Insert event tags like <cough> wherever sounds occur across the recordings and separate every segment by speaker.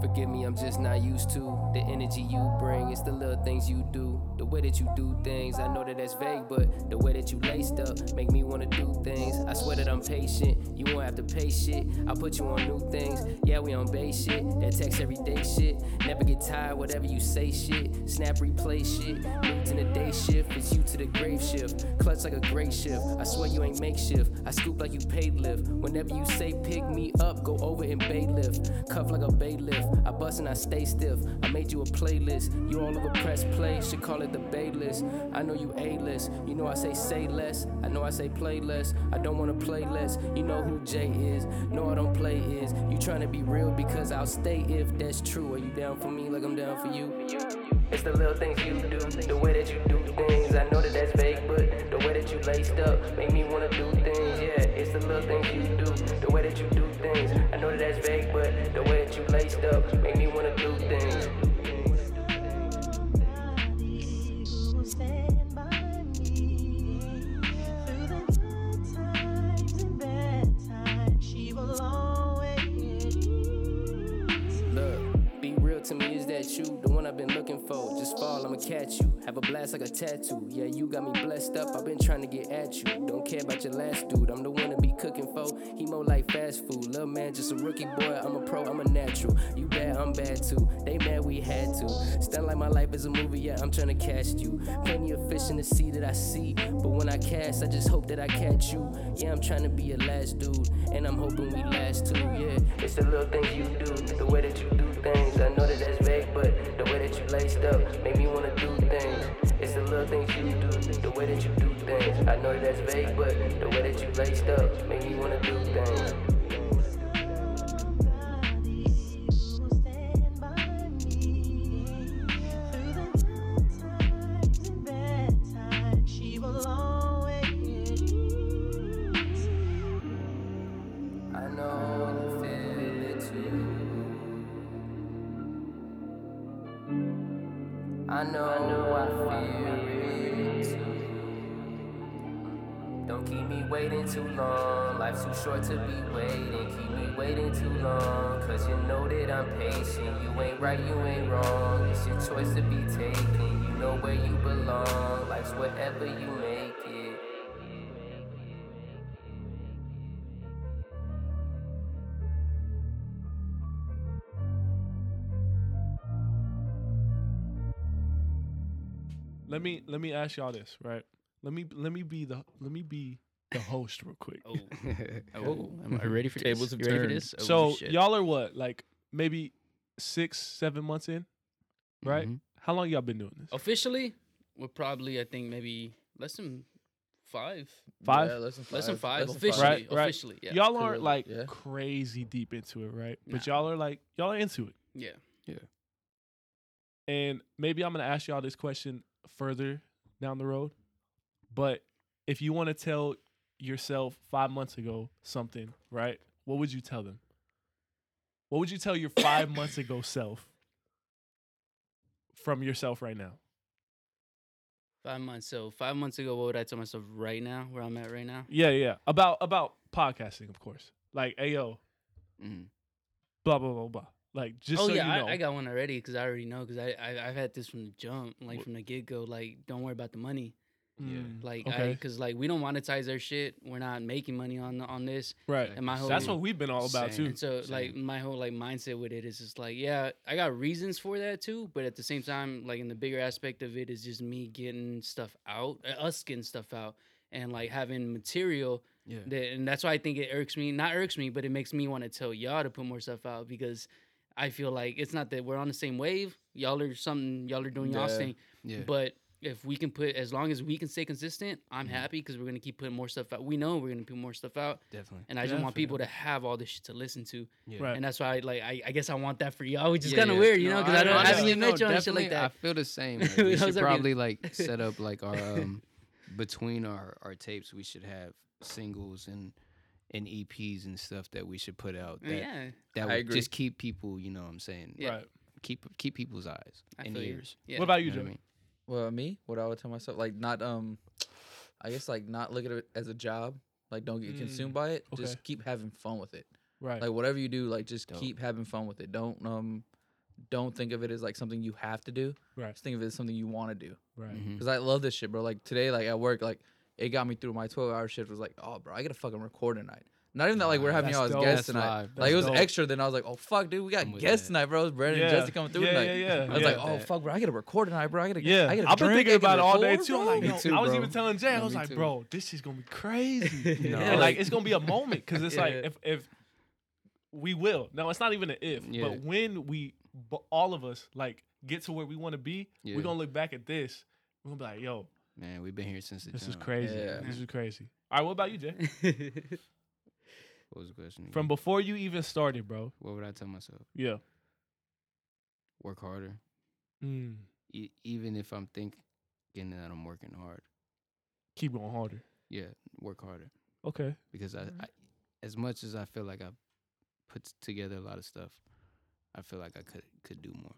Speaker 1: Forgive me, I'm just not used to the energy you bring. It's the little things you do, the way that you do things. I know that that's vague, but the way that you laced up make me wanna do things. I swear that I'm patient, you won't have to pay shit. I put you on new things, yeah, we on base shit. That text everyday shit, never get tired, whatever you say shit. Snap replay shit, moved in the day shift, it's you to the grave shift. Clutch like a great shift, I swear you ain't makeshift. I scoop like you paid lift. Whenever you say pick me up, go over and bait lift. Cuff like a bait lift, I bust and I stay stiff. I made you a playlist, you all over press play, should call it the Bayless. I know you A-list, you know I say say less, I know I say play less, I don't wanna play less, you know who Jay is, no I don't play is. You trying to be real because I'll stay if that's true. Are you down for me like I'm down for you? It's the little things you do, the way that you do things. I know that that's vague, but the way that you laced up make me wanna do things. Yeah, it's the little things you do, the way that you do things. I know that that's vague, but the way that you laced up make me wanna do things. Look, be real to me, is that you? The one I've been looking for. Just fall, I'ma catch you. Have a blast like a tattoo. Yeah, you got me blessed up, I've been trying to get at you. Don't care about your last dude, I'm the one to be cooking for. He more like fast food. Little man, just a rookie boy, I'm a pro, I'm a natural. You bad, I'm bad too. They mad we had to. Stunt like my life is a movie, yeah, I'm trying to cast you. Plenty of fish in the sea that I see, but when I cast, I just hope that I catch you. Yeah, I'm trying to be your last dude, and I'm hoping we last too, yeah. It's the little things you do, the way that you do things. I know that that's vague, but the way that you laced up make me wanna do things. It's the little things you do, the way that you do things. I know that that's vague, but the way that you laced up make me wanna do things. I know the feel it too. I know, I know I feel it too. Don't keep me waiting too long. Life's too short to be waiting. Keep me waiting too long. Cause you know that I'm patient. You ain't right, you ain't wrong. It's your choice to be taken. You know where you belong. Life's wherever you make it.
Speaker 2: Let me let me ask y'all this, right? Let me let me be the let me be the host real
Speaker 3: <laughs>
Speaker 2: quick.
Speaker 3: Oh, oh, am I ready for this?
Speaker 4: Tables have
Speaker 3: You ready for
Speaker 4: turned.
Speaker 3: this? Oh,
Speaker 2: so
Speaker 3: shit.
Speaker 2: y'all are what, like maybe six, seven months in, right?
Speaker 3: Mhm.
Speaker 2: How long y'all been doing
Speaker 3: Oh,
Speaker 2: this?
Speaker 3: officially, we're probably I think maybe less than five,
Speaker 2: Five?
Speaker 4: Yeah, less than five.
Speaker 3: less than five
Speaker 4: less than
Speaker 3: officially,
Speaker 2: Right, right.
Speaker 3: officially, yeah,
Speaker 2: Y'all aren't
Speaker 4: Correct,
Speaker 2: like
Speaker 4: yeah.
Speaker 2: crazy deep into it, right? But y'all are like y'all are into it.
Speaker 3: yeah.
Speaker 2: And maybe I'm gonna ask y'all this question further down the road. But if you want to tell yourself five months ago something, right? What would you tell them? What would you tell your five
Speaker 3: <coughs>
Speaker 2: months ago self from yourself right now?
Speaker 3: Five months. So five months ago, what would I tell myself right now? Where I'm at right now?
Speaker 2: Yeah, yeah. About about podcasting, of course. Like, ayo,
Speaker 4: Mm.
Speaker 2: blah blah blah blah. Like, just
Speaker 3: oh
Speaker 2: so
Speaker 3: yeah,
Speaker 2: you know,
Speaker 3: I, I got one already because I already know because I, I I've had this from the jump, like
Speaker 2: Wh-
Speaker 3: from the get go. Like, don't worry about the money.
Speaker 2: Mm,
Speaker 3: Like,
Speaker 2: Okay.
Speaker 3: because like we don't monetize our shit. We're not making money on the- on this.
Speaker 2: right.
Speaker 3: And my whole
Speaker 2: That's what we've been all about
Speaker 4: Same.
Speaker 2: too.
Speaker 3: And so like
Speaker 4: Same.
Speaker 3: my whole like mindset with it is just like, yeah, I got reasons for that too, but at the same time, like in the bigger aspect of it is just me getting stuff out, uh, us getting stuff out and like having material
Speaker 4: Yeah.
Speaker 3: that and that's why I think it irks me, not irks me, but it makes me want to tell y'all to put more stuff out because I feel like it's not that we're on the same wave. Y'all are something, y'all are doing y'all's
Speaker 4: Yeah.
Speaker 3: thing. <laughs>
Speaker 4: Yeah.
Speaker 3: But if we can put, as long as we can stay consistent, I'm
Speaker 4: Mm-hmm.
Speaker 3: happy because we're gonna keep putting more stuff out. We know we're gonna put more stuff out,
Speaker 4: Definitely.
Speaker 3: and I just want people to have all this shit to listen to.
Speaker 4: Yeah.
Speaker 2: Right.
Speaker 3: And that's why, I, like, I, I guess I want that for y'all, which is
Speaker 4: Yeah,
Speaker 3: kind of
Speaker 4: yeah.
Speaker 3: weird, you know,
Speaker 4: No,
Speaker 3: because I, don't I haven't
Speaker 2: yeah.
Speaker 3: even met
Speaker 4: no,
Speaker 3: y'all and shit like
Speaker 4: definitely, I
Speaker 3: that.
Speaker 4: feel
Speaker 3: <laughs>
Speaker 4: the same. like, we
Speaker 3: That
Speaker 4: should
Speaker 3: was our
Speaker 4: probably
Speaker 3: <laughs>
Speaker 4: like set up like our um between our our tapes. We should have singles and and EPs and stuff that we should put out. That
Speaker 3: Mm, yeah,
Speaker 4: that would would agree. just keep people. You know what I'm saying?
Speaker 3: Yeah.
Speaker 2: Right.
Speaker 4: Keep keep people's eyes
Speaker 3: I
Speaker 4: and
Speaker 3: feel you.
Speaker 4: ears.
Speaker 3: yeah.
Speaker 2: What
Speaker 3: <laughs>
Speaker 2: about you,
Speaker 4: You know what I
Speaker 2: Jimmy?
Speaker 4: mean?
Speaker 5: Well, me, what I would tell myself, like not um, I guess like not look at it as a job. Like don't get
Speaker 2: Mm,
Speaker 5: consumed by it.
Speaker 2: okay.
Speaker 5: Just keep having fun with it.
Speaker 2: Right.
Speaker 5: Like whatever you do, like just
Speaker 6: Dope.
Speaker 5: keep having fun with it. Don't um, don't think of it as like something you have to do.
Speaker 2: right.
Speaker 5: Just think of it as something you want to do.
Speaker 2: Right.
Speaker 3: mm-hmm.
Speaker 4: Mhm.
Speaker 5: Cause I love this shit, bro. Like today, like at work, like it got me through my 12 hour shift. Was like, oh, bro, I gotta fucking record tonight. Not even that, like we're
Speaker 2: Nah,
Speaker 5: having
Speaker 2: that's
Speaker 5: y'all as
Speaker 2: dope.
Speaker 5: guests
Speaker 4: That's
Speaker 5: tonight.
Speaker 4: live.
Speaker 5: like
Speaker 2: That's
Speaker 5: it was
Speaker 2: dope.
Speaker 5: extra. Then I was like, oh fuck, dude, we
Speaker 4: I'm
Speaker 5: got
Speaker 4: with
Speaker 5: guests
Speaker 4: that.
Speaker 5: tonight, bro. It's Brandon
Speaker 2: Yeah.
Speaker 5: and Jesse coming through
Speaker 2: yeah,
Speaker 5: tonight.
Speaker 2: yeah, yeah.
Speaker 5: I was
Speaker 2: yeah.
Speaker 5: like, oh
Speaker 4: that.
Speaker 5: fuck, bro, I gotta record tonight, bro. I gotta,
Speaker 2: Yeah,
Speaker 5: I gotta.
Speaker 2: I've been
Speaker 5: drink,
Speaker 2: thinking
Speaker 5: I gotta
Speaker 2: about it all day
Speaker 5: record,
Speaker 2: too. I'm
Speaker 5: bro."
Speaker 2: like,
Speaker 4: Me
Speaker 2: yo,
Speaker 4: too,
Speaker 2: I was
Speaker 4: bro.
Speaker 2: even telling Jay, I
Speaker 4: No,
Speaker 2: was
Speaker 4: me
Speaker 2: like,
Speaker 4: too.
Speaker 2: bro, this is gonna be crazy.
Speaker 3: No.
Speaker 2: And, like
Speaker 5: Like-
Speaker 2: it's gonna be a moment because it's like
Speaker 3: Yeah.
Speaker 2: if if we will. No, it's not even an if,
Speaker 4: Yeah.
Speaker 2: but when we b- all of us like get to where we want to be,
Speaker 4: Yeah.
Speaker 2: we're gonna look back at this. We're gonna be like, yo,
Speaker 4: Man, we've been here since the
Speaker 2: this is
Speaker 4: jump.
Speaker 2: crazy.
Speaker 5: Yeah.
Speaker 2: This is crazy. All right, what about you, Jay?
Speaker 4: What was the question? again?
Speaker 2: From before you even started, bro.
Speaker 4: what would I tell myself?
Speaker 2: Yeah.
Speaker 4: Work harder.
Speaker 2: Mm.
Speaker 4: E- even if I'm thinking that I'm working hard.
Speaker 2: Keep going harder.
Speaker 4: Yeah, work harder
Speaker 2: Okay.
Speaker 4: because I, I as much as I feel like I put s- together a lot of stuff, I feel like I could could do more.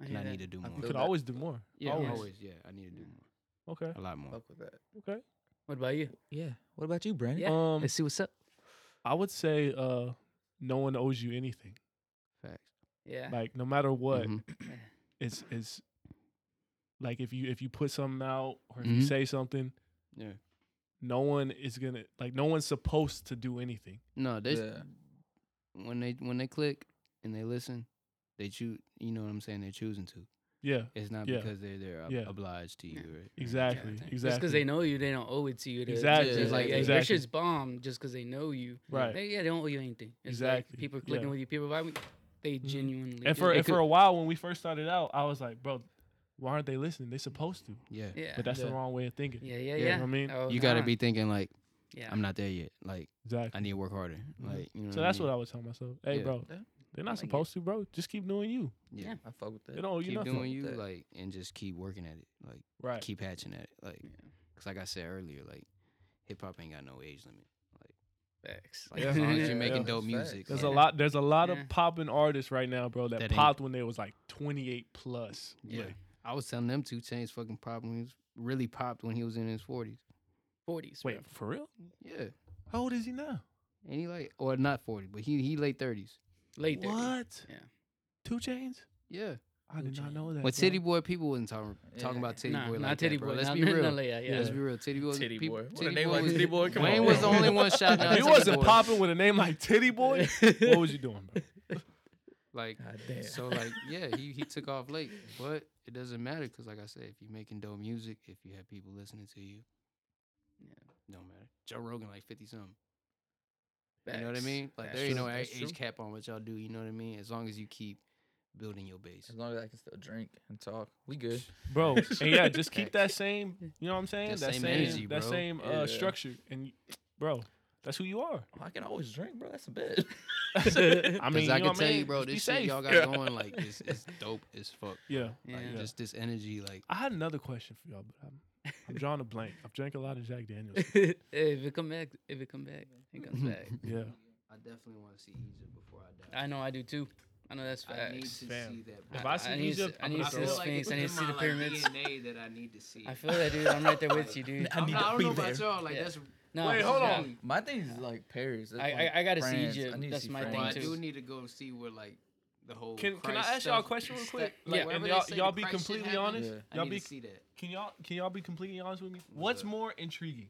Speaker 4: And I need to do
Speaker 5: I
Speaker 4: more.
Speaker 2: You
Speaker 5: feel
Speaker 2: could
Speaker 5: that.
Speaker 2: always do more.
Speaker 4: yeah,
Speaker 2: always.
Speaker 4: always. Yeah, I need to do more.
Speaker 2: Okay.
Speaker 4: A lot more.
Speaker 5: Fuck with that.
Speaker 2: Okay.
Speaker 3: What about you?
Speaker 5: Yeah. What about you, Brandon?
Speaker 3: Yeah.
Speaker 2: Um,
Speaker 3: Let's see what's up.
Speaker 2: I would say uh, no one owes you anything.
Speaker 4: Facts.
Speaker 3: Yeah.
Speaker 2: <laughs> Like no matter what,
Speaker 4: Mhm.
Speaker 2: it's it's like if you if you put something out or if you
Speaker 4: Mhm.
Speaker 2: say something,
Speaker 4: Yeah.
Speaker 2: no one is gonna like no one's supposed to do anything.
Speaker 4: No, there's
Speaker 5: Yeah.
Speaker 4: when they when they click and they listen, they choose. You know what I'm saying? They're choosing to.
Speaker 2: Yeah,
Speaker 4: It's not
Speaker 2: Yeah.
Speaker 4: because they're they're ob-
Speaker 2: Yeah.
Speaker 4: obliged to you. Or, or
Speaker 2: exactly,
Speaker 4: anything.
Speaker 2: exactly.
Speaker 3: Just because they know you, they don't owe it to you. To,
Speaker 2: Exactly,
Speaker 3: It's like, hey, your
Speaker 2: exactly.
Speaker 3: shit's bomb just because they know you.
Speaker 2: Right.
Speaker 3: They, yeah, they don't owe you anything. It's like
Speaker 2: Exactly,
Speaker 3: people are clicking
Speaker 2: yeah.
Speaker 3: with you, people vibing. They
Speaker 2: Mhm.
Speaker 3: genuinely.
Speaker 2: and for
Speaker 3: it
Speaker 2: and for a while when we first started out, I was like, bro, why aren't they listening? They're supposed to,
Speaker 4: Yeah.
Speaker 3: could- yeah.
Speaker 2: but that's the
Speaker 5: Yeah.
Speaker 2: wrong way of thinking.
Speaker 3: yeah, yeah, yeah.
Speaker 2: you know what I mean?
Speaker 3: Oh,
Speaker 4: You gotta
Speaker 3: nah.
Speaker 4: be thinking like
Speaker 3: Yeah.
Speaker 4: I'm not there yet. Like
Speaker 2: Exactly.
Speaker 4: I need to work harder.
Speaker 2: Mhm.
Speaker 4: Like you know.
Speaker 2: So that's what I would tell myself. Hey,
Speaker 4: Yeah.
Speaker 2: bro,
Speaker 5: Yeah.
Speaker 2: they're
Speaker 3: I
Speaker 2: not
Speaker 3: like it.
Speaker 2: supposed to, bro. Just keep doing you.
Speaker 4: I. Yeah.
Speaker 3: Yeah.
Speaker 5: I fuck with that.
Speaker 2: They don't owe Oh, you
Speaker 4: Keep
Speaker 2: nothing.
Speaker 4: doing you
Speaker 5: That-
Speaker 4: like and just keep working at it. Like
Speaker 2: Right.
Speaker 4: keep hatching at it. Like
Speaker 3: Yeah.
Speaker 4: because like I said earlier, like hip hop ain't got no age limit.
Speaker 3: Facts.
Speaker 4: Like as long as
Speaker 2: Yeah.
Speaker 3: <laughs>
Speaker 4: you're making
Speaker 5: Yeah.
Speaker 4: dope
Speaker 5: That's facts.
Speaker 4: music.
Speaker 2: There's a
Speaker 4: like,
Speaker 2: lot. There's a lot
Speaker 3: Yeah.
Speaker 2: of popping artists right now, bro. That,
Speaker 4: That ain't-
Speaker 2: popped when they was like 28 plus.
Speaker 4: Yeah.
Speaker 2: Like,
Speaker 4: I was telling them two chains fucking popped when he was really popped when he was in his forties.
Speaker 3: Forties.
Speaker 2: wait, for real?
Speaker 4: Yeah.
Speaker 2: How old is he now?
Speaker 4: And he like or not forty, but he he late thirties.
Speaker 3: Late. 30s.
Speaker 2: What?
Speaker 3: Yeah.
Speaker 2: Two chains?
Speaker 4: Yeah.
Speaker 2: I did not
Speaker 3: Chainz.
Speaker 2: know that.
Speaker 4: When
Speaker 2: bro.
Speaker 4: Titty Boy people wasn't talking talking
Speaker 5: Yeah.
Speaker 4: about Titty
Speaker 3: Nah,
Speaker 4: Boy like
Speaker 3: not Titty
Speaker 4: that, bro.
Speaker 3: Boy.
Speaker 4: Let's
Speaker 3: not,
Speaker 4: be
Speaker 3: no, no,
Speaker 4: real.
Speaker 3: no, yeah, yeah.
Speaker 4: Let's be real. Titty Boy.
Speaker 5: Titty
Speaker 4: peop-
Speaker 5: Boy. What a
Speaker 4: Titty
Speaker 5: name
Speaker 4: Boy
Speaker 5: like Titty
Speaker 3: <laughs>
Speaker 5: Boy, come
Speaker 4: Wayne
Speaker 5: on,
Speaker 4: was the
Speaker 5: bro.
Speaker 4: only one shouting out.
Speaker 2: If you
Speaker 4: Titty
Speaker 2: wasn't
Speaker 4: Boy.
Speaker 2: popping with a name like Titty Boy, what was you doing, bro?
Speaker 4: Like
Speaker 5: God damn.
Speaker 4: so, like yeah, he he took off late, but it doesn't matter because, like I said, if you're making dope music, if you have people listening to you,
Speaker 3: Yeah.
Speaker 4: don't matter. Joe Rogan like fifty something. You know what I
Speaker 3: Facts.
Speaker 4: mean? Like
Speaker 3: Facts.
Speaker 4: there ain't no
Speaker 5: That's
Speaker 4: a-
Speaker 5: true.
Speaker 4: age cap on what y'all do. You know what I mean? As long as you keep building your base.
Speaker 5: As long as I can still drink and talk, we good.
Speaker 2: Bro, and yeah, just keep that same, you know what I'm saying?
Speaker 4: That
Speaker 2: That,
Speaker 4: same
Speaker 2: same,
Speaker 4: energy,
Speaker 2: that
Speaker 4: bro.
Speaker 2: same uh,
Speaker 5: Yeah.
Speaker 2: structure, and you, bro, that's who you are.
Speaker 5: I can always drink, bro. That's a bit.
Speaker 2: I mean,
Speaker 4: Because
Speaker 2: you know
Speaker 4: I can
Speaker 2: what
Speaker 4: tell
Speaker 2: I mean?
Speaker 4: you, bro,
Speaker 2: Just be
Speaker 4: this shit
Speaker 2: safe.
Speaker 4: y'all got going like is is dope as fuck.
Speaker 2: <laughs> Yeah.
Speaker 3: Yeah.
Speaker 4: Like just this energy, like
Speaker 2: I had another question for y'all, but I'm, I'm drawing a blank. I've drank a lot of Jack Daniels.
Speaker 4: <laughs>
Speaker 3: Hey, if it come back, if it come back, it comes back.
Speaker 2: Yeah.
Speaker 4: I definitely want to see Egypt before I
Speaker 3: I know I do too. I know that's
Speaker 4: I need
Speaker 3: facts.
Speaker 4: to
Speaker 2: Fam.
Speaker 4: see that.
Speaker 2: If
Speaker 4: bro.
Speaker 2: I, see
Speaker 3: I need to-
Speaker 2: Egypt,
Speaker 3: I
Speaker 2: I'm
Speaker 3: need
Speaker 2: gonna
Speaker 3: to see
Speaker 2: throw
Speaker 3: the
Speaker 2: up.
Speaker 3: Sphinx.
Speaker 4: it's
Speaker 3: I need to
Speaker 4: in
Speaker 3: see
Speaker 4: my,
Speaker 3: the
Speaker 4: like,
Speaker 3: pyramids.
Speaker 4: DNA that I need to see.
Speaker 3: I feel that, dude. I'm right there with you, dude.
Speaker 5: I
Speaker 4: I'm
Speaker 5: need
Speaker 4: not- I
Speaker 5: to
Speaker 4: don't
Speaker 5: be
Speaker 4: know
Speaker 5: there.
Speaker 4: about y'all. Like
Speaker 3: Yeah.
Speaker 4: that's
Speaker 3: No,
Speaker 2: Wait,
Speaker 3: this
Speaker 2: hold
Speaker 3: is
Speaker 2: on.
Speaker 3: not-
Speaker 5: My thing is like Paris. That's
Speaker 3: I-
Speaker 5: like
Speaker 3: I- I gotta see
Speaker 5: France.
Speaker 3: Egypt.
Speaker 5: I need
Speaker 3: That's
Speaker 5: to see
Speaker 3: my thing,
Speaker 4: well, I
Speaker 5: France.
Speaker 3: too.
Speaker 4: do need to go and see where like the whole.
Speaker 2: Can, can I
Speaker 4: Christ
Speaker 2: ask y'all a
Speaker 4: stuff-
Speaker 2: question real quick?
Speaker 4: Yeah,
Speaker 2: Like,
Speaker 4: wherever
Speaker 2: and
Speaker 4: they
Speaker 2: y'all,
Speaker 4: say the
Speaker 2: y'all be
Speaker 4: Christ shit
Speaker 2: completely
Speaker 4: happened,
Speaker 2: honest.
Speaker 5: Yeah.
Speaker 4: I
Speaker 2: Y'all
Speaker 4: need
Speaker 2: be
Speaker 4: to see that.
Speaker 2: Can y'all can y'all be completely honest with me?
Speaker 4: What's
Speaker 2: What's
Speaker 4: up?
Speaker 2: more intriguing,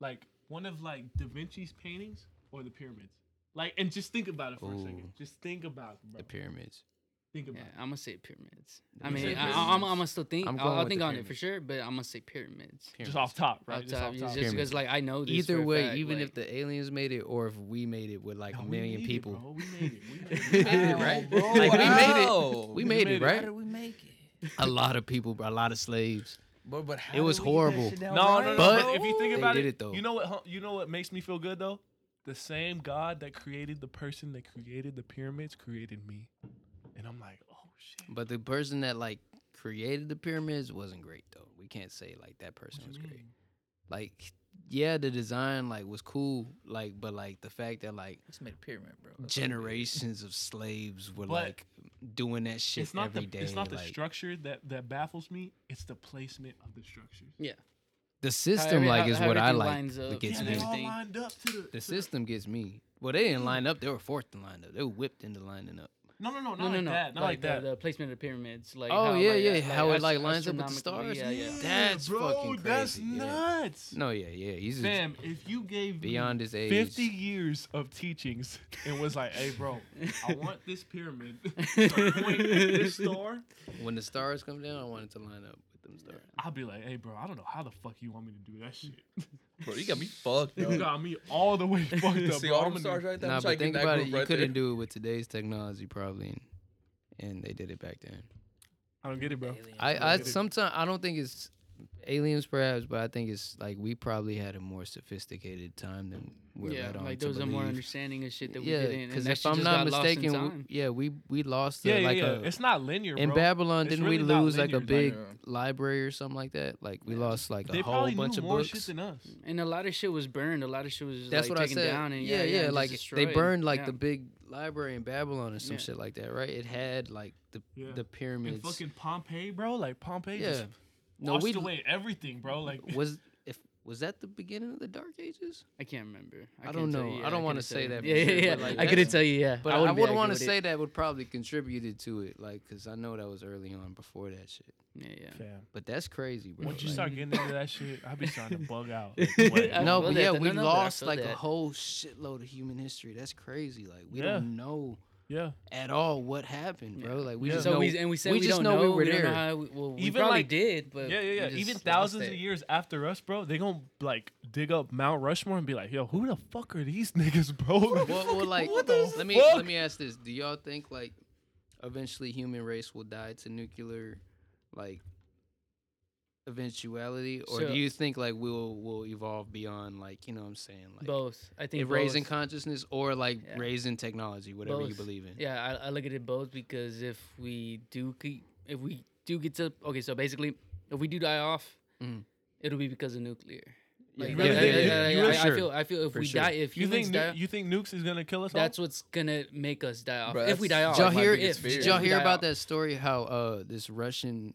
Speaker 2: like one of like Da Vinci's paintings or the pyramids? Like, and just think about it for a second.
Speaker 4: Ooh.
Speaker 2: Just think about it, bro.
Speaker 4: The pyramids.
Speaker 2: think about
Speaker 3: Yeah, I'm gonna say pyramids.
Speaker 4: You
Speaker 3: I
Speaker 4: say
Speaker 3: mean, I,
Speaker 4: pyramids.
Speaker 3: I, I'm, I'm gonna still think.
Speaker 4: I'm
Speaker 3: I'll,
Speaker 4: going
Speaker 3: I'll
Speaker 4: with
Speaker 3: think
Speaker 4: the
Speaker 3: on it for
Speaker 4: pyramids.
Speaker 3: sure, but I'm gonna say pyramids.
Speaker 2: it.
Speaker 4: Pyramids.
Speaker 2: Just off top, right?
Speaker 3: Off top,
Speaker 2: just off
Speaker 3: just
Speaker 2: top.
Speaker 4: Pyramids.
Speaker 3: because like I know. This
Speaker 4: Either
Speaker 3: for a
Speaker 4: way,
Speaker 3: fact,
Speaker 4: even
Speaker 3: like,
Speaker 4: if the aliens made it or if we made it with like
Speaker 2: No,
Speaker 4: a
Speaker 2: we
Speaker 4: million
Speaker 2: made it,
Speaker 4: people.
Speaker 2: bro. We made it. We made
Speaker 4: We
Speaker 2: it.
Speaker 4: made it, <laughs> right? Like we made it. We made, it, right? we make it? A lot of people, bro, a lot of slaves.
Speaker 5: But, but how
Speaker 4: It was
Speaker 5: did we get that
Speaker 4: horrible.
Speaker 5: shit
Speaker 2: No,
Speaker 5: down
Speaker 2: no,
Speaker 5: right?
Speaker 2: no.
Speaker 4: But
Speaker 2: But if you think
Speaker 4: they
Speaker 2: about
Speaker 4: did
Speaker 2: it,
Speaker 4: it, though.
Speaker 2: you know what? huh, You know what makes me feel good though? The same God that created the person that created the pyramids created me, and I'm like, oh shit.
Speaker 4: But the person that like created the pyramids wasn't great though. We can't say like that person
Speaker 2: What
Speaker 4: was
Speaker 2: you
Speaker 4: great.
Speaker 2: mean?
Speaker 4: Like yeah, the design like was cool, like but like the fact that like
Speaker 5: Just made a pyramid, bro. That's all it is.
Speaker 4: generations of slaves were
Speaker 2: But
Speaker 4: like doing that shit
Speaker 2: it's not the
Speaker 4: every day.
Speaker 2: it's not the
Speaker 4: like,
Speaker 2: structure that that baffles me. It's the placement of the structures.
Speaker 4: the system
Speaker 3: However-
Speaker 4: like
Speaker 3: how-
Speaker 4: is
Speaker 3: how
Speaker 4: what I
Speaker 3: everything
Speaker 4: like.
Speaker 3: lines up.
Speaker 4: That gets
Speaker 2: yeah,
Speaker 3: Yeah,
Speaker 2: they
Speaker 4: me.
Speaker 2: all
Speaker 3: everything.
Speaker 2: lined up to the.
Speaker 4: The system gets me. Well, they didn't line up. They were fourth in line up. They were whipped into lining up.
Speaker 2: No, no, no, not
Speaker 3: No, no,
Speaker 2: like
Speaker 3: no.
Speaker 2: that. Not like,
Speaker 3: the,
Speaker 2: that.
Speaker 3: The placement of the pyramids. Like
Speaker 4: Oh,
Speaker 3: how,
Speaker 4: yeah,
Speaker 3: like,
Speaker 4: yeah,
Speaker 3: uh,
Speaker 4: how it, like,
Speaker 3: ast-
Speaker 4: lines up with the
Speaker 3: astronomically,
Speaker 4: stars.
Speaker 3: Yeah, yeah.
Speaker 4: That's
Speaker 2: bro,
Speaker 4: fucking
Speaker 2: That's
Speaker 4: crazy, yeah.
Speaker 2: nuts.
Speaker 4: No, yeah, yeah. He's a-
Speaker 2: Fam, if you gave me
Speaker 4: beyond his age.
Speaker 2: 50 years of teachings <laughs> and was like, hey, bro,
Speaker 4: <laughs>
Speaker 2: I want this pyramid to point at this star,
Speaker 4: When the stars come down, I wanted to line up with them stars.
Speaker 2: I'll be like, hey, bro, I don't know how the fuck you want me to do that shit.
Speaker 5: Bro, you got me fucked,
Speaker 2: You
Speaker 5: bro.
Speaker 2: got me all the
Speaker 4: <laughs>
Speaker 2: way fucked up.
Speaker 5: See
Speaker 2: bro.
Speaker 5: all
Speaker 2: I'm
Speaker 5: them
Speaker 2: gonna-
Speaker 5: stars right there?
Speaker 4: Nah,
Speaker 5: I'm trying
Speaker 4: but
Speaker 5: to get
Speaker 4: think
Speaker 5: that
Speaker 4: about it.
Speaker 5: group
Speaker 4: You
Speaker 5: right
Speaker 4: couldn't
Speaker 5: there.
Speaker 4: do it with today's technology, probably, and, and they did it back then.
Speaker 2: I don't get it, bro.
Speaker 4: I, I
Speaker 2: Right.
Speaker 4: sometimes I don't think it's aliens, perhaps, but I think it's like we probably had a more sophisticated time than we're
Speaker 3: yeah,
Speaker 4: led on
Speaker 3: like
Speaker 4: to
Speaker 3: there was a more
Speaker 4: believe.
Speaker 3: understanding of shit that we
Speaker 4: yeah,
Speaker 3: didn't.
Speaker 4: because
Speaker 3: Because
Speaker 4: if I'm not mistaken, we-
Speaker 3: time.
Speaker 4: yeah, we we lost
Speaker 2: Yeah,
Speaker 4: uh,
Speaker 2: yeah,
Speaker 4: like
Speaker 2: yeah.
Speaker 4: a
Speaker 2: it's not linear,
Speaker 4: in
Speaker 2: bro.
Speaker 4: Babylon.
Speaker 2: It's
Speaker 4: Didn't we
Speaker 2: really not
Speaker 4: lose like a
Speaker 2: linear,
Speaker 4: big
Speaker 2: it's
Speaker 4: library or something like that? Like we lost like a
Speaker 2: they
Speaker 4: whole
Speaker 2: probably
Speaker 4: bunch
Speaker 2: knew
Speaker 4: of
Speaker 2: more
Speaker 4: books.
Speaker 2: shit than us.
Speaker 3: and a lot of shit was burned. A lot of shit was
Speaker 4: That's
Speaker 3: like,
Speaker 4: what I
Speaker 3: taken
Speaker 4: said.
Speaker 3: down. And, yeah,
Speaker 4: yeah,
Speaker 3: and just
Speaker 4: like they
Speaker 3: destroyed.
Speaker 4: burned like
Speaker 3: Yeah.
Speaker 4: the big library in Babylon or some
Speaker 3: Yeah.
Speaker 4: shit like that, right? It had like the
Speaker 2: Yeah.
Speaker 4: the
Speaker 2: In
Speaker 4: pyramids.
Speaker 2: fucking Pompeii, bro. Like Pompeii
Speaker 4: yeah,
Speaker 2: just
Speaker 4: no,
Speaker 2: washed
Speaker 4: we
Speaker 2: away everything, bro.
Speaker 4: <laughs>
Speaker 2: Like
Speaker 4: was if was that the beginning of the Dark Ages?
Speaker 3: I can't remember.
Speaker 4: I
Speaker 3: can't
Speaker 4: don't
Speaker 3: tell
Speaker 4: know.
Speaker 3: you,
Speaker 4: I
Speaker 3: yeah,
Speaker 4: don't wanna
Speaker 3: couldn't
Speaker 4: say
Speaker 3: tell
Speaker 4: that,
Speaker 3: you.
Speaker 4: but
Speaker 3: Yeah,
Speaker 4: shit,
Speaker 3: yeah,
Speaker 4: but,
Speaker 3: yeah.
Speaker 4: like,
Speaker 3: I couldn't
Speaker 4: that's-
Speaker 3: tell you. Yeah,
Speaker 4: But I,
Speaker 3: wouldn't be
Speaker 4: would want to
Speaker 3: accurate.
Speaker 4: say that would probably contributed to it, like, cause I know that was early on before that shit.
Speaker 3: Yeah, yeah.
Speaker 2: fam.
Speaker 4: But that's crazy, bro.
Speaker 2: Once you
Speaker 4: like-
Speaker 2: start getting into that shit, I be starting
Speaker 4: <laughs>
Speaker 2: to bug out. Like, what?
Speaker 3: I feel
Speaker 4: no, but
Speaker 3: that,
Speaker 4: yeah,
Speaker 3: though.
Speaker 4: we
Speaker 3: No, no, but I
Speaker 4: lost
Speaker 3: feel
Speaker 4: like a
Speaker 3: that.
Speaker 4: whole shitload of human history. That's crazy. Like we
Speaker 2: Yeah.
Speaker 4: don't know
Speaker 2: yeah,
Speaker 4: at all what happened, bro. Like we
Speaker 2: Yeah.
Speaker 4: just
Speaker 3: So
Speaker 4: know.
Speaker 3: we and we said we,
Speaker 4: just
Speaker 3: don't
Speaker 4: know we were
Speaker 3: don't know
Speaker 4: there.
Speaker 3: how we- well, we
Speaker 2: Even,
Speaker 3: probably
Speaker 2: like-
Speaker 3: did, but
Speaker 2: yeah, yeah, yeah.
Speaker 3: we
Speaker 2: Even
Speaker 3: just
Speaker 2: thousands
Speaker 3: lost
Speaker 2: of
Speaker 3: it.
Speaker 2: years after us, bro, they gonna like dig up Mount Rushmore and be like, "Yo, who the fuck are these <laughs> niggas, bro?" Like,
Speaker 4: <laughs> well, well, like
Speaker 2: what the
Speaker 4: let me
Speaker 2: fuck?
Speaker 4: let me ask this: Do y'all think like eventually human race will die to nuclear like eventuality, or
Speaker 3: So-
Speaker 4: do you think like we'll will evolve beyond like you know what I'm saying like
Speaker 3: Both, I think.
Speaker 4: if raising
Speaker 3: both.
Speaker 4: consciousness or like
Speaker 3: Yeah.
Speaker 4: raising technology, whatever you
Speaker 3: Both.
Speaker 4: believe in?
Speaker 3: Yeah, I, I look at it both because if we do ke- if we do get to okay, so basically if we do die off,
Speaker 4: Mhm.
Speaker 3: it'll be because of nuclear. Like
Speaker 2: Yeah,
Speaker 3: really,
Speaker 2: yeah,
Speaker 3: I-
Speaker 2: yeah,
Speaker 3: I, I-
Speaker 2: you-
Speaker 3: I-
Speaker 2: you-
Speaker 3: I
Speaker 4: sure.
Speaker 3: feel I feel if
Speaker 4: For
Speaker 3: we
Speaker 4: sure.
Speaker 3: die if
Speaker 2: you
Speaker 3: humans
Speaker 2: think
Speaker 3: die,
Speaker 2: nu- you think nukes is gonna kill us? all?
Speaker 3: that's what's gonna make us die off.
Speaker 5: Bruh,
Speaker 3: if we die
Speaker 5: that's-
Speaker 3: off,
Speaker 4: Did y'all
Speaker 5: my
Speaker 4: hear?
Speaker 5: biggest
Speaker 3: if,
Speaker 5: fear.
Speaker 4: Did y'all
Speaker 3: if we
Speaker 4: hear
Speaker 3: die
Speaker 4: about
Speaker 3: off.
Speaker 4: that story? How uh this Russian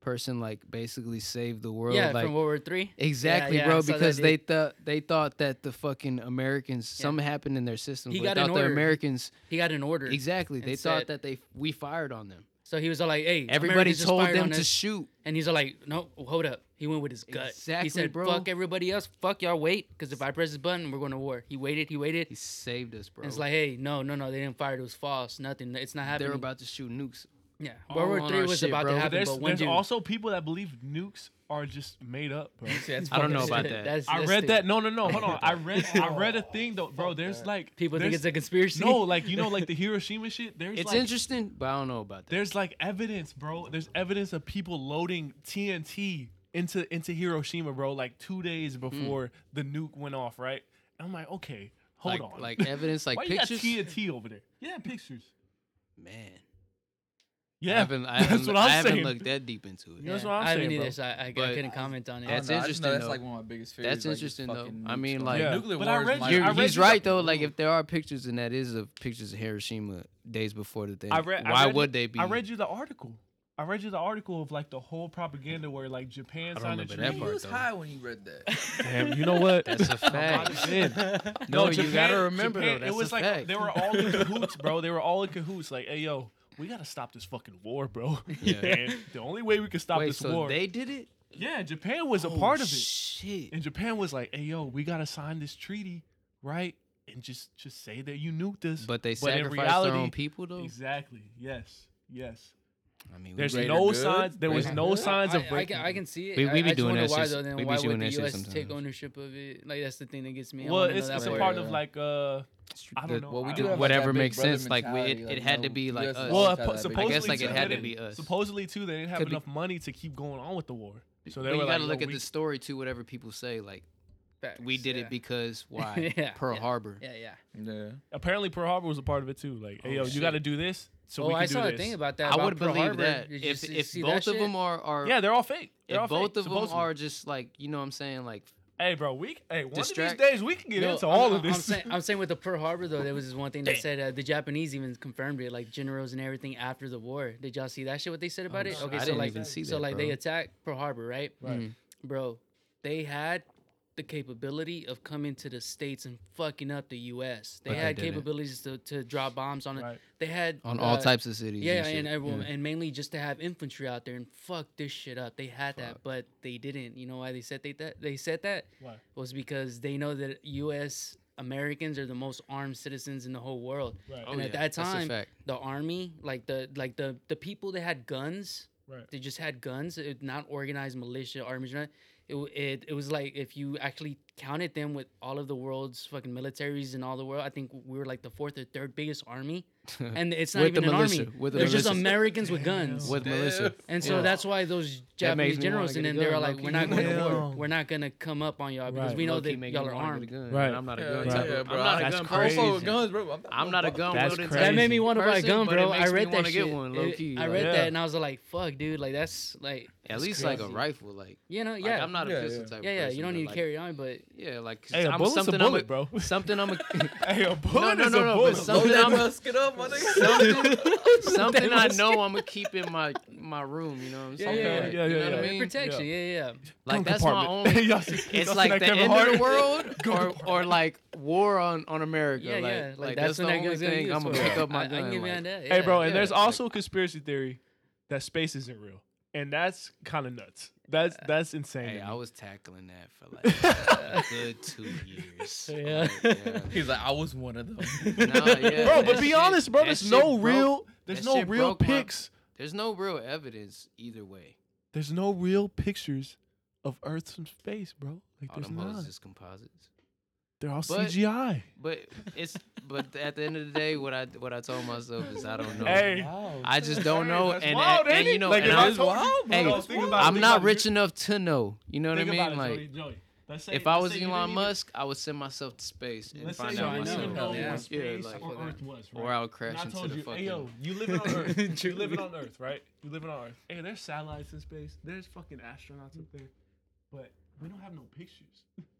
Speaker 4: person like basically saved the world?
Speaker 3: Yeah,
Speaker 4: like,
Speaker 3: from World War Three.
Speaker 4: Exactly,
Speaker 3: Yeah, yeah, I
Speaker 4: bro.
Speaker 3: saw that
Speaker 4: Because they
Speaker 3: dude.
Speaker 4: thought they thought that the fucking Americans
Speaker 3: Yeah.
Speaker 4: something happened in their system.
Speaker 3: He
Speaker 4: but
Speaker 3: got
Speaker 4: they
Speaker 3: an
Speaker 4: thought the
Speaker 3: order.
Speaker 4: Americans
Speaker 3: He got an order,
Speaker 4: exactly. They
Speaker 3: and
Speaker 4: thought
Speaker 3: said-
Speaker 4: that they we fired on them.
Speaker 3: so he was all like, "Hey,
Speaker 4: Everybody
Speaker 3: Americans just
Speaker 4: told
Speaker 3: fired
Speaker 4: them
Speaker 3: on
Speaker 4: to
Speaker 3: us."
Speaker 4: shoot.
Speaker 3: And he's all like, no, hold up. He went with his gut.
Speaker 4: Exactly,
Speaker 3: he said,
Speaker 4: bro.
Speaker 3: fuck everybody else. Fuck y'all, wait. Because if I press this button, we're going to war. He waited, he waited.
Speaker 4: He saved us, bro.
Speaker 3: And it's like, hey, no, no, no, they didn't fire. It was false. Nothing. It's not happening.
Speaker 4: they're about to shoot nukes.
Speaker 3: yeah.
Speaker 4: all
Speaker 3: World War
Speaker 4: on
Speaker 3: Three
Speaker 4: our
Speaker 3: was
Speaker 4: shit,
Speaker 3: about
Speaker 4: bro.
Speaker 3: to happen,
Speaker 2: There's,
Speaker 3: but one
Speaker 2: there's
Speaker 3: dude.
Speaker 2: also people that believe nukes are just made up,
Speaker 3: <laughs>
Speaker 2: bro.
Speaker 5: See, that's
Speaker 4: I don't know
Speaker 5: fucking
Speaker 4: about
Speaker 5: stupid.
Speaker 4: that.
Speaker 3: That's-
Speaker 2: I
Speaker 3: that's
Speaker 2: read that.
Speaker 3: stupid.
Speaker 2: No, no, no. Hold on. I
Speaker 3: <laughs>
Speaker 2: read. I read a thing though, bro. There's like
Speaker 3: People think
Speaker 2: there's-
Speaker 3: it's a conspiracy.
Speaker 4: <laughs>
Speaker 2: no,
Speaker 3: <laughs>
Speaker 2: like you know, like the Hiroshima shit. There's
Speaker 4: It's
Speaker 2: like,
Speaker 4: interesting, but I don't know about that.
Speaker 2: There's like evidence, bro. There's evidence of people loading TNT into into Hiroshima, bro. Like two
Speaker 4: Hmm.
Speaker 2: days before the nuke went off, right? And I'm like, okay, hold
Speaker 4: like,
Speaker 2: on.
Speaker 4: like evidence, like
Speaker 2: why
Speaker 4: pictures.
Speaker 2: you got TNT over there? Yeah, pictures.
Speaker 4: Man, I
Speaker 2: Yeah,
Speaker 4: haven't, I
Speaker 2: <laughs>
Speaker 4: haven't,
Speaker 2: that's what
Speaker 4: I
Speaker 2: I'm
Speaker 4: haven't
Speaker 2: saying.
Speaker 4: looked that deep into it.
Speaker 2: Yeah. that's what I'm
Speaker 3: I
Speaker 2: saying,
Speaker 3: haven't
Speaker 2: bro.
Speaker 3: either, so I, I, I
Speaker 4: But-
Speaker 3: couldn't comment on it.
Speaker 4: That's
Speaker 5: I don't
Speaker 4: interesting,
Speaker 5: know, I just know
Speaker 4: though.
Speaker 5: that's like one of my biggest fears.
Speaker 4: That's
Speaker 5: like, is
Speaker 4: interesting, though.
Speaker 5: fucking
Speaker 4: I
Speaker 5: nukes
Speaker 4: mean,
Speaker 5: going
Speaker 4: like-
Speaker 5: off.
Speaker 2: Yeah,
Speaker 5: nuclear
Speaker 2: but I
Speaker 5: war is
Speaker 2: read
Speaker 5: my
Speaker 2: you- I
Speaker 4: You're,
Speaker 2: read
Speaker 5: biggest
Speaker 4: he's
Speaker 2: you-
Speaker 5: fear.
Speaker 4: right though. Like if there are pictures, and that is of pictures of Hiroshima days before the thing,
Speaker 2: I read. I
Speaker 4: why
Speaker 2: read
Speaker 4: would
Speaker 2: you-
Speaker 4: they be?
Speaker 2: I read you the article. I read you the article of like the whole propaganda where like Japan
Speaker 4: don't
Speaker 2: signed a
Speaker 4: remember
Speaker 2: treaty.
Speaker 4: that
Speaker 5: He
Speaker 4: part,
Speaker 5: was
Speaker 4: though.
Speaker 5: high when he read that.
Speaker 2: <laughs> Damn, you know what? <laughs>
Speaker 4: That's a fact. No, you gotta remember
Speaker 2: Japan-
Speaker 4: though. That's
Speaker 2: it was
Speaker 4: a
Speaker 2: like
Speaker 4: fact.
Speaker 2: they were all
Speaker 4: <laughs>
Speaker 2: in cahoots, bro. They were all in cahoots. Like, hey, yo, we gotta stop this fucking war, bro. <laughs> And the only way we could stop
Speaker 4: Wait,
Speaker 2: this
Speaker 4: so
Speaker 2: war,
Speaker 4: they did it?
Speaker 2: yeah, Japan was a part of it,
Speaker 4: Shit.
Speaker 2: and Japan was like, hey, yo, we gotta sign this treaty, right? And just just say that you nuked us,
Speaker 4: But they
Speaker 2: in
Speaker 4: sacrificed their own
Speaker 2: reality-
Speaker 4: people though.
Speaker 2: Exactly. Yes. Yes.
Speaker 4: I mean, we
Speaker 2: There's
Speaker 5: greater
Speaker 2: no
Speaker 5: good?
Speaker 2: signs. There was
Speaker 5: Greater
Speaker 2: no
Speaker 5: good?
Speaker 2: signs
Speaker 3: I,
Speaker 2: of
Speaker 3: I, I,
Speaker 2: breaking.
Speaker 3: can, I can see it.
Speaker 4: We- we
Speaker 3: I-
Speaker 4: be
Speaker 3: I just
Speaker 4: doing
Speaker 3: wonder
Speaker 4: that
Speaker 3: why,
Speaker 4: shit.
Speaker 3: Though, then
Speaker 4: We be
Speaker 3: why
Speaker 4: doing
Speaker 3: would the
Speaker 4: that shit
Speaker 3: U.S. take
Speaker 4: sometimes.
Speaker 3: ownership of it? Like that's the thing that gets me. I
Speaker 2: well,
Speaker 3: wanna know
Speaker 2: it's,
Speaker 3: that
Speaker 2: it's a
Speaker 3: part.
Speaker 2: part of
Speaker 5: Yeah.
Speaker 2: like uh, I don't
Speaker 4: The-
Speaker 2: know.
Speaker 5: Well, we
Speaker 2: I
Speaker 5: do
Speaker 2: don't-
Speaker 5: have like,
Speaker 4: Whatever
Speaker 5: that big
Speaker 4: makes
Speaker 5: brother
Speaker 4: sense, like, we- it-
Speaker 5: mentality,
Speaker 4: it had to
Speaker 5: no,
Speaker 4: be, like,
Speaker 5: US
Speaker 4: us.
Speaker 5: always
Speaker 2: Well,
Speaker 5: had
Speaker 2: po-
Speaker 5: that big
Speaker 2: supposedly,
Speaker 4: guess, like,
Speaker 2: too,
Speaker 4: it
Speaker 2: they
Speaker 4: had to
Speaker 2: didn't-
Speaker 4: be us.
Speaker 2: Supposedly too, they didn't have
Speaker 4: Could be-
Speaker 2: enough money to keep going on with the war, so they
Speaker 4: but you
Speaker 2: were like,
Speaker 4: gotta
Speaker 2: "Yo,
Speaker 4: look at
Speaker 2: we-
Speaker 4: the story too. Whatever people say, like
Speaker 3: Facts,
Speaker 4: we did
Speaker 3: yeah.
Speaker 4: it because why?
Speaker 3: Yeah,
Speaker 4: Pearl
Speaker 3: yeah.
Speaker 4: Harbor.
Speaker 3: Yeah, yeah.
Speaker 5: Yeah.
Speaker 2: Apparently, Pearl Harbor was a part of it too. Like, hey, yo, you
Speaker 4: shit.
Speaker 2: got to do this, so
Speaker 3: oh,
Speaker 2: we can
Speaker 3: I
Speaker 2: do
Speaker 3: saw
Speaker 2: this.
Speaker 3: a thing about that.
Speaker 4: I
Speaker 3: about
Speaker 4: would
Speaker 3: Pearl
Speaker 4: believe
Speaker 3: Harbor.
Speaker 4: that
Speaker 3: Did you
Speaker 4: if
Speaker 3: see-
Speaker 4: if
Speaker 3: see that
Speaker 4: both of
Speaker 3: shit?
Speaker 4: them are are
Speaker 2: yeah, they're all fake. They're all
Speaker 4: if both
Speaker 2: fake,
Speaker 4: of them
Speaker 2: supposedly.
Speaker 4: are just like you know what I'm saying like
Speaker 2: Hey, bro, we hey one
Speaker 4: Distract-
Speaker 2: of these days we can get
Speaker 3: No,
Speaker 2: into
Speaker 3: I'm-
Speaker 2: all
Speaker 3: I'm,
Speaker 2: of this.
Speaker 3: I'm saying, I'm saying with the Pearl Harbor though, there was this one thing that said uh, the Japanese even confirmed it, like generals and everything after the war. Did y'all see that shit? What they said about it?
Speaker 4: I
Speaker 3: Okay, so
Speaker 4: didn't
Speaker 3: like,
Speaker 4: even see
Speaker 3: so
Speaker 4: that,
Speaker 3: like they
Speaker 4: bro.
Speaker 3: attacked Pearl Harbor, right?
Speaker 2: Right.
Speaker 3: Bro, they had the capability of coming to the states and fucking up the U.S. They
Speaker 4: But they
Speaker 3: had
Speaker 4: didn't.
Speaker 3: capabilities to, to drop bombs on it.
Speaker 2: Right.
Speaker 3: They had
Speaker 4: on all
Speaker 3: uh,
Speaker 4: types of cities.
Speaker 3: Yeah,
Speaker 4: and, shit.
Speaker 3: and everyone,
Speaker 4: Yeah.
Speaker 3: and mainly just to have infantry out there and fuck this shit up. They had that,
Speaker 4: Fuck.
Speaker 3: but they didn't. You know why they said they that they said that
Speaker 2: Why?
Speaker 3: was because they know that U.S. Americans are the most armed citizens in the whole world.
Speaker 2: Right.
Speaker 3: and at that
Speaker 4: Oh, that's a
Speaker 3: time,
Speaker 4: fact.
Speaker 3: The army, like the like the the people that had guns,
Speaker 2: Right.
Speaker 3: they just had guns. It, not organized militia, armies. or not- It, w- it it was like if you actually counted them with all of the world's fucking militaries in all the world, I think we were like the fourth or third biggest
Speaker 4: <laughs>
Speaker 3: army, and it's not
Speaker 4: With the
Speaker 3: even an
Speaker 4: militia,
Speaker 3: army.
Speaker 4: with the
Speaker 3: They're just
Speaker 4: militia.
Speaker 3: Americans with guns.
Speaker 4: with Melissa.
Speaker 3: And so
Speaker 4: Yeah.
Speaker 3: that's why those
Speaker 4: That makes
Speaker 3: Japanese
Speaker 4: me
Speaker 3: generals
Speaker 4: wanna
Speaker 3: and then
Speaker 4: get a
Speaker 3: they were
Speaker 4: gun,
Speaker 3: like,
Speaker 4: low-key.
Speaker 3: "We're not going to
Speaker 2: Damn.
Speaker 3: we're not going to come up on y'all because
Speaker 2: Right.
Speaker 3: we know
Speaker 4: Low-key
Speaker 3: that
Speaker 4: make
Speaker 3: y'all
Speaker 4: me
Speaker 3: are
Speaker 4: wanna
Speaker 3: armed."
Speaker 4: get a gun.
Speaker 2: Right.
Speaker 4: And I'm not a
Speaker 5: Hell
Speaker 4: gun.
Speaker 5: yeah,
Speaker 4: type of-
Speaker 5: bro.
Speaker 4: I'm not
Speaker 2: That's
Speaker 4: a gun person.
Speaker 2: crazy.
Speaker 5: with guns, bro. I'm not,
Speaker 4: I'm not a gun
Speaker 2: That's
Speaker 4: wielding
Speaker 2: crazy.
Speaker 3: That made
Speaker 4: type
Speaker 3: me want to buy a
Speaker 4: person,
Speaker 3: gun,
Speaker 4: but it
Speaker 3: bro.
Speaker 4: makes
Speaker 3: I
Speaker 4: me
Speaker 3: read that
Speaker 4: wanna
Speaker 3: shit.
Speaker 4: Get one, low key.
Speaker 3: It- I read
Speaker 2: Yeah.
Speaker 3: that and I was like, "Fuck, dude! Like that's like
Speaker 4: At least like a
Speaker 3: crazy.
Speaker 4: rifle. Like,
Speaker 3: you know,
Speaker 4: yeah.
Speaker 3: yeah,
Speaker 4: I'm not a
Speaker 5: Yeah,
Speaker 4: pistol
Speaker 5: yeah.
Speaker 4: type.
Speaker 3: yeah, yeah.
Speaker 4: person,
Speaker 3: You don't
Speaker 4: but,
Speaker 3: need to
Speaker 4: like,
Speaker 3: carry on, but
Speaker 4: Yeah, like
Speaker 2: Hey, a
Speaker 4: I'm
Speaker 2: bullet's a
Speaker 4: something
Speaker 2: bullet,
Speaker 4: I'm
Speaker 2: bro.
Speaker 4: Something I'm a.
Speaker 2: Hey, a
Speaker 4: no,
Speaker 2: bullet
Speaker 4: no,
Speaker 2: is
Speaker 4: no,
Speaker 2: a
Speaker 4: no,
Speaker 2: bullet.
Speaker 4: but
Speaker 5: Load
Speaker 4: something
Speaker 5: that
Speaker 4: I'm
Speaker 5: musket up, my nigga.
Speaker 4: something, something I know I'm gonna keep in my my room. You know what I'm saying?
Speaker 3: yeah,
Speaker 4: Like,
Speaker 2: yeah,
Speaker 4: you know
Speaker 2: yeah,
Speaker 4: what I
Speaker 2: yeah.
Speaker 4: mean?
Speaker 3: protection. Yeah, yeah.
Speaker 2: Gun
Speaker 4: Like that's my
Speaker 2: compartment.
Speaker 4: only.
Speaker 2: Y'all see- y'all
Speaker 4: It's
Speaker 2: see
Speaker 4: like
Speaker 2: that
Speaker 4: the
Speaker 2: Kevin
Speaker 4: end
Speaker 2: Hart?
Speaker 4: of the world, or or like war on on America.
Speaker 3: Yeah,
Speaker 4: like,
Speaker 3: yeah.
Speaker 4: like, that's, the
Speaker 3: when that
Speaker 4: only
Speaker 3: gun's gonna
Speaker 4: thing
Speaker 3: use
Speaker 4: I'm gonna
Speaker 3: for.
Speaker 4: pick up my
Speaker 3: I,
Speaker 4: gun.
Speaker 3: I can get
Speaker 4: like,
Speaker 3: behind that.
Speaker 2: Hey, bro,
Speaker 3: yeah.
Speaker 2: and there's
Speaker 4: like-
Speaker 2: also a conspiracy theory that space isn't real, and that's kind of nuts. That's that's insane.
Speaker 4: Hey,
Speaker 2: to
Speaker 4: I
Speaker 2: me.
Speaker 4: was tackling that for like a good two years.
Speaker 3: Yeah.
Speaker 4: Like,
Speaker 5: He's like, I was one of them.
Speaker 4: yeah. Nah, yeah,
Speaker 2: bro,
Speaker 4: that
Speaker 2: but be
Speaker 4: shit-
Speaker 2: honest, bro.
Speaker 4: that
Speaker 2: There's
Speaker 4: shit
Speaker 2: no
Speaker 4: broke-
Speaker 2: real. There's
Speaker 4: that
Speaker 2: no
Speaker 4: shit
Speaker 2: real
Speaker 4: broke my-
Speaker 2: pics.
Speaker 4: There's no real evidence either way.
Speaker 2: There's no real pictures of Earth from space, bro. Like
Speaker 4: All
Speaker 2: there's
Speaker 4: them hoes
Speaker 2: not.
Speaker 4: is just composites.
Speaker 2: They're all
Speaker 4: But-
Speaker 2: CGI.
Speaker 4: But it's but at the end of the day, what I what I told myself is I don't know.
Speaker 2: Hey,
Speaker 4: I just don't know,
Speaker 5: That's
Speaker 4: and,
Speaker 2: wild,
Speaker 4: and, and
Speaker 2: ain't
Speaker 4: you
Speaker 2: it?
Speaker 4: know,
Speaker 2: Like,
Speaker 4: and
Speaker 2: if
Speaker 4: I,
Speaker 2: I told you-
Speaker 4: hey,
Speaker 2: Bro, think about it,
Speaker 4: I'm
Speaker 2: think
Speaker 4: not
Speaker 2: about it.
Speaker 4: rich enough to know. You know what I
Speaker 2: think about
Speaker 4: mean?
Speaker 2: it,
Speaker 4: Like,
Speaker 2: Joey, Joey. Let's say-
Speaker 4: if I
Speaker 2: let's
Speaker 4: was
Speaker 2: say you
Speaker 4: Elon
Speaker 2: didn't even-
Speaker 4: Musk, I would send myself to space and
Speaker 2: let's say
Speaker 4: find
Speaker 2: you
Speaker 3: so
Speaker 4: out
Speaker 2: didn't
Speaker 3: myself.
Speaker 2: even
Speaker 4: myself.
Speaker 2: know
Speaker 3: Yeah.
Speaker 2: what
Speaker 3: Yeah,
Speaker 2: space
Speaker 4: like-
Speaker 2: or Earth was, right?
Speaker 4: Or I would
Speaker 2: And
Speaker 4: crash
Speaker 2: I
Speaker 4: into
Speaker 2: told
Speaker 4: the
Speaker 2: you,
Speaker 4: fucking.
Speaker 2: hey yo, you living
Speaker 4: <laughs>
Speaker 2: on Earth. you living on Earth, right? You living on Earth. Hey, there's satellites in space. There's fucking astronauts up there, but we don't have no pictures. <laughs>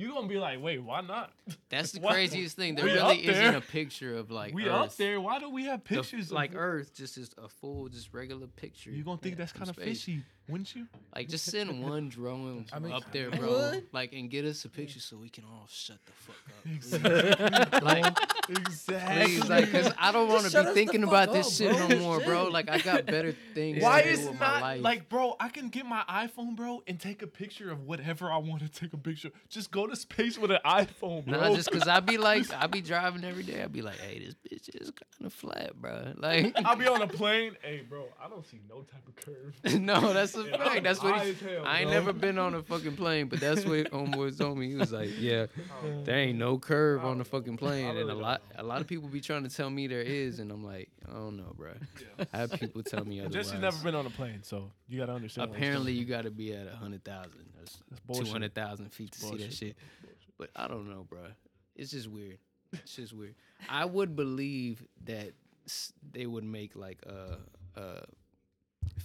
Speaker 2: You gonna be like, wait, <laughs> why not?
Speaker 4: That's the
Speaker 2: What?
Speaker 4: craziest thing. There
Speaker 2: We
Speaker 4: really
Speaker 2: up there.
Speaker 4: isn't a picture of like
Speaker 2: we
Speaker 4: Earth.
Speaker 2: up there. Why don't we have
Speaker 4: The-
Speaker 2: pictures?
Speaker 4: like
Speaker 2: of,
Speaker 4: Earth, just is a full, just regular picture.
Speaker 2: You gonna think that's
Speaker 4: from
Speaker 2: kind of
Speaker 4: space.
Speaker 2: fishy, wouldn't
Speaker 4: <laughs>
Speaker 2: you?
Speaker 4: Like, just
Speaker 2: <laughs>
Speaker 4: send one drone
Speaker 5: mean,
Speaker 4: up there,
Speaker 5: I
Speaker 4: bro.
Speaker 5: would.
Speaker 4: Like, and get us a picture so we can all shut the fuck up.
Speaker 2: <laughs> Exactly.
Speaker 4: <laughs> Like,
Speaker 2: exactly.
Speaker 4: please, like, cause I don't want
Speaker 5: Just
Speaker 4: to
Speaker 5: shut
Speaker 4: be
Speaker 5: us the
Speaker 4: thinking
Speaker 5: fuck
Speaker 4: about this
Speaker 5: up,
Speaker 4: shit
Speaker 5: bro.
Speaker 4: no more, bro.
Speaker 5: Shit.
Speaker 4: Like, I got
Speaker 5: <laughs>
Speaker 4: better things.
Speaker 2: Why
Speaker 4: to do
Speaker 2: is
Speaker 4: with my
Speaker 2: not
Speaker 4: life.
Speaker 2: like, bro? I can get my iPhone, bro, and take a picture of whatever I want to take a picture. Just go to space with an iPhone, bro.
Speaker 4: Nah, just cause I be like, I be driving every day. I be like, hey, this bitch is kind of flat, bro. Like,
Speaker 2: <laughs> I'll be on a plane. Hey, bro, I don't see no type of curve.
Speaker 4: <laughs> no, that's a
Speaker 2: Yeah, I'm
Speaker 4: fact. That's what
Speaker 2: high
Speaker 4: he,
Speaker 2: as hell,
Speaker 4: I ain't
Speaker 2: bro.
Speaker 4: never been on a fucking plane, but
Speaker 2: <laughs>
Speaker 4: that's what homeboy told me. He was like, yeah,
Speaker 2: Oh,
Speaker 4: there ain't no curve on
Speaker 2: <laughs>
Speaker 4: the fucking plane,
Speaker 2: really
Speaker 4: and a
Speaker 2: don't
Speaker 4: lot, a lot of people be trying to tell me there is, and I'm like, I don't know,
Speaker 2: <laughs>
Speaker 4: bro. I have people tell me otherwise.
Speaker 2: Jesse's never been on a plane, so you gotta understand. what I'm
Speaker 4: Apparently, you got to be at a hundred thousand,
Speaker 2: bullshit.
Speaker 4: two hundred thousand feet to see
Speaker 2: Bullshit.
Speaker 4: that shit. But I don't know, bro. It's just weird. It's just weird. I would believe that s- they would make like a, a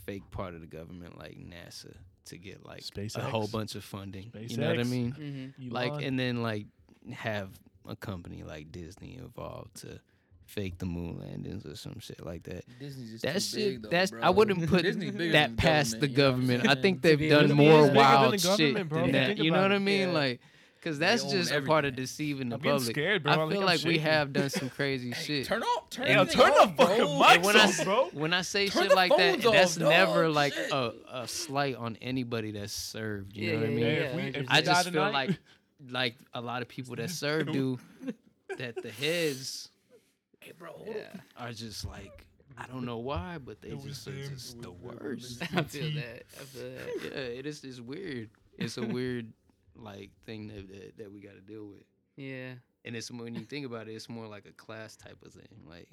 Speaker 4: fake part of the government, like NASA, to get like a whole
Speaker 2: SpaceX.
Speaker 4: bunch of funding. You know what I
Speaker 2: SpaceX.
Speaker 4: mean?
Speaker 3: hmm
Speaker 2: saying.
Speaker 4: Like,
Speaker 2: Elon.
Speaker 4: and then like have a company like Disney involved to fake the moon landings or some shit like that.
Speaker 5: Disney's just
Speaker 4: That
Speaker 5: too
Speaker 4: shit,
Speaker 5: big, though,
Speaker 4: that's
Speaker 5: bro.
Speaker 4: I
Speaker 5: <laughs>
Speaker 4: wouldn't put
Speaker 5: Disney bigger
Speaker 4: that
Speaker 5: than
Speaker 4: past the government.
Speaker 5: you know
Speaker 4: I
Speaker 5: what I'm
Speaker 4: think
Speaker 3: To
Speaker 4: they've
Speaker 3: be
Speaker 4: done
Speaker 3: honest,
Speaker 4: more
Speaker 2: it's bigger than the
Speaker 4: wild shit
Speaker 2: government, bro.
Speaker 4: than
Speaker 2: Yeah.
Speaker 4: that.
Speaker 2: Think
Speaker 4: You know
Speaker 2: about
Speaker 4: what I
Speaker 2: it.
Speaker 4: mean?
Speaker 5: Yeah.
Speaker 4: Like, because that's
Speaker 5: own
Speaker 4: just a part of deceiving the
Speaker 2: I'm getting
Speaker 4: public.
Speaker 2: scared, bro. I
Speaker 4: I
Speaker 2: think
Speaker 4: feel
Speaker 2: I'm
Speaker 4: like we
Speaker 2: shaking.
Speaker 4: have done some
Speaker 5: <laughs>
Speaker 4: crazy shit.
Speaker 5: Turn off, turn,
Speaker 4: Yeah,
Speaker 5: everything
Speaker 2: turn the
Speaker 5: off, bro.
Speaker 2: fucking
Speaker 5: Hey,
Speaker 2: mic
Speaker 4: And when I
Speaker 5: <laughs>
Speaker 2: off,
Speaker 4: s-
Speaker 2: bro.
Speaker 4: when I say
Speaker 5: Turn
Speaker 4: shit
Speaker 5: the
Speaker 4: like that,
Speaker 5: phones
Speaker 4: and that's
Speaker 5: off, dog.
Speaker 4: never like
Speaker 5: Shit.
Speaker 4: a, a slight on anybody that's served. You
Speaker 3: Yeah,
Speaker 4: know what I
Speaker 3: yeah,
Speaker 4: mean?
Speaker 3: yeah.
Speaker 2: Hey, if we- if we die
Speaker 4: I just feel
Speaker 2: tonight-
Speaker 4: like like a lot of people that serve
Speaker 2: <laughs>
Speaker 4: do that the heads
Speaker 3: Yeah,
Speaker 4: are just like I don't know why, but they
Speaker 2: was
Speaker 4: just are
Speaker 2: them,
Speaker 4: just
Speaker 2: it
Speaker 4: the
Speaker 2: was them, it
Speaker 4: worst.
Speaker 3: I feel that. I feel that.
Speaker 4: <laughs> yeah, it is. It's weird. It's a weird like thing that that, that we got to deal with.
Speaker 3: Yeah.
Speaker 4: And it's when you think about it, it's more like a class type of thing. Like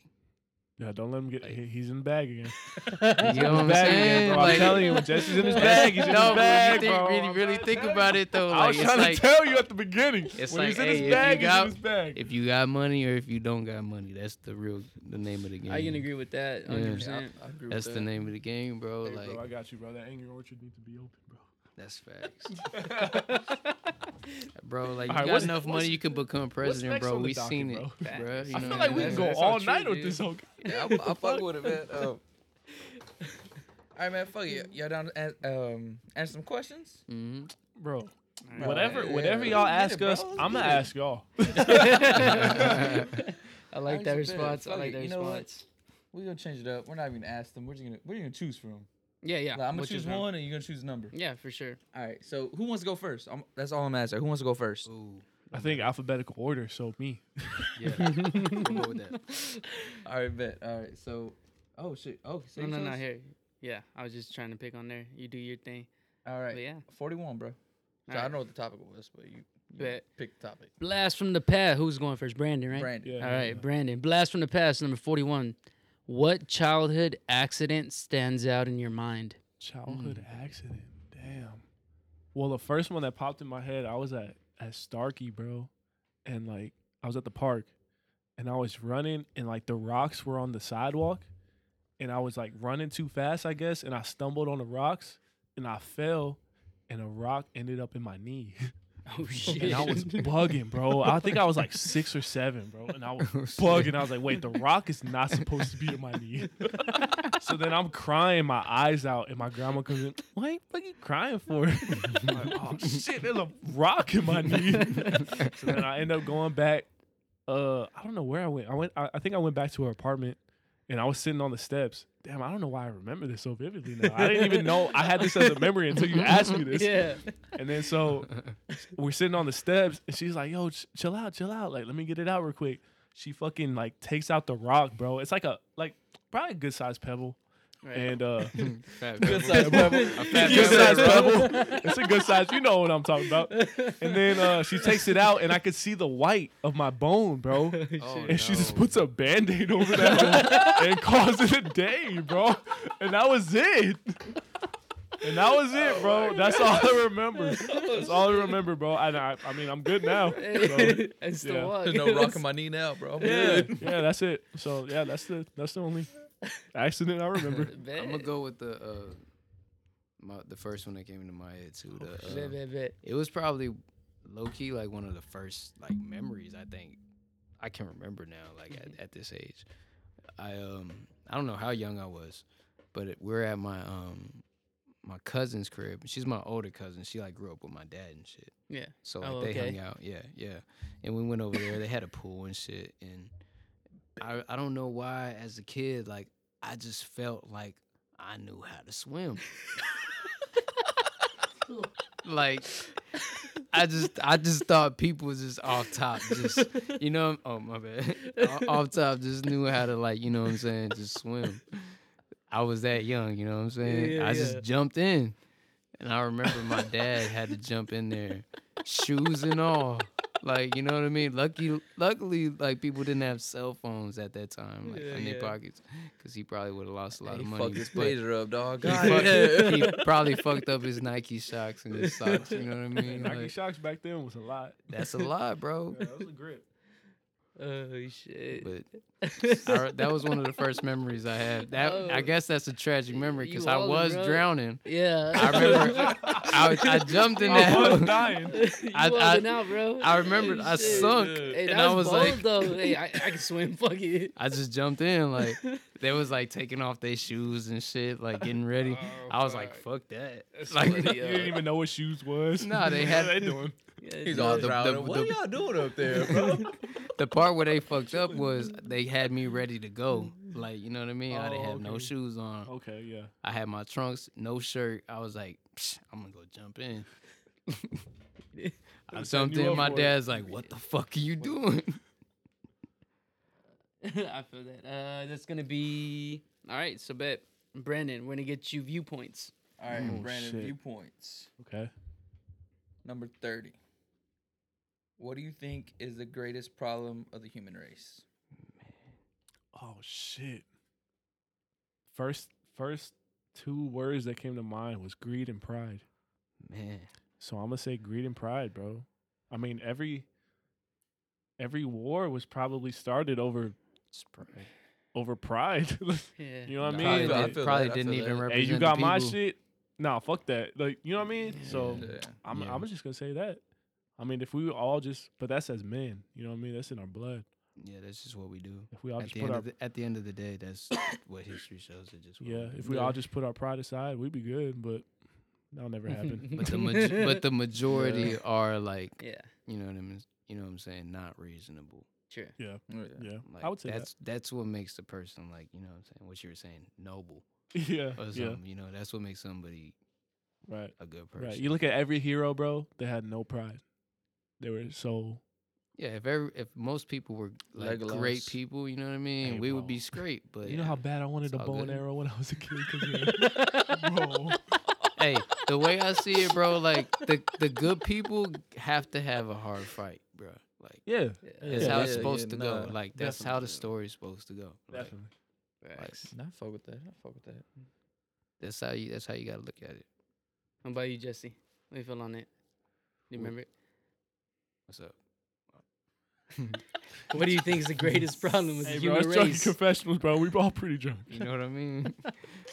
Speaker 2: Yeah, don't let him get.
Speaker 4: Like-
Speaker 2: he- he's in the bag
Speaker 4: <laughs>
Speaker 2: again.
Speaker 4: you know what I'm
Speaker 2: Bag again,
Speaker 4: saying?
Speaker 2: bro. I'm
Speaker 4: Like-
Speaker 2: telling
Speaker 4: <laughs>
Speaker 2: you, when Jesse's in his bag. He's in
Speaker 4: no,
Speaker 2: his
Speaker 4: but
Speaker 2: bag,
Speaker 4: when you
Speaker 2: bro. I'm
Speaker 4: think, really, really
Speaker 2: trying to
Speaker 4: think
Speaker 2: tell
Speaker 4: about
Speaker 2: you.
Speaker 4: it though,
Speaker 2: I
Speaker 4: like
Speaker 2: was
Speaker 4: it's
Speaker 2: trying
Speaker 4: like
Speaker 2: to tell you at the beginning.
Speaker 4: it's
Speaker 2: when
Speaker 4: like,
Speaker 2: he's in
Speaker 4: hey,
Speaker 2: his
Speaker 4: if
Speaker 2: bag,
Speaker 4: you
Speaker 2: he's
Speaker 4: got-
Speaker 2: in his bag.
Speaker 4: if you got money or if you don't got money, that's the real the name of the game.
Speaker 3: I can agree with that.
Speaker 4: Yeah.
Speaker 3: 100%.
Speaker 5: I, I agree
Speaker 4: That's
Speaker 5: with
Speaker 4: the
Speaker 5: that.
Speaker 4: name of the game, bro.
Speaker 2: Hey,
Speaker 4: like
Speaker 2: bro, I got you, bro. That anger orchard needs to be open, bro.
Speaker 4: that's facts,
Speaker 2: <laughs>
Speaker 4: bro. Like you
Speaker 2: All right,
Speaker 4: got
Speaker 2: what's-
Speaker 4: enough
Speaker 2: what's-
Speaker 4: money, you can become president,
Speaker 2: next
Speaker 4: bro.
Speaker 2: on the
Speaker 4: We
Speaker 2: docket,
Speaker 4: seen
Speaker 2: bro?
Speaker 4: it, bro. You
Speaker 2: I
Speaker 4: know
Speaker 2: feel
Speaker 4: what
Speaker 2: like we
Speaker 4: mean?
Speaker 2: can
Speaker 3: man,
Speaker 2: go
Speaker 3: that's
Speaker 2: all
Speaker 3: not
Speaker 2: night
Speaker 3: true,
Speaker 2: with
Speaker 3: dude.
Speaker 2: this whole.
Speaker 5: Yeah, I, I fuck with it, man.
Speaker 4: <laughs>
Speaker 5: Um, all right, man. Fuck it. Y'all down to an- um, answer some questions?
Speaker 4: Mhm.
Speaker 2: Bro,
Speaker 3: Alright.
Speaker 2: Whatever,
Speaker 5: yeah,
Speaker 2: whatever
Speaker 5: let's
Speaker 2: y'all
Speaker 5: get it,
Speaker 2: ask
Speaker 5: bro,
Speaker 2: us,
Speaker 5: let's
Speaker 2: I'm
Speaker 5: get
Speaker 2: gonna
Speaker 5: it.
Speaker 2: ask y'all.
Speaker 3: I like that
Speaker 5: Alright, so bet.
Speaker 3: response. I
Speaker 5: Fuck
Speaker 3: like
Speaker 5: it.
Speaker 3: that
Speaker 5: You know what?
Speaker 3: response.
Speaker 5: We gonna change it up. We're not even gonna ask them. We're just gonna we're gonna choose from.
Speaker 3: Yeah, yeah.
Speaker 5: Like, I'm gonna
Speaker 3: which is
Speaker 5: choose
Speaker 3: wrong.
Speaker 5: one, and you're gonna choose a number.
Speaker 3: Yeah, for sure.
Speaker 5: All right. So who wants to go first? I'm, that's all I'm asking. Who wants to go first?
Speaker 4: Ooh,
Speaker 2: I think alphabetical order. So me. <laughs>
Speaker 4: yeah. we'll go with that.
Speaker 5: All right, bet. All right. So, oh shit. Oh,
Speaker 3: No,
Speaker 5: save
Speaker 3: no, no.
Speaker 5: yours.
Speaker 3: Here. Yeah, I was just trying to pick on there. You do your thing.
Speaker 5: All right.
Speaker 3: But yeah.
Speaker 5: Forty-one, bro. So I
Speaker 3: Alright.
Speaker 5: don't know what the topic was, but you, you
Speaker 3: Bet.
Speaker 5: pick the topic.
Speaker 3: Blast from the past. Who's going first? Brandon, right?
Speaker 5: Brandon.
Speaker 2: Yeah.
Speaker 3: All right, Brandon. Blast from the past, number 41. What childhood accident stands out in your mind?
Speaker 2: Childhood accident. Damn. Hmm. Well, the first one that popped in my head, I was at at Starkey, bro, and like I was at the park, and I was running, and like the rocks were on the sidewalk, and I was like running too fast, I guess, and I stumbled on the rocks, and I fell, and a rock ended up in my knee, <laughs>
Speaker 3: Oh, <laughs> shit.
Speaker 2: and I was bugging, bro. I think I was like six or seven, bro, and I was bugging. I was like, wait, the rock is not supposed to be in my knee. so then I'm crying my eyes out, and my grandma comes in, what are you crying for? <laughs> I'm like, oh, shit, there's a rock in my knee. so then I end up going back. Uh, I don't know where I went. I went. I, I think I went back to her apartment, and I was sitting on the steps. Damn, I don't know why I remember this so vividly now. I didn't even know I had this as a memory until you asked me this.
Speaker 3: yeah.
Speaker 2: And then so we're sitting on the steps, and she's like, "Yo, ch- chill out, chill out. Like, let me get it out real quick." She fucking like takes out the rock, bro. It's like a like probably a good sized pebble,
Speaker 3: Right.
Speaker 2: and <laughs> uh,
Speaker 4: Fat Pebble.
Speaker 5: Good <laughs> size
Speaker 4: <laughs>
Speaker 5: pebble.
Speaker 4: A fat
Speaker 2: good
Speaker 4: Pebble.
Speaker 2: size <laughs> pebble. It's a good size. You know what I'm talking about. And then uh, she takes it out, and I could see the white of my bone, <laughs> bro.
Speaker 4: Oh,
Speaker 2: And she just
Speaker 4: no.
Speaker 2: puts a band aid over that <laughs> bone and calls it a day, bro. And that was it. And that was it, bro. That's all I remember. That's all I remember, bro. And I, I mean, I'm good <laughs> now. So,
Speaker 3: and still
Speaker 2: yeah.
Speaker 3: walk.
Speaker 5: There's no rock in my knee now, bro.
Speaker 4: <laughs>
Speaker 5: I'm
Speaker 2: yeah,
Speaker 5: good.
Speaker 2: yeah, that's it. So yeah, that's the that's the only accident I remember.
Speaker 4: <laughs>
Speaker 3: Bet.
Speaker 4: I'm gonna go with the uh, my, the first one that came into my head too. The, uh,
Speaker 3: Bet, bet, bet.
Speaker 4: it was probably low key like one of the first like memories I think I can remember now. Like
Speaker 3: Mm-hmm.
Speaker 4: at, at this age, I um I don't know how young I was, but it, we're at my um my cousin's crib. She's my older cousin. She like grew up with my dad and shit.
Speaker 3: Yeah.
Speaker 4: So like
Speaker 3: Oh,
Speaker 4: they
Speaker 3: okay.
Speaker 4: hung out, yeah, yeah. And we went over there. They had a pool and shit. And I I don't know why as a kid like I just felt like I knew how to swim. like I just I just thought people was just off top, just you know. Oh my bad, <laughs> O- off top just knew how to like you know what I'm saying, just swim. I was that young, you know what I'm saying.
Speaker 3: yeah,
Speaker 4: I just
Speaker 3: yeah.
Speaker 4: jumped in, and I remember my dad had to jump in there, shoes and all. Like you know what I mean. Lucky, luckily, like people didn't have cell phones at that time, like
Speaker 3: Yeah,
Speaker 4: in their
Speaker 3: yeah.
Speaker 4: pockets, because he probably would have lost a lot
Speaker 5: He
Speaker 4: of money.
Speaker 5: fucked his
Speaker 4: but-
Speaker 5: blazer up, dog.
Speaker 4: he,
Speaker 5: God,
Speaker 4: fuck-
Speaker 3: <laughs>
Speaker 5: yeah.
Speaker 4: he probably fucked up his Nike socks and his socks. You know what I
Speaker 3: <laughs>
Speaker 4: mean?
Speaker 2: Nike
Speaker 4: Like,
Speaker 2: shocks back then was a
Speaker 4: <laughs>
Speaker 2: lot.
Speaker 4: that's a lot, bro.
Speaker 2: <laughs> Yeah, that was a grip.
Speaker 3: Oh, shit.
Speaker 4: But
Speaker 3: <laughs>
Speaker 4: I re- that was one of the first memories I had. That I
Speaker 3: Oh.
Speaker 4: guess that's a tragic memory because
Speaker 3: You
Speaker 4: I
Speaker 3: wildin',
Speaker 4: was
Speaker 3: bro. <laughs>
Speaker 4: drowning.
Speaker 3: yeah.
Speaker 4: I remember I, I jumped in
Speaker 2: I was
Speaker 4: that.
Speaker 2: dying.
Speaker 3: you
Speaker 4: <laughs> I- I-
Speaker 3: walking out, bro.
Speaker 4: I remembered I
Speaker 3: Shit.
Speaker 4: sunk
Speaker 3: Hey,
Speaker 4: and
Speaker 3: that
Speaker 4: I was
Speaker 3: bold,
Speaker 4: like, <laughs>
Speaker 3: though. Hey, I, I can swim. <laughs> Fuck it.
Speaker 4: I just jumped in
Speaker 3: <laughs>
Speaker 4: like they was like taking off their shoes and shit, like getting ready.
Speaker 3: Oh,
Speaker 4: I was like,
Speaker 3: <laughs>
Speaker 4: fuck that. Like
Speaker 2: you didn't even know what shoes was.
Speaker 4: uh, Nah, they
Speaker 2: <laughs>
Speaker 4: had- <laughs>
Speaker 2: What are they doing?
Speaker 5: He's
Speaker 4: all
Speaker 5: all
Speaker 4: the-
Speaker 5: proud.
Speaker 4: the-
Speaker 5: what
Speaker 4: the-
Speaker 5: are y'all doing up there, <laughs> bro?
Speaker 4: the part where they fucked up was they had me ready to go. Like you know what I mean? I didn't
Speaker 2: Oh,
Speaker 4: have no
Speaker 2: okay.
Speaker 4: shoes on.
Speaker 2: Okay, yeah.
Speaker 4: I had my trunks, no shirt. I was like, "Psh, I'm gonna go
Speaker 2: <laughs>
Speaker 4: jump in. I
Speaker 2: was setting
Speaker 4: jumped
Speaker 2: you
Speaker 4: in.
Speaker 2: up
Speaker 4: My
Speaker 2: for it.
Speaker 4: dad's like, "What the fuck are you doing?"
Speaker 3: <laughs> I feel that. Uh, that's gonna be all right. So bet Brandon, we're gonna get you viewpoints. <laughs>
Speaker 5: All right,
Speaker 4: Oh,
Speaker 5: Brandon.
Speaker 2: shit.
Speaker 5: Viewpoints
Speaker 2: Okay.
Speaker 5: number thirty. What do you think is the greatest problem of the human race?
Speaker 2: Oh shit. First first two words that came to mind was greed and pride.
Speaker 4: <laughs> Man,
Speaker 2: So I'm gonna say greed and pride, bro. I mean every every war was probably started over
Speaker 4: it's pr-
Speaker 2: over pride. <laughs>
Speaker 3: Yeah.
Speaker 2: you know what I
Speaker 4: probably,
Speaker 2: mean?
Speaker 5: I feel- I
Speaker 4: didn't-
Speaker 5: feel
Speaker 4: probably
Speaker 5: that, I
Speaker 4: didn't
Speaker 5: feel
Speaker 4: even
Speaker 5: that.
Speaker 2: hey,
Speaker 4: represent.
Speaker 2: you
Speaker 4: the
Speaker 2: got my
Speaker 4: people.
Speaker 2: shit. Nah, fuck that. Like, you know what I mean? So
Speaker 5: Oh, Yeah.
Speaker 2: I'm
Speaker 4: Yeah.
Speaker 2: I'm just gonna say that. I mean, if we all just, but that's as men, you know what I mean? That's in our blood.
Speaker 4: Yeah, that's just what we do.
Speaker 2: If we all
Speaker 4: At
Speaker 2: just
Speaker 4: the,
Speaker 2: put
Speaker 4: end
Speaker 2: our
Speaker 4: of the, at the end of
Speaker 2: <laughs>
Speaker 4: the day, that's what history shows. It just what we
Speaker 2: Yeah,
Speaker 4: do.
Speaker 2: if we all just put our pride aside, we'd be good. But That'll never
Speaker 4: <laughs>
Speaker 2: happen.
Speaker 4: <laughs>
Speaker 2: <laughs>
Speaker 4: but the maj- but the majority are like
Speaker 3: yeah,
Speaker 4: you know what I mean. You know what I'm saying? Not reasonable.
Speaker 3: sure.
Speaker 2: yeah,
Speaker 5: Oh, yeah.
Speaker 2: yeah.
Speaker 4: Like
Speaker 2: I would say
Speaker 4: that's that's what makes the person like you know what I'm saying. What you were saying, noble
Speaker 2: that. <laughs> Yeah,
Speaker 4: or
Speaker 2: yeah,
Speaker 4: something. You know that's what makes somebody
Speaker 2: right,
Speaker 4: a good person.
Speaker 2: right. You look at every hero, bro. They had no pride. They were so
Speaker 4: Yeah, if every, if most people were like great
Speaker 5: Legolas.
Speaker 4: people, you know what I mean,
Speaker 2: Hey,
Speaker 4: we would
Speaker 2: bro.
Speaker 4: be straight. But
Speaker 2: You know how bad I wanted
Speaker 4: It's
Speaker 2: a
Speaker 4: all
Speaker 2: bow and
Speaker 4: good.
Speaker 2: arrow when I
Speaker 4: <laughs>
Speaker 2: was a kid, 'cause, man, bro.
Speaker 4: hey, the way I see it, bro, like the the good people have to have a hard fight, bro. Like
Speaker 2: Yeah,
Speaker 4: that's
Speaker 2: Yeah,
Speaker 4: how
Speaker 5: yeah,
Speaker 4: it's supposed
Speaker 5: yeah,
Speaker 4: to go.
Speaker 5: nah,
Speaker 4: like that's how the
Speaker 5: definitely.
Speaker 4: story's supposed to go. Like,
Speaker 2: definitely.
Speaker 4: like,
Speaker 5: Nah, I fuck with that. I fuck with that.
Speaker 4: that's how you that's how you gotta look at it.
Speaker 3: How about you, Jesse? What do you feel on it? You
Speaker 4: Ooh.
Speaker 3: remember it?
Speaker 4: What's
Speaker 5: <laughs>
Speaker 4: up?
Speaker 3: What do you think is the
Speaker 4: <laughs>
Speaker 3: greatest problem with
Speaker 2: Hey,
Speaker 3: the
Speaker 2: bro,
Speaker 3: human
Speaker 2: it's drunk
Speaker 3: race?
Speaker 2: confessionals, bro. We all pretty drunk.
Speaker 4: You know what I mean?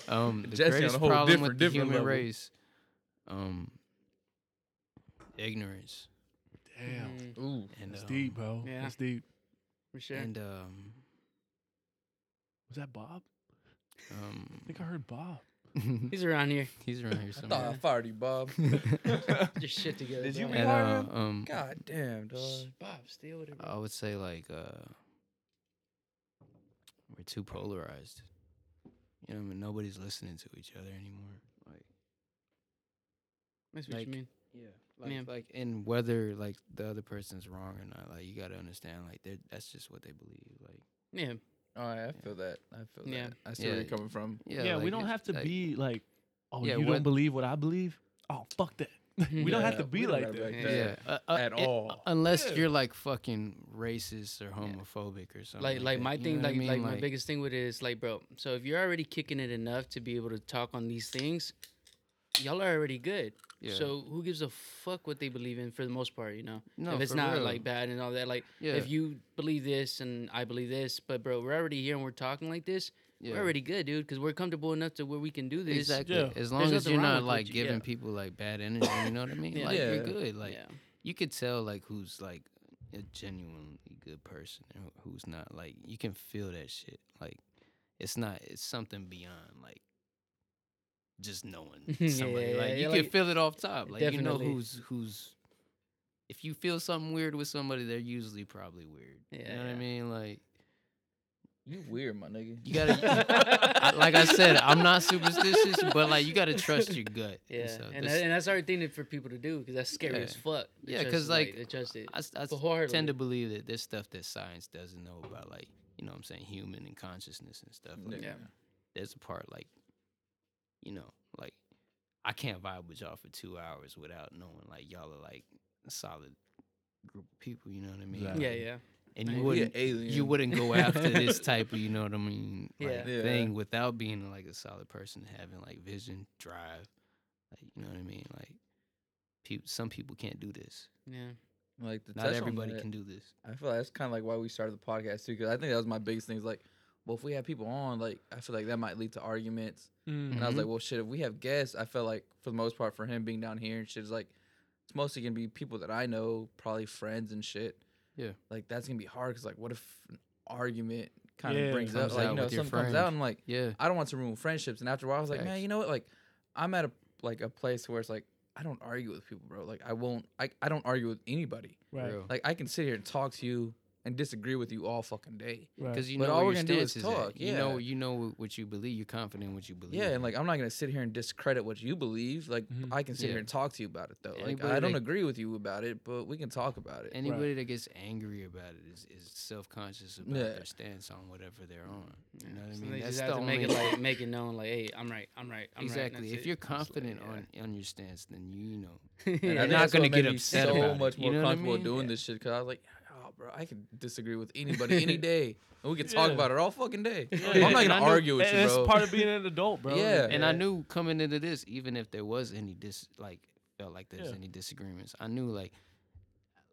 Speaker 4: Um, the
Speaker 5: Jesse on a
Speaker 4: greatest
Speaker 5: whole
Speaker 4: problem
Speaker 5: different-
Speaker 4: with the
Speaker 5: different
Speaker 4: human
Speaker 5: level.
Speaker 4: race, um, ignorance Mm-hmm.
Speaker 2: Damn,
Speaker 3: Mm,
Speaker 5: Ooh.
Speaker 4: and
Speaker 2: it's
Speaker 4: um,
Speaker 2: deep, bro.
Speaker 3: yeah.
Speaker 2: It's deep.
Speaker 3: for sure.
Speaker 4: and um,
Speaker 2: Was that Bob? I think I
Speaker 4: um,
Speaker 2: heard Bob.
Speaker 4: Mm-hmm.
Speaker 3: He's around here.
Speaker 4: he's around here
Speaker 5: I thought
Speaker 4: <laughs>
Speaker 5: I
Speaker 4: somewhere.
Speaker 5: fired you, Bob.
Speaker 3: <laughs> Get your
Speaker 4: <laughs>
Speaker 3: shit together.
Speaker 5: Did you
Speaker 3: dog.
Speaker 5: be
Speaker 4: And,
Speaker 5: hard
Speaker 4: uh,
Speaker 5: on-
Speaker 4: um,
Speaker 5: <laughs> God damn, dog.
Speaker 3: Shh, Bob, stay over there. bro.
Speaker 4: I would say like uh, we're too polarized. You know, what I mean, nobody's listening to each other anymore. Like,
Speaker 3: That's what
Speaker 4: like-
Speaker 3: you mean.
Speaker 4: yeah,
Speaker 3: like-
Speaker 4: like,
Speaker 3: Yeah.
Speaker 4: like, and whether like the other person's wrong or not, like you got to understand, like they're, that's just what they believe. Like,
Speaker 3: Yeah,
Speaker 5: All right, I feel that. I feel
Speaker 3: Yeah.
Speaker 5: that. I see where
Speaker 4: Yeah.
Speaker 5: you're coming from.
Speaker 4: yeah,
Speaker 2: yeah, we
Speaker 4: like,
Speaker 2: don't
Speaker 4: it's-
Speaker 2: have to
Speaker 4: like,
Speaker 2: be like, oh,
Speaker 4: Yeah,
Speaker 2: you
Speaker 4: what-
Speaker 2: don't believe what I believe. Oh, fuck that. <laughs> we don't have
Speaker 5: Yeah,
Speaker 2: to
Speaker 5: we
Speaker 2: be
Speaker 5: don't
Speaker 2: like
Speaker 5: gotta be
Speaker 2: that.
Speaker 5: like
Speaker 3: Yeah.
Speaker 4: Yeah,
Speaker 5: that.
Speaker 4: uh, uh,
Speaker 5: at
Speaker 4: it-
Speaker 5: all.
Speaker 4: unless
Speaker 2: Yeah.
Speaker 4: you're like fucking racist or homophobic or something.
Speaker 3: like like
Speaker 4: that,
Speaker 3: my
Speaker 4: you know
Speaker 3: thing,
Speaker 4: what I
Speaker 3: like
Speaker 4: mean?
Speaker 3: like my biggest thing with it is like, bro. So if you're already kicking it enough to be able to talk on these things, y'all are already good.
Speaker 4: yeah.
Speaker 3: So who gives a fuck what they believe in for the most part, you know?
Speaker 4: no,
Speaker 3: if it's
Speaker 4: for
Speaker 3: not
Speaker 4: real.
Speaker 3: like bad and all that, like
Speaker 4: yeah,
Speaker 3: if you believe this and I believe this, but bro, we're already here and we're talking like this.
Speaker 4: yeah.
Speaker 3: We're already good, dude, because we're comfortable enough to where we can do this.
Speaker 4: Exactly.
Speaker 2: Yeah.
Speaker 4: As long as
Speaker 3: nothing
Speaker 4: you're
Speaker 3: wrong
Speaker 4: not
Speaker 3: with
Speaker 4: like
Speaker 3: what you-
Speaker 4: giving
Speaker 3: yeah.
Speaker 4: people like bad energy, you know what I mean?
Speaker 3: Yeah.
Speaker 4: Like
Speaker 5: Yeah.
Speaker 4: you're good. Like
Speaker 3: yeah.
Speaker 4: you could tell like who's like a genuinely good person and who- who's not. Like you can feel that shit. Like it's not. It's something beyond like
Speaker 3: <laughs>
Speaker 4: just knowing
Speaker 3: Yeah,
Speaker 4: somebody.
Speaker 3: yeah,
Speaker 4: like
Speaker 3: yeah,
Speaker 4: you can
Speaker 3: like-
Speaker 4: feel it off top. Like you know
Speaker 3: Definitely.
Speaker 4: who's who's. If you feel something weird with somebody, they're usually probably weird. you
Speaker 3: Yeah,
Speaker 4: know what I
Speaker 3: yeah. <laughs>
Speaker 4: mean? Like
Speaker 5: You weird, my nigga.
Speaker 4: you gotta, I- like I said, I'm not superstitious, but like you gotta trust your gut.
Speaker 3: Yeah,
Speaker 4: so
Speaker 3: and,
Speaker 4: this-
Speaker 3: that, and that's hard thing to- for people to do because that's scary
Speaker 4: Yeah.
Speaker 3: as fuck. They
Speaker 4: Yeah,
Speaker 3: trust
Speaker 4: 'cause,
Speaker 3: it,
Speaker 4: like,
Speaker 3: they trust it.
Speaker 4: I s- I, s-
Speaker 3: wholeheartedly.
Speaker 4: tend to believe that there's stuff that science doesn't know about, like you know, what I'm saying human and consciousness and stuff.
Speaker 5: <laughs>
Speaker 4: Like,
Speaker 5: Yeah.
Speaker 4: There's a part like, you know, like I can't vibe with y'all for two hours without knowing like y'all are like a solid group of people. You know what I mean?
Speaker 2: Exactly.
Speaker 3: yeah,
Speaker 4: Like,
Speaker 3: yeah,
Speaker 4: And
Speaker 3: Yeah.
Speaker 4: you
Speaker 5: You
Speaker 4: wouldn't.
Speaker 5: alien.
Speaker 4: You wouldn't go after this type of, you know what I mean, like,
Speaker 3: Yeah.
Speaker 5: Yeah.
Speaker 4: thing without being like a solid person, having like vision, drive, like you know what I mean. Like, peop some people can't do this.
Speaker 3: yeah.
Speaker 5: Like to
Speaker 4: Not
Speaker 5: touch on
Speaker 4: everybody
Speaker 5: that,
Speaker 4: can do this.
Speaker 5: I feel like that's kind of like why we started the podcast too, because I think that was my biggest thing. Is like, well, if we have people on, like, I feel like that might lead to arguments.
Speaker 2: Mm,
Speaker 5: And I was
Speaker 4: Mhm.
Speaker 5: like, well, shit, if we have guests, I felt like for the most part, for him being down here and shit, it's like, it's mostly gonna be people that I know, probably friends and shit.
Speaker 4: Yeah.
Speaker 5: Like that's gonna be hard because like, what if an argument kind of
Speaker 2: Yeah.
Speaker 5: brings
Speaker 4: Comes
Speaker 5: up, like
Speaker 4: out
Speaker 5: you know,
Speaker 4: with your
Speaker 5: something comes
Speaker 4: friend.
Speaker 5: out, and I'm like,
Speaker 4: Yeah.
Speaker 5: I don't want to ruin friendships. And after a while, I was like, man,
Speaker 4: Facts.
Speaker 5: you know what? Like, I'm at a like a place where it's like, I don't argue with people, bro. Like, I won't. I I don't argue with anybody.
Speaker 2: Right.
Speaker 4: Real.
Speaker 5: Like, I can sit here and talk to you and disagree with you all fucking day.
Speaker 2: Right.
Speaker 4: Because you
Speaker 5: But
Speaker 4: know
Speaker 5: all
Speaker 4: where
Speaker 5: we're
Speaker 4: your
Speaker 5: gonna do is
Speaker 4: stance is at.
Speaker 5: talk,
Speaker 4: You know,
Speaker 5: yeah.
Speaker 4: you know wh- what you believe. You're confident in what you believe.
Speaker 5: Yeah, and like I'm not gonna sit here and discredit what you believe. Like
Speaker 2: Mhm.
Speaker 5: I can sit here
Speaker 4: Mm-hmm. Yeah.
Speaker 5: and talk to you about it though. Like
Speaker 4: Anybody
Speaker 5: I don't
Speaker 4: that-
Speaker 5: agree with you about it, but we can talk about it.
Speaker 4: anybody that gets angry about it is, is self conscious about
Speaker 5: Yeah. Mm.
Speaker 4: their stance on whatever they're on. You know what
Speaker 3: So
Speaker 4: I
Speaker 3: they
Speaker 4: mean?
Speaker 3: just have to make it like make it known, like, hey, I'm right, I'm right, I'm
Speaker 4: exactly.
Speaker 3: right. and that's
Speaker 4: if
Speaker 3: it.
Speaker 4: you're
Speaker 3: It's like,
Speaker 4: confident
Speaker 3: yeah.
Speaker 4: on on your stance, then you, you know.
Speaker 5: And
Speaker 4: You're
Speaker 5: I think
Speaker 4: not
Speaker 5: that's what
Speaker 4: gonna
Speaker 5: made
Speaker 4: get
Speaker 5: me
Speaker 4: upset
Speaker 5: So
Speaker 4: about it,
Speaker 5: much
Speaker 4: you
Speaker 5: more
Speaker 4: know what I
Speaker 5: comfortable
Speaker 4: mean?
Speaker 5: doing
Speaker 4: Yeah.
Speaker 5: this shit because I was like, oh, bro, I can
Speaker 4: <laughs>
Speaker 5: disagree with anybody any day, and we can talk
Speaker 2: Yeah.
Speaker 5: about it all fucking day.
Speaker 2: Yeah,
Speaker 5: I'm not
Speaker 4: and I
Speaker 5: gonna
Speaker 4: know-
Speaker 5: argue with
Speaker 2: And
Speaker 5: you,
Speaker 2: it's
Speaker 5: bro.
Speaker 2: part of being an adult,
Speaker 4: <laughs>
Speaker 2: bro.
Speaker 5: Yeah.
Speaker 4: And I knew coming into this, even if there was any dis like felt like there's
Speaker 2: Yeah.
Speaker 4: any disagreements, I knew like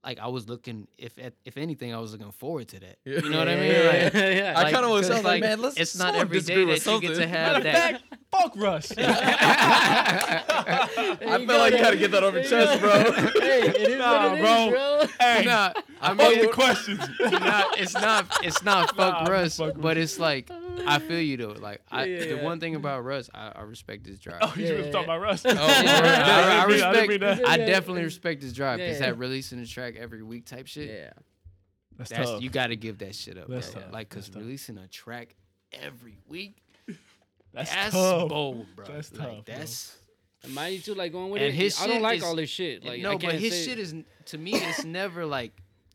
Speaker 4: like I was looking if at, if anything, I was looking forward to that.
Speaker 5: <laughs> Yeah.
Speaker 4: You know what I
Speaker 3: Yeah,
Speaker 4: mean?
Speaker 3: yeah,
Speaker 4: Like,
Speaker 3: yeah, yeah.
Speaker 5: I kind of was
Speaker 4: because,
Speaker 5: like, man, let's.
Speaker 4: It's not
Speaker 5: someone
Speaker 4: every day
Speaker 5: disagree with
Speaker 4: that you get to
Speaker 5: something."
Speaker 4: have that.
Speaker 2: Fuck
Speaker 4: <laughs>
Speaker 2: Russ.
Speaker 5: I feel like you gotta get that off your chest, bro.
Speaker 3: hey, it is
Speaker 2: Nah,
Speaker 3: what it is,
Speaker 2: bro.
Speaker 3: bro.
Speaker 2: hey, <laughs>
Speaker 4: Nah, I
Speaker 2: fuck
Speaker 4: mean,
Speaker 2: the questions. <laughs>
Speaker 4: not, it's not, it's not fuck
Speaker 2: Nah,
Speaker 4: Russ,
Speaker 2: fuck
Speaker 4: but it's like I feel you though. Like I,
Speaker 3: Yeah, yeah,
Speaker 4: the
Speaker 3: yeah.
Speaker 4: one thing about Russ, I, I respect his drive.
Speaker 2: Oh, you <laughs>
Speaker 3: Yeah,
Speaker 2: just
Speaker 3: yeah,
Speaker 2: talking
Speaker 3: yeah.
Speaker 2: about Russ.
Speaker 5: Oh, yeah.
Speaker 4: No, I, I
Speaker 2: I didn't mean- I didn't
Speaker 4: respect.
Speaker 2: mean that.
Speaker 4: I
Speaker 3: Yeah, yeah,
Speaker 4: definitely
Speaker 3: yeah.
Speaker 4: respect his drive
Speaker 3: Yeah,
Speaker 4: because
Speaker 3: yeah.
Speaker 4: that releasing the track every week type shit.
Speaker 3: Yeah.
Speaker 2: That's,
Speaker 4: That's
Speaker 2: tough.
Speaker 4: you got to give that shit up.
Speaker 2: That's
Speaker 4: bro.
Speaker 2: tough.
Speaker 4: Like, cause
Speaker 2: That's tough.
Speaker 4: releasing a track every week,
Speaker 2: that's,
Speaker 4: that's,
Speaker 2: tough.
Speaker 4: bold, bro.
Speaker 2: That's
Speaker 4: Like,
Speaker 2: tough, bro.
Speaker 4: that's
Speaker 3: And mind you too, like going with
Speaker 4: And
Speaker 3: it.
Speaker 4: his
Speaker 3: I don't
Speaker 4: shit
Speaker 3: like
Speaker 4: is-
Speaker 3: all this shit. Like
Speaker 4: no,
Speaker 3: I
Speaker 4: but
Speaker 3: can't
Speaker 4: his
Speaker 3: say-
Speaker 4: shit is to
Speaker 3: <coughs>
Speaker 4: me. It's never like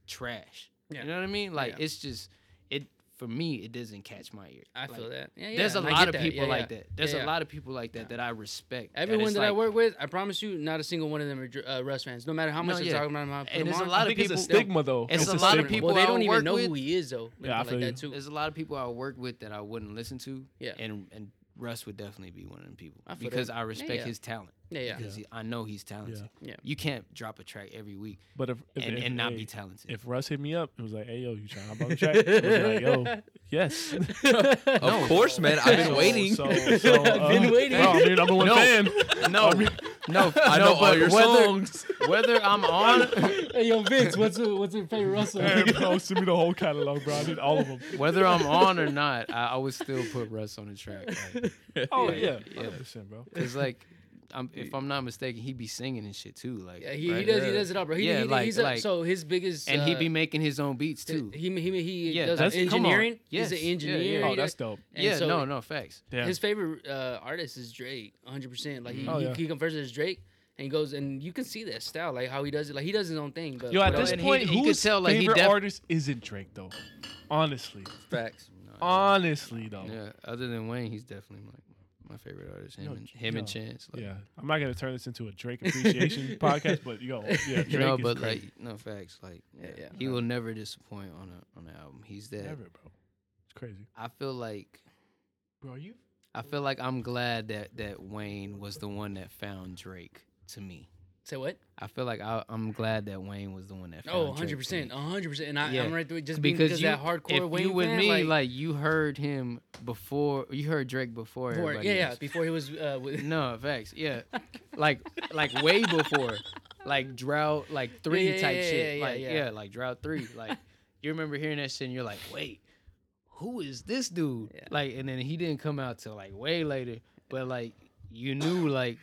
Speaker 4: trash.
Speaker 3: Yeah.
Speaker 4: You know what I mean? Like
Speaker 3: Yeah.
Speaker 4: it's just it for me. It doesn't catch my ear.
Speaker 3: I
Speaker 4: Like,
Speaker 3: feel that. Yeah, yeah.
Speaker 4: There's a
Speaker 3: and I
Speaker 4: lot
Speaker 3: get
Speaker 4: of
Speaker 3: that.
Speaker 4: people
Speaker 3: Yeah,
Speaker 4: like
Speaker 3: yeah.
Speaker 4: that. There's
Speaker 3: Yeah,
Speaker 4: a
Speaker 3: yeah.
Speaker 4: lot of people like that that I respect. that
Speaker 3: Everyone
Speaker 4: it's
Speaker 3: that I
Speaker 4: like-
Speaker 3: work with, I promise you, not a single one of them are Dr- uh, Russ fans. No matter how
Speaker 4: No,
Speaker 3: much I'm
Speaker 4: yeah.
Speaker 3: talking about him, I put
Speaker 4: And
Speaker 3: him
Speaker 4: there's a
Speaker 3: on.
Speaker 4: lot
Speaker 2: I
Speaker 4: of
Speaker 2: think it's
Speaker 4: people.
Speaker 2: a stigma though.
Speaker 4: It's
Speaker 2: a
Speaker 4: a lot of
Speaker 2: stigma.
Speaker 4: people
Speaker 3: Well, they
Speaker 4: I
Speaker 3: don't even
Speaker 4: work
Speaker 3: know who
Speaker 4: with-
Speaker 3: he is though.
Speaker 2: Yeah, I
Speaker 3: Like
Speaker 2: feel
Speaker 3: that too.
Speaker 4: There's a lot of people I work with that I wouldn't listen to.
Speaker 3: Yeah.
Speaker 4: And and Russ would definitely be one of them people
Speaker 3: I feel that.
Speaker 4: because I
Speaker 3: Yeah,
Speaker 4: respect
Speaker 3: yeah.
Speaker 4: his talent.
Speaker 3: Yeah, yeah.
Speaker 4: Because he- I know he's talented.
Speaker 3: Yeah.
Speaker 4: You can't drop a track every week
Speaker 2: But if, if
Speaker 4: and,
Speaker 2: if-
Speaker 4: and not
Speaker 2: hey,
Speaker 4: be talented.
Speaker 2: if Russ hit me up, it was like, "Hey yo, you trying to hop on the
Speaker 4: <laughs>
Speaker 2: track?" I was like, "Yo, yes."
Speaker 5: Of course, man. I've been
Speaker 2: So-
Speaker 5: waiting.
Speaker 2: So,
Speaker 4: <laughs>
Speaker 2: so, uh,
Speaker 3: Been waiting.
Speaker 2: Bro, I'm your number one
Speaker 4: No. <laughs>
Speaker 2: fan.
Speaker 4: no, no,
Speaker 5: <laughs> I
Speaker 4: no,
Speaker 5: know all
Speaker 4: but
Speaker 5: your
Speaker 4: whether,
Speaker 5: songs.
Speaker 4: Whether I'm
Speaker 5: <laughs>
Speaker 4: on <laughs>
Speaker 3: Hey, yo, Vince, what's what's your favorite Russell?
Speaker 2: Hey, bro, send me the whole catalog, bro. I need all of
Speaker 4: <laughs>
Speaker 2: them.
Speaker 4: whether I'm on or not, I always still put Russ on the track. Like,
Speaker 2: Oh yeah,
Speaker 4: yeah.
Speaker 2: yeah, percent, bro.
Speaker 4: Cause like, I'm, if I'm not mistaken, he be singing and shit too. Like,
Speaker 3: Yeah, he, he
Speaker 4: right?
Speaker 3: does he
Speaker 5: Yeah.
Speaker 3: does it all, bro. He,
Speaker 4: Yeah,
Speaker 3: he,
Speaker 4: like-
Speaker 3: he's a,
Speaker 4: like-
Speaker 3: so his biggest
Speaker 4: and he
Speaker 3: uh,
Speaker 4: be making his own beats
Speaker 3: th-
Speaker 4: too.
Speaker 3: He he he
Speaker 4: Yeah,
Speaker 3: does
Speaker 2: that's- come on.
Speaker 3: engineering. He's
Speaker 4: Yes.
Speaker 3: an
Speaker 4: Yeah,
Speaker 3: engineer.
Speaker 4: yeah.
Speaker 2: Oh,
Speaker 3: he
Speaker 2: that's
Speaker 3: does-
Speaker 2: dope.
Speaker 3: and
Speaker 4: yeah,
Speaker 3: so
Speaker 4: no, no, facts.
Speaker 2: Damn.
Speaker 3: His favorite uh, artist is Drake, 100. percent Like he,
Speaker 2: Oh,
Speaker 4: Mm-hmm.
Speaker 3: he,
Speaker 2: yeah.
Speaker 3: he converses as Drake, and he goes, and you can see that style, like how he does it. Like he does his own thing. But
Speaker 2: Yo, at
Speaker 3: but
Speaker 2: this
Speaker 4: and he-
Speaker 2: point,
Speaker 4: he could
Speaker 2: whose
Speaker 4: tell, like, he
Speaker 2: favorite
Speaker 4: def-
Speaker 2: artist isn't Drake though? Honestly,
Speaker 5: Facts.
Speaker 3: Um,
Speaker 2: honestly though. Yeah.
Speaker 4: Yeah, other than Wayne, he's definitely like my favorite artist. Him,
Speaker 2: Yo,
Speaker 4: and, him and
Speaker 2: yo,
Speaker 4: Chance. Like,
Speaker 2: I'm not gonna turn this into a Drake
Speaker 4: <laughs>
Speaker 2: appreciation podcast, but yo, yeah, Drake
Speaker 4: You know,
Speaker 2: is
Speaker 4: but
Speaker 2: crazy.
Speaker 4: like no facts. Like yeah,
Speaker 3: Yeah, yeah.
Speaker 4: he will never disappoint on a on an album. He's that.
Speaker 2: Never, bro. It's crazy,
Speaker 4: I feel like
Speaker 2: bro. Are you?
Speaker 4: I feel like I'm glad that that Wayne was the one that found Drake to me.
Speaker 3: say what?
Speaker 4: I feel like I, I'm glad that Wayne was the one that. Found
Speaker 3: Oh,
Speaker 4: Drake to
Speaker 3: 100 percent,
Speaker 4: me.
Speaker 3: 100 percent. And I,
Speaker 4: Yeah.
Speaker 3: I'm right there just
Speaker 4: Because,
Speaker 3: because,
Speaker 4: you,
Speaker 3: that hardcore
Speaker 4: if
Speaker 3: Wayne
Speaker 4: you with
Speaker 3: fan,
Speaker 4: me,
Speaker 3: like,
Speaker 4: you heard him before. You heard Drake before.
Speaker 3: before-
Speaker 4: everybody
Speaker 3: yeah, yeah,
Speaker 4: else.
Speaker 3: before he was uh, with,
Speaker 4: No, facts. Yeah. like like way before. Like drought like
Speaker 3: <laughs>
Speaker 4: three
Speaker 3: yeah,
Speaker 4: type
Speaker 3: yeah,
Speaker 4: shit.
Speaker 3: yeah, yeah,
Speaker 4: like yeah.
Speaker 3: yeah.
Speaker 4: like drought three. Like you remember hearing that shit and you're like, wait, who is this dude?
Speaker 3: Yeah.
Speaker 4: Like and then he didn't come out till like way later. But like you knew like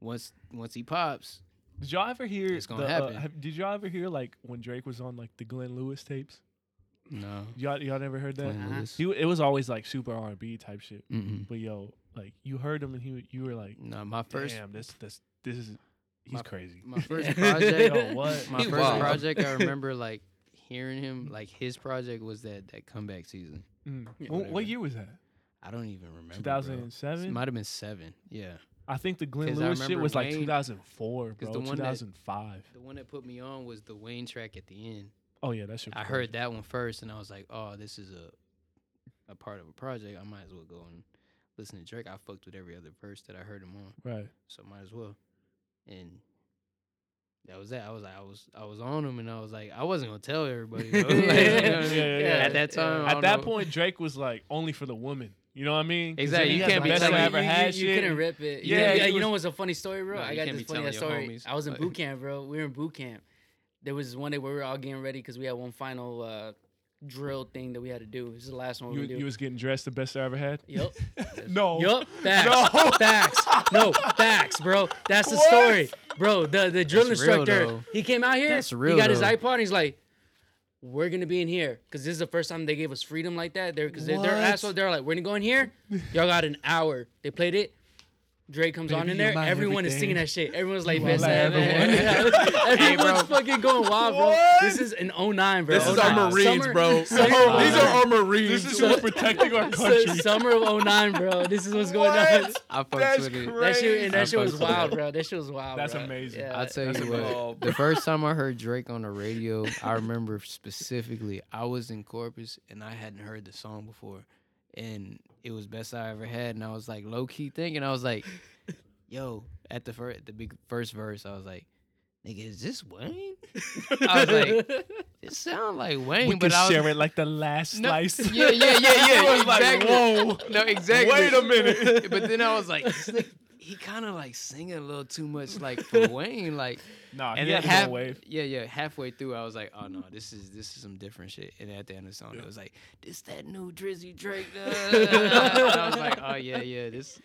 Speaker 4: once once he pops,
Speaker 2: Did y'all ever hear?
Speaker 4: It's gonna
Speaker 2: the, uh,
Speaker 4: happen.
Speaker 2: have- did y'all ever hear like when Drake was on like the Glenn Lewis tapes?
Speaker 4: no.
Speaker 2: Y'all, y'all never heard that?
Speaker 3: Uh-huh.
Speaker 4: Glenn Lewis.
Speaker 2: He, it was always like super R and B type shit.
Speaker 4: Mm-mm.
Speaker 2: But yo, like you heard him and he, you were like,
Speaker 4: No, my first
Speaker 2: damn, this, this, this is, he's
Speaker 4: My-
Speaker 2: crazy. <laughs>
Speaker 5: <laughs>
Speaker 4: my <laughs> first project
Speaker 2: Yo, what?
Speaker 4: <laughs> my
Speaker 5: He
Speaker 4: first
Speaker 5: wild.
Speaker 4: project
Speaker 5: <laughs>
Speaker 4: I remember like hearing him like his project was that that comeback season.
Speaker 2: Mm.
Speaker 3: Yeah,
Speaker 2: Wh- what
Speaker 4: whatever.
Speaker 2: year was that?
Speaker 4: I don't even remember. bro. It
Speaker 2: 2007.
Speaker 4: might have been seven. Yeah.
Speaker 2: I think the Glenn
Speaker 4: 'Cause I
Speaker 2: Lewis shit
Speaker 4: remember
Speaker 2: was like
Speaker 4: Wayne-
Speaker 2: 2004, bro.
Speaker 4: 'cause the one that-
Speaker 2: 2005.
Speaker 4: The one that put me on was the Wayne track at the end.
Speaker 2: Oh yeah, that shit.
Speaker 4: I
Speaker 2: was
Speaker 4: heard that one first, and I was like, "Oh, this is a a part of a project. I might as well go and listen to Drake." I fucked with every other verse that I heard him on,
Speaker 2: crazy.
Speaker 4: <laughs>
Speaker 2: Right.
Speaker 4: so might as well. And that was that. I was I was I was on him, and I was like, I wasn't gonna tell everybody. Bro. <laughs> Like, you know what I mean?
Speaker 2: Yeah, yeah, yeah.
Speaker 4: At that time, I
Speaker 2: At
Speaker 4: don't
Speaker 2: that
Speaker 4: know.
Speaker 2: point, Drake was like only for the woman. You know what I mean? 'Cause
Speaker 4: Exactly,
Speaker 2: he
Speaker 4: you
Speaker 2: had the
Speaker 4: can't be
Speaker 2: best I
Speaker 4: telling-
Speaker 2: ever
Speaker 3: you,
Speaker 2: had
Speaker 3: you, you
Speaker 2: shit.
Speaker 3: couldn't rip it.
Speaker 2: Yeah,
Speaker 3: Yeah, yeah.
Speaker 2: he
Speaker 3: You know
Speaker 2: was-
Speaker 3: what's a funny story, bro?
Speaker 4: No,
Speaker 3: I
Speaker 4: you
Speaker 3: got
Speaker 4: can't
Speaker 3: this
Speaker 4: be telling
Speaker 3: funny story.
Speaker 4: your homies.
Speaker 3: I was in
Speaker 4: Like-
Speaker 3: boot camp, bro. We were in boot camp. There was this one day where we were all getting ready because we had one final uh, drill thing that we had to do. This is the last one
Speaker 2: You,
Speaker 3: we do.
Speaker 2: you was getting dressed the best I ever had.
Speaker 3: Yup.
Speaker 2: No.
Speaker 3: Yup. Facts.
Speaker 2: <laughs>
Speaker 4: <laughs>
Speaker 2: No.
Speaker 3: Facts. No. Facts, bro. That's the
Speaker 2: What?
Speaker 3: story, bro. The the drill
Speaker 4: That's real,
Speaker 3: instructor.
Speaker 4: though.
Speaker 3: he came out here.
Speaker 4: That's real,
Speaker 3: He got his
Speaker 4: though.
Speaker 3: iPod. and He's like, "We're gonna be in here because this is the first time they gave us freedom like that. They're because they're, they're
Speaker 2: What?
Speaker 3: assholes. They're like, we're gonna go in here. Y'all got an hour. They played it." Drake comes on
Speaker 2: Baby,
Speaker 3: in
Speaker 2: you're
Speaker 3: there.
Speaker 2: my
Speaker 3: Everyone is
Speaker 2: everything.
Speaker 3: singing that shit. Everyone's like,
Speaker 2: You
Speaker 3: best
Speaker 2: are
Speaker 3: I
Speaker 2: my
Speaker 3: ever had.
Speaker 2: everyone.
Speaker 3: Yeah. <laughs> Everyone's
Speaker 4: bro.
Speaker 3: fucking going wild, bro.
Speaker 2: What?
Speaker 3: This is an 09, bro.
Speaker 5: This is
Speaker 3: 09.
Speaker 5: our Marines,
Speaker 3: Summer-
Speaker 5: bro. These
Speaker 3: summer-
Speaker 5: are our Marines.
Speaker 2: <laughs> This is who's protecting
Speaker 4: <laughs>
Speaker 2: our
Speaker 3: Su-
Speaker 2: country.
Speaker 3: <laughs> summer of 09, bro. This is what's going on.
Speaker 2: What?
Speaker 4: I fucked
Speaker 2: That's
Speaker 4: with it.
Speaker 3: That shit and
Speaker 4: I
Speaker 3: that shit was
Speaker 4: fucks with
Speaker 3: wild,
Speaker 4: that.
Speaker 3: bro. That shit was wild.
Speaker 2: That's
Speaker 3: bro.
Speaker 2: amazing.
Speaker 3: Yeah.
Speaker 4: I'll
Speaker 3: <laughs>
Speaker 4: tell
Speaker 2: That's
Speaker 4: you
Speaker 2: amazing.
Speaker 4: what.
Speaker 5: Oh,
Speaker 4: The first time
Speaker 2: <laughs>
Speaker 4: I heard Drake on the radio, I remember specifically I was in Corpus and I hadn't heard the song before, and it was best I ever had, and I was like low key thinking I
Speaker 2: <laughs>
Speaker 4: was like, "Yo," at the first the big first verse, I was like, "Nigga, is this Wayne?" I
Speaker 3: <laughs>
Speaker 4: was like, "It sound like Wayne,"
Speaker 2: We
Speaker 4: but
Speaker 2: can
Speaker 4: I was
Speaker 2: share it like the last
Speaker 4: No,
Speaker 2: slice.
Speaker 4: <laughs>
Speaker 2: <laughs>
Speaker 4: yeah, <laughs> yeah, yeah, yeah,
Speaker 2: I was like,
Speaker 4: exactly.
Speaker 2: whoa.
Speaker 4: no exactly. <laughs>
Speaker 2: Wait a minute.
Speaker 4: but then I was like, this nigga- he kind of like singing a little too much, like
Speaker 2: <laughs>
Speaker 4: for Wayne, like.
Speaker 2: Nah,
Speaker 4: And
Speaker 2: he had
Speaker 4: then
Speaker 2: to
Speaker 4: half,
Speaker 2: go wave.
Speaker 4: yeah, yeah. Halfway through, I was like, "Oh no, this is this is some different shit." And at the end of the song,
Speaker 2: Yeah.
Speaker 4: it was like, "This that new Drizzy
Speaker 2: <laughs>
Speaker 4: Drake." uh," and I was like, "Oh yeah, yeah, this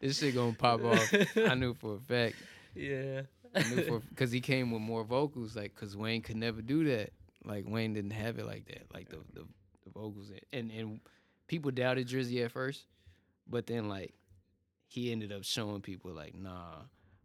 Speaker 4: this shit gonna pop off." I knew for a fact,
Speaker 3: Yeah.
Speaker 4: I knew
Speaker 5: <laughs>
Speaker 4: for because he came with more vocals, like because Wayne could never do that. Like Wayne didn't have it like that, like the the, the vocals and and people doubted Drizzy at first, but then like he ended up showing people like, "Nah,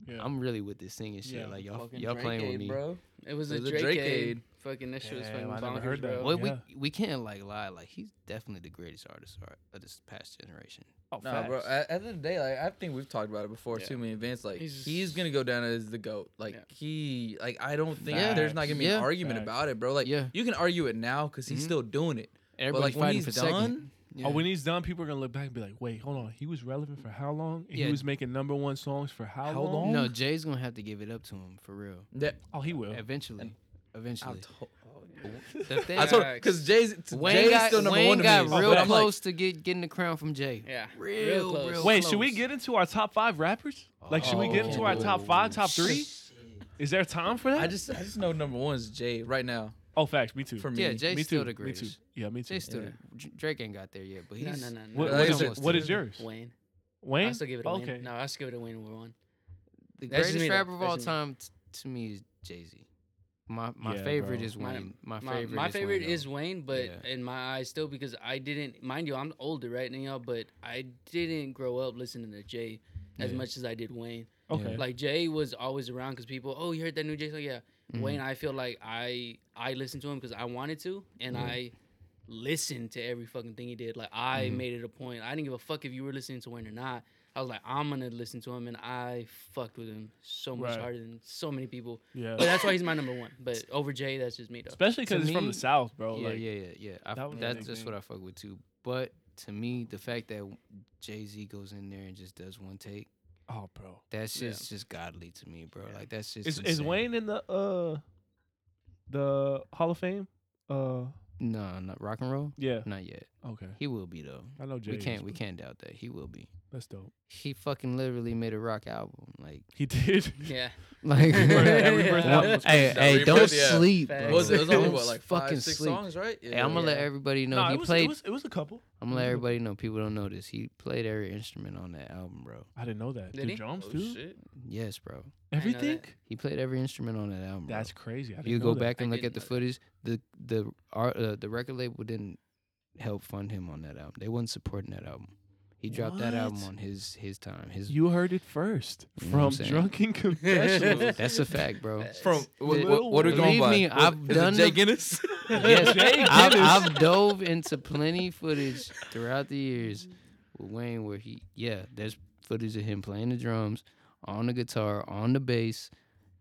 Speaker 2: Yeah.
Speaker 4: I'm really with this singing shit.
Speaker 2: Yeah,
Speaker 4: like y'all
Speaker 5: Fucking
Speaker 4: y'all
Speaker 5: Drake
Speaker 4: playing with
Speaker 5: aid,
Speaker 4: me."
Speaker 5: bro.
Speaker 3: It was,
Speaker 5: It
Speaker 3: a Drake, aid.
Speaker 5: aid.
Speaker 3: Fucking that shit was
Speaker 2: Damn,
Speaker 3: fucking
Speaker 2: I never
Speaker 3: bonkers,
Speaker 2: heard that.
Speaker 3: bro.
Speaker 4: Well,
Speaker 2: Yeah.
Speaker 4: we we can't like lie. Like he's definitely the greatest artist ar- of this past generation.
Speaker 2: oh,
Speaker 5: No, bro.
Speaker 2: facts.
Speaker 5: At, at the end of the day, like I think we've talked about it before
Speaker 3: Yeah.
Speaker 5: too many events. Like
Speaker 3: He's
Speaker 5: he's,
Speaker 3: just-
Speaker 5: gonna go down as the goat. Like
Speaker 3: Yeah.
Speaker 5: he, like I don't think
Speaker 4: Facts.
Speaker 5: there's not gonna be
Speaker 4: Yeah.
Speaker 5: an argument
Speaker 2: Facts.
Speaker 5: about it, bro. Like
Speaker 4: Yeah.
Speaker 5: you can argue it now because he's
Speaker 4: Mhm.
Speaker 5: still doing it.
Speaker 4: Everybody's
Speaker 5: but like when
Speaker 4: fighting
Speaker 5: he's
Speaker 4: for
Speaker 5: done,
Speaker 4: second. Yeah.
Speaker 2: Oh, when he's done, people are gonna look back and be like, "Wait, hold on. He was relevant for how long? And
Speaker 4: Yeah.
Speaker 2: He was making number one songs for how,
Speaker 5: How
Speaker 2: long?
Speaker 5: long?
Speaker 4: no, Jay's gonna have to give it up to him for real.
Speaker 5: that
Speaker 2: Oh, he will.
Speaker 4: Eventually,
Speaker 5: I
Speaker 4: eventually. <laughs>
Speaker 5: told,
Speaker 4: The thing-
Speaker 5: I told,
Speaker 3: Facts.
Speaker 5: because Jay's t-
Speaker 4: Wayne
Speaker 5: Jay's
Speaker 4: got,
Speaker 5: still number
Speaker 4: Wayne
Speaker 5: one to me.
Speaker 4: got
Speaker 5: but
Speaker 4: real
Speaker 5: I'm like,
Speaker 4: close to get getting the crown from Jay.
Speaker 3: Yeah.
Speaker 4: Real,
Speaker 3: close.
Speaker 4: real-
Speaker 2: Wait, should we
Speaker 4: close.
Speaker 2: get into our top five rappers? Like, should we get into our top five,
Speaker 4: Oh,
Speaker 3: Oh,
Speaker 2: top three? Is there time for that?
Speaker 4: <laughs>
Speaker 5: I just, I just know number one is Jay right now
Speaker 2: oh, facts. Me too.
Speaker 5: for me.
Speaker 4: Yeah, Jay's
Speaker 2: me too.
Speaker 4: still the
Speaker 2: me too.
Speaker 4: greatest.
Speaker 2: Yeah, me too.
Speaker 4: Jay's still the- Dr- Drake ain't got there yet, but
Speaker 3: No,
Speaker 4: he's
Speaker 3: no, no, no.
Speaker 2: What- what
Speaker 3: no.
Speaker 5: Like,
Speaker 2: is it?
Speaker 5: almost
Speaker 2: What
Speaker 5: to
Speaker 2: is yours?
Speaker 3: Wayne.
Speaker 2: Wayne.
Speaker 3: I still give it to Wayne.
Speaker 2: okay.
Speaker 3: No, I still give it to Wayne over one.
Speaker 4: the
Speaker 3: That's just
Speaker 4: greatest
Speaker 3: me, though.
Speaker 4: rapper of
Speaker 3: That's
Speaker 4: all
Speaker 3: just me.
Speaker 4: time. T- to me is Jay Z. My my
Speaker 2: Yeah,
Speaker 4: favorite
Speaker 2: bro.
Speaker 4: is
Speaker 3: My-
Speaker 4: Wayne. My,
Speaker 3: My
Speaker 4: favorite.
Speaker 3: my
Speaker 4: is
Speaker 3: favorite
Speaker 4: Wayne, though.
Speaker 3: is Wayne, but
Speaker 4: Yeah.
Speaker 3: in my eyes still because I didn't mind you, I'm older right now, but I didn't grow up listening to Jay as
Speaker 4: Yeah.
Speaker 3: much as I did Wayne.
Speaker 2: Okay.
Speaker 3: Like Jay was always around because people, oh, you heard that new Jay song? Yeah.
Speaker 2: Mm-hmm.
Speaker 3: Wayne, I feel like I I listened to him because I wanted to, and
Speaker 2: Mm-hmm.
Speaker 3: I listened to every fucking thing he did. Like I
Speaker 2: Mm-hmm.
Speaker 3: made it a point. I didn't give a fuck if you were listening to Wayne or not. I was like, I'm gonna listen to him, and I fucked with him so much
Speaker 2: Right.
Speaker 3: harder than so many people.
Speaker 2: yeah.
Speaker 3: But that's why he's my number one. But over Jay, that's just me though.
Speaker 2: Especially because
Speaker 4: To
Speaker 2: it's from
Speaker 4: me-
Speaker 2: the south, bro.
Speaker 4: yeah,
Speaker 2: like,
Speaker 4: yeah, yeah, yeah. I,
Speaker 2: that was a
Speaker 4: that's
Speaker 2: big
Speaker 4: that's
Speaker 2: thing.
Speaker 4: what I fuck with too. But to me, the fact that Jay Z goes in there and just does one take,
Speaker 2: Oh, bro.
Speaker 4: that's
Speaker 3: Yeah.
Speaker 4: just just godly to me, bro.
Speaker 2: Yeah.
Speaker 4: Like that's just
Speaker 2: Is is
Speaker 4: insane.
Speaker 2: Wayne in the uh the Hall of Fame? Uh,
Speaker 4: No, not rock and roll.
Speaker 2: yeah.
Speaker 4: Not yet.
Speaker 2: Okay.
Speaker 4: He will be though.
Speaker 2: I know Jay.
Speaker 4: we
Speaker 2: is,
Speaker 4: can't we
Speaker 2: but
Speaker 4: can't doubt that he will be.
Speaker 2: That's dope.
Speaker 4: He fucking literally made a rock album. Like
Speaker 2: He did.
Speaker 3: Yeah.
Speaker 4: like. <laughs>
Speaker 2: Every birth
Speaker 4: Well,
Speaker 2: album was
Speaker 4: hey,
Speaker 5: crazy.
Speaker 4: hey,
Speaker 5: Every
Speaker 4: don't
Speaker 5: birth- yeah.
Speaker 4: sleep.
Speaker 3: Facts.
Speaker 4: Bro.
Speaker 5: What was it? It was only
Speaker 4: Don't
Speaker 5: what, like
Speaker 4: fucking
Speaker 5: five, six
Speaker 4: sleep.
Speaker 5: songs, right?
Speaker 4: Hey, I'm gonna let
Speaker 3: Yeah.
Speaker 4: everybody know
Speaker 2: No,
Speaker 4: he
Speaker 2: it was,
Speaker 4: played.
Speaker 2: it was Mm-hmm. it was a couple.
Speaker 4: I'm
Speaker 2: it
Speaker 4: gonna
Speaker 2: was
Speaker 4: let
Speaker 2: a-
Speaker 4: everybody know. People don't know this. He played every instrument on that album, bro.
Speaker 2: I didn't know that.
Speaker 3: Did
Speaker 2: the
Speaker 3: he?
Speaker 2: drums,
Speaker 5: Oh,
Speaker 2: dude.
Speaker 5: shit.
Speaker 4: Yes, bro.
Speaker 3: I didn't know that.
Speaker 2: Everything.
Speaker 4: He played every instrument on that album. bro.
Speaker 2: That's crazy. I
Speaker 4: you
Speaker 2: didn't
Speaker 4: go
Speaker 2: know that.
Speaker 4: back
Speaker 3: I
Speaker 4: and look at
Speaker 3: didn't
Speaker 4: the
Speaker 3: know that.
Speaker 4: footage. The the art, uh, the record label didn't help fund him on that album. They wasn't supporting that album. He dropped that album
Speaker 2: What?
Speaker 4: on his his time. His
Speaker 2: You heard it first
Speaker 4: You know what I'm
Speaker 2: from
Speaker 4: saying?
Speaker 2: Drunken Confessionals.
Speaker 4: that's a fact, bro.
Speaker 5: From what,
Speaker 4: Believe
Speaker 5: what, what are we going by?
Speaker 4: me,
Speaker 5: What-
Speaker 4: I've
Speaker 5: is it
Speaker 4: done
Speaker 5: Jay
Speaker 4: the-
Speaker 5: Guinness.
Speaker 4: yes,
Speaker 2: Jay
Speaker 4: I've,
Speaker 2: Gibbons.
Speaker 4: I've dove into plenty footage throughout the years with Wayne, where he yeah, there's footage of him playing the drums, on the guitar, on the bass,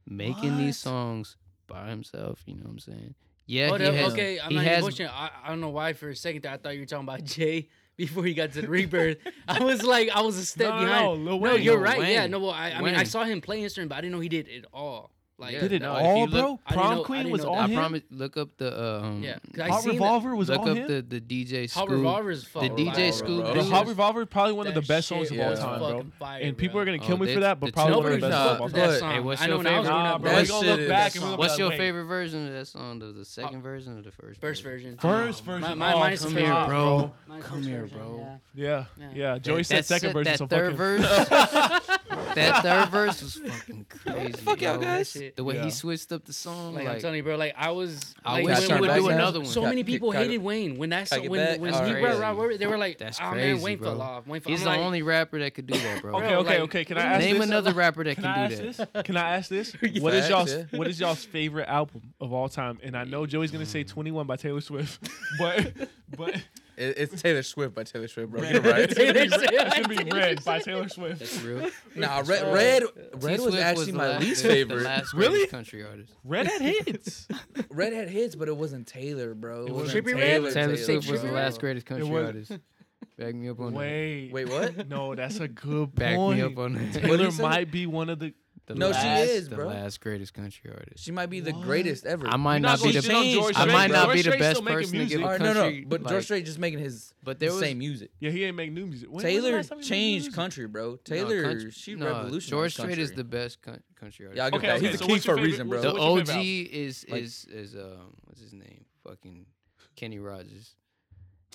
Speaker 4: making
Speaker 2: What?
Speaker 4: these songs by himself. You know what I'm saying? Yeah,
Speaker 3: Oh,
Speaker 4: he
Speaker 3: that-
Speaker 4: has.
Speaker 3: okay, I'm
Speaker 4: he
Speaker 3: not even
Speaker 4: has
Speaker 3: bullshitting. I, I don't know why for a second there I thought you were talking about <laughs> Jay before he got to the rebirth. <laughs> I was like, I was a step
Speaker 2: no, no,
Speaker 3: behind.
Speaker 2: no, Lil
Speaker 3: No,
Speaker 2: Wayne.
Speaker 3: you're
Speaker 4: Lil
Speaker 3: right. Yeah,
Speaker 4: Wayne.
Speaker 3: no, well, I, I mean, I
Speaker 4: Wayne.
Speaker 3: saw him play instrument, but I didn't know he did it all. Like,
Speaker 4: Yeah.
Speaker 2: Did it
Speaker 4: No, if
Speaker 2: all,
Speaker 4: you look-
Speaker 2: bro?
Speaker 3: I didn't
Speaker 2: Prom
Speaker 3: know- I
Speaker 2: Queen
Speaker 3: didn't
Speaker 2: was
Speaker 3: know
Speaker 2: all
Speaker 3: that.
Speaker 4: I
Speaker 2: him.
Speaker 4: promise. Look up the uh, um.
Speaker 3: yeah, 'cause I
Speaker 2: Hot
Speaker 3: seen
Speaker 2: Revolver was
Speaker 4: look
Speaker 2: all
Speaker 4: up
Speaker 2: him.
Speaker 4: the the DJ
Speaker 3: Hot
Speaker 4: Scoop.
Speaker 3: Revolver is
Speaker 4: The
Speaker 3: fucking
Speaker 5: Revolver,
Speaker 4: DJ
Speaker 3: fire,
Speaker 4: Scoop.
Speaker 5: bro.
Speaker 2: Bro,
Speaker 5: dude.
Speaker 2: Hot Revolver is probably one of the
Speaker 3: That
Speaker 2: best songs
Speaker 3: shit
Speaker 2: of all
Speaker 5: is
Speaker 2: time, bro.
Speaker 3: fucking fire,
Speaker 2: and people
Speaker 3: bro.
Speaker 2: are gonna
Speaker 4: Oh,
Speaker 2: kill me
Speaker 4: that-
Speaker 2: for that,
Speaker 4: the
Speaker 2: but probably one of the
Speaker 3: two-
Speaker 2: best
Speaker 5: Nah,
Speaker 2: songs of all
Speaker 5: but-
Speaker 2: time.
Speaker 3: That song.
Speaker 4: Hey, what's
Speaker 3: I know
Speaker 4: your
Speaker 3: when I was
Speaker 4: favorite-
Speaker 3: growing
Speaker 2: Nah,
Speaker 3: up,
Speaker 2: bro,
Speaker 3: that
Speaker 2: we gonna
Speaker 5: shit
Speaker 2: look
Speaker 5: is-
Speaker 2: back and we gonna
Speaker 4: What's
Speaker 2: be
Speaker 4: your
Speaker 2: like, wait.
Speaker 4: favorite version of that song? Though the second version or the first?
Speaker 3: Uh, First
Speaker 4: version?
Speaker 3: version.
Speaker 2: First version.
Speaker 3: My- my-
Speaker 2: oh,
Speaker 3: mine's
Speaker 2: come
Speaker 3: favorite,
Speaker 2: here,
Speaker 4: bro.
Speaker 3: Mine's
Speaker 4: Come
Speaker 3: first
Speaker 4: here,
Speaker 3: version,
Speaker 4: bro.
Speaker 3: yeah.
Speaker 2: Yeah,
Speaker 3: Yeah.
Speaker 2: yeah. Joey said
Speaker 4: That-
Speaker 2: second
Speaker 4: that-
Speaker 2: version.
Speaker 4: That
Speaker 2: so fuck
Speaker 4: third
Speaker 2: him.
Speaker 4: verse.
Speaker 2: <laughs>
Speaker 4: that third verse was fucking crazy.
Speaker 5: fuck y'all
Speaker 4: bro.
Speaker 5: guys?
Speaker 4: The way
Speaker 2: Yeah.
Speaker 4: he switched up the song,
Speaker 3: Like,
Speaker 4: like,
Speaker 3: I'm telling you, bro. Like I was.
Speaker 4: I
Speaker 3: like,
Speaker 4: wish
Speaker 3: when-
Speaker 4: he would
Speaker 3: when-
Speaker 4: do
Speaker 3: when-
Speaker 4: another one.
Speaker 3: So
Speaker 5: Cut-
Speaker 3: many
Speaker 5: kick-
Speaker 3: people
Speaker 5: cut it-
Speaker 3: hated Wayne when that
Speaker 5: cut
Speaker 3: song,
Speaker 5: it
Speaker 3: when
Speaker 5: back.
Speaker 3: when
Speaker 5: That's
Speaker 3: he brought
Speaker 4: crazy.
Speaker 3: Rob Robert, they were like,
Speaker 4: That's
Speaker 3: "Oh man,
Speaker 4: crazy,
Speaker 3: Wayne fell
Speaker 4: bro.
Speaker 3: off." Wayne fell.
Speaker 4: he's
Speaker 3: I'm
Speaker 4: the
Speaker 3: like,
Speaker 4: only rapper that could do that, bro.
Speaker 2: Okay,
Speaker 3: Bro,
Speaker 2: okay,
Speaker 3: like,
Speaker 2: okay. Can I ask
Speaker 4: Name
Speaker 2: this?
Speaker 4: another rapper that
Speaker 2: Can
Speaker 4: can,
Speaker 2: I
Speaker 4: do
Speaker 2: ask
Speaker 4: that.
Speaker 2: this? Can I ask
Speaker 4: <laughs>
Speaker 2: this? What is
Speaker 5: Facts,
Speaker 2: y'all's
Speaker 5: yeah.
Speaker 2: What is y'all's favorite album of all time? And I know Joey's gonna say Twenty One by Taylor Swift, <laughs> but but
Speaker 5: <laughs> It- it's Taylor Swift by Taylor Swift, bro. Get it right.
Speaker 3: Taylor
Speaker 2: <laughs> it's gonna
Speaker 3: Swift.
Speaker 4: <laughs>
Speaker 2: be Red by Taylor Swift.
Speaker 4: That's real.
Speaker 5: <laughs> Nah, red, red, red was
Speaker 4: T-Swift
Speaker 5: actually
Speaker 4: the
Speaker 5: my
Speaker 4: last-
Speaker 5: least
Speaker 4: the- the
Speaker 5: favorite.
Speaker 4: last
Speaker 2: Really?
Speaker 4: greatest country artist.
Speaker 2: <laughs> Red had
Speaker 4: <laughs>
Speaker 2: hits.
Speaker 5: Red had hits, but it wasn't Taylor, bro.
Speaker 2: It wasn't
Speaker 3: Trippie Red?
Speaker 5: Taylor.
Speaker 4: Taylor Swift was
Speaker 3: Swift.
Speaker 4: the last greatest country
Speaker 2: was-
Speaker 4: artist. Back me up on
Speaker 2: Wait,
Speaker 5: Wait, what?
Speaker 2: No, that's a good
Speaker 4: that. Back
Speaker 2: point.
Speaker 4: me up on that.
Speaker 5: <laughs> What did
Speaker 2: Taylor
Speaker 5: he say?
Speaker 2: might be one of the
Speaker 4: The
Speaker 5: No, she
Speaker 4: last-
Speaker 5: is,
Speaker 4: the
Speaker 5: bro.
Speaker 4: last greatest country artist.
Speaker 5: She might be the
Speaker 2: What?
Speaker 5: greatest ever.
Speaker 4: I
Speaker 2: You're
Speaker 4: might
Speaker 2: not
Speaker 4: not, be
Speaker 2: gonna
Speaker 4: the
Speaker 2: shit on George
Speaker 4: I
Speaker 2: Strait,
Speaker 4: might
Speaker 2: bro.
Speaker 4: not
Speaker 2: George
Speaker 4: be the
Speaker 2: Strait's
Speaker 4: best
Speaker 2: still making
Speaker 4: person to give
Speaker 2: music.
Speaker 5: All
Speaker 4: a
Speaker 5: right, no, no,
Speaker 4: country.
Speaker 5: but
Speaker 4: like-
Speaker 5: George Strait just making his
Speaker 4: But
Speaker 5: the
Speaker 4: there was-
Speaker 5: same music.
Speaker 2: Yeah, he ain't make new music. When- when was the
Speaker 5: Taylor
Speaker 2: last time he made new
Speaker 5: changed
Speaker 2: music?
Speaker 5: country, bro.
Speaker 4: No,
Speaker 5: Taylor,
Speaker 4: country-
Speaker 5: she
Speaker 4: no,
Speaker 5: revolutionized
Speaker 4: George Strait
Speaker 5: country.
Speaker 4: is the best coun- country artist.
Speaker 5: Yeah, I'll give
Speaker 2: Okay,
Speaker 5: that.
Speaker 2: okay,
Speaker 5: He's
Speaker 2: so
Speaker 5: a king
Speaker 2: what's
Speaker 5: for
Speaker 2: your
Speaker 5: a
Speaker 2: favorite-
Speaker 5: reason,
Speaker 2: what's-
Speaker 5: bro.
Speaker 4: The
Speaker 2: what's your favorite
Speaker 4: OG
Speaker 2: album?
Speaker 4: is
Speaker 5: Like-
Speaker 4: is is um what's his name? Fucking Kenny Rogers.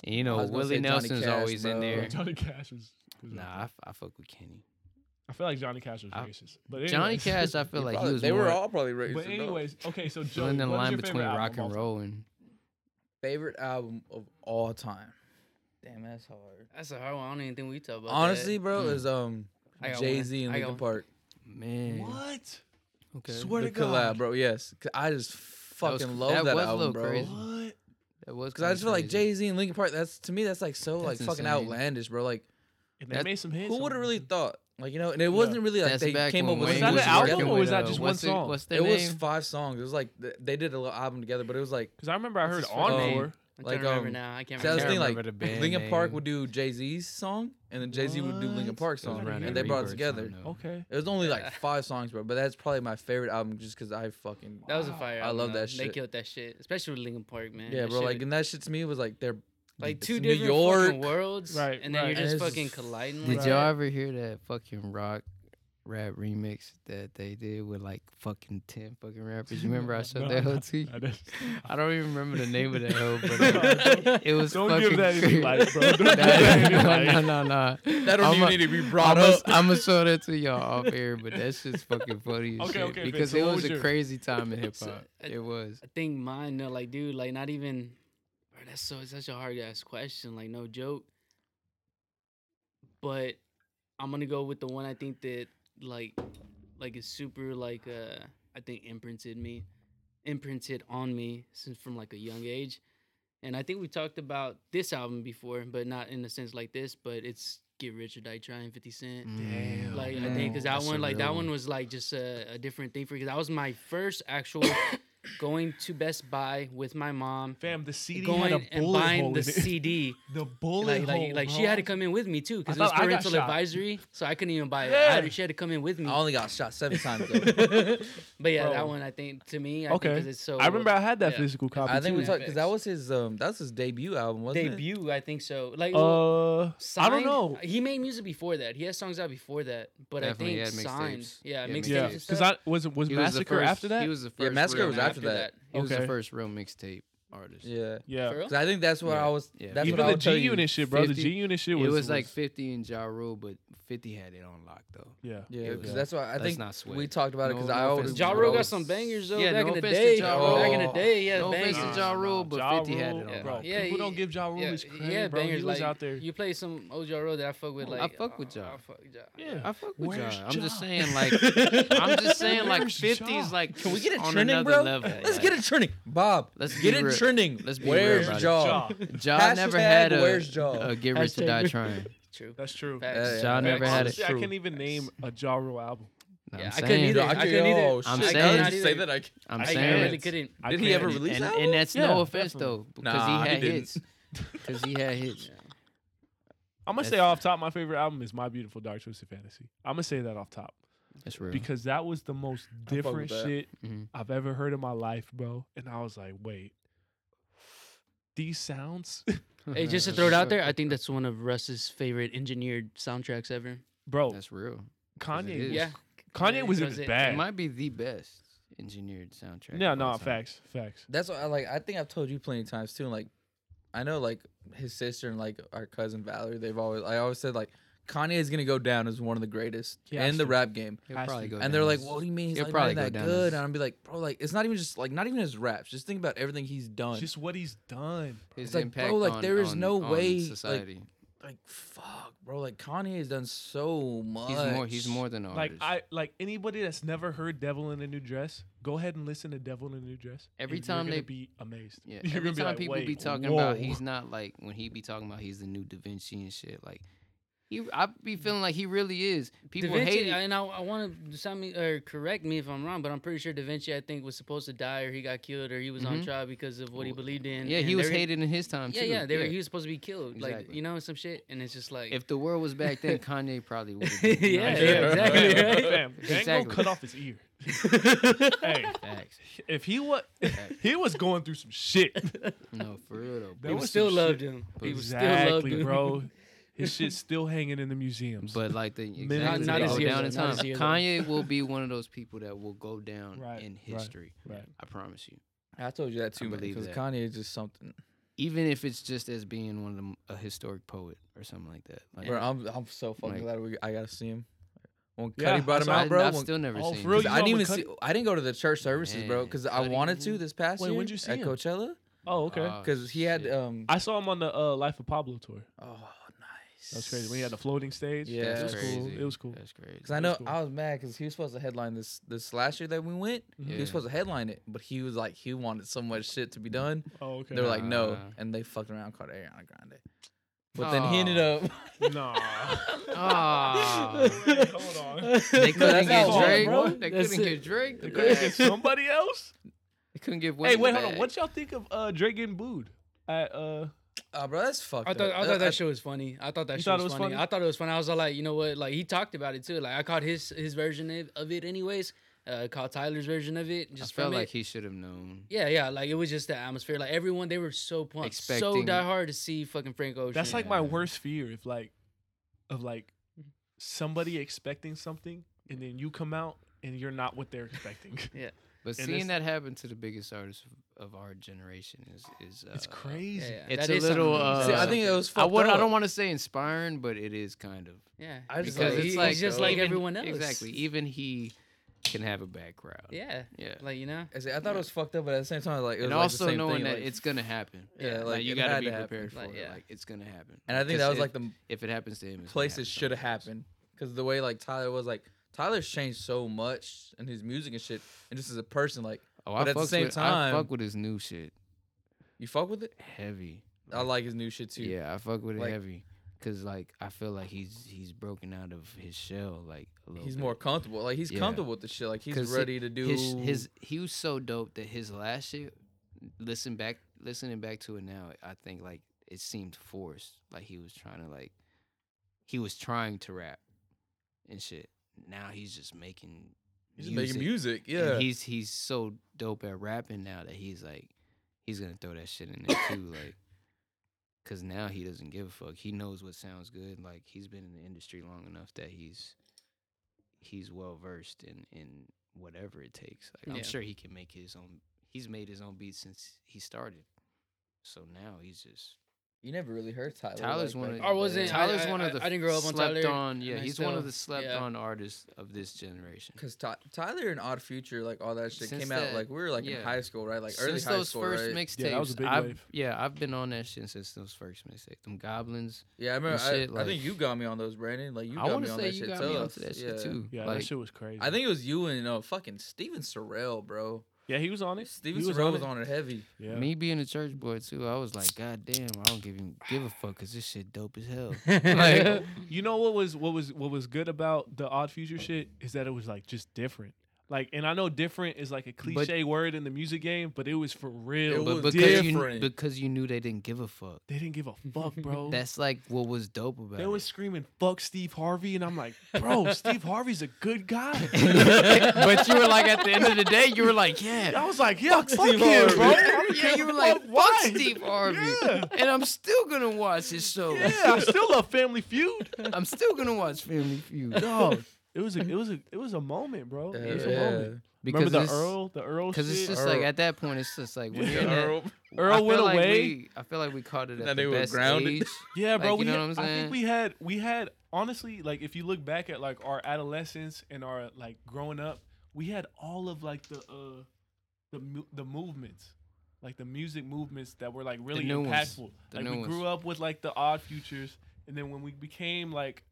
Speaker 4: And you know
Speaker 5: was gonna
Speaker 4: Willie
Speaker 5: say Johnny
Speaker 4: Nelson's
Speaker 5: Cash,
Speaker 4: always in
Speaker 5: bro.
Speaker 4: there.
Speaker 2: Johnny Cash was. was
Speaker 4: Nah, I,
Speaker 2: up
Speaker 4: f- I fuck with Kenny.
Speaker 2: there. I feel like Johnny Cash was
Speaker 4: I-
Speaker 2: racist. But
Speaker 4: Johnny
Speaker 2: anyways.
Speaker 4: Cash, I feel like
Speaker 5: Probably-
Speaker 4: he was
Speaker 5: they
Speaker 4: more
Speaker 5: were all probably
Speaker 2: <laughs>
Speaker 5: racist.
Speaker 2: But
Speaker 5: bro.
Speaker 2: anyways, okay, so Joey,
Speaker 4: filling the
Speaker 2: what is
Speaker 4: line
Speaker 2: your
Speaker 4: between
Speaker 2: favorite album
Speaker 4: rock
Speaker 2: of all
Speaker 4: and
Speaker 2: time?
Speaker 4: roll and
Speaker 5: favorite album of all time. Damn, that's hard.
Speaker 3: That's a hard one. I don't even think we talk about. that.
Speaker 5: Honestly, bro,
Speaker 4: Mm.
Speaker 5: is um
Speaker 3: I got
Speaker 5: Jay Z
Speaker 3: one.
Speaker 5: and
Speaker 3: I got
Speaker 5: Linkin
Speaker 3: one.
Speaker 5: Park.
Speaker 4: man.
Speaker 2: What?
Speaker 4: Okay.
Speaker 2: Swear
Speaker 5: the
Speaker 2: to God.
Speaker 5: collab, bro. Yes, 'Cause I just fucking
Speaker 4: cr-
Speaker 5: love
Speaker 4: that
Speaker 5: that,
Speaker 4: was a
Speaker 5: album,
Speaker 4: little
Speaker 5: bro.
Speaker 4: crazy.
Speaker 2: What?
Speaker 4: That was
Speaker 5: Because I just feel like
Speaker 4: crazy.
Speaker 5: Jay Z and Linkin Park. That's to me, that's like so like
Speaker 4: That's
Speaker 5: fucking
Speaker 4: insane.
Speaker 5: outlandish, bro. Like
Speaker 2: And they
Speaker 4: That-
Speaker 2: made some hits.
Speaker 5: who
Speaker 2: on
Speaker 5: would have
Speaker 2: it.
Speaker 5: really thought? Like you know, and it wasn't really like
Speaker 4: That's
Speaker 5: they
Speaker 4: back
Speaker 5: came up
Speaker 4: when
Speaker 5: with.
Speaker 4: Wayne
Speaker 2: Was that
Speaker 5: singles
Speaker 2: an album
Speaker 5: together.
Speaker 2: or was
Speaker 4: working with,
Speaker 2: that
Speaker 4: uh,
Speaker 2: just one
Speaker 4: what's it-
Speaker 2: song?
Speaker 4: what's their
Speaker 5: It was
Speaker 4: name?
Speaker 5: five songs. It was like th- they did a little album together, but it was like
Speaker 2: Because I remember I heard
Speaker 3: his fucking name?
Speaker 2: Encore.
Speaker 3: I'm
Speaker 5: like,
Speaker 3: trying to remember
Speaker 5: um,
Speaker 3: now. I can't
Speaker 5: so that was the
Speaker 3: remember.
Speaker 5: thing. Like
Speaker 4: remember the band
Speaker 5: Linkin Park
Speaker 4: name.
Speaker 5: would do Jay Z's song, and then Jay Z would do Linkin
Speaker 2: What?
Speaker 5: Park
Speaker 2: It was
Speaker 5: song,
Speaker 2: around
Speaker 5: and
Speaker 2: that
Speaker 5: they brought
Speaker 4: Rebirth
Speaker 5: it together.
Speaker 4: time, though.
Speaker 2: Okay.
Speaker 5: It was only
Speaker 3: <laughs>
Speaker 5: like five songs, bro. But that's probably my favorite album, just because I fucking
Speaker 3: That was a
Speaker 2: Wow.
Speaker 3: fire.
Speaker 5: I
Speaker 3: album,
Speaker 5: love
Speaker 3: though.
Speaker 5: that
Speaker 3: They
Speaker 5: shit.
Speaker 3: killed that shit, especially with Linkin Park, man.
Speaker 5: yeah,
Speaker 3: That
Speaker 5: bro.
Speaker 3: shit-
Speaker 5: Like, and that shit to me was like they're
Speaker 3: like
Speaker 5: it's
Speaker 3: two
Speaker 5: New
Speaker 3: different
Speaker 5: York.
Speaker 3: fucking worlds,
Speaker 2: Right,
Speaker 3: And then
Speaker 2: right.
Speaker 3: you're
Speaker 5: And
Speaker 3: just
Speaker 5: it's just-
Speaker 3: fucking colliding. like
Speaker 4: Did y'all
Speaker 3: that.
Speaker 4: ever hear that fucking rock rap remix that they did with like fucking ten fucking rappers? You remember I showed
Speaker 2: No, <laughs>
Speaker 4: that
Speaker 2: no,
Speaker 4: hoe to you?
Speaker 2: I just-
Speaker 4: I don't even remember the name of that hoe, but uh, it was
Speaker 2: Don't
Speaker 4: fucking
Speaker 2: give that any
Speaker 4: crazy. <laughs>
Speaker 2: light, <laughs> bro. Don't give that any light.
Speaker 4: no, no, no, no.
Speaker 5: that don't even need to be brought up.
Speaker 4: <laughs> I'm gonna show that to y'all off air, but that's just fucking funny as
Speaker 2: Okay,
Speaker 4: shit
Speaker 2: okay, Vince,
Speaker 4: because
Speaker 2: so
Speaker 4: it
Speaker 2: what
Speaker 4: was
Speaker 2: was
Speaker 4: a
Speaker 2: yours?
Speaker 4: crazy time
Speaker 5: <laughs>
Speaker 4: in hip
Speaker 3: So,
Speaker 4: hop.
Speaker 5: uh,
Speaker 3: I-
Speaker 4: It was.
Speaker 3: I think mine, no, like, dude, like, not even. Bro, that's so it's such a hard ass question, like, no joke. But I'm gonna go with the one I think that, like, like is super, like, uh, I think imprinted me, imprinted on me since from like a young age, and I think we talked about this album before, but not in a sense like this. But it's Get Rich or Die Trying, Fifty Cent.
Speaker 2: Damn.
Speaker 3: Like I
Speaker 5: man.
Speaker 3: think because that
Speaker 4: That's a
Speaker 3: one, like that
Speaker 4: real
Speaker 3: one
Speaker 4: one.
Speaker 3: was like just a, a different thing for because that was my first actual <coughs> going to Best Buy with my mom,
Speaker 2: Fam, the CD had
Speaker 3: going
Speaker 2: a
Speaker 3: and
Speaker 2: bullet
Speaker 3: buying
Speaker 2: hole
Speaker 3: the
Speaker 2: in it.
Speaker 3: CD.
Speaker 2: <laughs> The bullet
Speaker 3: Like,
Speaker 2: hole,
Speaker 3: like, like she
Speaker 2: bro.
Speaker 3: had to come in with me too because
Speaker 2: I
Speaker 3: it was
Speaker 2: thought I got
Speaker 3: parental
Speaker 2: shot.
Speaker 3: advisory, so I couldn't even buy it. I
Speaker 2: Yeah.
Speaker 3: had, she had to come in with me.
Speaker 5: I only got shot seven times. Though.
Speaker 3: <laughs> But yeah, that
Speaker 2: Bro.
Speaker 3: one I think to me, I
Speaker 2: Okay.
Speaker 3: think 'cause it's so.
Speaker 2: I remember I had that
Speaker 3: yeah.
Speaker 2: physical copy.
Speaker 5: I think we
Speaker 2: too.
Speaker 5: talked because that was his um that's his debut album, wasn't it?
Speaker 3: debut. I think so. Like well,
Speaker 2: Uh, I don't
Speaker 3: Signed-
Speaker 2: know.
Speaker 3: He made music before that. He had songs out before that, but
Speaker 4: Definitely, he
Speaker 3: I think
Speaker 4: had
Speaker 3: signed.
Speaker 4: mixtapes.
Speaker 3: Yeah,
Speaker 4: He
Speaker 3: mixtapes.
Speaker 4: had mixtapes.
Speaker 2: Yeah,
Speaker 3: and
Speaker 2: because
Speaker 3: stuff.
Speaker 2: I was was
Speaker 4: He was the
Speaker 2: Massacre
Speaker 4: first-
Speaker 2: after that.
Speaker 4: He was the first.
Speaker 5: Yeah, Massacre
Speaker 4: real
Speaker 5: was
Speaker 4: mix-
Speaker 5: after that.
Speaker 4: He was
Speaker 2: Okay.
Speaker 4: the first real mixtape artist.
Speaker 5: Yeah,
Speaker 2: yeah,
Speaker 3: For real?
Speaker 5: 'Cause I think that's what
Speaker 4: Yeah.
Speaker 5: I was.
Speaker 4: Yeah.
Speaker 5: That's
Speaker 2: even
Speaker 5: what I
Speaker 2: the
Speaker 5: would tell
Speaker 2: G
Speaker 5: you.
Speaker 2: Unit shit, bro. The
Speaker 4: 50
Speaker 2: G Unit shit was
Speaker 4: it was like 50 and Ja Rule, but 50 had it on lock though.
Speaker 2: yeah.
Speaker 5: Yeah,
Speaker 4: Yeah.
Speaker 5: because that's why I
Speaker 4: Let's
Speaker 5: think
Speaker 4: not sweat.
Speaker 5: we talked about it
Speaker 4: No-
Speaker 5: because
Speaker 4: no
Speaker 5: I always.
Speaker 4: offense.
Speaker 3: Ja
Speaker 5: would
Speaker 3: Rule got
Speaker 5: always-
Speaker 3: some bangers though
Speaker 4: Yeah,
Speaker 3: back
Speaker 4: no
Speaker 3: in the
Speaker 4: offense to
Speaker 3: day.
Speaker 4: Ja
Speaker 5: Rule.
Speaker 3: Back in the day, yeah,
Speaker 4: no
Speaker 3: bangers.
Speaker 4: offense to Ja
Speaker 2: Nah,
Speaker 4: Rule,
Speaker 2: nah,
Speaker 4: but
Speaker 2: Ja
Speaker 4: 50 had it
Speaker 2: Rule,
Speaker 4: on
Speaker 2: Bro,
Speaker 4: lock.
Speaker 3: Yeah,
Speaker 2: people
Speaker 3: he-
Speaker 2: don't give Ja Rule
Speaker 3: Yeah,
Speaker 2: his credit,
Speaker 3: yeah,
Speaker 2: bro. He
Speaker 3: bangers
Speaker 2: was
Speaker 3: like
Speaker 2: out there.
Speaker 3: you play some old Ja Rule that I fuck with.
Speaker 4: I
Speaker 3: Like
Speaker 4: fuck with Ja.
Speaker 3: I fuck with Ja.
Speaker 2: Yeah.
Speaker 4: I fuck with
Speaker 2: Where's
Speaker 4: Ja. I'm just
Speaker 2: Ja?
Speaker 4: saying, like, I'm just
Speaker 5: <laughs>
Speaker 4: saying, like,
Speaker 2: Where's
Speaker 4: 50
Speaker 2: Ja?
Speaker 4: is like,
Speaker 5: Can we
Speaker 4: just
Speaker 5: get it
Speaker 4: on
Speaker 5: trending,
Speaker 4: another
Speaker 5: bro?
Speaker 4: level.
Speaker 5: Let's get it trending, Bob.
Speaker 4: Let's
Speaker 5: get
Speaker 4: be
Speaker 5: it
Speaker 4: real-
Speaker 5: trending.
Speaker 4: let's be real
Speaker 5: Where's
Speaker 4: about it.
Speaker 5: Jaw?
Speaker 4: <laughs>
Speaker 2: Ja.
Speaker 4: Ja never
Speaker 5: Hashtag
Speaker 4: had a,
Speaker 5: where's Ja?
Speaker 4: a get rich to
Speaker 3: Hashtag-
Speaker 4: die trying.
Speaker 3: True.
Speaker 2: That's true.
Speaker 3: Facts.
Speaker 5: Yeah,
Speaker 4: Ja
Speaker 5: yeah.
Speaker 4: never had it.
Speaker 2: Honestly, I can't even name a Ja Rule album.
Speaker 4: No,
Speaker 3: Yeah,
Speaker 4: I'm
Speaker 3: I couldn't
Speaker 4: saying,
Speaker 3: either. I couldn't either.
Speaker 5: Oh,
Speaker 4: I'm
Speaker 5: shit.
Speaker 4: saying-
Speaker 5: Now that you say
Speaker 3: I
Speaker 5: that, I can't-
Speaker 4: I'm
Speaker 2: I
Speaker 3: I
Speaker 4: saying,
Speaker 2: can't.
Speaker 3: really couldn't.
Speaker 2: I
Speaker 5: Did he
Speaker 2: can't.
Speaker 5: ever release
Speaker 4: and,
Speaker 5: that?
Speaker 4: and that's
Speaker 2: Yeah,
Speaker 4: no offense
Speaker 2: definitely.
Speaker 4: though, because
Speaker 5: Nah,
Speaker 4: he
Speaker 5: he
Speaker 4: had
Speaker 5: didn't.
Speaker 4: hits. Because he had
Speaker 5: <laughs>
Speaker 4: hits.
Speaker 2: I'm gonna say
Speaker 4: That's-
Speaker 2: off top, my favorite album is My Beautiful Dark Twisted Fantasy. I'm gonna say that off top
Speaker 4: That's real.
Speaker 2: because that was the most
Speaker 5: with
Speaker 2: different
Speaker 5: that.
Speaker 2: shit
Speaker 4: Mhm.
Speaker 2: I've ever heard in my life, bro. And I was like, wait, these sounds, <laughs>
Speaker 3: Hey, just to throw it out there, I think that's one of Russ's favorite engineered soundtracks ever.
Speaker 2: bro.
Speaker 4: That's real.
Speaker 2: Kanye,
Speaker 4: is.
Speaker 2: was,
Speaker 3: Yeah.
Speaker 2: Kanye was in
Speaker 3: because
Speaker 2: his
Speaker 3: it-
Speaker 4: It
Speaker 2: bag.
Speaker 4: might be the best engineered soundtrack.
Speaker 2: No,
Speaker 4: of all
Speaker 2: no,
Speaker 4: time.
Speaker 2: facts, facts.
Speaker 5: That's what I like. I think I've told you plenty of times too. and, Like, I know like his sister and like our cousin Valerie. They've always I always said like Kanye is gonna go down as one of the greatest
Speaker 2: He has
Speaker 5: in the
Speaker 2: to.
Speaker 5: rap game.
Speaker 4: He'll
Speaker 2: Has to
Speaker 4: probably
Speaker 2: be.
Speaker 4: go
Speaker 5: And they're
Speaker 4: down
Speaker 5: like,
Speaker 4: as-
Speaker 5: "What do you mean he's
Speaker 4: He'll
Speaker 5: like
Speaker 4: probably
Speaker 5: not that
Speaker 4: go down
Speaker 5: good?"
Speaker 4: as-
Speaker 5: And I'm be like, "Bro, like it's not even just like not even his raps. Just think about everything he's done.
Speaker 2: Just what he's done.
Speaker 4: his
Speaker 5: It's like, bro,
Speaker 4: impact
Speaker 5: like,
Speaker 4: on-
Speaker 5: there is
Speaker 4: on-
Speaker 5: no
Speaker 4: on
Speaker 5: way, like,
Speaker 4: society.
Speaker 5: like fuck, bro. Like Kanye has done so much.
Speaker 4: he's more. He's more than an
Speaker 2: Like
Speaker 4: artist.
Speaker 2: I like anybody that's never heard "Devil in a New Dress," go ahead and listen to "Devil in a New Dress."
Speaker 4: Every
Speaker 2: and
Speaker 4: time
Speaker 2: you're
Speaker 4: they-
Speaker 2: gonna be amazed.
Speaker 4: yeah,
Speaker 2: <laughs> You're
Speaker 4: every
Speaker 2: gonna
Speaker 4: time
Speaker 2: be like,
Speaker 4: people
Speaker 2: wait, <laughs>
Speaker 4: be talking
Speaker 2: whoa.
Speaker 4: about he's not like when he be talking about he's the new Da Vinci and shit. Like He, I be feeling like he really is. People
Speaker 3: da Vinci,
Speaker 4: hate it.
Speaker 3: and I, I want to me or correct me if I'm wrong, but I'm pretty sure Da Vinci I think was supposed to die or he got killed or he was on
Speaker 4: Mhm.
Speaker 3: trial because of what he
Speaker 4: Well,
Speaker 3: believed in.
Speaker 4: yeah,
Speaker 3: and
Speaker 4: he
Speaker 3: they
Speaker 4: was
Speaker 3: were-
Speaker 4: hated in his time
Speaker 3: Yeah,
Speaker 4: too.
Speaker 3: yeah, they were, he was supposed to be killed, like
Speaker 4: Exactly.
Speaker 3: you know some shit, and it's just like
Speaker 4: if the world was back then, Kanye probably would.
Speaker 3: <laughs> Yeah,
Speaker 2: Like,
Speaker 3: yeah,
Speaker 2: fam,
Speaker 4: <laughs>
Speaker 3: exactly,
Speaker 2: fam,
Speaker 3: right?
Speaker 2: fam, they ain't gonna
Speaker 4: Exactly.
Speaker 2: cut off his
Speaker 4: <laughs>
Speaker 2: ear. hey,
Speaker 4: Facts.
Speaker 2: if he was, <laughs> he was going through some shit.
Speaker 4: No, for real though.
Speaker 2: That
Speaker 4: bro.
Speaker 3: people
Speaker 2: was
Speaker 3: still
Speaker 2: some
Speaker 3: loved him. People still loved
Speaker 2: exactly,
Speaker 3: him,
Speaker 5: <laughs>
Speaker 2: bro. His shit's still hanging in the museums.
Speaker 4: But like the exactly,
Speaker 2: Not-
Speaker 4: they
Speaker 2: not his
Speaker 4: go
Speaker 2: years
Speaker 4: down
Speaker 2: though,
Speaker 4: in
Speaker 2: not
Speaker 4: time.
Speaker 3: his years though.
Speaker 4: Kanye will be one of those people that will go down
Speaker 2: Right,
Speaker 4: in
Speaker 2: right.
Speaker 4: history.
Speaker 2: right.
Speaker 4: I promise you.
Speaker 5: I told you that too, man.
Speaker 4: believe
Speaker 5: Because
Speaker 4: that.
Speaker 5: Kanye is just something.
Speaker 4: Even if it's just as being one of them, a historic poet or something like that. Like,
Speaker 5: Bro, I'm I'm so fucking
Speaker 4: Like-
Speaker 5: glad we I gotta see him. When
Speaker 2: Yeah,
Speaker 5: Cuddy brought
Speaker 4: that's
Speaker 5: him
Speaker 4: why
Speaker 5: out,
Speaker 4: I-
Speaker 5: bro.
Speaker 4: I've
Speaker 5: when-
Speaker 4: still never
Speaker 2: all
Speaker 4: seen.
Speaker 2: through
Speaker 4: it.
Speaker 5: Cause
Speaker 2: Oh, you
Speaker 5: I
Speaker 2: know
Speaker 5: didn't even
Speaker 2: when
Speaker 5: see. I didn't go to the church services, bro,
Speaker 4: Man,
Speaker 5: because I
Speaker 4: Cudi-
Speaker 5: wanted to this past
Speaker 2: Wait,
Speaker 5: year
Speaker 2: when'd you see
Speaker 5: at
Speaker 2: him?
Speaker 5: Coachella.
Speaker 2: Oh, okay.
Speaker 4: Uh,
Speaker 5: Because he had
Speaker 4: shit.
Speaker 5: um.
Speaker 2: I saw him on the uh, Life of Pablo tour.
Speaker 5: oh, nice.
Speaker 2: That was crazy. When he had the floating stage.
Speaker 5: Yeah,
Speaker 2: it
Speaker 5: That's
Speaker 2: was cool.
Speaker 4: crazy.
Speaker 2: It was cool.
Speaker 4: That's crazy.
Speaker 5: Because I know
Speaker 2: That's cool.
Speaker 5: I was mad because he was supposed to headline this this last year that we went. He
Speaker 4: Yeah.
Speaker 5: was supposed to headline it, but he was like he wanted so much shit to be done.
Speaker 2: Oh, okay.
Speaker 5: They were like no,
Speaker 4: Nah.
Speaker 5: and they fucked around and called Ariana Grande. But then he ended
Speaker 4: Aw.
Speaker 5: up. <laughs>
Speaker 2: nah. <laughs>
Speaker 4: Ah,
Speaker 2: Hold on.
Speaker 4: they
Speaker 5: that's
Speaker 4: couldn't
Speaker 5: how
Speaker 4: get
Speaker 5: long,
Speaker 4: Drake.
Speaker 5: bro.
Speaker 4: They
Speaker 3: That's
Speaker 4: couldn't
Speaker 3: it.
Speaker 4: get Drake.
Speaker 2: They
Speaker 4: to <laughs>
Speaker 2: couldn't get
Speaker 4: that.
Speaker 2: somebody else.
Speaker 4: They couldn't get.
Speaker 2: Hey,
Speaker 4: Wayne
Speaker 2: wait, hold on.
Speaker 4: back.
Speaker 2: What y'all think of uh, Drake getting booed? At, uh,
Speaker 5: Oh, bro, that's fucked.
Speaker 3: I thought
Speaker 5: up.
Speaker 3: I thought
Speaker 5: I-
Speaker 3: that shit was funny. I thought that
Speaker 2: You
Speaker 3: shit
Speaker 2: thought
Speaker 3: was,
Speaker 2: it was
Speaker 3: funny.
Speaker 2: funny?
Speaker 3: I thought it was funny. I was all like, you know what? Like he talked about it too. Like I caught his his version of, of it, anyways. Uh, caught Tyler's version of it.
Speaker 4: I
Speaker 3: Just
Speaker 4: felt
Speaker 3: from
Speaker 4: like
Speaker 3: it.
Speaker 4: he should have known.
Speaker 3: yeah, yeah. Like it was just the atmosphere. Like everyone, they were so pumped, so
Speaker 4: Expecting-
Speaker 3: diehard to see fucking Frank Ocean.
Speaker 2: that's like my
Speaker 4: Yeah.
Speaker 2: worst fear. If like, of like, somebody expecting something and then you come out and you're not what they're expecting. <laughs>
Speaker 4: But
Speaker 2: And
Speaker 4: seeing
Speaker 2: this-
Speaker 4: that happen to the biggest artist of, of our generation is is uh,
Speaker 2: it's
Speaker 3: yeah,
Speaker 2: crazy.
Speaker 3: yeah.
Speaker 4: It's
Speaker 3: That
Speaker 4: a
Speaker 3: is something
Speaker 4: little,
Speaker 3: to
Speaker 4: uh,
Speaker 5: See,
Speaker 3: consider.
Speaker 5: I think it was.
Speaker 4: I
Speaker 5: Fucked
Speaker 4: would I
Speaker 5: up.
Speaker 4: don't want to say inspiring, but it is kind of
Speaker 3: yeah,
Speaker 5: I just
Speaker 4: because
Speaker 5: like-
Speaker 4: it's
Speaker 3: he-
Speaker 4: like
Speaker 3: he's just like
Speaker 4: even-
Speaker 3: everyone else.
Speaker 4: Exactly, even he can have a bad crowd.
Speaker 3: Yeah,
Speaker 4: yeah.
Speaker 3: like you know.
Speaker 5: I, see, I thought it was fucked up, but at the same time, like it was
Speaker 4: and
Speaker 5: like,
Speaker 4: also
Speaker 5: the same
Speaker 4: knowing
Speaker 5: thing,
Speaker 4: that
Speaker 5: like-
Speaker 4: it's gonna happen.
Speaker 5: Yeah,
Speaker 4: like,
Speaker 5: like,
Speaker 4: you
Speaker 5: it
Speaker 4: gotta
Speaker 5: had
Speaker 4: be
Speaker 5: to happen.
Speaker 4: prepared for
Speaker 3: Like,
Speaker 4: it.
Speaker 3: yeah.
Speaker 4: Like it's gonna happen.
Speaker 5: and I think that
Speaker 4: 'Cause
Speaker 5: was like
Speaker 4: if-
Speaker 5: the
Speaker 4: if it happens to him, it's gonna
Speaker 5: place
Speaker 4: happen
Speaker 5: it should have
Speaker 4: somewhere else.
Speaker 5: happened because the way like Tyler was like Tyler's changed so much in his music and shit, and just as a person, like
Speaker 4: Oh,
Speaker 5: But
Speaker 4: I
Speaker 5: at the
Speaker 4: fucks
Speaker 5: same
Speaker 4: with,
Speaker 5: time-
Speaker 4: I fuck with his new shit
Speaker 5: you fuck with it.
Speaker 4: heavy.
Speaker 5: I like his new shit too.
Speaker 4: Yeah, I fuck with it
Speaker 5: Like-
Speaker 4: heavy. Cause like I feel like he's he's broken out of his shell like a little
Speaker 5: he's
Speaker 4: bit.
Speaker 5: more comfortable. Like he's
Speaker 4: Yeah.
Speaker 5: comfortable with the shit. Like he's
Speaker 4: 'Cause
Speaker 5: ready to do
Speaker 4: his his he was so dope that his last shit listen back listening back to it now i think like it seemed forced like he was trying to like he was trying to rap and shit now he's just making
Speaker 5: He's just making music. Yeah,
Speaker 4: and he's he's so dope at rapping now that he's like he's gonna throw that shit in there too like because now he doesn't give a fuck he knows what sounds good like he's been in the industry long enough that he's he's well versed in in whatever it takes like
Speaker 3: Yeah.
Speaker 4: i'm sure he can make his own he's made his own beats since he started so now he's just
Speaker 5: you never really heard Tyler.
Speaker 4: Tyler's
Speaker 5: like,
Speaker 4: one of
Speaker 5: back in the
Speaker 3: Or wasn't-
Speaker 5: day.
Speaker 3: I-
Speaker 4: Tyler's one of the
Speaker 3: I didn't grow up on
Speaker 4: slept
Speaker 3: Tyler,
Speaker 4: on yeah
Speaker 3: and I
Speaker 4: he's one of
Speaker 3: still-
Speaker 4: the slept
Speaker 3: yeah.
Speaker 4: on artists of this generation
Speaker 5: Cause Ty- Tyler and Odd Future, like all that shit,
Speaker 4: Since
Speaker 5: came out
Speaker 4: that-
Speaker 5: like we were like in
Speaker 4: yeah.
Speaker 5: high school, right? Like early
Speaker 4: since
Speaker 5: high
Speaker 4: those
Speaker 5: school,
Speaker 4: first
Speaker 5: right?
Speaker 4: mixtapes.
Speaker 2: Yeah, that was a big
Speaker 4: I've,
Speaker 2: wave.
Speaker 4: Yeah, I've been on that shit since those first mixtapes. Them goblins.
Speaker 5: yeah, I remember. I,
Speaker 4: shit,
Speaker 5: I
Speaker 4: like-
Speaker 5: think you got me on those, Brandon. Like you
Speaker 4: I
Speaker 5: got
Speaker 4: want
Speaker 5: me
Speaker 4: to
Speaker 5: on
Speaker 4: say
Speaker 5: that
Speaker 4: you
Speaker 5: shit
Speaker 4: got
Speaker 5: too.
Speaker 4: me onto that shit
Speaker 5: Yeah.
Speaker 4: too.
Speaker 2: Yeah,
Speaker 4: like,
Speaker 2: that shit was crazy.
Speaker 5: I think it was you and uh, fucking Steven Sorrell, bro.
Speaker 2: yeah, he was on it.
Speaker 5: Steven
Speaker 2: he was
Speaker 5: Sorrell
Speaker 2: on
Speaker 5: was
Speaker 2: it.
Speaker 5: on it heavy.
Speaker 2: Yeah.
Speaker 4: Me being a church boy too, I was like, God damn, I don't give him give a fuck because this shit dope as
Speaker 5: <laughs>
Speaker 4: hell. like,
Speaker 2: You know what was what was what was good about the Odd Future shit is that it was like just different. Like, and I know different is like a cliche word in the music game, but it was for real.
Speaker 5: It
Speaker 4: but
Speaker 5: was
Speaker 4: because you
Speaker 5: different.
Speaker 4: because you knew they didn't give a fuck.
Speaker 2: they didn't give a
Speaker 4: <laughs>
Speaker 2: fuck, bro.
Speaker 4: That's like what was dope about
Speaker 2: they
Speaker 4: it.
Speaker 2: was
Speaker 4: <laughs>
Speaker 2: screaming "fuck Steve Harvey," and I'm like, bro, Steve Harvey's a good guy.
Speaker 4: but you were like, at the end of the day, you were like,
Speaker 2: I
Speaker 4: yeah.
Speaker 2: was like, yeah, fuck, him,
Speaker 5: Steve Harvey.
Speaker 4: <laughs>
Speaker 2: bro. I don't
Speaker 4: Yeah,
Speaker 2: give
Speaker 4: you
Speaker 2: a
Speaker 4: were like, fuck
Speaker 2: why.
Speaker 4: Steve Harvey.
Speaker 2: Yeah.
Speaker 4: And I'm still gonna watch his show.
Speaker 2: <laughs> Yeah, I still love Family
Speaker 4: <laughs>
Speaker 2: Feud.
Speaker 4: I'm still gonna watch Family
Speaker 2: <laughs>
Speaker 4: Feud.
Speaker 2: Dog, it was a it was a it was a moment, bro. It was a moment. Remember the
Speaker 4: it's-
Speaker 2: Earl, the Earl shit.
Speaker 4: Because it's just
Speaker 5: Earl.
Speaker 4: like at that point, it's just like when you're in that,
Speaker 5: Earl.
Speaker 4: I
Speaker 2: Earl
Speaker 4: feel
Speaker 2: went
Speaker 4: like
Speaker 2: away.
Speaker 4: we- I feel like we caught it
Speaker 5: That
Speaker 4: at
Speaker 5: they
Speaker 4: the
Speaker 5: were
Speaker 4: best
Speaker 2: <laughs>
Speaker 5: grounded.
Speaker 4: age.
Speaker 2: Yeah,
Speaker 4: Like,
Speaker 2: bro.
Speaker 4: you
Speaker 2: we
Speaker 4: know
Speaker 2: had-
Speaker 4: what I'm
Speaker 2: I think
Speaker 4: saying?
Speaker 2: we had we had honestly like if you look back at like our adolescence and our like growing up, we had all of like the uh the mu- the movements. Like the music movements that were like really
Speaker 4: new ones.
Speaker 2: impactful.
Speaker 4: The
Speaker 2: like
Speaker 4: new
Speaker 2: we
Speaker 4: ones.
Speaker 2: grew up with like the Odd Futures, and then when we became like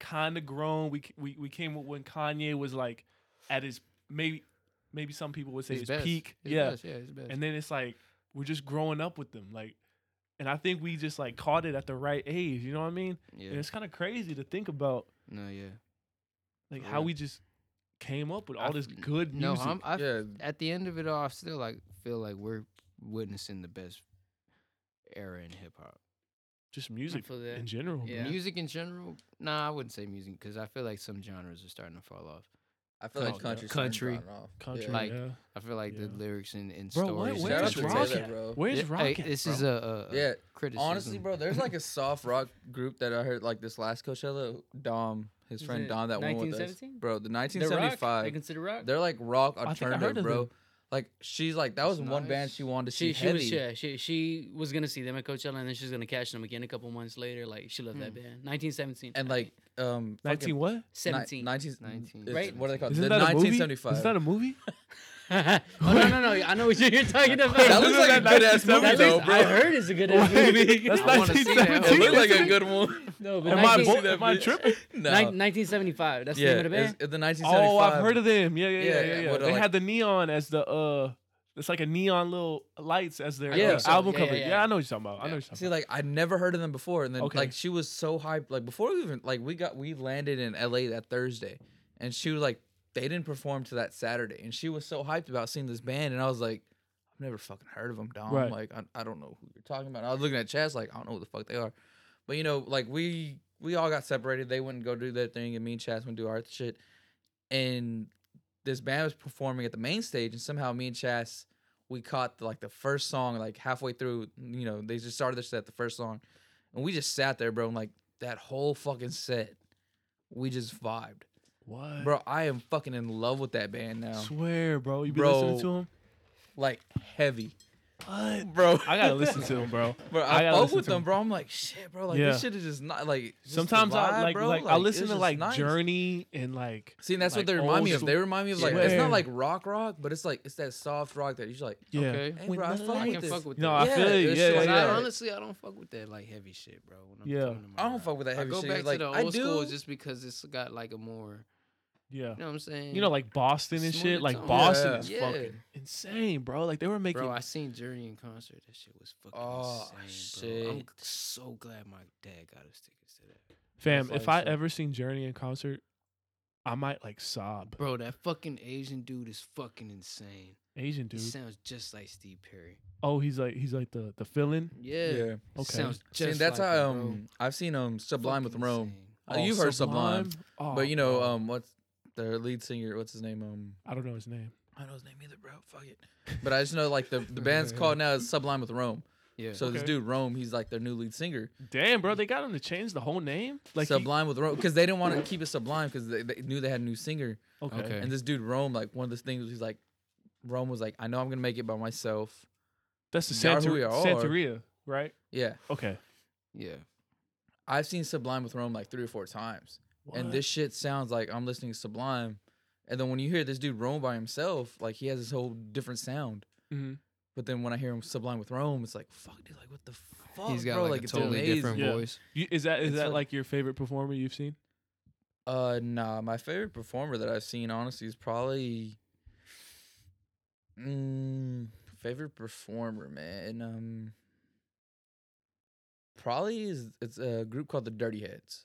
Speaker 2: kind of grown, we c- we we came with when Kanye was like at his maybe maybe some people would say his,
Speaker 4: best.
Speaker 2: peak.
Speaker 4: It's
Speaker 2: yeah,
Speaker 4: best, yeah, it's best.
Speaker 2: and then it's like we're just growing up with them. Like And I think we just like caught it at the right age. You know what I mean?
Speaker 4: Yeah.
Speaker 2: And it's kind of crazy to think about
Speaker 4: No, yeah.
Speaker 2: like
Speaker 4: For
Speaker 2: how
Speaker 4: real.
Speaker 2: we just came up with all
Speaker 4: I-
Speaker 2: this good
Speaker 4: No,
Speaker 2: music.
Speaker 4: I'm, I
Speaker 5: yeah,
Speaker 4: at the end of it all, I still like feel like we're witnessing the best era in hip hop.
Speaker 2: just music
Speaker 3: feel that.
Speaker 2: in general.
Speaker 3: Yeah.
Speaker 4: Music in general, nah, I wouldn't say music because I feel like some genres are starting to fall off.
Speaker 5: I feel like
Speaker 4: Country.
Speaker 5: country.
Speaker 4: Country.
Speaker 2: Country,
Speaker 5: Yeah.
Speaker 4: Like,
Speaker 2: yeah.
Speaker 4: I feel like
Speaker 2: Yeah.
Speaker 4: the lyrics and, and
Speaker 2: Bro, what-
Speaker 4: stories.
Speaker 2: where's
Speaker 5: Shout out
Speaker 4: and
Speaker 5: to
Speaker 4: shit like
Speaker 2: Rock
Speaker 4: that.
Speaker 5: Taylor,
Speaker 2: at?
Speaker 5: bro.
Speaker 2: Where's
Speaker 4: Th-
Speaker 2: Rock?
Speaker 4: hey,
Speaker 2: at,
Speaker 4: this
Speaker 2: bro?
Speaker 4: is a, a, a
Speaker 5: Yeah,
Speaker 4: criticism.
Speaker 5: Honestly, bro, there's like a soft rock group that I heard like this last Coachella. Dom, his
Speaker 3: Is
Speaker 5: friend
Speaker 3: it
Speaker 5: Dom, that one with us,
Speaker 3: 1917?
Speaker 5: bro. The
Speaker 3: They're rock. They
Speaker 5: 1975.
Speaker 3: consider rock.
Speaker 5: They're like rock
Speaker 2: I think I heard
Speaker 5: alternative,
Speaker 2: of
Speaker 5: bro.
Speaker 2: them.
Speaker 5: Like she's like that was
Speaker 4: That's
Speaker 5: one band
Speaker 4: nice.
Speaker 5: she wanted to see
Speaker 3: She she was
Speaker 5: heavy.
Speaker 3: yeah, she she was gonna see them at Coachella and then she's gonna catch them again a couple months later. Like she loved that band. 1917.
Speaker 5: Hmm. and
Speaker 3: I
Speaker 5: like
Speaker 3: think.
Speaker 5: um
Speaker 2: Nineteen what?
Speaker 3: 17.
Speaker 5: 19,
Speaker 4: 19.
Speaker 5: right? What are they called?
Speaker 2: Isn't
Speaker 5: the
Speaker 2: that a movie?
Speaker 5: 1975.
Speaker 2: Is that a movie?
Speaker 3: <laughs> oh, no no no! I know what you're talking about.
Speaker 5: That looks like a good
Speaker 2: <laughs>
Speaker 5: ass
Speaker 2: That
Speaker 5: movie,
Speaker 3: <laughs> That
Speaker 5: though,
Speaker 3: looks- I
Speaker 5: bro.
Speaker 3: heard it's a
Speaker 5: <laughs>
Speaker 3: good ass <laughs> movie.
Speaker 2: That's
Speaker 4: I wanna see that.
Speaker 5: It
Speaker 2: 1917.
Speaker 5: looked like a good one.
Speaker 3: no, but
Speaker 2: Am I,
Speaker 3: 19
Speaker 2: bo-
Speaker 5: see that
Speaker 2: am I
Speaker 5: bitch.
Speaker 2: tripping?
Speaker 5: <laughs> No.
Speaker 3: nine- 1975. That's
Speaker 5: yeah,
Speaker 3: the name of the
Speaker 5: it's-
Speaker 3: band.
Speaker 5: it's the 1975.
Speaker 2: Oh, I've heard of them. Yeah, yeah, yeah, yeah.
Speaker 5: Yeah, yeah,
Speaker 2: yeah.
Speaker 5: what are
Speaker 2: They
Speaker 5: like-
Speaker 2: had the neon as the uh, it's like a neon little lights as their
Speaker 3: I
Speaker 2: uh,
Speaker 5: think so.
Speaker 2: album
Speaker 3: Yeah,
Speaker 2: cover.
Speaker 3: yeah,
Speaker 2: Yeah,
Speaker 3: yeah.
Speaker 2: I know what you're talking about. I know
Speaker 3: Yeah.
Speaker 2: what you're
Speaker 5: See,
Speaker 2: talking about.
Speaker 5: like I'd never heard of them before, and then
Speaker 2: Okay.
Speaker 5: like she was so hyped. Like before we even like we got we landed in LA that Thursday, and she was like they didn't perform to that Saturday, and she was so hyped about seeing this band, and I was like, I've never fucking heard of them, Dom.
Speaker 2: Right.
Speaker 5: Like I, I don't know who you're talking about. And I was looking at Chaz like I don't know who the fuck they are, but you know like we we all got separated. They wouldn't go do their thing, and me and Chaz went do our shit, and this band was performing at the main stage, and somehow me and Chaz we caught the, like the first song like halfway through you know they just started this at the first song and we just sat there bro and like that whole fucking set we just vibed
Speaker 2: What?
Speaker 5: bro i am fucking in love with that band now
Speaker 2: Swear, bro. You be
Speaker 5: Bro.
Speaker 2: listening to him?
Speaker 5: like heavy
Speaker 2: What?
Speaker 5: bro <laughs>
Speaker 2: I gotta listen to him, bro.
Speaker 5: bro
Speaker 2: I
Speaker 5: i,
Speaker 2: gotta
Speaker 5: fuck
Speaker 2: listen
Speaker 5: with
Speaker 2: to
Speaker 5: them
Speaker 2: 'em.
Speaker 5: bro i'm like shit bro like
Speaker 2: Yeah.
Speaker 5: this shit is just not like just the
Speaker 2: Sometimes I
Speaker 5: vibe,
Speaker 2: like,
Speaker 5: bro.
Speaker 2: like, I
Speaker 5: it's
Speaker 2: listen to
Speaker 5: just
Speaker 2: like
Speaker 5: nice.
Speaker 2: Journey and like.
Speaker 5: See, and that's
Speaker 2: like,
Speaker 5: what they
Speaker 2: old
Speaker 5: remind me of.
Speaker 2: school-
Speaker 5: They remind me of like it's
Speaker 2: Swear.
Speaker 5: not like rock rock, but it's like it's that soft rock that you're just like,
Speaker 2: Yeah.
Speaker 4: Okay.
Speaker 5: hey,
Speaker 2: When
Speaker 5: bro, I
Speaker 2: the
Speaker 5: fuck
Speaker 4: I
Speaker 5: with
Speaker 4: can
Speaker 5: this.
Speaker 4: fuck with
Speaker 2: No,
Speaker 4: that.
Speaker 2: I feel you.
Speaker 5: it's
Speaker 2: Yeah,
Speaker 5: just
Speaker 2: yeah,
Speaker 4: But
Speaker 5: like-
Speaker 4: I
Speaker 2: yeah.
Speaker 4: honestly, I don't fuck with that like heavy shit, bro. When I'm
Speaker 2: Yeah.
Speaker 4: coming to my
Speaker 5: I don't
Speaker 4: ride.
Speaker 5: fuck with that
Speaker 4: I
Speaker 5: heavy
Speaker 4: go
Speaker 5: shit.
Speaker 4: back
Speaker 5: It's like,
Speaker 4: to the
Speaker 5: I
Speaker 4: old school
Speaker 5: do-
Speaker 4: just because it's got like a more,
Speaker 2: Yeah.
Speaker 4: you know what I'm saying?
Speaker 2: You know, like Boston and
Speaker 4: Smoother
Speaker 2: shit. Like
Speaker 4: tone.
Speaker 2: Boston
Speaker 5: Yeah.
Speaker 2: is
Speaker 4: Yeah.
Speaker 2: fucking insane, bro. Like they were making.
Speaker 4: Bro, I seen Journey in concert. That shit was fucking
Speaker 5: Oh,
Speaker 4: insane, bro. I'm
Speaker 5: shit.
Speaker 4: so glad my dad got us tickets to that.
Speaker 2: <laughs> fam,
Speaker 5: That's
Speaker 2: if
Speaker 5: like
Speaker 2: I
Speaker 5: some-
Speaker 2: ever seen Journey in concert, I might like sob.
Speaker 4: Bro, that fucking Asian dude is fucking insane.
Speaker 2: Asian dude.
Speaker 4: He sounds just like Steve Perry.
Speaker 2: Oh, he's like he's like the the villain.
Speaker 4: Yeah.
Speaker 5: yeah.
Speaker 4: He
Speaker 2: Okay.
Speaker 4: Sounds
Speaker 5: See,
Speaker 4: just
Speaker 5: and that's
Speaker 4: like
Speaker 5: how
Speaker 4: him, bro.
Speaker 5: um I've seen um Sublime with
Speaker 4: Fucking
Speaker 5: Rome.
Speaker 4: insane.
Speaker 5: Uh, you've heard Sublime,
Speaker 2: Oh,
Speaker 5: but you know
Speaker 2: bro.
Speaker 5: um what's their lead singer? What's his name? Um,
Speaker 2: I don't know his name.
Speaker 5: I don't know his name either, bro. Fuck it. But I just know like the
Speaker 2: <laughs>
Speaker 5: the band's called now is Sublime with Rome.
Speaker 4: Yeah.
Speaker 5: So this
Speaker 2: Okay.
Speaker 5: dude Rome, he's like their new lead singer.
Speaker 2: Damn, bro, they got him to change the whole name. Like he-
Speaker 5: Sublime with Rome, because they didn't want to keep it Sublime because they, they knew they had a new singer.
Speaker 2: okay.
Speaker 4: Okay.
Speaker 5: And this dude Rome, like one of the things, he's like, Rome was like, I know I'm gonna make it by myself.
Speaker 2: that's the
Speaker 5: They are who
Speaker 2: Santor-
Speaker 5: we are.
Speaker 2: Santeria, right?
Speaker 5: Yeah,
Speaker 2: Okay.
Speaker 4: yeah.
Speaker 5: I've seen Sublime with Rome like three or four times. and
Speaker 2: What?
Speaker 5: this shit sounds like I'm listening to Sublime. And then when you hear this dude Rome by himself, like he has this whole different sound.
Speaker 2: Mhm.
Speaker 5: But then when I hear him Sublime with Rome, it's like fuck, dude, like what the fuck,
Speaker 4: He's got
Speaker 5: bro?
Speaker 4: Oh, like, a
Speaker 5: it's
Speaker 4: totally
Speaker 5: amazing.
Speaker 4: different
Speaker 2: Yeah.
Speaker 4: voice.
Speaker 2: You, is that is
Speaker 5: It's
Speaker 2: that
Speaker 5: like-
Speaker 2: like your favorite performer you've seen?
Speaker 5: Uh, nah, my favorite performer that I've seen, honestly, is probably mm, favorite performer, man. Um, probably is it's a group called the Dirty Heads.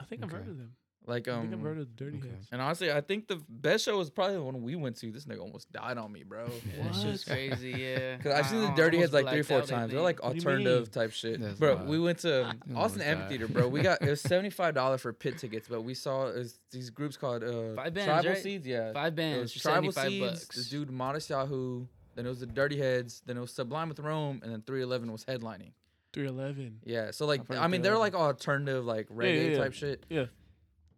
Speaker 2: I think I've heard
Speaker 4: Okay.
Speaker 2: of them.
Speaker 5: Like
Speaker 2: I
Speaker 5: um,
Speaker 2: think I've heard of Dirty
Speaker 4: okay.
Speaker 2: Heads.
Speaker 5: And honestly, I think the best show was probably the one we went to. This nigga almost died on me, bro.
Speaker 4: Yeah,
Speaker 3: That
Speaker 4: it's
Speaker 3: shit's
Speaker 5: <laughs>
Speaker 4: just-
Speaker 3: crazy, yeah.
Speaker 5: Cause I've
Speaker 3: I-
Speaker 5: seen the
Speaker 3: I
Speaker 5: Dirty Heads
Speaker 3: almost
Speaker 5: like three or
Speaker 3: blacked
Speaker 5: four
Speaker 3: out, Ah, I
Speaker 5: times. They're
Speaker 3: think.
Speaker 5: like
Speaker 2: What do you mean?
Speaker 5: alternative type shit,
Speaker 4: That's
Speaker 5: bro.
Speaker 4: wild.
Speaker 5: We went to um,
Speaker 4: almost
Speaker 5: Austin
Speaker 4: died.
Speaker 5: Amphitheater, bro. We got it was seventy five dollars for pit tickets, but we saw it was these groups called uh,
Speaker 3: Five bands,
Speaker 5: Tribal
Speaker 3: right?
Speaker 5: Seeds. Yeah,
Speaker 3: five
Speaker 5: It
Speaker 3: bands
Speaker 5: was
Speaker 3: for
Speaker 5: uh, Tribal
Speaker 3: 75
Speaker 5: Seeds,
Speaker 3: bucks.
Speaker 5: this dude Modest Yahoo, then it was the Dirty Heads, then it was Sublime with Rome, and then Three Eleven was headlining.
Speaker 2: Three Eleven.
Speaker 5: Yeah, so like
Speaker 2: I've heard
Speaker 5: I
Speaker 2: of
Speaker 5: mean they're
Speaker 2: 311.
Speaker 5: like alternative like reggae
Speaker 2: yeah, yeah.
Speaker 5: type shit.
Speaker 2: Yeah.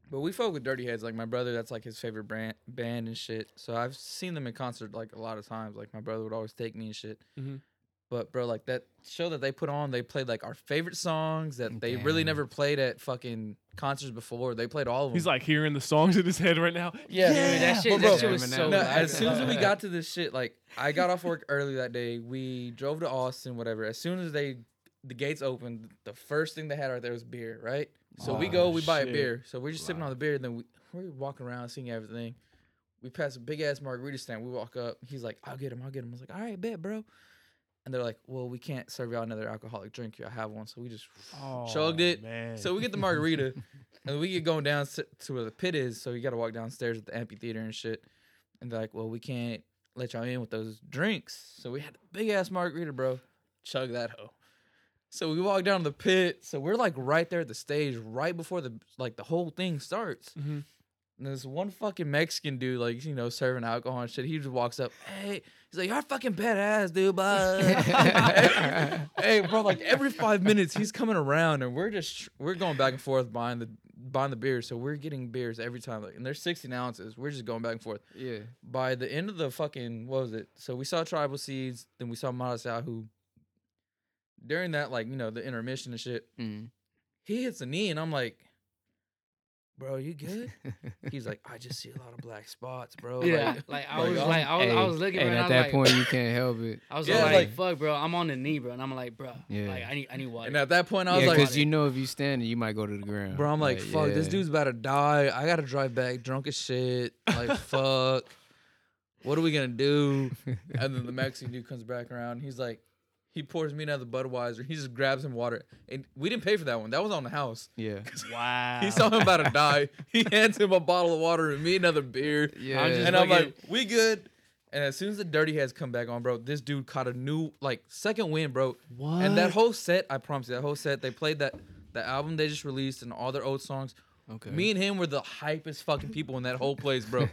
Speaker 5: But we fuck with Dirty Heads. Like my brother, that's like his favorite brand, band and shit. So I've seen them in concert like a lot of times. Like my brother would always take me and shit.
Speaker 2: Mhm.
Speaker 5: But bro, like that show that they put on, they played like our favorite songs that they really
Speaker 4: Damn.
Speaker 5: never played at fucking concerts before. They played all of them.
Speaker 2: He's like hearing the songs in his head right now. <laughs>
Speaker 5: yeah,
Speaker 3: Dude, that shit,
Speaker 5: But
Speaker 3: that
Speaker 5: bro,
Speaker 3: shit was
Speaker 4: Eminem.
Speaker 3: so
Speaker 5: no,
Speaker 3: loud.
Speaker 5: as soon as we got to this shit, like I got off work early that day. We drove to Austin, whatever. As soon as they the gates opened, the first thing they had right there was beer, right? So we
Speaker 2: Oh,
Speaker 5: go, we buy a
Speaker 2: shit.
Speaker 5: beer. So we're just sipping
Speaker 4: Wow.
Speaker 5: on the beer, then we we're walking around seeing everything. We pass a big ass margarita stand. We walk up. He's like, "I'll get him. I'll get him." I was like, "All right, bet, bro." and they're like, "Well, we can't serve y'all another alcoholic drink. Y'all have one." So we just chugged it.
Speaker 2: Oh, Man.
Speaker 5: So we get the margarita, and we get going down s- to where the pit is. So you got to walk downstairs at the amphitheater and shit. And they're like, "Well, we can't let y'all in with those drinks." So we had a big ass margarita, bro. Chug that hoe. So we walk down to the pit. So we're like right there at the stage, right before the like the whole thing starts.
Speaker 2: Mhm.
Speaker 5: And this one fucking Mexican dude, like you know, serving alcohol and shit. He just walks up, hey, he's like, "You're fucking badass, dude, bud." hey, bro, like every five minutes he's coming around, and we're just we're going back and forth buying the buying the beers. So we're getting beers every time, like, and they're sixteen ounces. We're just going back and forth.
Speaker 4: Yeah.
Speaker 5: By the end of the fucking what was it? So we saw Tribal Seeds, then we saw Madasahu. During that, like you know, the intermission and shit,
Speaker 4: Mm. <laughs>
Speaker 5: he hits a knee, and I'm like, "Bro, you good?" He's like, "I just see a lot of black spots, bro."
Speaker 3: Yeah,
Speaker 5: Like,
Speaker 3: like, I was like, I was, I was looking
Speaker 4: and
Speaker 3: right
Speaker 4: at
Speaker 3: now,
Speaker 4: that
Speaker 3: like,
Speaker 4: point you can't help it.
Speaker 3: I was
Speaker 5: Yeah,
Speaker 3: like,
Speaker 5: like-
Speaker 3: fuck, bro, I'm on the knee, bro, and I'm like, bro,
Speaker 4: Yeah.
Speaker 3: like I need, I need water.
Speaker 5: and at that point, I
Speaker 4: Yeah,
Speaker 5: was like,
Speaker 4: because you know if you standing, you might go to the ground.
Speaker 5: Bro, I'm like, fuck, this
Speaker 4: yeah.
Speaker 5: dude's about to die. I gotta drive back drunk as shit. Like, fuck. What are we gonna do? And then the Mexican dude comes back around. He's like, he pours me another Budweiser. He just grabs some water. And we didn't pay for that one. That was on the house.
Speaker 4: Yeah.
Speaker 2: <laughs> wow.
Speaker 5: He saw him about to die. He hands him a bottle of water and me another beer.
Speaker 4: Yeah.
Speaker 3: just-
Speaker 5: And I'm
Speaker 3: fucking-
Speaker 5: like, we good. And as soon as the dirty heads come back on, bro, this dude caught a new like second win, bro.
Speaker 2: What?
Speaker 5: And that whole set, I promise you, that whole set, they played that the album they just released and all their old songs.
Speaker 4: okay.
Speaker 5: Me and him were the hypest fucking people in that whole place, bro.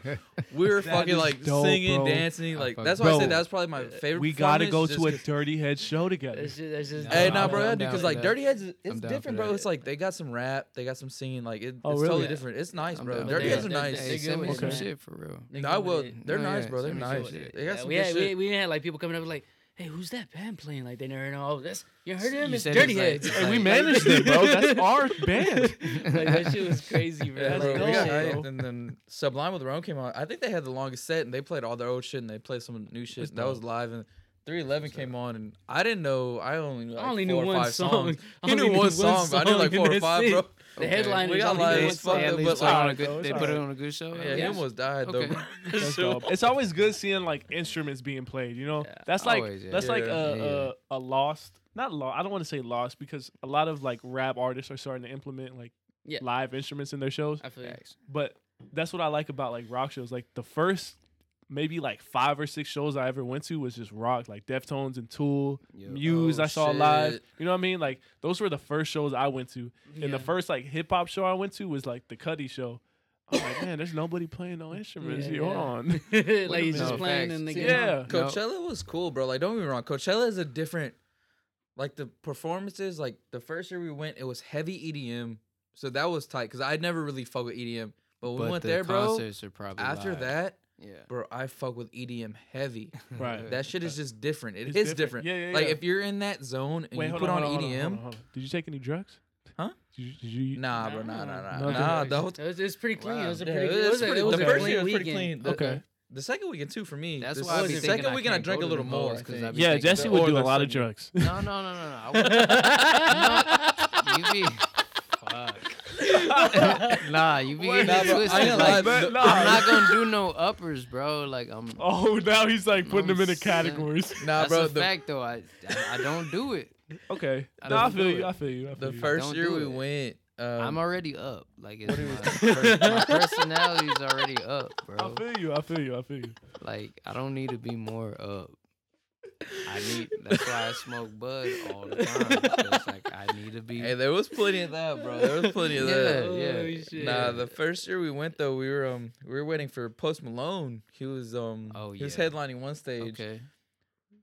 Speaker 5: We were fucking
Speaker 2: is
Speaker 5: like
Speaker 2: dope,
Speaker 5: singing,
Speaker 2: bro.
Speaker 5: dancing, like
Speaker 4: fuck
Speaker 5: that's
Speaker 2: with
Speaker 5: why I
Speaker 2: that.
Speaker 5: said
Speaker 2: Bro,
Speaker 5: that was probably my favorite.
Speaker 2: we gotta go
Speaker 5: performance,
Speaker 2: to
Speaker 5: just
Speaker 2: a
Speaker 5: 'cause-
Speaker 2: dirty head show together.
Speaker 3: That's just, that's just,
Speaker 5: Hey,
Speaker 4: Nah,
Speaker 5: nah,
Speaker 4: I'm
Speaker 5: bro,
Speaker 4: down
Speaker 5: that- because
Speaker 4: for
Speaker 5: like
Speaker 4: that.
Speaker 5: Dirty Heads, is-
Speaker 4: I'm
Speaker 5: it's
Speaker 4: down for
Speaker 5: different, bro.
Speaker 4: that.
Speaker 5: It's like they got some rap, they got some singing, like it,
Speaker 2: Oh,
Speaker 5: it's
Speaker 2: really?
Speaker 5: totally
Speaker 2: Yeah.
Speaker 5: different. It's nice,
Speaker 4: I'm
Speaker 5: bro.
Speaker 4: down.
Speaker 5: Dirty
Speaker 4: They-
Speaker 5: Heads are
Speaker 3: they-
Speaker 5: nice.
Speaker 3: they
Speaker 4: Hey,
Speaker 3: good
Speaker 4: send me
Speaker 3: with
Speaker 4: some
Speaker 3: it.
Speaker 4: shit for real.
Speaker 5: No, I will. They're
Speaker 4: No,
Speaker 5: nice,
Speaker 4: yeah,
Speaker 5: bro. They're
Speaker 4: send me
Speaker 5: nice.
Speaker 4: some shit.
Speaker 5: They got some
Speaker 3: we,
Speaker 5: good
Speaker 3: had, we,
Speaker 5: shit.
Speaker 3: we had like people coming up like, hey, who's that band playing? Like they never know. Oh, that's you heard of them?
Speaker 4: You
Speaker 3: It's
Speaker 4: said
Speaker 3: Dirty
Speaker 4: it's
Speaker 3: Heads.
Speaker 4: like-
Speaker 2: Hey, we
Speaker 4: Like-
Speaker 2: managed it, bro.
Speaker 3: <laughs>
Speaker 5: <laughs>
Speaker 2: That's our band.
Speaker 3: like that shit was crazy, bro.
Speaker 5: Yeah,
Speaker 3: That's
Speaker 5: bro,
Speaker 3: dope.
Speaker 5: we got,
Speaker 2: shit,
Speaker 5: hyped,
Speaker 2: bro.
Speaker 5: and then Sublime with Rome came on. I think they had the longest set, and they played all their old shit, and they played some new shit.
Speaker 2: That's
Speaker 5: and that was
Speaker 2: dope.
Speaker 5: live, and 311 came on, and I didn't know. I only knew. Like
Speaker 3: I only
Speaker 5: four
Speaker 3: knew
Speaker 5: or
Speaker 3: one
Speaker 5: five
Speaker 3: song.
Speaker 5: Songs.
Speaker 3: I
Speaker 5: He
Speaker 3: only
Speaker 5: knew one song,
Speaker 3: song,
Speaker 5: but I knew like
Speaker 3: and
Speaker 5: four or
Speaker 3: that's
Speaker 5: five,
Speaker 3: it.
Speaker 5: bro.
Speaker 3: The
Speaker 4: Okay.
Speaker 3: headline
Speaker 5: We
Speaker 3: is
Speaker 5: got
Speaker 3: only
Speaker 5: live
Speaker 3: one
Speaker 5: as fuck.
Speaker 3: song.
Speaker 5: Yeah,
Speaker 4: At
Speaker 5: but
Speaker 4: least put
Speaker 5: like-
Speaker 4: on a
Speaker 2: Oh,
Speaker 4: good, they
Speaker 2: it's
Speaker 4: put it
Speaker 2: alright.
Speaker 4: on a good show.
Speaker 5: Yeah,
Speaker 4: I
Speaker 5: he
Speaker 4: guess.
Speaker 5: almost died
Speaker 4: Okay.
Speaker 5: though. bro.
Speaker 2: That's
Speaker 5: So-
Speaker 2: dope. It's always good seeing like instruments being played. You know,
Speaker 3: Yeah,
Speaker 2: that's like
Speaker 4: always, yeah.
Speaker 2: that's like
Speaker 5: Yeah.
Speaker 2: a,
Speaker 4: Yeah, yeah.
Speaker 2: a a lost, not lost. I don't want to say lost because a lot of like rap artists are starting to implement like
Speaker 3: Yeah.
Speaker 2: live instruments in their shows.
Speaker 3: I feel you.
Speaker 4: Facts.
Speaker 2: But that's what I like about like rock shows. Like the first maybe like five or six shows I ever went to was just rock, like Deftones and Tool,
Speaker 4: Yeah.
Speaker 2: Muse.
Speaker 5: Oh,
Speaker 2: I saw live.
Speaker 5: shit.
Speaker 2: You know what I mean? Like those were the first shows I went to. And
Speaker 3: Yeah.
Speaker 2: the first like hip hop show I went to was like the Cuddy show. I'm like, man, there's nobody playing no instruments.
Speaker 3: Yeah,
Speaker 2: here. Hold
Speaker 3: yeah.
Speaker 2: on.
Speaker 3: <laughs> like he's
Speaker 4: minute.
Speaker 3: just
Speaker 4: No,
Speaker 3: playing
Speaker 4: facts.
Speaker 3: and they
Speaker 4: See,
Speaker 3: get
Speaker 2: yeah.
Speaker 3: on.
Speaker 4: No.
Speaker 5: Coachella was cool, bro. Like, don't get me wrong. Coachella is a different, like the performances. Like the first year we went, it was heavy EDM, so that was tight because I never really fuck with EDM. But when
Speaker 4: But
Speaker 5: we went
Speaker 4: the
Speaker 5: there, bro.
Speaker 4: concerts are probably
Speaker 5: After
Speaker 4: live.
Speaker 5: that,
Speaker 4: yeah. <laughs>
Speaker 5: bro, I fuck with EDM heavy.
Speaker 2: Right.
Speaker 5: That shit is just different.
Speaker 2: It's
Speaker 5: It is
Speaker 2: different.
Speaker 5: different.
Speaker 2: Yeah, yeah,
Speaker 5: Like
Speaker 2: yeah.
Speaker 5: if you're in that zone and
Speaker 2: Wait,
Speaker 5: you
Speaker 2: hold
Speaker 5: put on, E
Speaker 2: hold
Speaker 5: EDM,
Speaker 2: hold on, hold on. Did you take any drugs?
Speaker 5: Huh?
Speaker 2: Did you, did you
Speaker 5: nah, bro, nah, nah, nah, nah.
Speaker 2: Nothing.
Speaker 5: the whole
Speaker 3: It was, it was pretty clean. It was a
Speaker 5: Yeah,
Speaker 3: pretty.
Speaker 5: it's
Speaker 3: It was, a-
Speaker 5: pretty-
Speaker 3: it was
Speaker 5: the
Speaker 3: a
Speaker 5: first
Speaker 3: clean
Speaker 5: year was pretty
Speaker 3: weekend.
Speaker 5: clean. The,
Speaker 2: Okay.
Speaker 5: The second weekend too for me.
Speaker 4: That's
Speaker 5: the
Speaker 4: why I
Speaker 5: s-
Speaker 4: be thinking
Speaker 5: second
Speaker 4: I
Speaker 5: weekend I
Speaker 4: can't
Speaker 5: drank
Speaker 4: go to
Speaker 5: a little
Speaker 4: the
Speaker 5: more.
Speaker 4: bars 'cause I be
Speaker 2: Yeah,
Speaker 4: thinking
Speaker 2: Jesse
Speaker 4: that-
Speaker 2: would
Speaker 5: or
Speaker 2: do a
Speaker 5: the
Speaker 2: lot of
Speaker 5: second- <laughs>
Speaker 2: drugs.
Speaker 4: No, no, no, no, no. <laughs> I wouldn't- no. You be. <laughs> Fuck. nah,
Speaker 2: <laughs>
Speaker 4: you be
Speaker 5: Wait,
Speaker 4: getting
Speaker 5: nah,
Speaker 4: it
Speaker 5: bro, I
Speaker 4: twisted.
Speaker 5: ain't
Speaker 4: like,
Speaker 5: gonna lie,
Speaker 2: but-
Speaker 4: I'm not gonna do no uppers, bro. Like I'm.
Speaker 2: Oh, now he's like putting
Speaker 4: I'm
Speaker 2: them into
Speaker 4: saying-
Speaker 5: <laughs>
Speaker 2: categories.
Speaker 5: Nah,
Speaker 4: that's
Speaker 5: bro.
Speaker 4: a
Speaker 5: The,
Speaker 4: fact, though. I, I I don't do it.
Speaker 2: Okay.
Speaker 4: I
Speaker 2: No, I
Speaker 4: don't
Speaker 2: feel
Speaker 4: do
Speaker 2: you.
Speaker 4: it.
Speaker 2: I feel you. I feel
Speaker 5: the
Speaker 2: you.
Speaker 5: first
Speaker 4: Don't
Speaker 5: year
Speaker 4: do
Speaker 5: we
Speaker 4: it.
Speaker 5: went, um,
Speaker 4: I'm already up. Like it's
Speaker 5: do
Speaker 4: my, pers- my personality's already up,
Speaker 2: I
Speaker 4: bro.
Speaker 2: feel you. I feel you. I feel you.
Speaker 4: Like I don't need to be more up. I need. That's why I smoke bud all the time. 'cause, like I need to be.
Speaker 5: hey, there was plenty of that, bro. There was plenty
Speaker 4: <laughs>
Speaker 5: of
Speaker 4: yeah, Oh,
Speaker 5: that.
Speaker 4: yeah.
Speaker 3: Holy shit.
Speaker 5: Nah, the first year we went though, we were um we were waiting for Post Malone. He was um
Speaker 4: Oh,
Speaker 5: he was
Speaker 4: yeah.
Speaker 5: headlining one stage,
Speaker 4: Okay.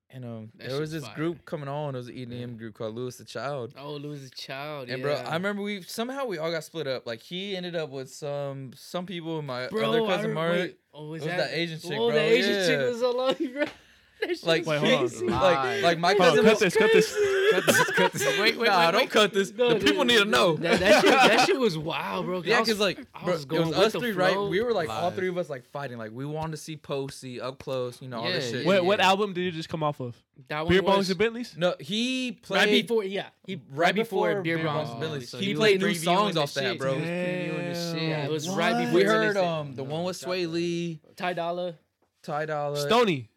Speaker 5: and um
Speaker 3: That
Speaker 5: there was
Speaker 3: shit's
Speaker 5: this
Speaker 3: fire.
Speaker 5: group coming on. It was an EDM group called Lewis the Child.
Speaker 3: Oh, lose a child.
Speaker 5: And
Speaker 3: yeah.
Speaker 5: bro, I remember we somehow we all got split up. Like he ended up with some some people in my
Speaker 3: Bro,
Speaker 5: other
Speaker 3: I
Speaker 5: cousin
Speaker 3: re-
Speaker 5: Mark.
Speaker 3: wait, oh, was
Speaker 5: it was
Speaker 3: that,
Speaker 5: that Asian chick,
Speaker 3: Oh,
Speaker 5: bro,
Speaker 3: the Asian chick
Speaker 5: yeah.
Speaker 3: was alive, bro. <laughs> That shit
Speaker 5: Like,
Speaker 3: was
Speaker 2: Wait, hold on.
Speaker 3: crazy.
Speaker 5: like, like my
Speaker 2: Hold on,
Speaker 5: cousin.
Speaker 2: cut this. Cut this.
Speaker 5: cut this, cut this. <laughs> Wait, wait,
Speaker 3: <laughs>
Speaker 5: nah,
Speaker 3: wait,
Speaker 5: don't
Speaker 3: wait.
Speaker 5: cut this.
Speaker 3: No,
Speaker 5: the
Speaker 3: dude,
Speaker 5: people need to know.
Speaker 3: That,
Speaker 5: <laughs>
Speaker 3: that, shit, that shit was wild, bro.
Speaker 5: yeah,
Speaker 3: I was-
Speaker 5: because like
Speaker 3: I
Speaker 5: bro,
Speaker 3: was
Speaker 5: it
Speaker 3: going
Speaker 5: was
Speaker 3: with
Speaker 5: us
Speaker 3: the
Speaker 5: three, right?
Speaker 3: flow.
Speaker 5: We were like all
Speaker 4: Live.
Speaker 5: three of us like fighting. Like we wanted to see Posey up close, you know, all this
Speaker 4: Yeah,
Speaker 5: shit.
Speaker 2: What, what
Speaker 4: Yeah.
Speaker 2: album did you just come off of?
Speaker 3: that one
Speaker 2: Beer
Speaker 3: was
Speaker 2: Bongs and Bentleys?
Speaker 5: No, he played
Speaker 3: right before. Yeah, he, right, before, Beer Bongs.
Speaker 5: and
Speaker 3: and Bentleys.
Speaker 5: Billy's.
Speaker 4: so
Speaker 5: he,
Speaker 4: he was
Speaker 5: played new
Speaker 4: previewing
Speaker 5: songs
Speaker 4: the
Speaker 5: off that,
Speaker 4: shit.
Speaker 5: bit, bro.
Speaker 4: Yeah.
Speaker 3: Yeah, it was
Speaker 2: Damn,
Speaker 3: right
Speaker 2: what?
Speaker 3: before
Speaker 5: We
Speaker 3: the
Speaker 5: heard
Speaker 3: listing.
Speaker 5: um the one with Sway Lee,
Speaker 3: Ty Dolla.
Speaker 5: Ty Dolla,
Speaker 2: Stony.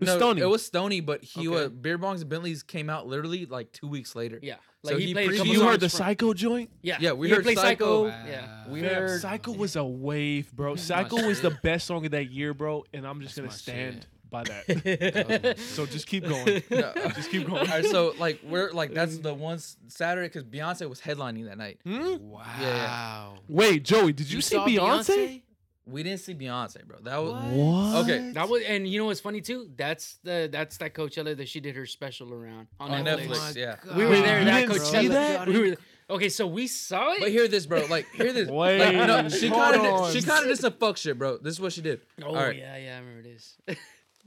Speaker 2: was Stoney.
Speaker 5: It was Stony, but he
Speaker 3: Okay.
Speaker 5: was beer bongs and Bentleys came out literally like two weeks later.
Speaker 3: Yeah,
Speaker 5: So
Speaker 3: like
Speaker 5: he
Speaker 3: he, played. a
Speaker 5: previewed-
Speaker 3: couple
Speaker 2: you heard
Speaker 3: songs
Speaker 2: the
Speaker 3: from-
Speaker 2: Psycho joint?
Speaker 3: Yeah,
Speaker 5: Yeah, we
Speaker 3: he
Speaker 5: heard
Speaker 3: played
Speaker 5: Psycho.
Speaker 2: <laughs>
Speaker 3: Yeah,
Speaker 5: <laughs> We
Speaker 2: Oh, Fam,
Speaker 5: heard
Speaker 2: Psycho was a wave, bro. Psycho was the best song of that year, bro, and I'm just gonna
Speaker 4: That's my
Speaker 2: stand
Speaker 4: shit.
Speaker 2: by
Speaker 3: <laughs>
Speaker 2: that. so just keep going.
Speaker 5: No.
Speaker 2: <laughs> Just keep
Speaker 5: <laughs> All
Speaker 2: going.
Speaker 5: right, so like we're
Speaker 3: <laughs>
Speaker 5: like that's the one s- Saturday because Beyonce was headlining that night.
Speaker 2: Hmm?
Speaker 4: Wow.
Speaker 2: Wait, Joey, did you, see
Speaker 4: saw
Speaker 2: Beyonce?
Speaker 5: We didn't see Beyonce, bro. That was
Speaker 2: What?
Speaker 5: Okay.
Speaker 3: That was, and you know what's funny too? That's the that's that Coachella that she did her special around on
Speaker 5: On
Speaker 3: Netflix.
Speaker 5: Netflix, yeah.
Speaker 3: We were
Speaker 2: Wait,
Speaker 3: there
Speaker 2: you
Speaker 3: that
Speaker 2: didn't
Speaker 3: Coachella.
Speaker 2: see that?
Speaker 3: We were, okay, so we saw it.
Speaker 5: But hear this, bro. Like hear this.
Speaker 2: Wait,
Speaker 5: like, no, she
Speaker 2: hold
Speaker 5: kind of she
Speaker 2: on.
Speaker 5: kind of did some fuck shit, bro. This is what she did.
Speaker 3: oh
Speaker 5: all right,
Speaker 3: yeah, yeah, I remember this.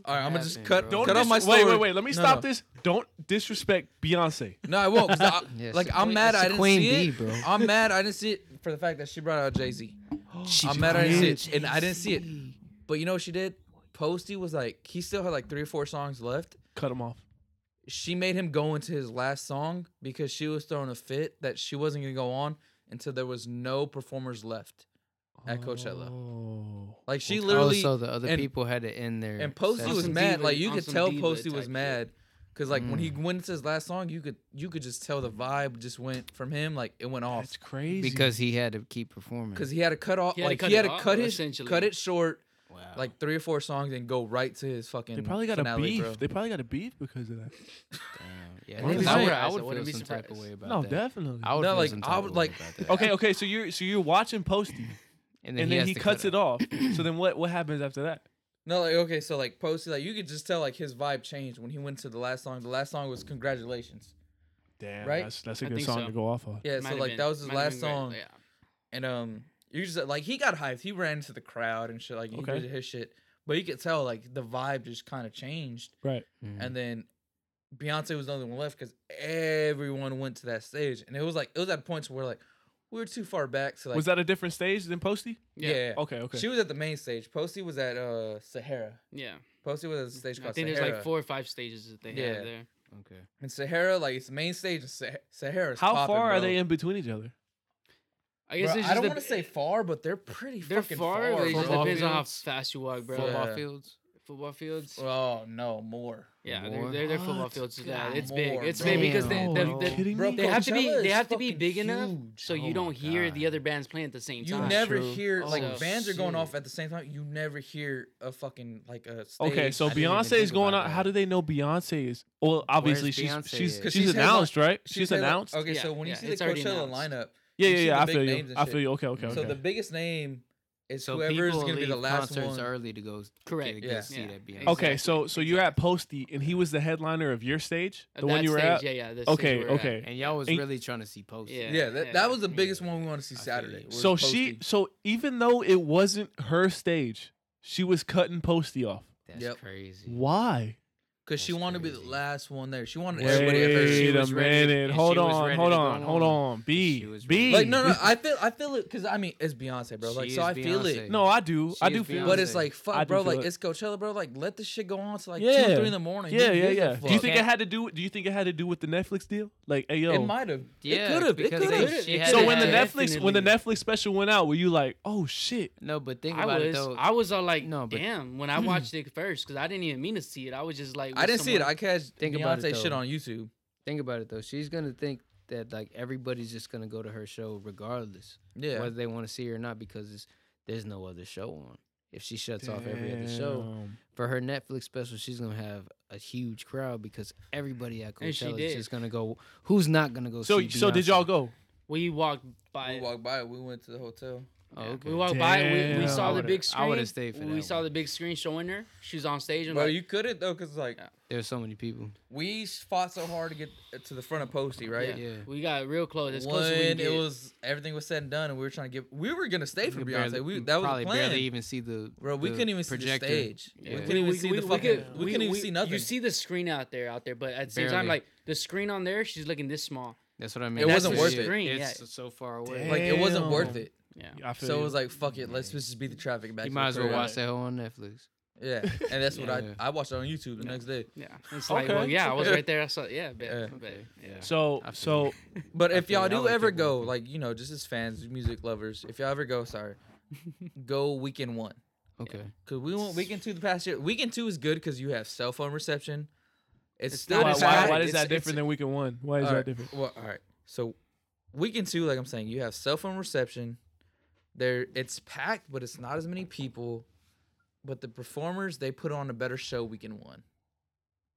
Speaker 5: all right. I'm gonna just
Speaker 4: Happened,
Speaker 5: cut
Speaker 4: bro.
Speaker 2: Don't
Speaker 5: cut off
Speaker 2: dis-
Speaker 5: my story.
Speaker 2: Wait, wait, wait. Let me
Speaker 5: No,
Speaker 2: stop
Speaker 5: no.
Speaker 2: this. Don't disrespect Beyonce.
Speaker 5: No, I won't. 'cause I-
Speaker 4: Yeah,
Speaker 5: like
Speaker 4: it's a
Speaker 5: I'm
Speaker 4: queen-
Speaker 5: mad
Speaker 4: it's a
Speaker 5: I didn't
Speaker 4: queen
Speaker 5: see
Speaker 4: bee,
Speaker 5: it.
Speaker 4: bro. <laughs>
Speaker 5: I'm mad I didn't see it for the fact that she brought out Jay Z. I'm mad I didn't see it, and I didn't see it. But you know what she did? Posty was like he still had like three or four songs left.
Speaker 2: Cut him off.
Speaker 5: She made him go into his last song because she was throwing a fit that she wasn't gonna go on until there was no performers left at Coachella.
Speaker 2: Oh.
Speaker 5: Like she
Speaker 4: Oh,
Speaker 5: literally
Speaker 4: so the other
Speaker 5: and-
Speaker 4: people had to end there.
Speaker 5: and Posty
Speaker 3: On
Speaker 5: was
Speaker 3: some
Speaker 5: mad.
Speaker 3: diva-
Speaker 5: Like you
Speaker 3: on
Speaker 5: could
Speaker 3: some
Speaker 5: tell
Speaker 3: diva
Speaker 5: Posty was
Speaker 3: type
Speaker 5: mad because like when he
Speaker 2: Mm.
Speaker 5: went into his last song, you could you could just tell the vibe just went from him. Like it went off
Speaker 2: That's crazy.
Speaker 4: because he had to keep performing.
Speaker 5: because he had to cut off.
Speaker 3: He had to
Speaker 5: like
Speaker 3: cut
Speaker 5: he had
Speaker 3: it
Speaker 5: to
Speaker 3: off,
Speaker 5: cut his
Speaker 3: essentially.
Speaker 5: cut it short.
Speaker 4: wow.
Speaker 5: Like three or four songs and go right to his fucking.
Speaker 2: they probably got
Speaker 5: finale,
Speaker 2: a beef.
Speaker 5: Bro.
Speaker 2: They probably got a beef because of that.
Speaker 4: Damn. Um,
Speaker 2: Wouldn't be
Speaker 4: yeah, if I would,
Speaker 3: surprised.
Speaker 4: I
Speaker 3: I
Speaker 4: would feel
Speaker 3: wouldn't be
Speaker 4: some type of
Speaker 3: surprised.
Speaker 4: way about
Speaker 2: No,
Speaker 4: that.
Speaker 2: definitely.
Speaker 4: I would
Speaker 5: No,
Speaker 4: feel
Speaker 5: like,
Speaker 4: some
Speaker 5: I
Speaker 4: type of
Speaker 5: would,
Speaker 4: way
Speaker 5: like-
Speaker 4: about that.
Speaker 2: Okay, okay. So you're so you're watching Posty, and then
Speaker 4: has
Speaker 2: he,
Speaker 4: to
Speaker 2: cuts
Speaker 4: cut
Speaker 2: it off. so then what what happens after that?
Speaker 5: No, like okay, so like Posty, like you could just tell like his vibe changed when he went to the last song. The last song was "Congratulations."
Speaker 2: Damn,
Speaker 5: Right?
Speaker 2: that's that's a
Speaker 3: I
Speaker 2: good
Speaker 3: think
Speaker 2: song
Speaker 3: so.
Speaker 2: to go off of.
Speaker 5: Yeah,
Speaker 3: Might
Speaker 5: so
Speaker 3: have
Speaker 5: like
Speaker 3: been-
Speaker 5: that was his
Speaker 3: might have been
Speaker 5: last song,
Speaker 3: great,
Speaker 5: and um, you just like he got hyped. He ran into the crowd and shit. Like he
Speaker 2: Okay.
Speaker 5: did his shit, but you could tell like the vibe just kind of changed.
Speaker 2: Right.
Speaker 3: Mm-hmm.
Speaker 5: and then Beyonce was the only one left because everyone went to that stage, and it was like it was at points where like we were too far back. So like
Speaker 2: was that a different stage than Posty?
Speaker 5: Yeah,
Speaker 3: Yeah. oh,
Speaker 5: yeah.
Speaker 2: Okay, okay.
Speaker 5: She was at the main stage. Posty was at uh Sahara.
Speaker 3: Yeah,
Speaker 5: Posty was at a stage
Speaker 3: yeah. I
Speaker 5: called
Speaker 3: think there's
Speaker 5: Sahara.
Speaker 3: like four or five stages that they
Speaker 5: Yeah.
Speaker 3: have there.
Speaker 4: Okay.
Speaker 5: and Sahara, like it's main stage. And Sah- Sahara's
Speaker 2: How
Speaker 5: popping,
Speaker 2: far
Speaker 5: bro.
Speaker 2: are they in between each other?
Speaker 3: I
Speaker 5: Bro,
Speaker 3: guess it's just
Speaker 5: I don't
Speaker 3: the-
Speaker 5: want to say far, but they're pretty
Speaker 3: they're
Speaker 5: fucking
Speaker 3: far.
Speaker 5: far.
Speaker 3: but it just
Speaker 5: bro.
Speaker 4: Football
Speaker 3: depends on how
Speaker 4: fields.
Speaker 3: fast you walk, bro.
Speaker 5: Yeah.
Speaker 4: Football fields.
Speaker 3: Football fields.
Speaker 5: Oh no, more.
Speaker 3: Yeah,
Speaker 4: More?
Speaker 3: they're, they're, they're football
Speaker 2: What?
Speaker 3: fields. Yeah,
Speaker 5: God,
Speaker 3: it's big.
Speaker 5: more,
Speaker 3: It's
Speaker 5: bro.
Speaker 3: big because they,
Speaker 2: Damn,
Speaker 3: they,
Speaker 2: bro.
Speaker 3: they,
Speaker 2: Are you kidding me?
Speaker 3: they have to
Speaker 5: Coachella
Speaker 3: be they
Speaker 5: is
Speaker 3: have to be
Speaker 5: fucking
Speaker 3: big enough
Speaker 5: huge.
Speaker 3: so
Speaker 4: Oh my
Speaker 3: you don't hear the
Speaker 4: God.
Speaker 3: other bands playing at the same
Speaker 5: You
Speaker 3: time.
Speaker 5: never
Speaker 4: True.
Speaker 5: hear like
Speaker 3: Oh,
Speaker 5: bands are going
Speaker 4: shit.
Speaker 5: off at the same time. You never hear a fucking like a stage.
Speaker 2: Okay, so
Speaker 4: I didn't even
Speaker 2: Beyonce is
Speaker 4: think
Speaker 2: going
Speaker 4: about
Speaker 2: on.
Speaker 4: that.
Speaker 2: How do they know Beyonce is? Well, obviously she's
Speaker 4: Beyonce
Speaker 2: she's
Speaker 4: is?
Speaker 2: she's,
Speaker 5: 'Cause she's headline-
Speaker 2: announced, right? She's,
Speaker 5: She's headli-
Speaker 2: announced.
Speaker 5: Okay,
Speaker 3: Yeah,
Speaker 5: so when you
Speaker 3: yeah,
Speaker 5: see
Speaker 3: it's
Speaker 5: the
Speaker 3: already
Speaker 5: Coachella
Speaker 3: announced.
Speaker 5: lineup,
Speaker 2: yeah,
Speaker 5: you
Speaker 2: yeah,
Speaker 5: see
Speaker 2: yeah.
Speaker 5: the
Speaker 2: I
Speaker 5: big
Speaker 2: feel
Speaker 5: names
Speaker 2: you.
Speaker 5: and
Speaker 2: I feel
Speaker 5: shit.
Speaker 2: you. Okay, okay, okay.
Speaker 5: so the biggest name is
Speaker 4: So
Speaker 5: whoever is
Speaker 4: people
Speaker 5: gonna
Speaker 4: leave
Speaker 5: be the last
Speaker 4: concerts
Speaker 5: one.
Speaker 4: early to go
Speaker 3: Correct.
Speaker 4: get a
Speaker 5: Yeah.
Speaker 4: good seat
Speaker 3: Yeah.
Speaker 4: at Beyonce.
Speaker 2: okay, so so you're at Posty, and he was the headliner of your stage,
Speaker 3: At
Speaker 2: the one
Speaker 3: that
Speaker 2: you were
Speaker 3: stage,
Speaker 2: at.
Speaker 3: Yeah, yeah. the stage
Speaker 2: okay,
Speaker 3: we were at.
Speaker 2: okay.
Speaker 4: And y'all was
Speaker 2: Ain't-
Speaker 4: really trying to see Posty.
Speaker 3: Yeah.
Speaker 5: Yeah, that,
Speaker 3: Yeah.
Speaker 5: that was the biggest one we want to see
Speaker 4: I feel
Speaker 5: Saturday.
Speaker 4: you.
Speaker 5: was
Speaker 2: So she,
Speaker 5: Posty.
Speaker 2: so even though it wasn't her stage, she was cutting Posty off.
Speaker 4: That's
Speaker 5: Yep.
Speaker 4: crazy.
Speaker 2: Why?
Speaker 5: because she
Speaker 4: That's
Speaker 5: wanted to be the
Speaker 4: crazy.
Speaker 5: last one there. She wanted everybody at her. seat.
Speaker 2: Wait
Speaker 4: she
Speaker 2: a
Speaker 4: was ready to-
Speaker 2: minute.
Speaker 4: and
Speaker 2: Hold
Speaker 4: she was
Speaker 2: on,
Speaker 4: ready
Speaker 2: hold
Speaker 4: to go
Speaker 2: on, hold
Speaker 4: on.
Speaker 2: on. B,
Speaker 4: She was
Speaker 2: B.
Speaker 4: ready.
Speaker 5: Like no, no, I feel I feel it because I mean it's Beyonce, bro.
Speaker 4: She
Speaker 5: Like so,
Speaker 4: is
Speaker 5: I feel
Speaker 4: Beyonce.
Speaker 5: it.
Speaker 2: no, I do, I
Speaker 4: She
Speaker 2: do
Speaker 4: is
Speaker 2: feel.
Speaker 5: But
Speaker 2: it.
Speaker 5: it's like
Speaker 2: I
Speaker 5: fuck,
Speaker 2: do
Speaker 5: bro.
Speaker 2: feel
Speaker 5: Like
Speaker 2: it.
Speaker 5: it's Coachella, bro. Like let the shit go on to like two,
Speaker 2: Yeah.
Speaker 5: three in the morning. Who
Speaker 2: Yeah, yeah,
Speaker 5: gives a
Speaker 2: yeah. Do you
Speaker 5: fuck?
Speaker 2: think it had to do? Do you think it had to do with the Netflix deal? Like, hey, yo.
Speaker 5: it might have?
Speaker 4: Yeah,
Speaker 5: it could have. It
Speaker 4: because
Speaker 5: could
Speaker 4: they-
Speaker 5: have.
Speaker 4: she had
Speaker 2: so
Speaker 4: to
Speaker 2: when the
Speaker 4: have-
Speaker 2: Netflix when the Netflix special went out, were you like, oh shit?
Speaker 4: No, but think
Speaker 3: I
Speaker 4: about it
Speaker 3: was
Speaker 4: though.
Speaker 3: I was all like,
Speaker 4: No, but-
Speaker 3: damn, when I watched it first because I didn't even mean to see it. I was just like,
Speaker 5: I
Speaker 3: with
Speaker 5: didn't see it.
Speaker 3: someone-
Speaker 5: I catch
Speaker 4: Think about it,
Speaker 5: Beyonce shit
Speaker 4: though.
Speaker 5: on YouTube.
Speaker 4: Think about it though. She's gonna think that like everybody's just gonna go to her show regardless,
Speaker 5: Yeah,
Speaker 4: whether they want to see her or not, because it's, there's no other show on. If she shuts off every other show
Speaker 2: Damn.
Speaker 4: for her Netflix special, she's gonna have a huge crowd because everybody at
Speaker 3: And she
Speaker 4: Coachella is
Speaker 3: did.
Speaker 4: just gonna go. Who's not gonna go?
Speaker 2: So
Speaker 4: see
Speaker 2: so did y'all
Speaker 4: Beyonce?
Speaker 2: go?
Speaker 3: we walked by.
Speaker 5: we
Speaker 3: it.
Speaker 5: walked by. it. We went to the hotel.
Speaker 4: Oh,
Speaker 3: Yeah.
Speaker 4: okay.
Speaker 3: We walked by. it. We, we
Speaker 2: Damn. I
Speaker 3: saw the
Speaker 4: would've-
Speaker 3: big screen.
Speaker 4: I would've stayed for
Speaker 3: We
Speaker 4: that
Speaker 3: saw
Speaker 4: one.
Speaker 3: the big screen showing her. She was on stage. And
Speaker 5: Bro,
Speaker 3: like,
Speaker 5: you couldn't though, cause like
Speaker 4: There's so many people.
Speaker 5: we fought so hard to get to the front of Posty,
Speaker 3: yeah,
Speaker 5: right?
Speaker 4: Yeah.
Speaker 3: we got real close. As close as we
Speaker 5: When
Speaker 3: can
Speaker 5: it
Speaker 3: get.
Speaker 5: was everything was said and done, and we were trying to get, we were gonna stay for
Speaker 4: could
Speaker 5: Beyonce.
Speaker 4: barely-
Speaker 5: we
Speaker 4: you
Speaker 5: that was
Speaker 4: probably
Speaker 5: the plan,
Speaker 4: barely even see the
Speaker 5: bro. We
Speaker 4: the
Speaker 5: couldn't even
Speaker 4: projector.
Speaker 5: see the stage.
Speaker 4: Yeah.
Speaker 5: We couldn't even see the fucking.
Speaker 3: could-
Speaker 5: we couldn't even see nothing.
Speaker 3: You see the screen out there, out there, but at the same time,
Speaker 4: Barely.
Speaker 3: like the screen on there, she's looking this small.
Speaker 4: That's what I mean.
Speaker 5: It wasn't
Speaker 4: That's
Speaker 5: worth
Speaker 4: the
Speaker 5: it.
Speaker 4: shit.
Speaker 3: Yeah.
Speaker 4: It's so far away.
Speaker 5: like it wasn't
Speaker 2: Damn.
Speaker 5: worth it.
Speaker 3: Yeah,
Speaker 2: I feel
Speaker 5: So it
Speaker 2: you.
Speaker 5: was like, fuck it, let's just beat the traffic back.
Speaker 4: you
Speaker 5: to
Speaker 4: might
Speaker 5: the
Speaker 4: as well
Speaker 5: crib.
Speaker 4: watch that whole on Netflix.
Speaker 5: Yeah, and that's
Speaker 4: <laughs>
Speaker 5: what
Speaker 4: Yeah.
Speaker 5: I I watched it on YouTube the next day.
Speaker 3: yeah. It's like,
Speaker 2: Okay.
Speaker 3: well, yeah, I was
Speaker 5: Okay.
Speaker 3: right there. I saw, yeah, bet,
Speaker 5: Yeah.
Speaker 3: bet, yeah.
Speaker 2: so
Speaker 4: I feel
Speaker 2: so
Speaker 5: But if
Speaker 4: feel
Speaker 5: y'all
Speaker 4: you. I
Speaker 5: do
Speaker 4: liked
Speaker 5: ever
Speaker 4: it
Speaker 3: <laughs>
Speaker 5: go, like you know, just as fans, music lovers, if y'all ever go, sorry, go weekend one. <laughs>
Speaker 4: Okay.
Speaker 5: Cause we went weekend two the past year. Weekend two is good because you have cell phone reception. It's,
Speaker 3: It's
Speaker 5: still
Speaker 3: not
Speaker 2: why,
Speaker 3: as
Speaker 5: it's
Speaker 2: why,
Speaker 5: not-
Speaker 2: why is
Speaker 5: it's-
Speaker 2: that
Speaker 5: it's-
Speaker 2: different than weekend one? Why is
Speaker 5: all
Speaker 2: that
Speaker 5: right,
Speaker 2: different?
Speaker 5: Well, all right. So weekend two, like I'm saying, you have cell phone reception. There, it's packed, but it's not as many people. But the performers they put on a better show weekend one.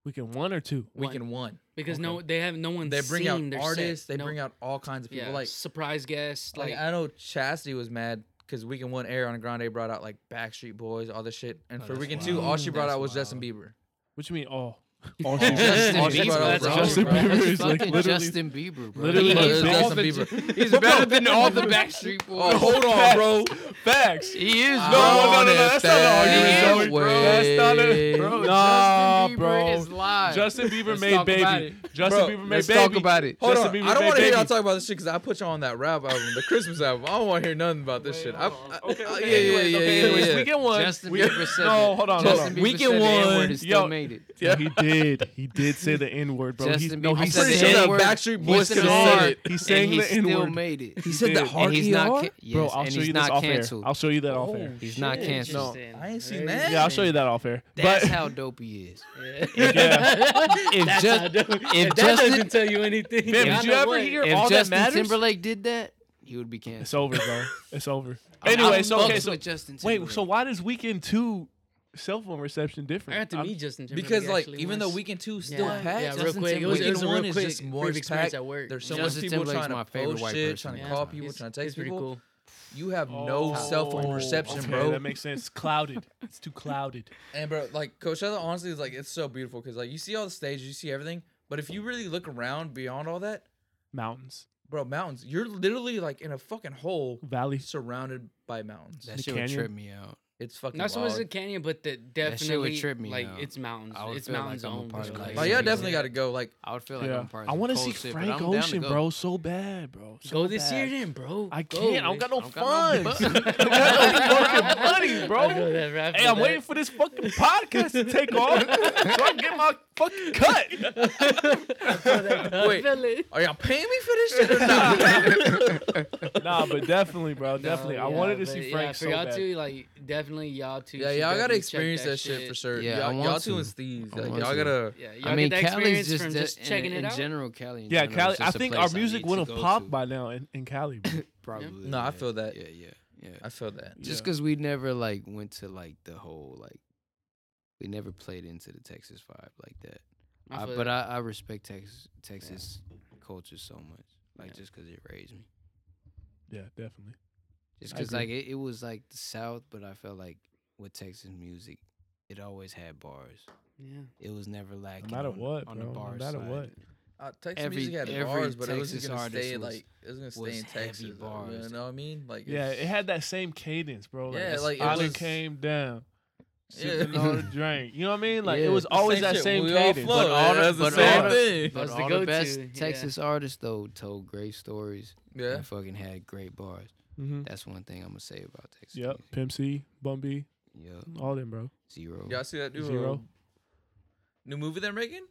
Speaker 2: Weekend one or two?
Speaker 3: One.
Speaker 5: Weekend one.
Speaker 3: because no, they have no one.
Speaker 5: They bring out
Speaker 3: seen their set.
Speaker 5: artists. They
Speaker 3: No-
Speaker 5: bring out all kinds of people.
Speaker 3: yeah,
Speaker 5: Like
Speaker 3: surprise guests. Like,
Speaker 5: Like, I know Chastity was mad because Weekend One Air on Grande brought out like Backstreet Boys, all this shit, and
Speaker 4: Oh,
Speaker 5: for
Speaker 4: that's
Speaker 5: Weekend Two, all
Speaker 4: wild.
Speaker 5: she brought
Speaker 4: That's
Speaker 5: out was
Speaker 4: wild.
Speaker 5: Justin Bieber.
Speaker 2: What you mean
Speaker 4: <laughs>
Speaker 2: all?
Speaker 5: All
Speaker 4: she- Justin
Speaker 5: all she
Speaker 4: Bieber,
Speaker 5: brought out was
Speaker 4: bro.
Speaker 5: Justin
Speaker 2: Justin
Speaker 5: Bieber.
Speaker 2: Bieber.
Speaker 4: That's
Speaker 2: is like
Speaker 4: fucking
Speaker 2: literally-
Speaker 4: Justin Bieber, bro.
Speaker 2: literally
Speaker 5: Yeah,
Speaker 2: like
Speaker 5: it was
Speaker 2: big-
Speaker 5: Justin
Speaker 2: all the-
Speaker 5: Bieber.
Speaker 4: He's better than all the Backstreet Boys.
Speaker 5: Oh, hold on, bro.
Speaker 2: Facts.
Speaker 4: He is,
Speaker 5: I
Speaker 2: No, no, no,
Speaker 5: wanna
Speaker 2: no, that's not an
Speaker 5: stand
Speaker 2: argument, bro. That's not a-
Speaker 5: with-
Speaker 4: bro.
Speaker 2: Nah,
Speaker 4: Justin Bieber
Speaker 2: bro.
Speaker 4: is live.
Speaker 2: Justin Bieber
Speaker 4: Let's
Speaker 2: made
Speaker 4: talk about
Speaker 2: baby.
Speaker 4: it.
Speaker 2: Justin
Speaker 5: Bro,
Speaker 2: Bieber made
Speaker 4: let's
Speaker 2: baby.
Speaker 4: talk about it.
Speaker 5: Hold
Speaker 2: Justin
Speaker 5: on,
Speaker 2: Bieber
Speaker 5: I don't
Speaker 2: made
Speaker 5: want to hear
Speaker 2: baby.
Speaker 5: y'all talk about this shit because I put y'all on that rap album, the Christmas album. I don't want to hear nothing about this shit. I, I,
Speaker 2: Okay,
Speaker 5: I-
Speaker 2: okay, anyways,
Speaker 5: yeah, yeah,
Speaker 2: okay,
Speaker 5: yeah,
Speaker 2: anyways,
Speaker 5: yeah, yeah.
Speaker 2: Weekend one.
Speaker 4: Justin
Speaker 2: we-
Speaker 4: Bieber said
Speaker 2: No,
Speaker 4: it.
Speaker 2: hold on, hold
Speaker 4: Justin
Speaker 2: on.
Speaker 4: Bieber
Speaker 5: Weekend
Speaker 4: said the
Speaker 5: one.
Speaker 4: N-word and still
Speaker 2: Yo.
Speaker 4: made it.
Speaker 2: Yeah, he did. He did say the N word, bro. He,
Speaker 4: Justin
Speaker 2: no,
Speaker 4: Bieber
Speaker 2: he
Speaker 5: I'm
Speaker 4: said
Speaker 2: said
Speaker 5: pretty
Speaker 4: the
Speaker 5: sure that
Speaker 4: N-word.
Speaker 5: Backstreet
Speaker 4: He
Speaker 5: Boys
Speaker 4: said
Speaker 5: could
Speaker 4: the
Speaker 5: have said
Speaker 4: N-word.
Speaker 5: it.
Speaker 2: He
Speaker 4: And
Speaker 2: sang
Speaker 4: he
Speaker 2: the N
Speaker 4: still
Speaker 2: word.
Speaker 4: made it.
Speaker 5: He said the
Speaker 2: did.
Speaker 5: hard
Speaker 4: And he's not, ca- yes,
Speaker 2: Bro, I'll
Speaker 4: and
Speaker 2: show
Speaker 4: he's
Speaker 2: you this
Speaker 4: not
Speaker 2: off
Speaker 4: canceled.
Speaker 2: air. I'll show you that off air.
Speaker 4: He's not
Speaker 3: shit,
Speaker 4: canceled.
Speaker 3: interesting.
Speaker 5: I ain't seen
Speaker 3: Very
Speaker 5: that.
Speaker 2: Yeah, I'll show you that off air.
Speaker 4: That's
Speaker 2: but
Speaker 4: how dope he is.
Speaker 2: yeah.
Speaker 4: If
Speaker 3: That's
Speaker 4: Jus-
Speaker 3: how I do it.
Speaker 4: if
Speaker 3: that
Speaker 4: Justin-
Speaker 3: doesn't tell you <laughs> anything.
Speaker 2: Man,
Speaker 3: I
Speaker 2: did you
Speaker 3: know
Speaker 2: ever
Speaker 3: what.
Speaker 2: hear
Speaker 4: if
Speaker 2: all
Speaker 4: Justin
Speaker 2: that matters?
Speaker 4: Timberlake did that, he would be
Speaker 2: It's
Speaker 4: canceled.
Speaker 2: over, bro. It's over.
Speaker 4: I- I
Speaker 2: anyway, so
Speaker 4: fucks
Speaker 2: okay, so
Speaker 4: with Justin
Speaker 2: wait, so
Speaker 4: Timberlake.
Speaker 2: why does weekend two cell phone reception different?
Speaker 3: I got to
Speaker 2: I'm-
Speaker 3: meet Justin Timberlake
Speaker 5: Because like
Speaker 3: actually
Speaker 5: even
Speaker 3: once.
Speaker 5: though Weekend Two is still
Speaker 3: Yeah,
Speaker 5: packed,
Speaker 3: yeah, real
Speaker 5: Justin
Speaker 3: quick. It was- it
Speaker 5: Weekend
Speaker 3: was a real
Speaker 5: One is
Speaker 3: quick
Speaker 5: just
Speaker 3: brief
Speaker 5: more
Speaker 3: experience
Speaker 5: packed.
Speaker 3: at work.
Speaker 5: There's so
Speaker 4: Justin
Speaker 5: much people
Speaker 4: Timberlake's
Speaker 5: trying
Speaker 4: my
Speaker 5: to
Speaker 4: favorite
Speaker 5: post
Speaker 4: white
Speaker 5: shit,
Speaker 4: person.
Speaker 5: trying to
Speaker 4: Yeah.
Speaker 5: call people,
Speaker 3: He's-
Speaker 5: trying to text
Speaker 3: he's pretty
Speaker 5: people.
Speaker 3: cool.
Speaker 5: You have no cell phone
Speaker 2: Oh,
Speaker 5: reception,
Speaker 2: okay,
Speaker 5: bro.
Speaker 2: That makes sense. It's clouded. It's too clouded.
Speaker 5: And bro, like Coachella, honestly, is like it's so beautiful because like you see all the stages, you see everything, but if you really look around beyond all that,
Speaker 2: Mountains,
Speaker 5: bro, mountains. You're literally like in a fucking hole
Speaker 2: valleys.
Speaker 5: surrounded by mountains.
Speaker 4: That
Speaker 2: The
Speaker 4: shit would
Speaker 2: canyon?
Speaker 4: trip me out.
Speaker 5: It's fucking.
Speaker 3: Not so much
Speaker 5: wild.
Speaker 3: as a canyon, but the
Speaker 4: That
Speaker 3: definitely
Speaker 4: shit would trip me
Speaker 3: like
Speaker 4: out.
Speaker 3: it's mountains.
Speaker 4: I would
Speaker 3: It's
Speaker 4: feel like
Speaker 3: mountains
Speaker 4: I'm a
Speaker 3: own.
Speaker 4: part
Speaker 3: which
Speaker 4: of
Speaker 3: is
Speaker 4: that.
Speaker 5: Oh,
Speaker 4: Like,
Speaker 3: crazy.
Speaker 5: y'all
Speaker 4: yeah,
Speaker 5: definitely got to
Speaker 4: <laughs>
Speaker 5: go. Like,
Speaker 4: I would feel like
Speaker 2: Yeah.
Speaker 4: I'm part of
Speaker 2: I
Speaker 4: some
Speaker 2: want to
Speaker 4: cold
Speaker 2: see
Speaker 4: shit, but
Speaker 2: Frank
Speaker 4: I'm down to
Speaker 2: Ocean, <laughs>
Speaker 4: go. <laughs>
Speaker 2: bro, so bad, bro. So
Speaker 3: Go this year
Speaker 2: bad.
Speaker 3: then, bro.
Speaker 2: I
Speaker 3: Go,
Speaker 2: can't. I don't
Speaker 3: man.
Speaker 2: got no
Speaker 4: I don't
Speaker 2: funds.
Speaker 4: got
Speaker 2: I
Speaker 4: no
Speaker 2: don't <laughs> got no fucking money,
Speaker 3: I feel
Speaker 2: bro.
Speaker 3: that, bro. I
Speaker 2: Hey,
Speaker 3: feel
Speaker 2: I'm
Speaker 3: that.
Speaker 2: waiting for this fucking podcast to
Speaker 4: <laughs>
Speaker 2: take off so I can get my fucking cut.
Speaker 5: wait,
Speaker 3: I feel it.
Speaker 5: are y'all paying me for this shit or
Speaker 4: <laughs>
Speaker 5: not?
Speaker 2: Nah, but definitely, bro, definitely. I
Speaker 3: Yeah,
Speaker 2: wanted to
Speaker 3: but
Speaker 2: see
Speaker 3: yeah,
Speaker 2: Frank
Speaker 3: for
Speaker 2: so
Speaker 3: y'all
Speaker 2: bad.
Speaker 3: two, like definitely y'all two.
Speaker 5: yeah,
Speaker 3: should
Speaker 5: y'all got to
Speaker 3: definitely check
Speaker 5: experience that, shit, for sure.
Speaker 4: Yeah, I
Speaker 5: y'all,
Speaker 4: want
Speaker 5: y'all two
Speaker 4: to.
Speaker 5: and Steve's.
Speaker 4: I
Speaker 5: Like,
Speaker 4: want
Speaker 5: y'all
Speaker 4: to.
Speaker 5: gotta.
Speaker 3: Yeah, y'all
Speaker 4: I mean,
Speaker 3: get that experience
Speaker 4: Cali's just,
Speaker 3: from
Speaker 4: de-
Speaker 3: just
Speaker 4: in-
Speaker 3: checking
Speaker 4: in,
Speaker 3: it out.
Speaker 4: general. Cali, in
Speaker 2: Yeah,
Speaker 4: general
Speaker 2: Cali.
Speaker 4: is
Speaker 2: I
Speaker 4: just a
Speaker 2: think
Speaker 4: place
Speaker 2: our
Speaker 4: I
Speaker 2: music
Speaker 4: need
Speaker 2: would
Speaker 4: to
Speaker 2: have
Speaker 4: go
Speaker 2: popped
Speaker 4: to.
Speaker 2: by now in, in Cali.
Speaker 4: <laughs>
Speaker 2: Bro.
Speaker 4: Probably.
Speaker 5: No, I
Speaker 4: yeah.
Speaker 5: feel that.
Speaker 4: Yeah, yeah, yeah.
Speaker 5: I feel that.
Speaker 4: Just
Speaker 2: Yeah.
Speaker 4: because we never like went to like the whole like we never played into the Texas vibe like that.
Speaker 3: I
Speaker 4: I,
Speaker 3: feel
Speaker 4: but
Speaker 3: that.
Speaker 4: I, I respect Texas Texas culture so much, like
Speaker 3: Yeah.
Speaker 4: just 'cause it raised me.
Speaker 2: Yeah, definitely.
Speaker 4: Just
Speaker 2: I
Speaker 4: 'cause
Speaker 2: agree.
Speaker 4: like it, it was like the South, but I felt like with Texas music, it always had bars.
Speaker 3: yeah.
Speaker 4: It was never lacking.
Speaker 2: matter
Speaker 4: on,
Speaker 2: what, bro,
Speaker 4: on the
Speaker 2: no
Speaker 4: bar
Speaker 2: matter
Speaker 4: side.
Speaker 2: what.
Speaker 5: Uh, Texas
Speaker 4: Every-
Speaker 5: music had
Speaker 4: every
Speaker 5: bars, but it
Speaker 4: Texas
Speaker 5: wasn't gonna
Speaker 4: artist
Speaker 5: stay
Speaker 4: was-
Speaker 5: like it was gonna stay
Speaker 4: was
Speaker 5: in
Speaker 4: heavy
Speaker 5: Texas. uh,
Speaker 4: bars.
Speaker 5: You know what I mean? Like,
Speaker 2: Yeah,
Speaker 5: it's-
Speaker 2: it had that same cadence, bro. Like,
Speaker 5: Yeah, like, it
Speaker 2: I done
Speaker 5: was-
Speaker 2: came down.
Speaker 5: Yeah.
Speaker 2: Sipping on a drink. You know what I mean? Like
Speaker 4: Yeah.
Speaker 2: it was
Speaker 4: The
Speaker 2: always
Speaker 5: same
Speaker 2: that
Speaker 5: shit.
Speaker 2: same
Speaker 5: We all
Speaker 2: cadence.
Speaker 5: flow.
Speaker 2: But all
Speaker 5: Yeah,
Speaker 2: the-
Speaker 5: that's the
Speaker 2: but
Speaker 5: same
Speaker 2: all the-
Speaker 5: thing.
Speaker 4: But
Speaker 3: That's the
Speaker 4: all the
Speaker 3: go-to,
Speaker 4: best
Speaker 3: yeah.
Speaker 4: Texas artists though told great stories
Speaker 5: Yeah.
Speaker 4: and fucking had great bars.
Speaker 2: Mhm.
Speaker 4: That's one thing I'm gonna say about Texas.
Speaker 2: Yep, Pimp C, Bumby,
Speaker 4: music. Yup.
Speaker 2: all them, bro.
Speaker 4: Zero.
Speaker 5: Y'all see that new uh,
Speaker 2: Zero.
Speaker 5: new movie they're making?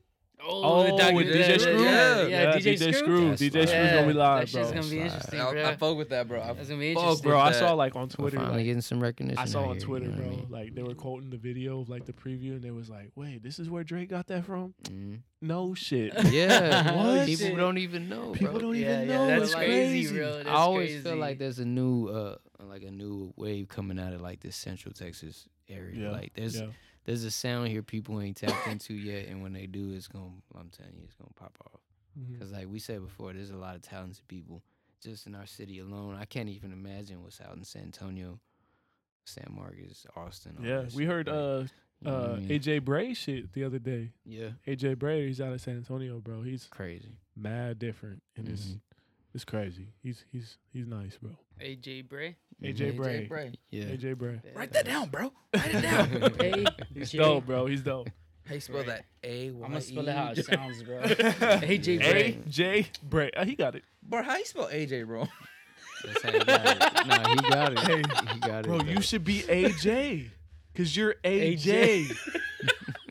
Speaker 2: Oh, with
Speaker 3: documentary-
Speaker 2: DJ Screw?
Speaker 3: Yeah, yeah,
Speaker 2: Yeah,
Speaker 3: DJ,
Speaker 2: DJ
Speaker 3: Screw.
Speaker 2: Screw.
Speaker 4: That's
Speaker 2: DJ
Speaker 4: live.
Speaker 2: Screw's gonna be
Speaker 3: That
Speaker 2: live,
Speaker 3: shit's
Speaker 2: bro.
Speaker 3: gonna be
Speaker 4: That's
Speaker 3: interesting,
Speaker 5: I, I
Speaker 3: bro.
Speaker 5: fuck with that, bro. I,
Speaker 3: That's gonna be
Speaker 5: fuck,
Speaker 3: interesting.
Speaker 2: Bro, I
Speaker 5: that.
Speaker 2: saw like on Twitter,
Speaker 4: We're finally
Speaker 2: like,
Speaker 4: getting some recognition.
Speaker 2: I saw
Speaker 4: out
Speaker 2: on
Speaker 4: here,
Speaker 2: Twitter,
Speaker 4: you know
Speaker 2: bro,
Speaker 4: what I mean?
Speaker 2: like they were quoting the video of like the preview, and it was like, "Wait, this is where Drake got that from?"
Speaker 4: Mhm.
Speaker 2: No shit.
Speaker 4: Mm. Yeah,
Speaker 2: What?
Speaker 4: people
Speaker 3: Shit.
Speaker 4: don't even know.
Speaker 2: People
Speaker 4: bro.
Speaker 2: don't
Speaker 3: yeah,
Speaker 2: even
Speaker 3: yeah,
Speaker 2: know.
Speaker 3: that's
Speaker 2: It's
Speaker 3: crazy,
Speaker 2: crazy.
Speaker 3: bro. That's
Speaker 4: I always
Speaker 3: crazy.
Speaker 4: feel like there's a new, uh, like a new wave coming out of like this Central Texas area.
Speaker 2: Yeah,
Speaker 4: Like there's
Speaker 2: yeah.
Speaker 4: there's a sound here people ain't tapped into yet, and when they do, it's gonna I'm telling you, it's gonna pop off.
Speaker 2: Mhm.
Speaker 4: Cause like we said before, there's a lot of talented people just in our city alone. I can't even imagine what's out in San Antonio, San Marcos, Austin. all
Speaker 2: Yeah,
Speaker 4: that
Speaker 2: we
Speaker 4: shit,
Speaker 2: heard
Speaker 4: like,
Speaker 2: uh
Speaker 4: you know what I
Speaker 2: uh
Speaker 4: mean?
Speaker 2: AJ Bray shit the other day.
Speaker 4: yeah,
Speaker 2: AJ Bray, he's out of San Antonio, bro. He's
Speaker 4: crazy.
Speaker 2: mad different, and it's
Speaker 4: Mhm.
Speaker 2: it's crazy. He's he's he's nice, bro.
Speaker 3: AJ Bray.
Speaker 2: AJ
Speaker 4: Mhm.
Speaker 2: Bray,
Speaker 4: Yeah, <laughs>
Speaker 2: AJ Bray.
Speaker 5: Write that down, bro. Write it down.
Speaker 3: <laughs>
Speaker 2: He's
Speaker 3: AJ.
Speaker 2: dope, bro. He's
Speaker 4: <laughs>
Speaker 2: dope.
Speaker 5: <laughs> How you spell
Speaker 3: Right.
Speaker 5: that? A Y.
Speaker 3: I'm gonna spell it how
Speaker 5: E?
Speaker 3: it sounds, <laughs> bro. AJ Bray.
Speaker 2: AJ Bray. Uh, he got it.
Speaker 5: Bro, how you spell AJ wrong?
Speaker 4: that's how he got it. No, he
Speaker 2: <laughs>
Speaker 4: got it. he got it.
Speaker 2: Bro, you
Speaker 4: though.
Speaker 2: should be AJ. Cause you're AJ. <laughs>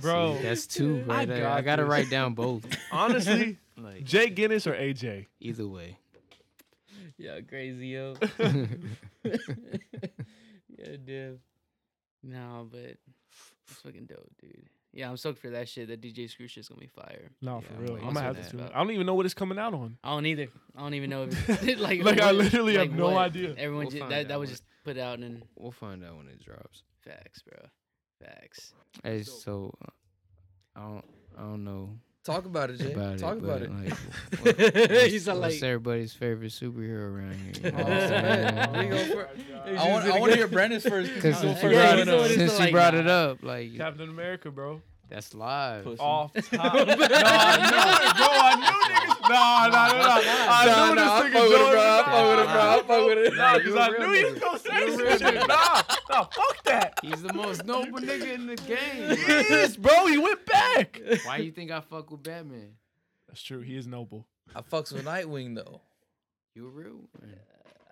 Speaker 2: bro,
Speaker 4: See, that's two. Right
Speaker 2: I
Speaker 4: there.
Speaker 2: got
Speaker 4: I gotta
Speaker 2: this.
Speaker 4: write down both.
Speaker 2: honestly,
Speaker 4: <laughs> Like
Speaker 2: Jay Guinness or AJ? <laughs>
Speaker 4: <laughs> either way.
Speaker 3: Yeah, crazy yo. Yeah, dude. No, but it's fucking dope, dude. Yeah, I'm stoked for that shit. That DJ Screw shit's gonna be fire.
Speaker 2: No,
Speaker 4: Yeah,
Speaker 2: for
Speaker 4: I'm
Speaker 2: real.
Speaker 4: waiting
Speaker 2: I'm gonna
Speaker 4: for
Speaker 2: have
Speaker 4: that.
Speaker 2: to. Tune. in. I don't even know what it's coming out on.
Speaker 3: I don't either. I don't even know
Speaker 2: <laughs>
Speaker 3: if it's <laughs> like
Speaker 2: Like, I
Speaker 3: what-
Speaker 2: literally have no
Speaker 3: what.
Speaker 2: idea.
Speaker 3: Everyone
Speaker 4: We'll
Speaker 3: ju-
Speaker 4: find
Speaker 3: that that
Speaker 4: out
Speaker 3: was
Speaker 4: when-
Speaker 3: just put out in
Speaker 4: We'll find out when it drops.
Speaker 3: facts, bro.
Speaker 2: <laughs>
Speaker 3: Facts.
Speaker 4: Hey, so uh, I don't, I don't know
Speaker 5: <laughs> Talk about it, Jay.
Speaker 4: about
Speaker 5: Talk
Speaker 4: it.
Speaker 5: about
Speaker 4: but,
Speaker 5: it.
Speaker 4: Like,
Speaker 3: He's
Speaker 4: what's,
Speaker 3: all
Speaker 4: what's
Speaker 3: <laughs> like-
Speaker 4: everybody's favorite superhero around here? You know
Speaker 5: Oh,
Speaker 4: what I'm
Speaker 3: <laughs>
Speaker 4: <laughs>
Speaker 5: man.
Speaker 4: saying?
Speaker 5: We go for- I
Speaker 3: just
Speaker 5: want, I
Speaker 3: gonna
Speaker 5: want to
Speaker 3: go-
Speaker 5: hear Brandon's first.
Speaker 4: Because
Speaker 5: No,
Speaker 4: since
Speaker 5: no,
Speaker 4: you
Speaker 5: no,
Speaker 3: Yeah,
Speaker 4: brought it
Speaker 5: no,
Speaker 3: he's
Speaker 4: up,
Speaker 3: always
Speaker 4: since
Speaker 3: the,
Speaker 4: you
Speaker 3: like,
Speaker 4: brought
Speaker 3: nah.
Speaker 4: it up, like
Speaker 2: Captain America, bro.
Speaker 4: that's live.
Speaker 2: <laughs>
Speaker 5: Pussy.
Speaker 2: Off top. no, I knew it, bro. I knew
Speaker 5: no, I
Speaker 2: niggas. Nah, nah, nah, nah. I knew this nigga
Speaker 5: fuck with it,
Speaker 2: Jordan.
Speaker 5: bro. I
Speaker 2: Nah,
Speaker 5: fuck with it, bro. I fuck
Speaker 2: Nah,
Speaker 5: with it.
Speaker 2: because
Speaker 4: You a
Speaker 2: I
Speaker 4: real
Speaker 2: knew you was
Speaker 4: nigga.
Speaker 2: gonna say
Speaker 4: You a
Speaker 2: some
Speaker 4: real
Speaker 2: shit.
Speaker 4: nigga.
Speaker 2: Nah, nah, fuck that.
Speaker 4: He's the most noble nigga in the <laughs> game.
Speaker 2: He is, bro. He went back.
Speaker 4: like, Why you think I fuck with Batman?
Speaker 2: That's true. He is noble.
Speaker 5: I fucks with Nightwing though.
Speaker 4: You a real one.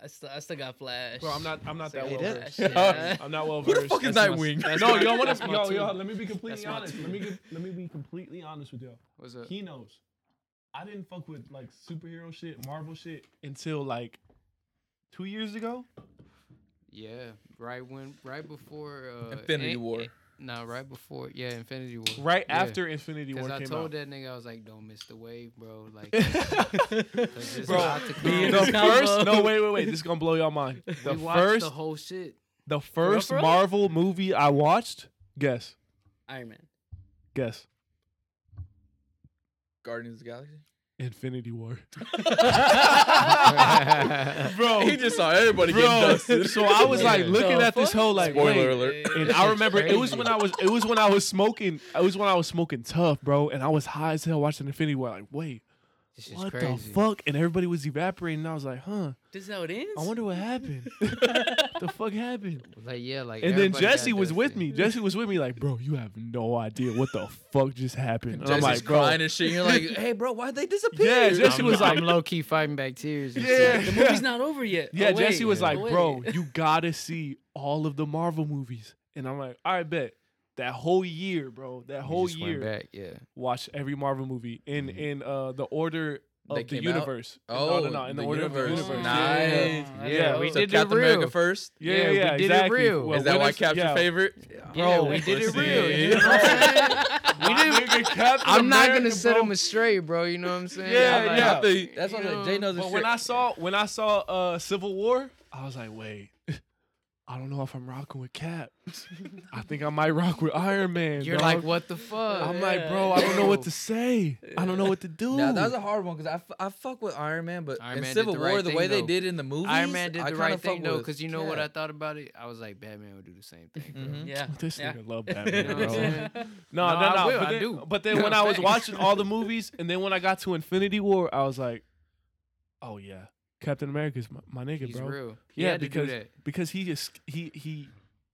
Speaker 3: I still I still got Flash.
Speaker 2: Bro, I'm not. I'm not that
Speaker 3: Still
Speaker 2: well
Speaker 3: got
Speaker 2: versed.
Speaker 3: Flash, yeah.
Speaker 2: I'm not well
Speaker 5: Who
Speaker 2: versed.
Speaker 5: the fuck is
Speaker 4: that's my-
Speaker 5: Nightwing?
Speaker 4: that's
Speaker 2: No,
Speaker 4: my-
Speaker 2: y'all want
Speaker 4: that's
Speaker 2: to?
Speaker 4: my
Speaker 2: Yo,
Speaker 4: two.
Speaker 2: yo, let me be completely
Speaker 4: That's my
Speaker 2: honest.
Speaker 4: two.
Speaker 2: Let me get, let me be completely honest with y'all.
Speaker 4: What's up?
Speaker 2: He knows. I didn't fuck with like superhero shit, Marvel shit until like two years ago.
Speaker 4: Yeah, right when, right before uh,
Speaker 5: Infinity
Speaker 4: eh,
Speaker 5: War.
Speaker 4: eh, nah, right before, yeah, Infinity War.
Speaker 2: Right
Speaker 4: Yeah.
Speaker 2: after Infinity War
Speaker 4: Because I
Speaker 2: came
Speaker 4: told
Speaker 2: out.
Speaker 4: that nigga, I was like, don't miss the wave, bro.
Speaker 2: <laughs>
Speaker 4: Like, 'cause <laughs> it's about to come.
Speaker 3: in
Speaker 2: the
Speaker 3: the
Speaker 2: first
Speaker 3: combo.
Speaker 2: no wait wait wait this is gonna blow y'all mind the
Speaker 4: we watched
Speaker 2: first
Speaker 4: the whole shit.
Speaker 2: the first
Speaker 3: for real?
Speaker 2: Marvel movie I watched guess
Speaker 3: Iron Man.
Speaker 2: guess
Speaker 5: Guardians of the <laughs> Galaxy.
Speaker 2: Infinity War <laughs>
Speaker 5: He
Speaker 2: bro
Speaker 5: just saw everybody get
Speaker 2: bro
Speaker 5: <laughs> dusted.
Speaker 2: so I was like
Speaker 4: Yeah.
Speaker 2: looking at this whole like
Speaker 5: Spoiler
Speaker 2: wait,
Speaker 5: alert.
Speaker 2: and I remember it was
Speaker 4: crazy.
Speaker 2: when I was it was when I was smoking it was when I was smoking tough bro and I was high as hell watching Infinity War like wait
Speaker 4: This shit's
Speaker 2: what
Speaker 4: crazy.
Speaker 2: the fuck and everybody was evaporating and I was like huh
Speaker 3: This is how it ends.
Speaker 2: I wonder what happened the fuck happened
Speaker 4: Like, yeah, like.
Speaker 2: And then
Speaker 4: everybody got
Speaker 2: Jesse was with
Speaker 4: dusted.
Speaker 2: me. Jesse was with me, like, bro, you have no idea what the fuck just happened. And I'm
Speaker 5: Jesse's
Speaker 2: like, bro,
Speaker 5: crying and shit. and You're like, hey, bro, why'd they disappear?
Speaker 2: yeah, Jesse
Speaker 4: I'm,
Speaker 2: was like,
Speaker 4: I'm low key fighting back tears. and shit.
Speaker 3: the
Speaker 2: yeah,
Speaker 3: movie's not over yet.
Speaker 2: yeah.
Speaker 3: Oh,
Speaker 2: Jesse
Speaker 3: wait.
Speaker 2: was
Speaker 3: Oh,
Speaker 2: like, bro,
Speaker 3: wait.
Speaker 2: you gotta see all of the Marvel movies. And I'm like, all right, bet. That whole year, bro. That
Speaker 4: We
Speaker 2: whole
Speaker 4: just went
Speaker 2: year,
Speaker 4: back, yeah.
Speaker 2: watch every Marvel movie in
Speaker 4: Mhm.
Speaker 2: in uh the order of
Speaker 5: They
Speaker 2: the
Speaker 5: came out?
Speaker 2: universe.
Speaker 5: Oh,
Speaker 2: no, no, no, in the,
Speaker 5: the
Speaker 2: order of the
Speaker 5: universe.
Speaker 2: universe.
Speaker 5: Nice.
Speaker 2: Yeah.
Speaker 3: Oh, that's
Speaker 2: Yeah,
Speaker 3: dope.
Speaker 4: we
Speaker 5: So
Speaker 4: did it
Speaker 5: Captain America
Speaker 4: real.
Speaker 5: first.
Speaker 2: Yeah,
Speaker 4: Yeah,
Speaker 2: yeah,
Speaker 4: we did it
Speaker 2: exactly.
Speaker 4: real.
Speaker 2: Well,
Speaker 5: Is that why
Speaker 2: winners-
Speaker 5: Cap's
Speaker 2: yeah.
Speaker 5: your favorite?
Speaker 2: Oh,
Speaker 4: yeah, we did it
Speaker 5: pussy.
Speaker 4: real. You know
Speaker 2: <laughs>
Speaker 4: what I'm saying?
Speaker 2: My nigga, Captain
Speaker 4: I'm not
Speaker 2: America,
Speaker 4: gonna set
Speaker 2: bro.
Speaker 4: him astray, bro. You know what I'm saying?
Speaker 2: Yeah,
Speaker 4: I'm
Speaker 2: yeah.
Speaker 5: I think- that's what
Speaker 4: you
Speaker 5: I'm
Speaker 4: know,
Speaker 5: saying. Jay knows his
Speaker 2: But
Speaker 5: shit.
Speaker 2: when I saw when I saw uh Civil War, I was like, wait, <laughs> I don't know if I'm rocking with Cap. I think I might rock with Iron Man.
Speaker 4: You're
Speaker 2: dog."
Speaker 4: like, what the fuck?
Speaker 2: I'm like, bro, I don't know
Speaker 4: <laughs>
Speaker 2: what to say. I don't know what to do.
Speaker 5: Now, that was a hard one because I, f- I fuck with Iron Man, but
Speaker 4: Iron
Speaker 5: in
Speaker 4: Man did
Speaker 5: Civil
Speaker 4: the
Speaker 5: War,
Speaker 4: right
Speaker 5: the
Speaker 4: thing,
Speaker 5: way they
Speaker 4: though.
Speaker 5: did in the movies,
Speaker 4: Iron Man did
Speaker 5: I
Speaker 4: the
Speaker 5: kinda
Speaker 4: right thing
Speaker 5: fuck
Speaker 4: though,
Speaker 5: with.
Speaker 4: because you know what
Speaker 5: Yeah.
Speaker 4: I thought about it. I was like, Batman would do the same
Speaker 2: <laughs>
Speaker 4: thing. Bro.
Speaker 5: Mhm.
Speaker 3: Yeah.
Speaker 2: this
Speaker 3: yeah.
Speaker 2: nigga love
Speaker 4: <laughs> You know
Speaker 2: Batman,
Speaker 4: what I'm
Speaker 2: bro.
Speaker 4: saying?
Speaker 2: No,
Speaker 4: No,
Speaker 2: no, no.
Speaker 4: I will,
Speaker 2: but,
Speaker 4: I
Speaker 2: then,
Speaker 4: do.
Speaker 2: but then when I was
Speaker 4: Thanks.
Speaker 2: watching all the movies, and then when I got to Infinity War, I was like, oh yeah, Captain America's my, my nigga,
Speaker 4: He's
Speaker 2: bro.
Speaker 4: real. He
Speaker 2: Yeah,
Speaker 4: had to do
Speaker 2: because
Speaker 4: that.
Speaker 2: because he just he he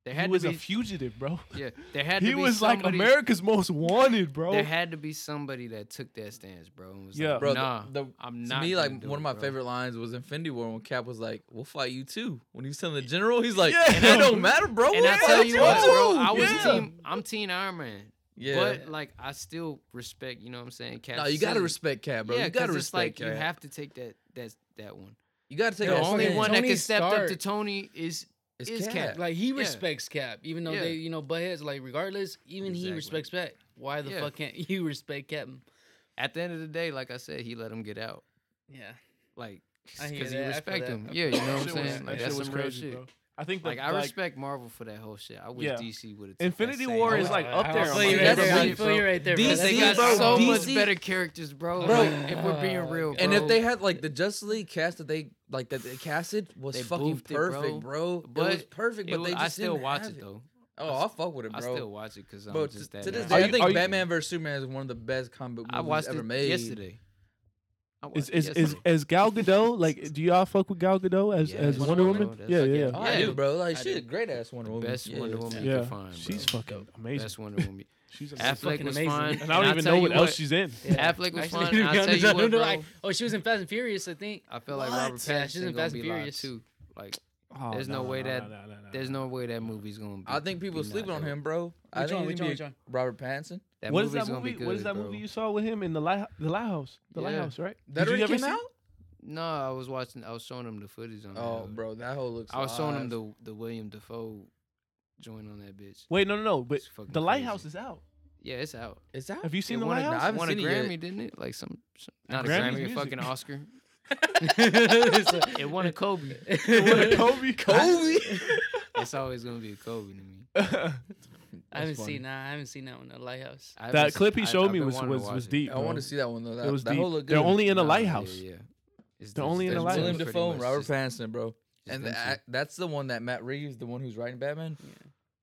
Speaker 4: There
Speaker 2: he
Speaker 4: had
Speaker 2: was
Speaker 4: to
Speaker 2: a
Speaker 4: be
Speaker 2: fugitive, bro.
Speaker 4: yeah. There had
Speaker 2: He
Speaker 4: to be
Speaker 2: was like
Speaker 4: somebody,
Speaker 2: America's most wanted, bro.
Speaker 4: There had to be somebody that took that stance, bro. And was
Speaker 2: Yeah.
Speaker 4: like,
Speaker 5: Bro, the-
Speaker 4: nah,
Speaker 5: the-
Speaker 4: I'm
Speaker 5: To
Speaker 4: not.
Speaker 5: me,
Speaker 4: gonna
Speaker 5: like
Speaker 4: do
Speaker 5: one of
Speaker 4: it,
Speaker 5: my
Speaker 4: bro.
Speaker 5: favorite lines was Infinity War when Cap was like, "We'll fight you too." When he was telling the general, he's like,
Speaker 2: Yeah.
Speaker 5: "It
Speaker 4: <laughs>
Speaker 5: don't matter, bro.
Speaker 4: And
Speaker 5: we'll
Speaker 4: I
Speaker 5: fight
Speaker 4: tell you what, bro,
Speaker 5: too."
Speaker 4: I was
Speaker 5: yeah.
Speaker 4: team. I'm team Iron Man,
Speaker 5: Yeah.
Speaker 4: but like I still respect. You know what I'm saying? Cap's
Speaker 5: no, you gotta
Speaker 4: decision.
Speaker 5: respect Cap, bro.
Speaker 4: Yeah,
Speaker 5: you gotta
Speaker 4: 'cause it's like
Speaker 5: respect
Speaker 4: you
Speaker 5: Cap.
Speaker 4: have to take that that that one.
Speaker 5: you gotta take
Speaker 4: the
Speaker 5: that
Speaker 4: only
Speaker 5: fucking-
Speaker 4: one that
Speaker 3: Tony
Speaker 4: can step up to
Speaker 3: Stark.
Speaker 4: Tony is
Speaker 5: It's
Speaker 4: is
Speaker 5: Cap.
Speaker 4: Cap.
Speaker 3: Like he
Speaker 4: Yeah.
Speaker 3: respects Cap, even though
Speaker 4: Yeah.
Speaker 3: they, you know, butt heads. Like regardless, even he
Speaker 4: Exactly.
Speaker 3: respects Pat. Why the
Speaker 4: Yeah.
Speaker 3: fuck can't you respect Cap?
Speaker 4: at the end of the day, like I said, he let him get out.
Speaker 3: Yeah.
Speaker 4: Like
Speaker 3: I hear
Speaker 4: because he
Speaker 3: that. I feel
Speaker 4: respect
Speaker 3: that.
Speaker 4: him.
Speaker 3: I
Speaker 4: Yeah, you
Speaker 3: feel
Speaker 4: know what I'm
Speaker 2: That shit was-
Speaker 4: saying? Like
Speaker 2: that
Speaker 4: that's
Speaker 2: shit was
Speaker 4: some real
Speaker 2: crazy,
Speaker 4: shit.
Speaker 2: bro. I think that,
Speaker 4: Like I respect Marvel for that whole shit. I wish
Speaker 2: Yeah.
Speaker 4: DC would have.
Speaker 2: Infinity War is like up there.
Speaker 3: I
Speaker 2: on
Speaker 3: feel
Speaker 2: my
Speaker 3: you
Speaker 5: like,
Speaker 3: right
Speaker 5: that's
Speaker 2: favorite
Speaker 3: there.
Speaker 5: what
Speaker 3: I
Speaker 5: you-
Speaker 2: movies,
Speaker 3: feel you right there. bro.
Speaker 5: DC,
Speaker 3: That's-
Speaker 4: They got
Speaker 5: bro,
Speaker 4: so
Speaker 5: DC
Speaker 2: <laughs>
Speaker 4: much better characters, bro.
Speaker 5: Bro.
Speaker 4: Like, if we're being real,
Speaker 5: And
Speaker 4: bro.
Speaker 5: if they had like the Justice League cast that they like that they casted was
Speaker 4: They
Speaker 5: fucking
Speaker 4: boofed it,
Speaker 5: perfect, bro. it was
Speaker 4: But
Speaker 5: perfect, but
Speaker 4: It
Speaker 5: they
Speaker 4: was-
Speaker 5: just
Speaker 4: I still
Speaker 5: didn't
Speaker 4: watch
Speaker 5: have
Speaker 4: it though.
Speaker 5: Oh, I fuck with it,
Speaker 4: I
Speaker 5: bro.
Speaker 4: still watch it because I'm
Speaker 5: Bro, to,
Speaker 4: just that.
Speaker 5: to this
Speaker 4: guy.
Speaker 5: day,
Speaker 2: Are
Speaker 5: I
Speaker 2: you-
Speaker 5: think
Speaker 2: are you-
Speaker 5: Batman vs Superman is one of the best comic book
Speaker 4: I
Speaker 5: movies
Speaker 4: watched
Speaker 5: ever
Speaker 4: it
Speaker 5: made.
Speaker 4: yesterday. I
Speaker 2: Is
Speaker 4: watched it
Speaker 2: is, is
Speaker 4: yesterday.
Speaker 2: is Gal Gadot like? Do y'all fuck with Gal Gadot as
Speaker 4: Yeah,
Speaker 2: as
Speaker 4: it's
Speaker 2: Wonder
Speaker 4: Wonder
Speaker 2: Woman?
Speaker 4: Woman.
Speaker 2: Yeah,
Speaker 4: That's
Speaker 2: yeah,
Speaker 4: fucking
Speaker 2: yeah.
Speaker 5: Oh, I
Speaker 4: Yeah.
Speaker 5: do, bro. Like,
Speaker 3: I
Speaker 5: she's
Speaker 3: do.
Speaker 5: a great ass Wonder Woman.
Speaker 4: best
Speaker 5: Yeah,
Speaker 4: Wonder
Speaker 5: it's-
Speaker 4: Woman you
Speaker 2: Yeah.
Speaker 4: can find.
Speaker 2: She's
Speaker 4: bro.
Speaker 2: fucking amazing.
Speaker 4: Best Wonder Woman.
Speaker 2: She's amazing.
Speaker 4: Affleck
Speaker 3: fucking
Speaker 4: was
Speaker 3: amazing.
Speaker 4: fine.
Speaker 2: and I don't even know what else she's in.
Speaker 3: Yeah.
Speaker 4: Affleck was
Speaker 3: Actually,
Speaker 4: fine.
Speaker 3: to be
Speaker 4: I'll tell
Speaker 3: honest,
Speaker 4: you
Speaker 3: I
Speaker 4: what,
Speaker 3: don't know,
Speaker 2: <laughs>
Speaker 4: bro.
Speaker 3: like, oh, she was in Fast and Furious, I think.
Speaker 4: I feel like Robert
Speaker 3: What? Yeah, she's
Speaker 4: Pattinson
Speaker 3: in
Speaker 4: gonna
Speaker 3: Fast
Speaker 4: be
Speaker 3: and
Speaker 4: live
Speaker 3: Furious.
Speaker 4: too. Like,
Speaker 2: Oh,
Speaker 4: There's no way that-
Speaker 2: nah, nah, nah,
Speaker 4: there's no way that movie's gonna. be
Speaker 5: I think people
Speaker 4: be
Speaker 5: sleeping
Speaker 4: not
Speaker 5: on
Speaker 4: dope.
Speaker 5: him, bro. I
Speaker 3: Which
Speaker 5: think
Speaker 3: one,
Speaker 5: he's
Speaker 3: which one,
Speaker 5: gonna be
Speaker 3: which one?
Speaker 5: Robert Pattinson.
Speaker 4: That
Speaker 2: What is
Speaker 4: movie's
Speaker 2: that
Speaker 4: gonna
Speaker 2: movie?
Speaker 4: Be good,
Speaker 2: what is that
Speaker 4: bro.
Speaker 2: movie you saw with him in the light, the lighthouse? The
Speaker 4: Yeah.
Speaker 2: lighthouse, right?
Speaker 5: That
Speaker 2: Did you
Speaker 5: already
Speaker 2: ever
Speaker 5: came
Speaker 2: see-
Speaker 5: out.
Speaker 4: No, I was watching. I was showing him the footage on. that
Speaker 5: Oh,
Speaker 4: hoe.
Speaker 5: bro, that whole looks.
Speaker 4: I was showing him
Speaker 5: live.
Speaker 4: the the William Defoe joint on that bitch.
Speaker 2: Wait, no, no, no. But
Speaker 4: It's fucking
Speaker 2: the lighthouse
Speaker 4: crazy.
Speaker 2: is out.
Speaker 4: Yeah, it's out.
Speaker 5: Is that?
Speaker 4: <laughs>
Speaker 2: Have you seen
Speaker 4: it
Speaker 2: the
Speaker 4: won a,
Speaker 2: lighthouse?
Speaker 5: I haven't
Speaker 4: won a
Speaker 5: seen it yet.
Speaker 4: Grammy, didn't it? Like some, some not a
Speaker 2: Grammy's
Speaker 4: Grammy,
Speaker 2: music.
Speaker 4: a fucking <laughs> Oscar.
Speaker 3: It's
Speaker 4: It won a Kobe. <laughs>
Speaker 2: What, Kobe,
Speaker 4: It's always gonna be a Kobe to me.
Speaker 3: I haven't
Speaker 2: funny.
Speaker 3: seen that. I haven't seen that one. The lighthouse.
Speaker 4: I haven't
Speaker 2: that
Speaker 4: seen-
Speaker 2: clip he
Speaker 4: I-
Speaker 2: showed
Speaker 4: I've
Speaker 2: me
Speaker 4: been
Speaker 2: was
Speaker 4: wanting to
Speaker 2: was,
Speaker 4: watch
Speaker 2: was
Speaker 4: it.
Speaker 2: deep.
Speaker 5: I
Speaker 2: Bro.
Speaker 5: want to see that one though. That,
Speaker 2: it was
Speaker 5: that
Speaker 2: deep.
Speaker 5: whole look good.
Speaker 2: They're only in a
Speaker 4: Nah,
Speaker 2: lighthouse.
Speaker 4: Yeah, yeah. It's
Speaker 2: They're
Speaker 4: just
Speaker 2: only in
Speaker 4: them
Speaker 2: a
Speaker 4: two,
Speaker 2: lighthouse.
Speaker 5: William
Speaker 4: pretty
Speaker 5: Defoe and
Speaker 4: much,
Speaker 5: Robert
Speaker 4: just-
Speaker 5: Pattinson, bro.
Speaker 4: just
Speaker 5: And
Speaker 4: them
Speaker 5: the,
Speaker 4: two.
Speaker 5: act- that's the one that Matt Reeves, the one who's writing Batman,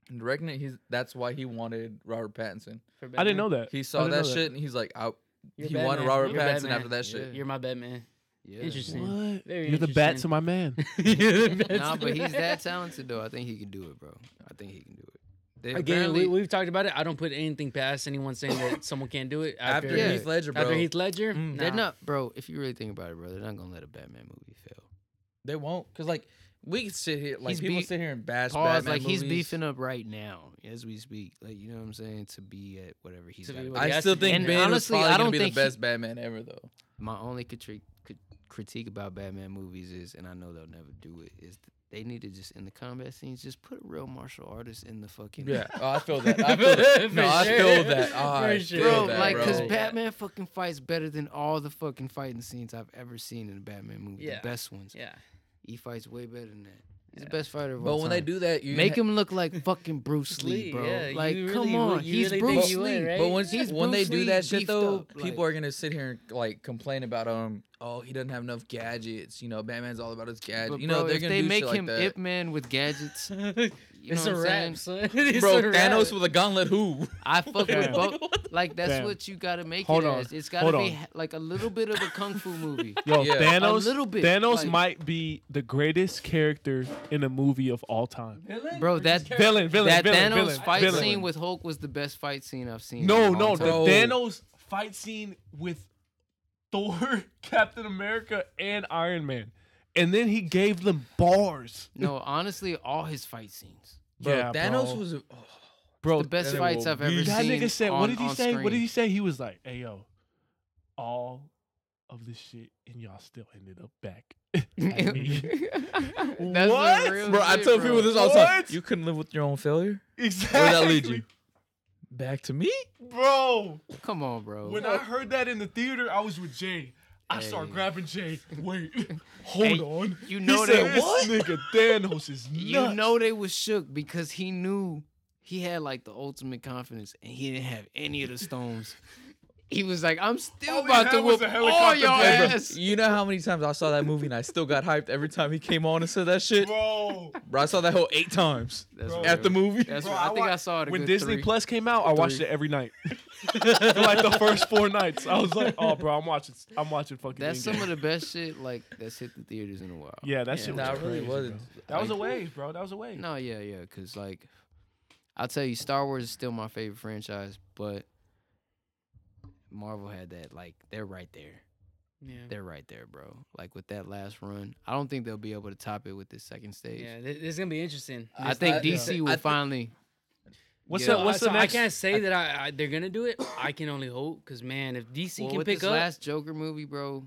Speaker 5: and directing it. He's that's why he wanted Robert Pattinson.
Speaker 2: I
Speaker 3: For
Speaker 2: didn't
Speaker 3: Batman.
Speaker 2: know that.
Speaker 5: He
Speaker 2: I
Speaker 5: saw
Speaker 4: Oh,
Speaker 2: didn't
Speaker 5: that
Speaker 2: know
Speaker 5: shit and he's like, I,
Speaker 3: You're
Speaker 5: he wanted
Speaker 3: Batman.
Speaker 5: Robert
Speaker 3: You're
Speaker 5: Pattinson
Speaker 3: Batman.
Speaker 5: after that shit.
Speaker 3: You're
Speaker 2: <laughs>
Speaker 3: my Batman.
Speaker 4: Yeah.
Speaker 3: Interesting.
Speaker 2: What?
Speaker 3: Very
Speaker 2: You're the bat to
Speaker 3: interesting.
Speaker 2: my man.
Speaker 3: <laughs> You're the best.
Speaker 4: Nah,
Speaker 5: <laughs>
Speaker 4: but he's that talented though. I think he can do it, bro. I think he can do it. They
Speaker 3: Again, we,
Speaker 4: apparently-
Speaker 3: we've talked about it. I don't put anything past anyone saying that someone can't do it after,
Speaker 5: After
Speaker 4: Yeah.
Speaker 5: Heath Ledger, bro,
Speaker 3: after Heath Ledger.
Speaker 5: Mm.
Speaker 4: they're
Speaker 3: nah.
Speaker 4: not, bro. If you really think about it, bro, they're not gonna let a Batman movie fail.
Speaker 5: they won't. Cause like we can sit here, like
Speaker 4: He's
Speaker 5: people
Speaker 4: beef-
Speaker 5: sit here and bash
Speaker 4: Pause.
Speaker 5: Batman
Speaker 4: Like he's
Speaker 5: movies.
Speaker 4: beefing up right now as we speak. Like you know what I'm saying? To be at whatever he's.
Speaker 3: To be
Speaker 4: gotta
Speaker 3: what-
Speaker 4: be.
Speaker 5: I
Speaker 3: Yes,
Speaker 5: still
Speaker 3: he
Speaker 5: think
Speaker 4: And
Speaker 5: Ben was
Speaker 4: honestly,
Speaker 5: probably
Speaker 4: I
Speaker 5: gonna
Speaker 4: don't
Speaker 5: be the
Speaker 4: think he-
Speaker 5: best Batman
Speaker 4: <laughs>
Speaker 5: ever though.
Speaker 4: My only critique critique about Batman movies is, and I know they'll never do it, is th- they need to just in the combat scenes just put a real martial artist in the fucking
Speaker 5: Yeah, oh, I
Speaker 4: <laughs>
Speaker 5: feel that. I feel that.
Speaker 3: For
Speaker 5: no, I
Speaker 3: sure.
Speaker 5: feel that. Oh, I
Speaker 3: For sure.
Speaker 5: feel
Speaker 4: Bro,
Speaker 5: that,
Speaker 4: like,
Speaker 5: bro.
Speaker 4: cause
Speaker 3: Yeah.
Speaker 4: Batman fucking fights better than all the fucking fighting scenes I've ever seen in a Batman movie.
Speaker 3: Yeah.
Speaker 4: The best ones. <laughs>
Speaker 3: Yeah.
Speaker 4: He fights way better than that. He's
Speaker 3: Yeah.
Speaker 4: the best fighter of
Speaker 5: But
Speaker 4: all
Speaker 5: when they
Speaker 4: time.
Speaker 5: do that, you
Speaker 4: make him look like fucking Bruce
Speaker 3: Lee,
Speaker 4: Lee, bro.
Speaker 3: yeah, you
Speaker 4: like,
Speaker 3: really
Speaker 4: come
Speaker 3: would-
Speaker 4: on,
Speaker 3: you
Speaker 4: he's
Speaker 3: really think
Speaker 4: Bruce
Speaker 3: you would,
Speaker 4: Lee.
Speaker 3: right?
Speaker 5: But when,
Speaker 4: He's
Speaker 5: when they
Speaker 4: Bruce
Speaker 5: do
Speaker 4: Lee
Speaker 5: that shit
Speaker 4: beefed
Speaker 5: though,
Speaker 4: up,
Speaker 5: people
Speaker 4: like-
Speaker 5: are gonna sit here and like complain about um, oh he doesn't have enough gadgets. You know, Batman's all about his gadgets.
Speaker 4: But
Speaker 5: you know,
Speaker 4: bro,
Speaker 5: they're
Speaker 4: if
Speaker 5: gonna
Speaker 4: they
Speaker 5: do
Speaker 4: make
Speaker 5: shit
Speaker 4: him
Speaker 5: like that.
Speaker 4: Ip Man with gadgets, you know
Speaker 3: it's
Speaker 4: what
Speaker 3: a
Speaker 4: I'm saying?
Speaker 3: wrap, son.
Speaker 4: <laughs>
Speaker 3: <laughs> It's
Speaker 5: bro,
Speaker 3: a wrap.
Speaker 5: Thanos with a gauntlet. Who? <laughs>
Speaker 4: I fuck
Speaker 2: Damn.
Speaker 4: with both. Like that's
Speaker 2: Damn.
Speaker 4: what you gotta make
Speaker 2: Hold
Speaker 4: it
Speaker 2: on.
Speaker 4: as. It's gotta
Speaker 2: Hold
Speaker 4: be
Speaker 2: on.
Speaker 4: ha- like a little bit of a kung fu movie.
Speaker 2: Yo,
Speaker 5: Yeah. A
Speaker 2: Thanos.
Speaker 4: little bit,
Speaker 2: Thanos
Speaker 4: like-
Speaker 2: might be the greatest character in a movie of all time.
Speaker 4: Bro, that
Speaker 2: <laughs> Villain, villain,
Speaker 4: that
Speaker 2: villain,
Speaker 4: Thanos
Speaker 2: villain,
Speaker 4: fight
Speaker 2: villain.
Speaker 4: scene with Hulk was the best fight scene I've seen.
Speaker 2: No,
Speaker 4: in a long
Speaker 2: no,
Speaker 4: time.
Speaker 2: the
Speaker 5: Bro.
Speaker 2: Thanos fight scene with Thor, <laughs> Captain America, and Iron Man, and then he gave them bars.
Speaker 4: no. Honestly, all his fight scenes,
Speaker 5: Bro,
Speaker 2: Yeah,
Speaker 5: Thanos
Speaker 2: bro.
Speaker 5: was. a- Oh,
Speaker 2: Bro,
Speaker 4: the best
Speaker 5: that
Speaker 4: fights
Speaker 5: will
Speaker 4: I've ever
Speaker 5: be-
Speaker 2: that
Speaker 4: seen.
Speaker 2: nigga said.
Speaker 4: on,
Speaker 2: what did he
Speaker 4: on
Speaker 2: say? What did
Speaker 4: screen.
Speaker 2: he say? He was like, "Hey yo, all of this shit, and y'all still ended up back." <laughs> at me."
Speaker 4: <laughs> That's
Speaker 2: What?
Speaker 4: some real
Speaker 5: bro, I
Speaker 4: shit,
Speaker 5: tell
Speaker 4: bro.
Speaker 5: people this all the time.
Speaker 2: What?
Speaker 5: You couldn't live with your own failure.
Speaker 2: exactly.
Speaker 5: Where'd that lead you? Back to me.
Speaker 2: bro?
Speaker 4: Come on, bro.
Speaker 2: When I heard that in the theater, I was with Jay. I started
Speaker 4: Hey.
Speaker 2: grabbing
Speaker 4: <laughs>
Speaker 2: Jay. Wait, hold
Speaker 4: Hey,
Speaker 2: on.
Speaker 4: you
Speaker 2: He
Speaker 4: know
Speaker 2: said,
Speaker 4: that-
Speaker 2: "This
Speaker 4: What?"
Speaker 2: nigga Thanos
Speaker 5: <laughs>
Speaker 2: is nuts.
Speaker 4: you know they was shook because he knew he had like the ultimate confidence and he didn't have any of
Speaker 2: <laughs>
Speaker 4: the stones. He was like, I'm still
Speaker 2: All he
Speaker 4: about to
Speaker 2: had was
Speaker 4: whoop
Speaker 2: a
Speaker 4: all
Speaker 2: helicopter
Speaker 4: y'all
Speaker 2: blade.
Speaker 5: Hey, bro,
Speaker 4: ass.
Speaker 5: you know how many times I saw that movie and I still got hyped every time he came on and said that shit.
Speaker 4: <laughs>
Speaker 2: bro.
Speaker 5: Bro, I saw that whole eight times
Speaker 4: That's
Speaker 2: Bro.
Speaker 5: at the movie.
Speaker 4: That's
Speaker 2: Bro,
Speaker 4: right. I, think
Speaker 2: wa-
Speaker 4: I saw it a
Speaker 2: when
Speaker 4: good
Speaker 2: Disney
Speaker 4: three.
Speaker 2: Plus came out. I watched
Speaker 4: Three.
Speaker 2: it every night <laughs> for like the first four nights. I was like, "Oh, bro, I'm watching. I'm watching fucking."
Speaker 4: That's some
Speaker 2: Endgame."
Speaker 4: of the best shit like that's hit the theaters in a while.
Speaker 2: Yeah, that
Speaker 5: Yeah,
Speaker 2: shit was
Speaker 5: nah, it really
Speaker 2: crazy,
Speaker 5: was.
Speaker 2: bro. That was a
Speaker 4: Like-
Speaker 2: wave, bro. That was a wave.
Speaker 4: No, yeah, yeah, because like, I'll tell you, Star Wars is still my favorite franchise, but Marvel had that like they're right there,
Speaker 3: Yeah.
Speaker 4: they're right there, bro. Like with that last run, I don't think they'll be able to top it with this second stage.
Speaker 3: Yeah, thi- this is gonna be interesting.
Speaker 4: I
Speaker 5: It's
Speaker 4: think
Speaker 5: not- yeah.
Speaker 4: DC
Speaker 5: I
Speaker 4: will
Speaker 5: think-
Speaker 4: finally.
Speaker 2: What's
Speaker 4: Yeah.
Speaker 2: up? What's
Speaker 3: So
Speaker 2: the next?
Speaker 3: I can't say that I, I they're gonna do it. I can only hope because man, if DC
Speaker 4: Well,
Speaker 3: can
Speaker 4: with
Speaker 3: pick
Speaker 4: this
Speaker 3: up,
Speaker 4: last Joker movie, bro.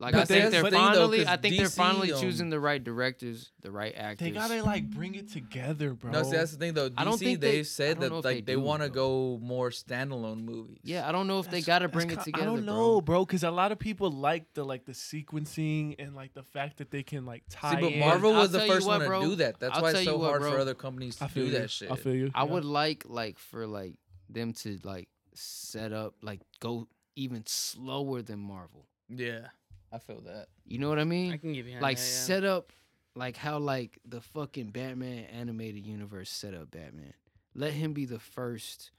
Speaker 4: Like
Speaker 5: But
Speaker 4: I think
Speaker 5: that's
Speaker 4: they're
Speaker 5: the thing, though,
Speaker 4: finally,
Speaker 5: 'cause
Speaker 4: I think they're
Speaker 5: DC,
Speaker 4: finally
Speaker 5: um,
Speaker 4: choosing the right directors, the right actors.
Speaker 2: They gotta like bring it together, bro.
Speaker 5: No, see, that's the thing though. DC,
Speaker 4: I don't think they-
Speaker 5: they,
Speaker 4: I
Speaker 5: have said
Speaker 4: don't
Speaker 5: that
Speaker 4: know if
Speaker 5: like
Speaker 4: they
Speaker 5: they,
Speaker 4: do,
Speaker 5: want to
Speaker 4: though.
Speaker 5: go more standalone movies.
Speaker 4: yeah, I don't know if they gotta bring it together.
Speaker 2: I don't know, bro, because a lot of people like the like the sequencing and like the fact that they can like tie.
Speaker 5: See, but
Speaker 2: in-
Speaker 5: Marvel
Speaker 4: I'll
Speaker 5: was the
Speaker 4: tell you
Speaker 5: first
Speaker 4: what,
Speaker 5: one
Speaker 4: bro.
Speaker 5: to do that. That's
Speaker 4: I'll
Speaker 5: why
Speaker 4: tell
Speaker 5: it's
Speaker 4: you
Speaker 5: so
Speaker 4: what,
Speaker 5: hard for
Speaker 4: bro.
Speaker 5: other companies to
Speaker 2: I feel
Speaker 5: do
Speaker 2: you.
Speaker 5: that shit.
Speaker 2: I feel you.
Speaker 4: I
Speaker 2: yeah.
Speaker 4: would like like for like them to like set up like go even slower than Marvel.
Speaker 5: yeah, I feel that.
Speaker 4: You know what I
Speaker 3: I
Speaker 4: mean?
Speaker 3: can give you
Speaker 4: like
Speaker 3: yeah.
Speaker 4: set up like how like the fucking Batman animated universe set up Batman. Let him be the first.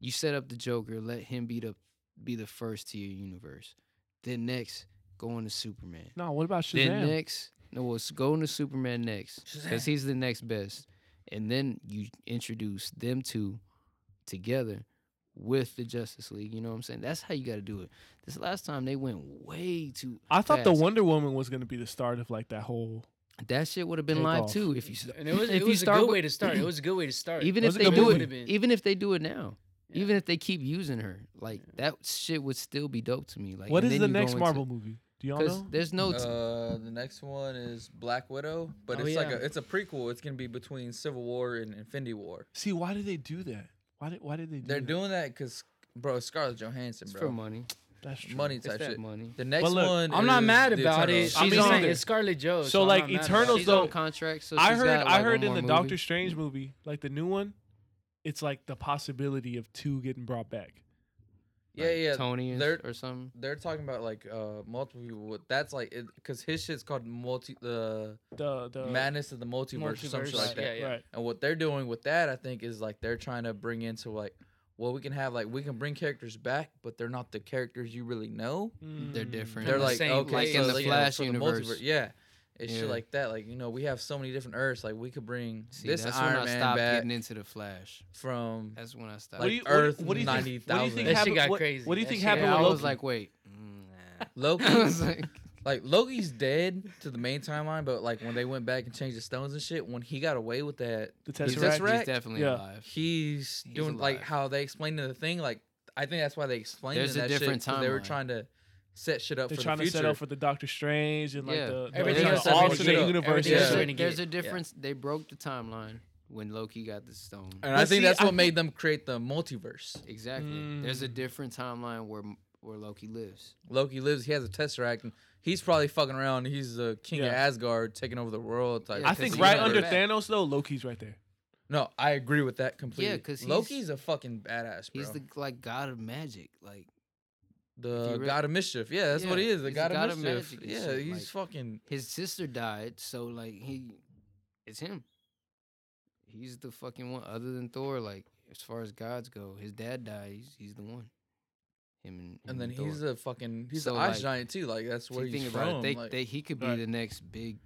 Speaker 4: You set up the Joker. Let him be the be the first to your universe. Then next, go into Superman.
Speaker 2: No, what about
Speaker 4: Then
Speaker 2: Shazam?
Speaker 4: next, no, well, it's going to Superman next because he's the next best, and then you introduce them two together with the Justice League. You know what I'm saying? That's how you got to do it. This last time they went way too.
Speaker 2: I thought the
Speaker 4: fast.
Speaker 2: Wonder Woman was gonna be the start of like that whole.
Speaker 4: that shit would have been
Speaker 2: Take
Speaker 4: live
Speaker 2: off.
Speaker 4: too if you st-
Speaker 3: and it was,
Speaker 4: if
Speaker 3: it
Speaker 4: you
Speaker 3: was a
Speaker 4: start
Speaker 3: good
Speaker 4: with-
Speaker 3: way to start. It was a good way to start.
Speaker 4: even
Speaker 2: That
Speaker 4: if
Speaker 2: was a
Speaker 4: they
Speaker 2: good
Speaker 4: do
Speaker 2: movie.
Speaker 4: it
Speaker 3: Would've been.
Speaker 4: even if they do it now.
Speaker 3: Yeah.
Speaker 4: Even if they keep using her, like that shit would still be dope to me. Like
Speaker 2: what
Speaker 4: and
Speaker 2: is
Speaker 4: then
Speaker 2: the
Speaker 4: you go
Speaker 2: next
Speaker 4: into-
Speaker 2: Marvel movie? Do y'all
Speaker 4: Because
Speaker 2: know?
Speaker 4: there's no. T-
Speaker 5: Uh, the next one is Black Widow, but
Speaker 3: Oh,
Speaker 5: it's like
Speaker 3: yeah.
Speaker 5: a it's a prequel. It's gonna be between Civil War and Infinity War.
Speaker 2: See, why did they do that? Why did Why did they? Do
Speaker 5: They're
Speaker 2: that?
Speaker 5: doing that because bro, it's Scarlett Johansson,
Speaker 4: Mm. it's
Speaker 5: bro,
Speaker 4: for money.
Speaker 2: That's true.
Speaker 5: money
Speaker 4: It's
Speaker 5: type
Speaker 4: that
Speaker 5: shit.
Speaker 4: money.
Speaker 5: The next
Speaker 2: look,
Speaker 5: one,
Speaker 3: I'm not
Speaker 5: is
Speaker 3: mad
Speaker 5: the
Speaker 3: about
Speaker 5: Eternals.
Speaker 3: it.
Speaker 2: I'm
Speaker 3: She's
Speaker 2: just
Speaker 3: saying
Speaker 2: saying-
Speaker 3: it's Scarlett Joe.
Speaker 2: So,
Speaker 3: So, I'm
Speaker 2: like,
Speaker 3: not mad about
Speaker 2: Eternals,
Speaker 3: it.
Speaker 4: She's
Speaker 2: though-
Speaker 4: on contract, so
Speaker 2: I
Speaker 4: she's
Speaker 2: heard.
Speaker 4: got,
Speaker 2: I
Speaker 4: like,
Speaker 2: heard
Speaker 4: one
Speaker 2: in
Speaker 4: more
Speaker 2: the
Speaker 4: movie.
Speaker 2: Doctor Strange movie, like the new one, it's like the possibility of two getting brought back.
Speaker 5: Yeah,
Speaker 4: like,
Speaker 5: yeah.
Speaker 4: Tony and-
Speaker 5: they're-
Speaker 4: or something.
Speaker 5: They're talking about like uh multiple people. but That's like because his shit's called multi the
Speaker 2: The the
Speaker 5: madness of the multiverse, or some shit
Speaker 3: Multiverse,
Speaker 5: like that.
Speaker 3: yeah, yeah.
Speaker 2: Right.
Speaker 5: And what they're doing with that, I think, is like they're trying to bring into like, well, we can have like we can bring characters back, but they're not the characters you really know.
Speaker 4: They're
Speaker 2: Mm.
Speaker 4: different.
Speaker 5: They're
Speaker 3: the
Speaker 5: like
Speaker 3: same
Speaker 5: okay,
Speaker 3: place.
Speaker 5: so,
Speaker 3: Like Mm-hmm. in the
Speaker 5: you know,
Speaker 4: Flash
Speaker 5: for the
Speaker 4: universe.
Speaker 5: multiverse- yeah, it's
Speaker 4: Yeah.
Speaker 5: shit like that. Like you know, we have so many different Earths. Like we could bring
Speaker 4: See,
Speaker 5: this
Speaker 4: that's
Speaker 5: Iron
Speaker 4: when I
Speaker 5: Man
Speaker 4: stopped
Speaker 5: back
Speaker 4: getting into the Flash. <laughs>
Speaker 5: from
Speaker 4: That's when I stopped.
Speaker 2: What do
Speaker 5: like
Speaker 2: you- what do you-
Speaker 5: Earth
Speaker 2: what do you think-
Speaker 5: ninety
Speaker 2: What do you
Speaker 5: thousand.
Speaker 2: think
Speaker 3: That shit
Speaker 2: happened?
Speaker 3: got
Speaker 2: what,
Speaker 3: crazy.
Speaker 2: what do you
Speaker 3: That
Speaker 2: think
Speaker 3: shit-
Speaker 2: happened
Speaker 4: yeah, I
Speaker 2: with
Speaker 4: was
Speaker 2: Loki?
Speaker 4: like, wait. <laughs>
Speaker 5: <laughs>
Speaker 4: mm, nah. I
Speaker 5: Loki
Speaker 4: was like,
Speaker 5: like Loki's dead to the main timeline, but like when they went back and changed the stones and shit, when he got away with that,
Speaker 2: the
Speaker 5: he's
Speaker 4: he's,
Speaker 2: Tesseract.
Speaker 5: Tesseract? Tesseract?
Speaker 4: definitely
Speaker 2: Yeah.
Speaker 4: alive.
Speaker 5: he's,
Speaker 4: He's
Speaker 5: doing like
Speaker 4: alive.
Speaker 5: how they explained in the thing. Like I think that's why they explained
Speaker 4: There's
Speaker 5: in
Speaker 4: a
Speaker 5: that shit,
Speaker 4: different
Speaker 5: 'cause They were
Speaker 4: timeline.
Speaker 5: trying to set shit up
Speaker 2: They're
Speaker 5: for
Speaker 2: trying
Speaker 5: the
Speaker 2: to
Speaker 5: future.
Speaker 2: set up for the Doctor Strange and like
Speaker 4: Yeah.
Speaker 2: the, the,
Speaker 3: Everything
Speaker 2: the
Speaker 3: else is
Speaker 2: alternate
Speaker 5: mixed up.
Speaker 2: universe. and
Speaker 3: Everything
Speaker 5: else is
Speaker 2: shit.
Speaker 4: There's,
Speaker 3: trying
Speaker 4: a,
Speaker 3: to
Speaker 4: there's
Speaker 3: get-
Speaker 4: a difference. They broke the timeline when Loki got the stone.
Speaker 5: and
Speaker 2: But
Speaker 5: I think
Speaker 2: see,
Speaker 5: that's
Speaker 2: I
Speaker 5: what
Speaker 2: thi-
Speaker 5: made them create the multiverse.
Speaker 4: Exactly. There's a
Speaker 2: Mm.
Speaker 4: different timeline where where Loki lives.
Speaker 5: Loki lives. He has a tesseract, and he's probably fucking around. He's the king of
Speaker 2: Yeah.
Speaker 5: Asgard, taking over the world. Type.
Speaker 4: Yeah,
Speaker 2: I
Speaker 5: shit.
Speaker 2: think
Speaker 4: he
Speaker 2: right
Speaker 4: got
Speaker 2: under
Speaker 4: back.
Speaker 2: Thanos though, Loki's right there.
Speaker 5: No, I agree with that completely.
Speaker 4: 'cause he's-
Speaker 5: Loki's a fucking badass, bro.
Speaker 4: He's the like god of magic. Like
Speaker 5: the
Speaker 4: if you re-
Speaker 5: god of mischief. Yeah, that's what
Speaker 4: Yeah,
Speaker 5: he is. The
Speaker 4: he's
Speaker 5: god,
Speaker 4: the god
Speaker 5: of
Speaker 4: of
Speaker 5: mischief.
Speaker 4: magic and
Speaker 5: yeah,
Speaker 4: shit,
Speaker 5: he's fucking.
Speaker 4: his sister died, so like he, it's him. He's the fucking one. Other than Thor, like as far as gods go, his dad died. He's, he's the one. Him and
Speaker 5: And then he's
Speaker 4: a.
Speaker 5: a fucking. He's
Speaker 4: So,
Speaker 5: the ice
Speaker 4: like,
Speaker 5: giant too. Like that's where
Speaker 4: If you
Speaker 5: he's
Speaker 4: think
Speaker 5: from.
Speaker 4: about it, they,
Speaker 5: like,
Speaker 4: they, he could be
Speaker 2: Right.
Speaker 4: the next big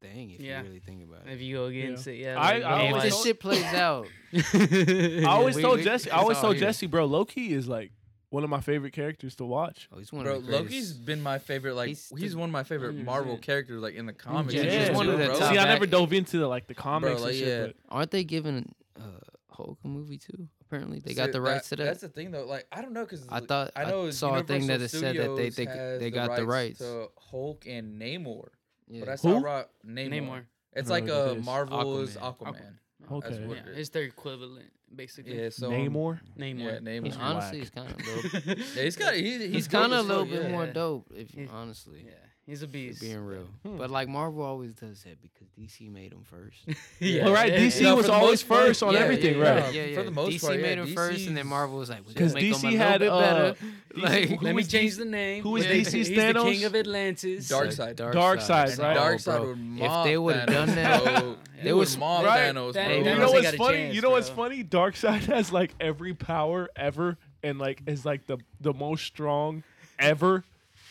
Speaker 4: thing if
Speaker 3: Yeah.
Speaker 4: you really think about it.
Speaker 3: If you go against it, yeah.
Speaker 2: I-
Speaker 3: like,
Speaker 2: I
Speaker 4: Hey, if
Speaker 2: always
Speaker 4: this
Speaker 2: told-
Speaker 4: shit plays out,
Speaker 2: I always
Speaker 4: We-
Speaker 2: told
Speaker 4: we-
Speaker 2: Jesse. I
Speaker 4: it's
Speaker 2: always
Speaker 4: all
Speaker 2: told
Speaker 4: here.
Speaker 2: Jesse, bro. Loki is like one of my favorite characters to watch.
Speaker 4: oh, he's one
Speaker 5: bro,
Speaker 4: of the greatest.
Speaker 5: Loki's been my favorite. Like he's,
Speaker 4: He's the-
Speaker 5: one of my favorite Marvel
Speaker 3: 100%.
Speaker 5: characters. Like in the comics.
Speaker 3: Yeah,
Speaker 5: and
Speaker 3: he's
Speaker 5: shit,
Speaker 2: one
Speaker 5: too,
Speaker 2: of
Speaker 4: the
Speaker 5: bro.
Speaker 4: top
Speaker 2: See, I never
Speaker 4: back-
Speaker 2: dove into the, like the comics
Speaker 5: like,
Speaker 2: and shit.
Speaker 5: yeah.
Speaker 2: But
Speaker 4: Aren't they giving uh, Hulk a movie too? Apparently, they got
Speaker 5: See,
Speaker 4: the rights
Speaker 5: that-
Speaker 4: to
Speaker 5: That's
Speaker 4: that.
Speaker 5: the thing though. Like I don't know because
Speaker 4: I thought I, saw a thing that it said that they they, they got the rights.
Speaker 5: to Hulk and Namor.
Speaker 4: yeah.
Speaker 5: But I saw
Speaker 2: Who?
Speaker 5: Ra- Namor.
Speaker 3: Namor.
Speaker 5: It's
Speaker 2: I
Speaker 5: like
Speaker 2: don't know who
Speaker 5: a
Speaker 2: that is.
Speaker 5: Marvel's Aquaman.
Speaker 4: Aquaman.
Speaker 5: That's
Speaker 2: okay,
Speaker 5: what-
Speaker 3: Yeah, it's their equivalent, basically.
Speaker 5: Yeah, so um,
Speaker 2: Namor.
Speaker 5: Yeah,
Speaker 3: Namor.
Speaker 5: Namor.
Speaker 4: He's honestly, he's kind of dope.
Speaker 5: Yeah, he's got. He's, he's,
Speaker 4: He's
Speaker 5: dope
Speaker 4: kind
Speaker 5: as
Speaker 4: of a little
Speaker 5: fuck, yeah.
Speaker 4: bit more
Speaker 3: yeah.
Speaker 4: dope, if
Speaker 3: He's-
Speaker 4: honestly,
Speaker 3: <laughs> Yeah, he's a
Speaker 4: if
Speaker 3: beast.
Speaker 4: being real.
Speaker 2: Hmm.
Speaker 4: But like Marvel always does that because DC made him first.
Speaker 2: Well, right,
Speaker 3: <laughs> Yeah.
Speaker 2: DC
Speaker 5: No, for
Speaker 2: was
Speaker 5: the
Speaker 2: always
Speaker 5: most part,
Speaker 2: first on
Speaker 5: yeah,
Speaker 2: everything,
Speaker 5: yeah,
Speaker 2: right?
Speaker 5: yeah. for the most
Speaker 4: DC
Speaker 5: part, yeah,
Speaker 4: made him first, and then
Speaker 5: DC's
Speaker 4: Marvel was like, "We
Speaker 2: Because
Speaker 4: gotta make him a
Speaker 2: DC
Speaker 4: little
Speaker 2: had
Speaker 4: bit
Speaker 2: uh,
Speaker 4: better."
Speaker 2: DC
Speaker 4: Like-
Speaker 2: who
Speaker 3: Let me
Speaker 2: was
Speaker 3: change the name.
Speaker 2: who was
Speaker 3: He's the-
Speaker 2: DC's
Speaker 3: he's the king
Speaker 2: Thanos?
Speaker 3: of Atlantis.
Speaker 5: Dark
Speaker 4: It's like
Speaker 5: Side.
Speaker 2: Dark Side, right?
Speaker 5: Dark
Speaker 4: Oh, bro.
Speaker 5: Side
Speaker 4: If
Speaker 5: would mob
Speaker 4: they would have done
Speaker 5: Thanos, <laughs>
Speaker 4: that,
Speaker 5: bro.
Speaker 3: Yeah.
Speaker 5: they
Speaker 4: They
Speaker 5: would
Speaker 4: was-
Speaker 5: mob
Speaker 2: Right.
Speaker 5: Thanos.
Speaker 3: That-
Speaker 4: that-
Speaker 5: bro.
Speaker 2: you
Speaker 4: Thanos
Speaker 2: know
Speaker 4: ain't
Speaker 2: what's
Speaker 3: got a
Speaker 2: funny?
Speaker 3: chance,
Speaker 2: you know what's
Speaker 3: bro.
Speaker 2: funny? Dark Side <laughs> has like every power ever, and like is like the the most strong ever,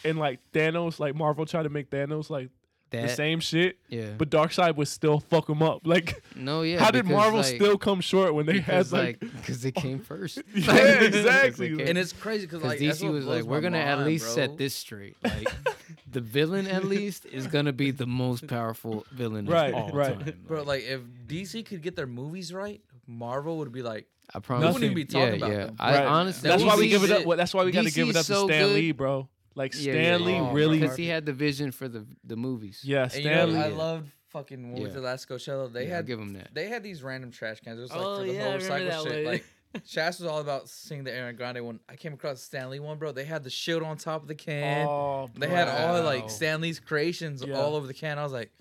Speaker 2: and like Thanos, like Marvel tried to make Thanos like the
Speaker 4: that
Speaker 2: same shit,
Speaker 4: yeah,
Speaker 2: but Dark Side would still fuck him up. <laughs> Like,
Speaker 4: no, yeah.
Speaker 2: how did
Speaker 4: because,
Speaker 2: Marvel
Speaker 4: like, <laughs>
Speaker 2: still come short when they had
Speaker 4: Because
Speaker 2: like?
Speaker 4: like, because it came first.
Speaker 2: <laughs> Yeah,
Speaker 4: Like, <laughs> 'cause
Speaker 2: exactly.
Speaker 4: it came
Speaker 5: And it's crazy because
Speaker 4: Because
Speaker 5: like that's
Speaker 4: DC
Speaker 5: what
Speaker 4: was like,
Speaker 5: blows
Speaker 4: we're
Speaker 5: my
Speaker 4: gonna at
Speaker 5: mind,
Speaker 4: least
Speaker 5: bro.
Speaker 4: set this straight. Like, the villain at least is gonna be the most powerful villain
Speaker 2: Right,
Speaker 4: of all
Speaker 2: right.
Speaker 4: time.
Speaker 5: <laughs> Bro, like if DC could get their movies right, Marvel would be like,
Speaker 4: I
Speaker 5: we
Speaker 4: promise.
Speaker 5: wouldn't
Speaker 2: Nothing.
Speaker 5: even be talking
Speaker 4: yeah,
Speaker 5: about
Speaker 4: yeah.
Speaker 5: them.
Speaker 4: I
Speaker 2: Right.
Speaker 4: honestly,
Speaker 2: that's why we
Speaker 5: DC's
Speaker 2: give it up.
Speaker 5: it-
Speaker 2: well, that's why we got to give it
Speaker 4: DC's
Speaker 2: up to
Speaker 4: so
Speaker 2: Stan
Speaker 4: good.
Speaker 2: Lee, bro. Like Stan Lee
Speaker 5: Oh,
Speaker 2: really,
Speaker 5: bro.
Speaker 4: because he had the vision for the the movies.
Speaker 2: yeah,
Speaker 5: And
Speaker 2: Stan
Speaker 5: you know,
Speaker 2: Lee.
Speaker 5: I
Speaker 4: Yeah.
Speaker 5: loved fucking when we
Speaker 4: Yeah.
Speaker 5: did the last Coachella. They
Speaker 4: Yeah, I'll
Speaker 5: had
Speaker 4: give him that.
Speaker 5: they had these random trash cans. It was like
Speaker 3: Oh,
Speaker 5: for the
Speaker 3: yeah, I
Speaker 5: whole
Speaker 3: remember
Speaker 5: recycle
Speaker 3: that
Speaker 5: shit.
Speaker 3: one.
Speaker 2: <laughs>
Speaker 5: Like Shaz was all about seeing the Aaron Grande one. I came across the Stanley one, bro. They had the shield on top of the can.
Speaker 2: Oh,
Speaker 5: they had all
Speaker 4: wow.
Speaker 5: like Stanley's creations
Speaker 2: Yeah.
Speaker 5: all over the can. I was like,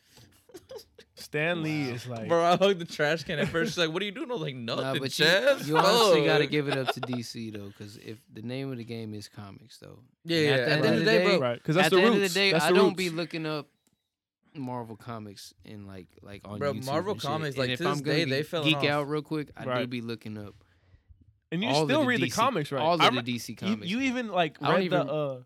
Speaker 2: Stan Lee is like,
Speaker 5: bro, I hugged the trash can at first. She's like, what are you doing? I was like, nothing,
Speaker 4: Nah, but you,
Speaker 5: Chaz.
Speaker 4: you honestly got to
Speaker 5: Fuck."
Speaker 4: give it up to DC though, because if the name of the game is comics though,
Speaker 5: Yeah,
Speaker 4: And
Speaker 5: yeah.
Speaker 4: at the
Speaker 5: At
Speaker 4: end
Speaker 5: the end of the day, bro.
Speaker 2: right? Because that's
Speaker 4: at
Speaker 2: the,
Speaker 4: the,
Speaker 2: roots.
Speaker 4: end of the day,
Speaker 2: That's
Speaker 4: I
Speaker 2: the
Speaker 4: don't
Speaker 2: roots.
Speaker 4: be looking up Marvel comics and like like on
Speaker 5: Bro,
Speaker 4: YouTube
Speaker 5: Marvel
Speaker 4: and shit.
Speaker 5: comics,
Speaker 4: And
Speaker 5: like,
Speaker 4: if
Speaker 5: to
Speaker 4: I'm
Speaker 5: this
Speaker 4: gonna
Speaker 5: day,
Speaker 4: be-
Speaker 5: they fell
Speaker 4: geek
Speaker 5: off.
Speaker 4: out real quick. I do
Speaker 2: Right.
Speaker 4: be looking up.
Speaker 2: and you
Speaker 4: all of
Speaker 2: still
Speaker 4: the
Speaker 2: read the
Speaker 4: DC
Speaker 2: comics, right?
Speaker 4: All
Speaker 2: I
Speaker 4: of
Speaker 2: re-
Speaker 4: the DC
Speaker 2: you-
Speaker 4: comics.
Speaker 2: You, even like
Speaker 4: I don't
Speaker 2: read
Speaker 4: even-
Speaker 2: the. uh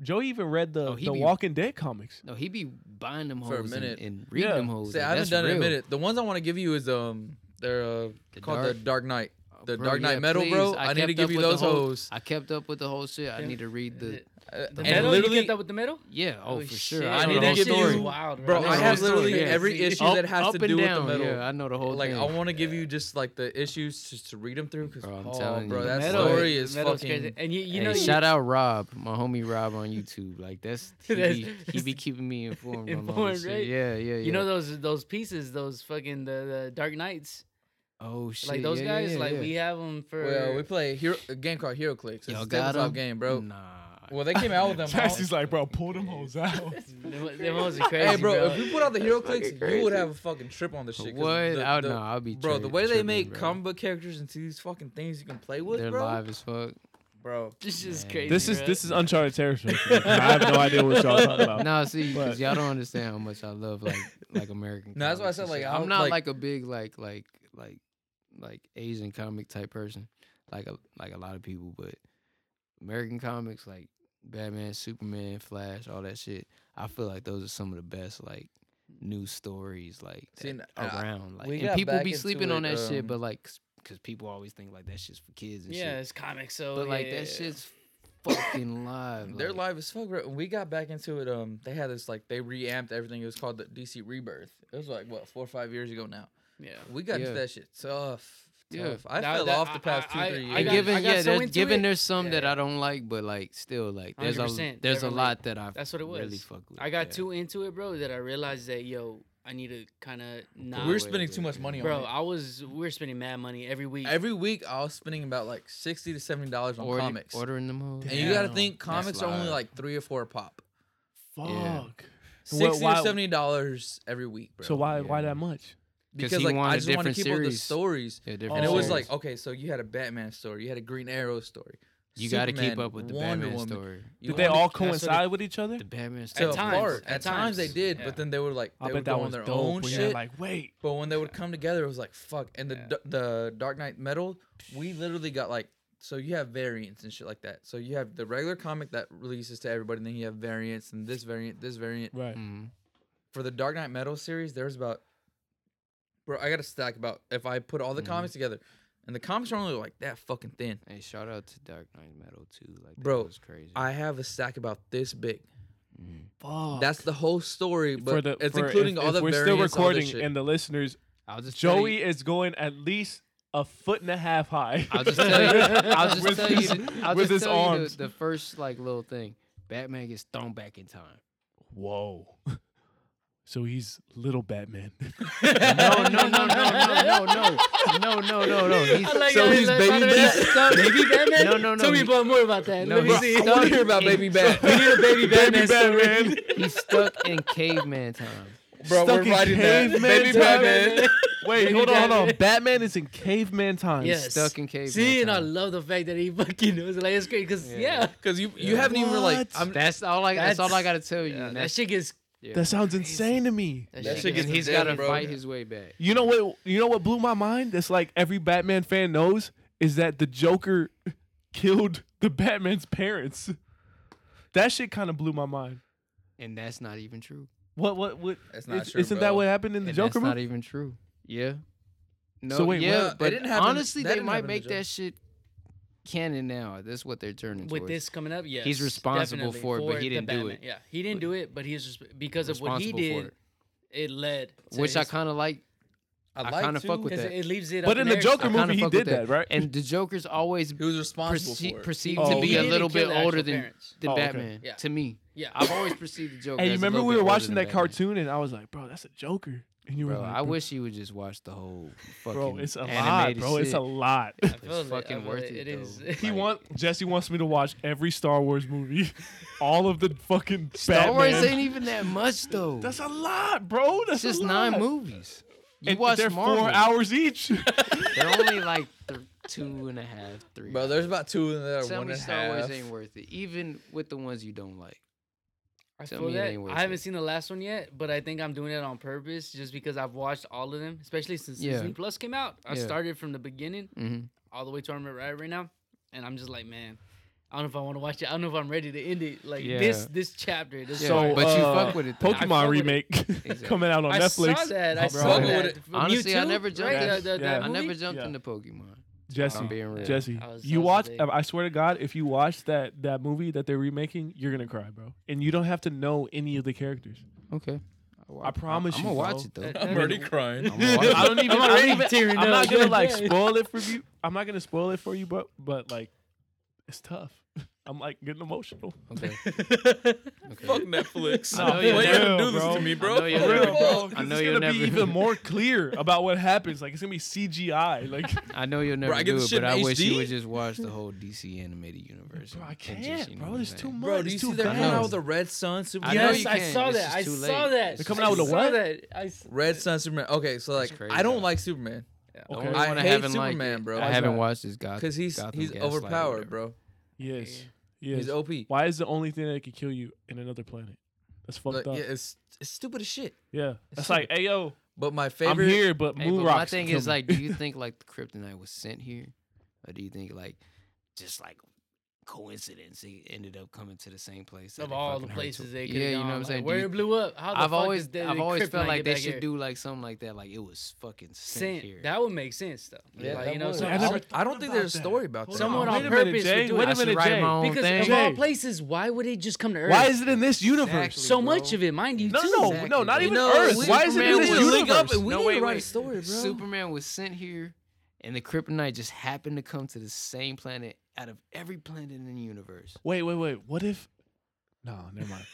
Speaker 2: Joe even read the
Speaker 4: Oh, he
Speaker 2: the
Speaker 4: be-
Speaker 2: Walking Dead comics.
Speaker 4: no, he be buying them
Speaker 5: For a
Speaker 4: hoes and,
Speaker 5: minute.
Speaker 4: and reading
Speaker 2: Yeah.
Speaker 4: them hoes.
Speaker 5: See,
Speaker 4: like,
Speaker 5: I haven't
Speaker 4: that's
Speaker 5: done it in
Speaker 4: real.
Speaker 5: a minute. The ones I want to give you is um, they're uh,
Speaker 4: The
Speaker 5: called the
Speaker 4: Dark-
Speaker 5: Dark Knight.
Speaker 4: Oh,
Speaker 5: the
Speaker 4: Bro,
Speaker 5: Dark Knight
Speaker 4: yeah,
Speaker 5: metal, bro.
Speaker 4: please.
Speaker 5: I,
Speaker 4: I
Speaker 5: need to
Speaker 4: kept
Speaker 5: give
Speaker 4: up
Speaker 5: you
Speaker 4: with the
Speaker 5: those
Speaker 4: whole-
Speaker 5: hoes.
Speaker 4: I kept up with the whole shit. I
Speaker 3: Yeah.
Speaker 4: need to read the.
Speaker 5: Uh,
Speaker 3: The
Speaker 5: and
Speaker 3: metal, you
Speaker 5: literally,
Speaker 3: get that with the metal?
Speaker 4: Yeah. Oh, for sure.
Speaker 3: shit.
Speaker 5: I
Speaker 4: I
Speaker 5: need
Speaker 4: know the
Speaker 5: to
Speaker 3: shit
Speaker 4: whole
Speaker 5: get yours.
Speaker 3: is
Speaker 4: story.
Speaker 3: wild,
Speaker 5: bro. I
Speaker 4: the
Speaker 5: have
Speaker 4: whole
Speaker 5: literally
Speaker 4: story.
Speaker 5: every issue
Speaker 2: Up-
Speaker 5: that has
Speaker 4: Up
Speaker 5: to
Speaker 4: and
Speaker 5: do with the
Speaker 4: down.
Speaker 5: metal.
Speaker 4: Yeah, I know the whole
Speaker 5: Like
Speaker 4: thing.
Speaker 5: I want to give you just like the issues just to read them through because
Speaker 4: Bro, I'm
Speaker 5: oh,
Speaker 4: telling
Speaker 5: bro,
Speaker 4: you.
Speaker 5: that
Speaker 4: Metal-
Speaker 5: story is
Speaker 3: metal's
Speaker 5: fucking.
Speaker 3: crazy. And you, you
Speaker 4: hey,
Speaker 3: know, you-
Speaker 4: shout out Rob, my homie Rob on YouTube. Like
Speaker 5: <laughs>
Speaker 4: that's he,
Speaker 3: That's-
Speaker 4: be, he be keeping me informed. on all
Speaker 3: Informed,
Speaker 4: this shit.
Speaker 3: right?
Speaker 4: Yeah, yeah, yeah.
Speaker 3: you know those those pieces, those fucking the, the Dark Knights,
Speaker 4: oh shit,
Speaker 3: like those
Speaker 4: yeah, yeah,
Speaker 3: guys,
Speaker 4: yeah,
Speaker 3: like
Speaker 4: yeah.
Speaker 3: we have them for.
Speaker 5: Well, we play a, hero, a game called Hero Clicks. It's
Speaker 4: Y'all
Speaker 5: a
Speaker 4: got
Speaker 5: tabletop
Speaker 4: 'em?
Speaker 5: game, bro.
Speaker 4: Nah.
Speaker 5: Well, they
Speaker 4: <laughs>
Speaker 5: came out
Speaker 2: <laughs>
Speaker 5: with them. I don't-
Speaker 2: Chasty's like, bro, pull them hoes out.
Speaker 3: them, them ones are crazy,
Speaker 5: Hey, bro,
Speaker 3: bro.
Speaker 5: if you put out the hero clicks,
Speaker 4: fucking
Speaker 5: you would
Speaker 4: crazy.
Speaker 5: have a fucking trip on this shit. 'cause
Speaker 4: what?
Speaker 5: the-
Speaker 4: oh
Speaker 5: the-
Speaker 4: no, I'll be.
Speaker 5: Bro, the
Speaker 4: tri-
Speaker 5: way they
Speaker 4: tripping,
Speaker 5: make
Speaker 4: bro.
Speaker 5: comic book characters into these fucking things you can play with,
Speaker 4: they're
Speaker 5: bro.
Speaker 4: live as fuck.
Speaker 5: Bro,
Speaker 3: This is
Speaker 4: Man.
Speaker 3: crazy.
Speaker 2: this is
Speaker 3: bro.
Speaker 2: this is uncharted territory. for
Speaker 4: <laughs>
Speaker 2: me. I have no idea what y'all talking about.
Speaker 4: No, see,
Speaker 2: But-
Speaker 4: because y'all don't understand how much I love like like
Speaker 5: <laughs>
Speaker 4: American.
Speaker 5: No, that's why I
Speaker 4: comics
Speaker 5: said,
Speaker 4: and
Speaker 5: like,
Speaker 4: shit.
Speaker 5: I
Speaker 4: I'm
Speaker 5: don't-
Speaker 4: not
Speaker 5: like-
Speaker 4: like, a big like like like like Asian comic type person, like a like a lot of people. But American comics like Batman, Superman, Flash, all that shit. I feel like those are some of the best like news stories like
Speaker 5: See,
Speaker 4: that
Speaker 5: and I-
Speaker 4: around. Like
Speaker 5: we
Speaker 4: and
Speaker 5: got
Speaker 4: people
Speaker 5: back
Speaker 4: be
Speaker 5: into
Speaker 4: sleeping on
Speaker 5: it,
Speaker 4: that shit,
Speaker 5: um,
Speaker 4: but like because people always think like that shit's for kids and
Speaker 3: yeah,
Speaker 4: shit.
Speaker 3: it's comics. So,
Speaker 4: But like
Speaker 3: yeah,
Speaker 4: that
Speaker 3: yeah.
Speaker 4: shit's fucking live.
Speaker 5: they're
Speaker 4: like-
Speaker 5: live as fuck, bro. When we got back into it, um, they had this like they reamped everything. It was called the DC Rebirth. It was like what four or five years ago now.
Speaker 3: Yeah.
Speaker 5: We got
Speaker 4: Yeah.
Speaker 5: into that shit tough.
Speaker 4: Yeah.
Speaker 5: tough. I
Speaker 3: That-
Speaker 5: fell
Speaker 3: that-
Speaker 5: off the past
Speaker 3: I-
Speaker 5: two,
Speaker 3: I-
Speaker 5: three years.
Speaker 3: I
Speaker 4: And
Speaker 3: got-
Speaker 4: given,
Speaker 3: I got
Speaker 4: yeah,
Speaker 3: so
Speaker 4: there's,
Speaker 3: into
Speaker 4: given
Speaker 3: it.
Speaker 4: there's some that
Speaker 5: Yeah.
Speaker 4: I don't like, but like still like there's a
Speaker 3: 100%,
Speaker 4: there's a
Speaker 3: definitely.
Speaker 4: lot that I
Speaker 3: That's what it was.
Speaker 4: really fuck with.
Speaker 3: I got
Speaker 4: yeah.
Speaker 3: too into it, bro, that I realized that yo, I need to kind of not.
Speaker 5: we
Speaker 4: Nah,
Speaker 5: were
Speaker 4: wait,
Speaker 5: spending
Speaker 4: wait,
Speaker 5: too much
Speaker 4: wait.
Speaker 5: money
Speaker 3: bro,
Speaker 5: on
Speaker 3: I was we were spending mad money every week.
Speaker 5: it. Every week, I was spending about like sixty to seventy dollars on
Speaker 4: Order-
Speaker 5: comics.
Speaker 4: ordering them hoes.
Speaker 5: And you got to
Speaker 2: Damn.
Speaker 5: think comics are only
Speaker 4: live.
Speaker 5: like three or four a pop.
Speaker 2: Fuck.
Speaker 4: Yeah.
Speaker 2: So what-
Speaker 5: Sixty
Speaker 2: why-
Speaker 5: or seventy dollars every week, bro.
Speaker 2: So why
Speaker 4: Yeah.
Speaker 2: why that much?
Speaker 5: Because
Speaker 4: he
Speaker 5: like I
Speaker 4: wanted
Speaker 5: just want
Speaker 4: different
Speaker 5: to keep up the
Speaker 4: series.
Speaker 5: stories,
Speaker 4: Yeah, different
Speaker 5: and it was
Speaker 2: Oh.
Speaker 4: series.
Speaker 5: like okay, so you had a Batman story, you had a Green Arrow story.
Speaker 4: you got to keep
Speaker 5: Superman,
Speaker 4: up with the
Speaker 5: Wonder
Speaker 4: Batman
Speaker 5: Woman.
Speaker 4: story.
Speaker 5: You
Speaker 2: Did they
Speaker 5: wanted-
Speaker 2: all
Speaker 3: that's what it-
Speaker 2: coincide with each other?
Speaker 4: The Batman
Speaker 5: to
Speaker 4: story.
Speaker 3: At times,
Speaker 5: apart.
Speaker 3: at
Speaker 5: At times they
Speaker 3: times,
Speaker 5: did,
Speaker 3: yeah.
Speaker 5: but then they were like
Speaker 2: I
Speaker 5: they
Speaker 2: bet
Speaker 5: would go
Speaker 2: that
Speaker 5: on
Speaker 2: was
Speaker 5: their
Speaker 2: dope.
Speaker 5: own
Speaker 2: when you're
Speaker 5: shit.
Speaker 2: Like wait,
Speaker 5: But when they would come together, it was like fuck. And the
Speaker 3: Yeah.
Speaker 5: d the Dark Knight Metal, we literally got like so you have variants and shit like that. So you have the regular comic that releases to everybody, and then you have variants and this variant, this variant.
Speaker 2: right?
Speaker 4: Mhm.
Speaker 5: For the Dark Knight Metal series, there's about bro, I got a stack about if I put all the
Speaker 4: Mhm.
Speaker 5: comics together, and the comics are only like that fucking thin.
Speaker 4: Hey, shout out to Dark Knight Metal too. Like, that
Speaker 5: Bro,
Speaker 4: was crazy.
Speaker 5: I have a stack about this big.
Speaker 4: Mhm.
Speaker 2: Fuck.
Speaker 5: That's the whole story, but
Speaker 2: for the
Speaker 5: it's
Speaker 2: for-
Speaker 5: including
Speaker 2: if,
Speaker 5: all
Speaker 2: if
Speaker 5: the
Speaker 2: we're
Speaker 5: variants.
Speaker 2: still
Speaker 5: all this
Speaker 2: recording
Speaker 5: shit.
Speaker 2: and the listeners
Speaker 4: I'll just tell
Speaker 2: Joey
Speaker 4: you-
Speaker 2: is going at least a foot and a half high.
Speaker 4: I'll
Speaker 2: <laughs>
Speaker 4: just tell
Speaker 5: <laughs>
Speaker 4: you. I'll just
Speaker 2: With
Speaker 4: tell
Speaker 2: his-
Speaker 4: you. I'll
Speaker 2: with
Speaker 4: just
Speaker 2: his
Speaker 4: tell you
Speaker 2: arms.
Speaker 4: the, the first like little thing. Batman gets thrown back in
Speaker 5: <laughs>
Speaker 4: time.
Speaker 2: Whoa. <laughs> So he's little Batman.
Speaker 4: No, no, no, no, no, no, no, no, no, no,
Speaker 5: <laughs>
Speaker 4: no. He's,
Speaker 3: I <laughs> like
Speaker 5: So
Speaker 3: how
Speaker 5: he's
Speaker 3: like,
Speaker 5: baby
Speaker 3: "Son of a- <laughs>
Speaker 5: Bat-
Speaker 3: son- baby Batman.
Speaker 4: No, no, no,
Speaker 3: Tell me
Speaker 4: he-
Speaker 3: about more about that.
Speaker 4: No,
Speaker 3: Let me
Speaker 4: he's-
Speaker 5: <laughs>
Speaker 3: see.
Speaker 5: I want to hear about
Speaker 2: <laughs>
Speaker 5: Baby Bat. We need a <laughs> Baby Batman, story.
Speaker 4: <laughs> he's stuck in caveman time.
Speaker 5: <laughs> Bro,
Speaker 2: Stuck in
Speaker 5: we're writing that.
Speaker 2: caveman
Speaker 5: Baby
Speaker 2: time. <laughs>
Speaker 5: Batman.
Speaker 2: Wait,
Speaker 3: Baby
Speaker 2: hold on, hold on.
Speaker 3: Batman.
Speaker 2: Batman is in caveman times.
Speaker 3: Yes.
Speaker 4: Stuck in caveman
Speaker 3: See, and I
Speaker 4: time.
Speaker 3: love the fact that he <laughs> fucking it was like it's great because yeah.
Speaker 4: Yeah.
Speaker 5: Because you, you haven't even like.
Speaker 2: What?
Speaker 5: I'm,
Speaker 4: That's all I. That's, all I gotta tell you.
Speaker 3: yeah,
Speaker 4: and
Speaker 3: that
Speaker 4: that's-
Speaker 3: shit gets
Speaker 4: yeah.
Speaker 2: That sounds insane to me.
Speaker 3: that,
Speaker 5: That
Speaker 3: shit gets
Speaker 5: shit gets
Speaker 4: and he's
Speaker 5: insane,
Speaker 4: gotta
Speaker 5: bro.
Speaker 4: fight his way back.
Speaker 2: You know what you know what blew my mind? That's like every Batman fan knows is that the Joker <laughs> killed the Batman's parents. That shit kind of blew my mind.
Speaker 4: And that's not even true.
Speaker 2: What what what
Speaker 5: That's not
Speaker 2: is-
Speaker 5: true,
Speaker 2: Isn't
Speaker 5: bro.
Speaker 2: that what happened in the
Speaker 4: and
Speaker 2: Joker
Speaker 4: that's not
Speaker 2: movie?
Speaker 4: even true. Yeah. No.
Speaker 2: So wait,
Speaker 4: yeah,
Speaker 5: what- it
Speaker 4: but
Speaker 5: didn't happen-
Speaker 4: honestly,
Speaker 5: that
Speaker 4: they
Speaker 5: didn't
Speaker 4: might
Speaker 5: happen to
Speaker 4: make
Speaker 5: Joker.
Speaker 4: that shit canon now. That's what they're turning
Speaker 3: with
Speaker 4: towards.
Speaker 3: this coming up. Yeah,
Speaker 4: He's responsible for it, but he didn't do it.
Speaker 3: Yeah, he didn't do it, but he's just, because of what he
Speaker 4: Responsible for
Speaker 3: did. It led, to
Speaker 4: which I
Speaker 3: his-
Speaker 4: kind of like. I
Speaker 5: like
Speaker 4: kind of
Speaker 5: to-
Speaker 4: fuck with
Speaker 3: because
Speaker 4: that.
Speaker 3: it leaves it.
Speaker 2: But
Speaker 3: up
Speaker 2: in the
Speaker 3: air.
Speaker 2: Joker
Speaker 4: I
Speaker 2: movie,
Speaker 4: kinda
Speaker 2: he
Speaker 4: fuck
Speaker 2: did
Speaker 4: with
Speaker 2: that, right?
Speaker 4: And the Joker's always
Speaker 5: He was responsible
Speaker 4: perce-
Speaker 5: for it.
Speaker 4: perceived
Speaker 2: Oh,
Speaker 4: to be
Speaker 2: okay.
Speaker 4: a
Speaker 2: He
Speaker 4: little
Speaker 3: didn't kill
Speaker 4: bit
Speaker 3: the
Speaker 4: older
Speaker 3: actual
Speaker 4: than
Speaker 3: parents.
Speaker 4: than
Speaker 2: Oh, okay.
Speaker 4: Batman.
Speaker 3: Yeah.
Speaker 4: To me,
Speaker 3: Yeah,
Speaker 4: <laughs> I've always perceived the Joker.
Speaker 2: Hey,
Speaker 4: as
Speaker 2: you
Speaker 4: a
Speaker 2: remember
Speaker 4: little
Speaker 2: we
Speaker 4: bit
Speaker 2: were
Speaker 4: older
Speaker 2: watching
Speaker 4: than
Speaker 2: that
Speaker 4: Batman.
Speaker 2: cartoon and I was like, bro, that's a Joker. And you
Speaker 4: Bro,
Speaker 2: were like,
Speaker 4: I wish you would just watch the whole fucking.
Speaker 2: Bro,
Speaker 4: <laughs>
Speaker 2: it's a lot,
Speaker 4: animated
Speaker 2: bro. It's
Speaker 4: shit.
Speaker 2: a lot.
Speaker 3: I
Speaker 4: It's
Speaker 3: feel it, I
Speaker 4: fucking
Speaker 3: feel
Speaker 4: worth
Speaker 3: it.
Speaker 4: it.
Speaker 3: It is. <laughs>
Speaker 4: though.
Speaker 2: He
Speaker 4: Like,
Speaker 2: want Jesse wants me to watch every Star Wars movie, <laughs> all of the fucking
Speaker 4: Star Wars
Speaker 2: Batman.
Speaker 4: ain't even
Speaker 2: <laughs>
Speaker 4: that much though.
Speaker 2: That's a lot, bro. That's
Speaker 4: it's just
Speaker 2: a
Speaker 4: nine
Speaker 2: lot.
Speaker 4: movies. You
Speaker 2: And
Speaker 4: watch
Speaker 2: they're
Speaker 4: Marvel.
Speaker 2: four hours
Speaker 4: <laughs>
Speaker 2: each.
Speaker 4: They're only like th- two and a half, three.
Speaker 5: Bro, there's about two in there.
Speaker 4: Tell
Speaker 5: one
Speaker 4: me
Speaker 5: and a
Speaker 4: Star Wars
Speaker 5: half.
Speaker 4: ain't worth it, even with the ones you don't like.
Speaker 3: I
Speaker 4: Tell
Speaker 3: feel
Speaker 4: me it
Speaker 3: that.
Speaker 4: ain't worth
Speaker 3: I haven't
Speaker 4: it.
Speaker 3: seen the last one yet, but I think I'm doing it on purpose just because I've watched all of them, especially since
Speaker 4: Yeah.
Speaker 3: Disney Plus came out. I
Speaker 4: Yeah.
Speaker 3: started from the beginning
Speaker 4: Mm-hmm.
Speaker 3: all the way to where I'm at right, right now, and I'm just like, man, I don't know if I want to watch it. I don't know if I'm ready to end it. Like this,
Speaker 4: Yeah.
Speaker 3: this chapter. This
Speaker 4: Yeah,
Speaker 2: So,
Speaker 3: part.
Speaker 4: but you
Speaker 2: uh,
Speaker 4: fuck with it. though.
Speaker 3: fuck
Speaker 2: Pokemon
Speaker 3: with it.
Speaker 2: remake <laughs> coming out on
Speaker 3: I
Speaker 2: Netflix.
Speaker 3: saw that. I
Speaker 5: Bro.
Speaker 3: saw
Speaker 5: Fuck with
Speaker 3: that.
Speaker 5: it.
Speaker 3: From
Speaker 4: Honestly, I
Speaker 3: YouTube,
Speaker 4: never jumped.
Speaker 3: right?
Speaker 2: Yes.
Speaker 3: The- the-
Speaker 2: Yeah.
Speaker 3: <laughs> that
Speaker 4: I never
Speaker 3: movie?
Speaker 4: jumped
Speaker 2: Yeah.
Speaker 4: into Pokemon.
Speaker 2: Jesse,
Speaker 4: I'm being real.
Speaker 2: Jesse,
Speaker 3: I was-
Speaker 2: you
Speaker 3: I was
Speaker 2: watch.
Speaker 3: big.
Speaker 2: I swear to God, if you watch that that movie that they're remaking, you're gonna cry, bro. And you don't have to know any of the characters.
Speaker 4: Okay.
Speaker 2: I promise
Speaker 4: I'm
Speaker 2: you,
Speaker 4: gonna watch
Speaker 2: bro.
Speaker 4: it
Speaker 2: <laughs>
Speaker 4: though.
Speaker 5: I'm already crying.
Speaker 4: I'm
Speaker 5: <laughs>
Speaker 4: gonna watch
Speaker 2: I
Speaker 4: it.
Speaker 2: don't even.
Speaker 3: I'm
Speaker 2: I'm,
Speaker 3: already
Speaker 2: not even-
Speaker 3: tearing
Speaker 2: I'm not
Speaker 3: up.
Speaker 2: gonna like spoil it
Speaker 4: <laughs>
Speaker 2: for you. I'm not gonna spoil it for you, but but like, it's tough. <laughs> I'm like getting emotional.
Speaker 4: Okay.
Speaker 5: Fuck Netflix.
Speaker 2: I know
Speaker 5: Why
Speaker 2: you're
Speaker 5: you
Speaker 2: real,
Speaker 5: gonna do this
Speaker 2: bro.
Speaker 5: to me, bro?
Speaker 4: I know you're
Speaker 5: For
Speaker 2: <laughs>
Speaker 4: real.
Speaker 5: real.
Speaker 4: I know
Speaker 2: it's
Speaker 4: you'll
Speaker 2: gonna be
Speaker 4: never- <laughs>
Speaker 2: even <laughs> more clear about what happens. Like it's gonna be CGI. <laughs> Like
Speaker 4: I know you'll never
Speaker 5: I get
Speaker 4: do
Speaker 5: the
Speaker 4: it,
Speaker 5: shit
Speaker 4: but
Speaker 5: in
Speaker 4: I wish you
Speaker 5: HD?
Speaker 4: would just watch the whole DC animated universe.
Speaker 2: bro, I
Speaker 4: and just,
Speaker 2: can't,
Speaker 4: you know
Speaker 2: bro.
Speaker 4: what I'm
Speaker 2: There's too
Speaker 4: saying?
Speaker 2: much.
Speaker 5: Bro, do you
Speaker 2: it's
Speaker 5: see
Speaker 2: too
Speaker 5: they're coming
Speaker 2: fast.
Speaker 5: out with the Red Sun Superman?
Speaker 4: I know
Speaker 3: yes,
Speaker 4: you
Speaker 3: I
Speaker 4: can,
Speaker 3: saw
Speaker 4: it's
Speaker 3: that.
Speaker 4: just
Speaker 3: I
Speaker 4: too
Speaker 3: saw
Speaker 4: late.
Speaker 3: that.
Speaker 2: They're coming out with
Speaker 3: I
Speaker 2: a
Speaker 3: saw
Speaker 2: what?
Speaker 3: That. I s-
Speaker 5: Red Sun Superman. Okay, so like
Speaker 4: crazy.
Speaker 5: I don't like Superman
Speaker 4: The
Speaker 2: Okay.
Speaker 4: only
Speaker 2: I
Speaker 4: one I
Speaker 5: hate
Speaker 4: haven't liked-
Speaker 5: Superman, bro.
Speaker 4: I
Speaker 2: Why's
Speaker 4: haven't
Speaker 2: that?
Speaker 4: watched this guy
Speaker 5: because he's he's overpowered, bro.
Speaker 2: Yes,
Speaker 5: He's
Speaker 2: yes.
Speaker 5: OP.
Speaker 2: Why is the only thing that could kill you in another planet? That's fucked
Speaker 5: Like,
Speaker 2: up.
Speaker 5: yeah,
Speaker 2: Yeah,
Speaker 5: it's, it's stupid as shit.
Speaker 2: that's like, hey yo,
Speaker 5: But my
Speaker 2: I'm
Speaker 5: favorite
Speaker 2: here, but
Speaker 4: Hey,
Speaker 2: moon
Speaker 4: but my
Speaker 2: rocks.
Speaker 4: thing
Speaker 2: kill
Speaker 4: is
Speaker 2: me.
Speaker 4: like, do
Speaker 2: <laughs>
Speaker 3: <laughs>
Speaker 4: you think like the kryptonite was sent here, or do you think like just like coincidence it ended up coming to the same place that
Speaker 3: Of
Speaker 4: it
Speaker 3: all the
Speaker 4: fucking hurt to-
Speaker 3: places they could
Speaker 4: Yeah, you know what I'm saying. Do
Speaker 3: Where
Speaker 4: you-
Speaker 3: it blew up. How the
Speaker 4: I've
Speaker 3: fuck
Speaker 4: always
Speaker 3: did the
Speaker 4: I've always
Speaker 3: Kryptonite
Speaker 4: felt like
Speaker 3: get
Speaker 4: they
Speaker 3: back
Speaker 4: should
Speaker 3: here?
Speaker 4: do like something like that. Like it was fucking sent,
Speaker 3: Sent.
Speaker 4: here.
Speaker 3: That would make sense though.
Speaker 5: Yeah,
Speaker 3: like,
Speaker 5: that
Speaker 3: you know,
Speaker 5: would.
Speaker 3: so
Speaker 2: I never
Speaker 3: all-
Speaker 5: I don't think there's a story about
Speaker 2: Hold
Speaker 5: that.
Speaker 3: Someone
Speaker 2: wait
Speaker 3: on
Speaker 2: a minute,
Speaker 3: purpose would
Speaker 2: Jay.
Speaker 3: do it.
Speaker 2: Wait
Speaker 4: I
Speaker 2: a
Speaker 4: should
Speaker 2: minute,
Speaker 4: write
Speaker 2: Jay.
Speaker 4: my own
Speaker 3: because
Speaker 4: thing.
Speaker 3: of all
Speaker 2: Jay.
Speaker 3: places, why would it just come to Earth?
Speaker 2: Why is it in this universe?
Speaker 4: Exactly.
Speaker 3: so
Speaker 4: bro?
Speaker 3: much of it, mind you?
Speaker 2: No,
Speaker 3: too.
Speaker 2: no,
Speaker 4: Exactly,
Speaker 2: no, not
Speaker 4: bro.
Speaker 2: even
Speaker 5: No,
Speaker 2: Earth.
Speaker 5: we-
Speaker 2: Why is it
Speaker 4: Superman
Speaker 2: in this
Speaker 4: was-
Speaker 2: universe?
Speaker 5: link up and we
Speaker 4: no,
Speaker 5: need
Speaker 4: wait,
Speaker 5: to write a
Speaker 4: wait.
Speaker 5: story, bro.
Speaker 4: Superman was sent here, and the kryptonite just happened to come to the same planet out of every planet in the universe.
Speaker 2: Wait, wait, wait. What if? No, never mind.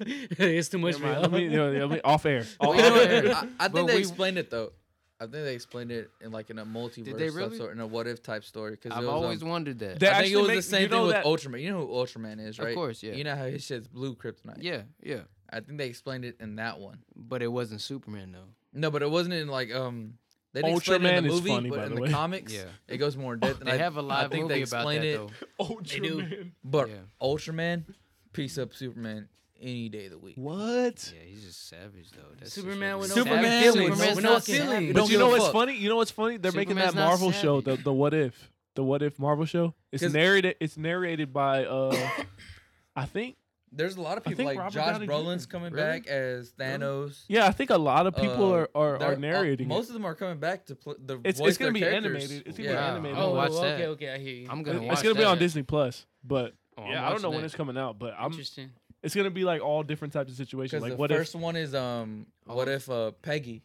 Speaker 3: it's too much
Speaker 2: Never
Speaker 3: for you.
Speaker 2: mind. Let
Speaker 3: <laughs>
Speaker 2: me, you know, let me off air.
Speaker 5: Well,
Speaker 2: Off
Speaker 5: you know,
Speaker 2: air.
Speaker 5: I, I
Speaker 4: But
Speaker 5: think they
Speaker 4: we-
Speaker 5: explained it though. I think they explained it in like in a multiverse
Speaker 4: they
Speaker 5: type
Speaker 4: really?
Speaker 5: story, in a what if type story. Because
Speaker 3: um,
Speaker 4: I've always wondered that.
Speaker 2: They
Speaker 5: um, I think it
Speaker 2: actually
Speaker 5: was
Speaker 2: make-
Speaker 5: the same
Speaker 2: you
Speaker 5: thing
Speaker 2: know
Speaker 5: with
Speaker 2: that-
Speaker 5: Ultraman. You know who Ultraman is,
Speaker 4: Of
Speaker 5: right?
Speaker 4: course, yeah.
Speaker 5: You know how his shit's blue kryptonite.
Speaker 4: yeah, yeah,
Speaker 5: I think they explained it in that one.
Speaker 4: but it wasn't Superman though.
Speaker 5: No, but it wasn't in like um. They didn't explain it in
Speaker 2: Ultraman
Speaker 5: the
Speaker 2: is
Speaker 5: movie,
Speaker 2: funny,
Speaker 5: but
Speaker 2: by
Speaker 5: in
Speaker 2: the
Speaker 5: the
Speaker 2: way.
Speaker 5: comics,
Speaker 4: Yeah.
Speaker 5: it goes more in depth. and
Speaker 4: They
Speaker 5: I-
Speaker 4: have a
Speaker 5: I
Speaker 4: live
Speaker 5: think
Speaker 4: movie
Speaker 5: they
Speaker 4: about that
Speaker 5: explain it,
Speaker 4: though.
Speaker 2: Ultraman.
Speaker 5: But
Speaker 4: Yeah.
Speaker 5: Ultraman, piece up Superman any day of the week.
Speaker 2: What?
Speaker 4: Yeah, he's just savage though. That's just
Speaker 3: Superman
Speaker 4: what
Speaker 3: with
Speaker 4: it
Speaker 3: no
Speaker 4: is.
Speaker 5: Superman
Speaker 3: Superman
Speaker 5: feelings.
Speaker 3: feelings. With no
Speaker 5: Superman's not
Speaker 3: feelings.
Speaker 5: savage.
Speaker 2: But
Speaker 5: don't
Speaker 2: you
Speaker 5: give
Speaker 2: know
Speaker 5: a
Speaker 2: what's
Speaker 5: fuck.
Speaker 2: funny? You know what's funny? They're making
Speaker 4: Superman's
Speaker 2: that
Speaker 4: not
Speaker 2: Marvel show, the
Speaker 4: savage.
Speaker 2: the What If, the What If Marvel show. It's
Speaker 5: 'Cause-
Speaker 2: narrated. It's narrated by
Speaker 5: <coughs>
Speaker 2: uh, I think
Speaker 5: There's a lot of
Speaker 2: I think
Speaker 5: people like
Speaker 2: Robert
Speaker 5: Josh
Speaker 2: Downey
Speaker 5: Brolin's
Speaker 2: Jr.
Speaker 5: coming
Speaker 4: Really?
Speaker 5: back as Thanos.
Speaker 2: yeah, I think a lot of people
Speaker 5: Uh,
Speaker 2: are are,
Speaker 5: They're-
Speaker 2: are
Speaker 5: uh,
Speaker 2: narrating. it.
Speaker 5: most of them are coming back to pl- the
Speaker 2: It's-
Speaker 5: voice
Speaker 2: it's gonna
Speaker 5: their
Speaker 2: be
Speaker 5: characters.
Speaker 2: animated. It's gonna be
Speaker 5: yeah.
Speaker 4: animated.
Speaker 3: Oh,
Speaker 4: I'll watch
Speaker 3: okay,
Speaker 4: that.
Speaker 3: okay, I hear you.
Speaker 4: I'm gonna watch.
Speaker 2: it's gonna be on
Speaker 4: that.
Speaker 2: Disney Plus, but
Speaker 4: Oh, I'm
Speaker 2: yeah, I don't know
Speaker 4: watching
Speaker 2: when
Speaker 4: that.
Speaker 2: it's coming out, but I'm.
Speaker 3: Interesting.
Speaker 2: It's gonna be like all different types of situations.
Speaker 5: Because
Speaker 2: Like
Speaker 5: the
Speaker 2: what if?
Speaker 5: first one is um, what if uh Peggy,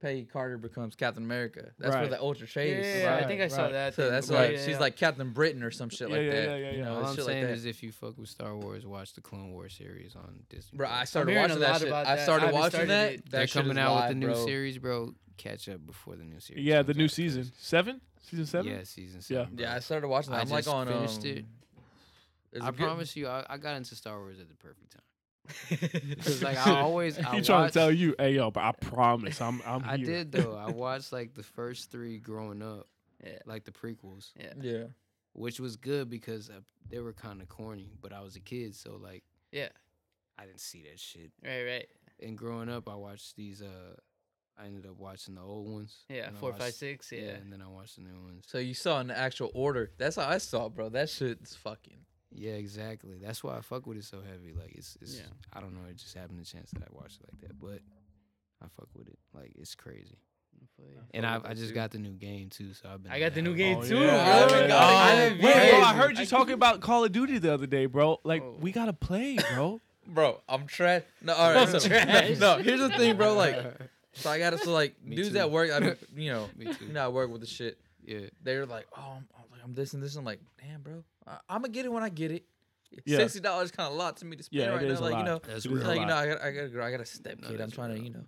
Speaker 5: Peggy Carter becomes Captain America? That's where
Speaker 2: Right.
Speaker 5: the Ultra
Speaker 3: Yeah,
Speaker 5: Trade is.
Speaker 2: Right,
Speaker 3: I think I saw
Speaker 2: right.
Speaker 3: that.
Speaker 5: So
Speaker 3: thing.
Speaker 5: that's
Speaker 3: Yeah,
Speaker 5: like
Speaker 3: yeah,
Speaker 5: she's
Speaker 3: yeah.
Speaker 5: like Captain Britain or some shit
Speaker 2: Yeah,
Speaker 5: like
Speaker 2: yeah,
Speaker 5: that.
Speaker 2: yeah, yeah,
Speaker 5: you
Speaker 2: yeah.
Speaker 5: know,
Speaker 4: All
Speaker 5: it's
Speaker 4: I'm
Speaker 5: shit
Speaker 4: saying
Speaker 5: like that.
Speaker 4: is, if you fuck with Star Wars, watch the Clone War series on Disney.
Speaker 5: Bro, I
Speaker 4: Plus.
Speaker 5: started
Speaker 3: hearing a
Speaker 5: watching that
Speaker 3: lot
Speaker 5: shit.
Speaker 3: about
Speaker 5: I
Speaker 3: that. I
Speaker 5: started
Speaker 3: haven't
Speaker 5: watching
Speaker 3: started
Speaker 5: that.
Speaker 3: it.
Speaker 5: that
Speaker 4: they're
Speaker 5: shit
Speaker 4: coming
Speaker 5: is
Speaker 4: out
Speaker 5: live,
Speaker 4: with the new
Speaker 5: bro.
Speaker 4: series, bro. Catch up before the new series.
Speaker 2: Yeah, the
Speaker 4: comes
Speaker 2: new
Speaker 4: out, 'cause-
Speaker 2: season seven, season seven.
Speaker 4: Yeah, season
Speaker 2: Yeah.
Speaker 4: seven.
Speaker 5: Yeah, I
Speaker 4: bro.
Speaker 5: started watching that.
Speaker 4: I
Speaker 5: I'm like
Speaker 4: just
Speaker 5: on.
Speaker 4: finished
Speaker 5: um,
Speaker 4: it.
Speaker 5: is
Speaker 4: I
Speaker 5: it good?
Speaker 4: promise you, I, I got into Star Wars at the perfect time. Because like <laughs> I always, I
Speaker 2: He trying to
Speaker 4: watched-
Speaker 2: tell you, hey yo, but I promise, I'm I'm
Speaker 4: <laughs> I
Speaker 2: here.
Speaker 4: did though. I watched like the first three growing up,
Speaker 3: <laughs> Yeah.
Speaker 4: like the prequels,
Speaker 5: Yeah.
Speaker 4: which was good because uh they were kind of corny. But I was a kid, so like
Speaker 3: Yeah.
Speaker 4: I didn't see that shit.
Speaker 3: Right, right.
Speaker 4: And growing up, I watched these. uh I ended up watching the old ones.
Speaker 3: Yeah,
Speaker 4: and I
Speaker 3: four, five,
Speaker 4: watched-
Speaker 3: six.
Speaker 4: Yeah.
Speaker 3: Yeah.
Speaker 4: and then I watched the new ones.
Speaker 5: So you saw in the actual order. That's how I saw, it, bro. That shit's fucking.
Speaker 4: Yeah, exactly. That's why I fuck with it so heavy. Like it's, it's
Speaker 3: Yeah.
Speaker 4: I don't know. It just happened a chance that I watched it like that, but I fuck with it. Like it's crazy. And I, I just got the new game too, so I've been.
Speaker 3: I
Speaker 4: on
Speaker 3: got the
Speaker 4: that
Speaker 3: new
Speaker 4: hype.
Speaker 3: game
Speaker 2: Oh,
Speaker 3: too.
Speaker 2: yeah.
Speaker 3: bro.
Speaker 5: I haven't got it.
Speaker 3: I
Speaker 5: Oh,
Speaker 3: haven't
Speaker 2: Wait,
Speaker 5: Hey.
Speaker 2: bro,
Speaker 3: played
Speaker 2: I
Speaker 3: it.
Speaker 2: heard you talking about Call of Duty the other day, bro. Like
Speaker 3: Oh.
Speaker 2: we gotta <laughs> play, bro.
Speaker 5: Bro, I'm trash. No, all right.
Speaker 3: I'm
Speaker 5: so-
Speaker 3: trash.
Speaker 5: No, here's the thing, bro.
Speaker 2: <laughs>
Speaker 5: Like, so I gotta so like
Speaker 4: Me
Speaker 5: dudes
Speaker 4: too.
Speaker 5: at work. I mean, you know,
Speaker 4: Me too.
Speaker 5: you know, I work with the shit.
Speaker 4: Yeah.
Speaker 5: They're like, oh, I'm, I'm, like, I'm this and this. I'm like, damn, bro. I, I'm gonna get it when I get it.
Speaker 2: Yeah.
Speaker 5: Sixty dollars kind of a lot to me to spend
Speaker 2: Yeah,
Speaker 5: right
Speaker 2: it
Speaker 5: now.
Speaker 2: is a
Speaker 5: Like you
Speaker 2: lot.
Speaker 5: know,
Speaker 4: That's
Speaker 2: It is a
Speaker 4: real.
Speaker 5: like you know,
Speaker 2: lot.
Speaker 5: I got I got a girl. I got a step
Speaker 4: No,
Speaker 5: kid. I'm
Speaker 4: that's
Speaker 5: trying to
Speaker 4: real.
Speaker 5: you know,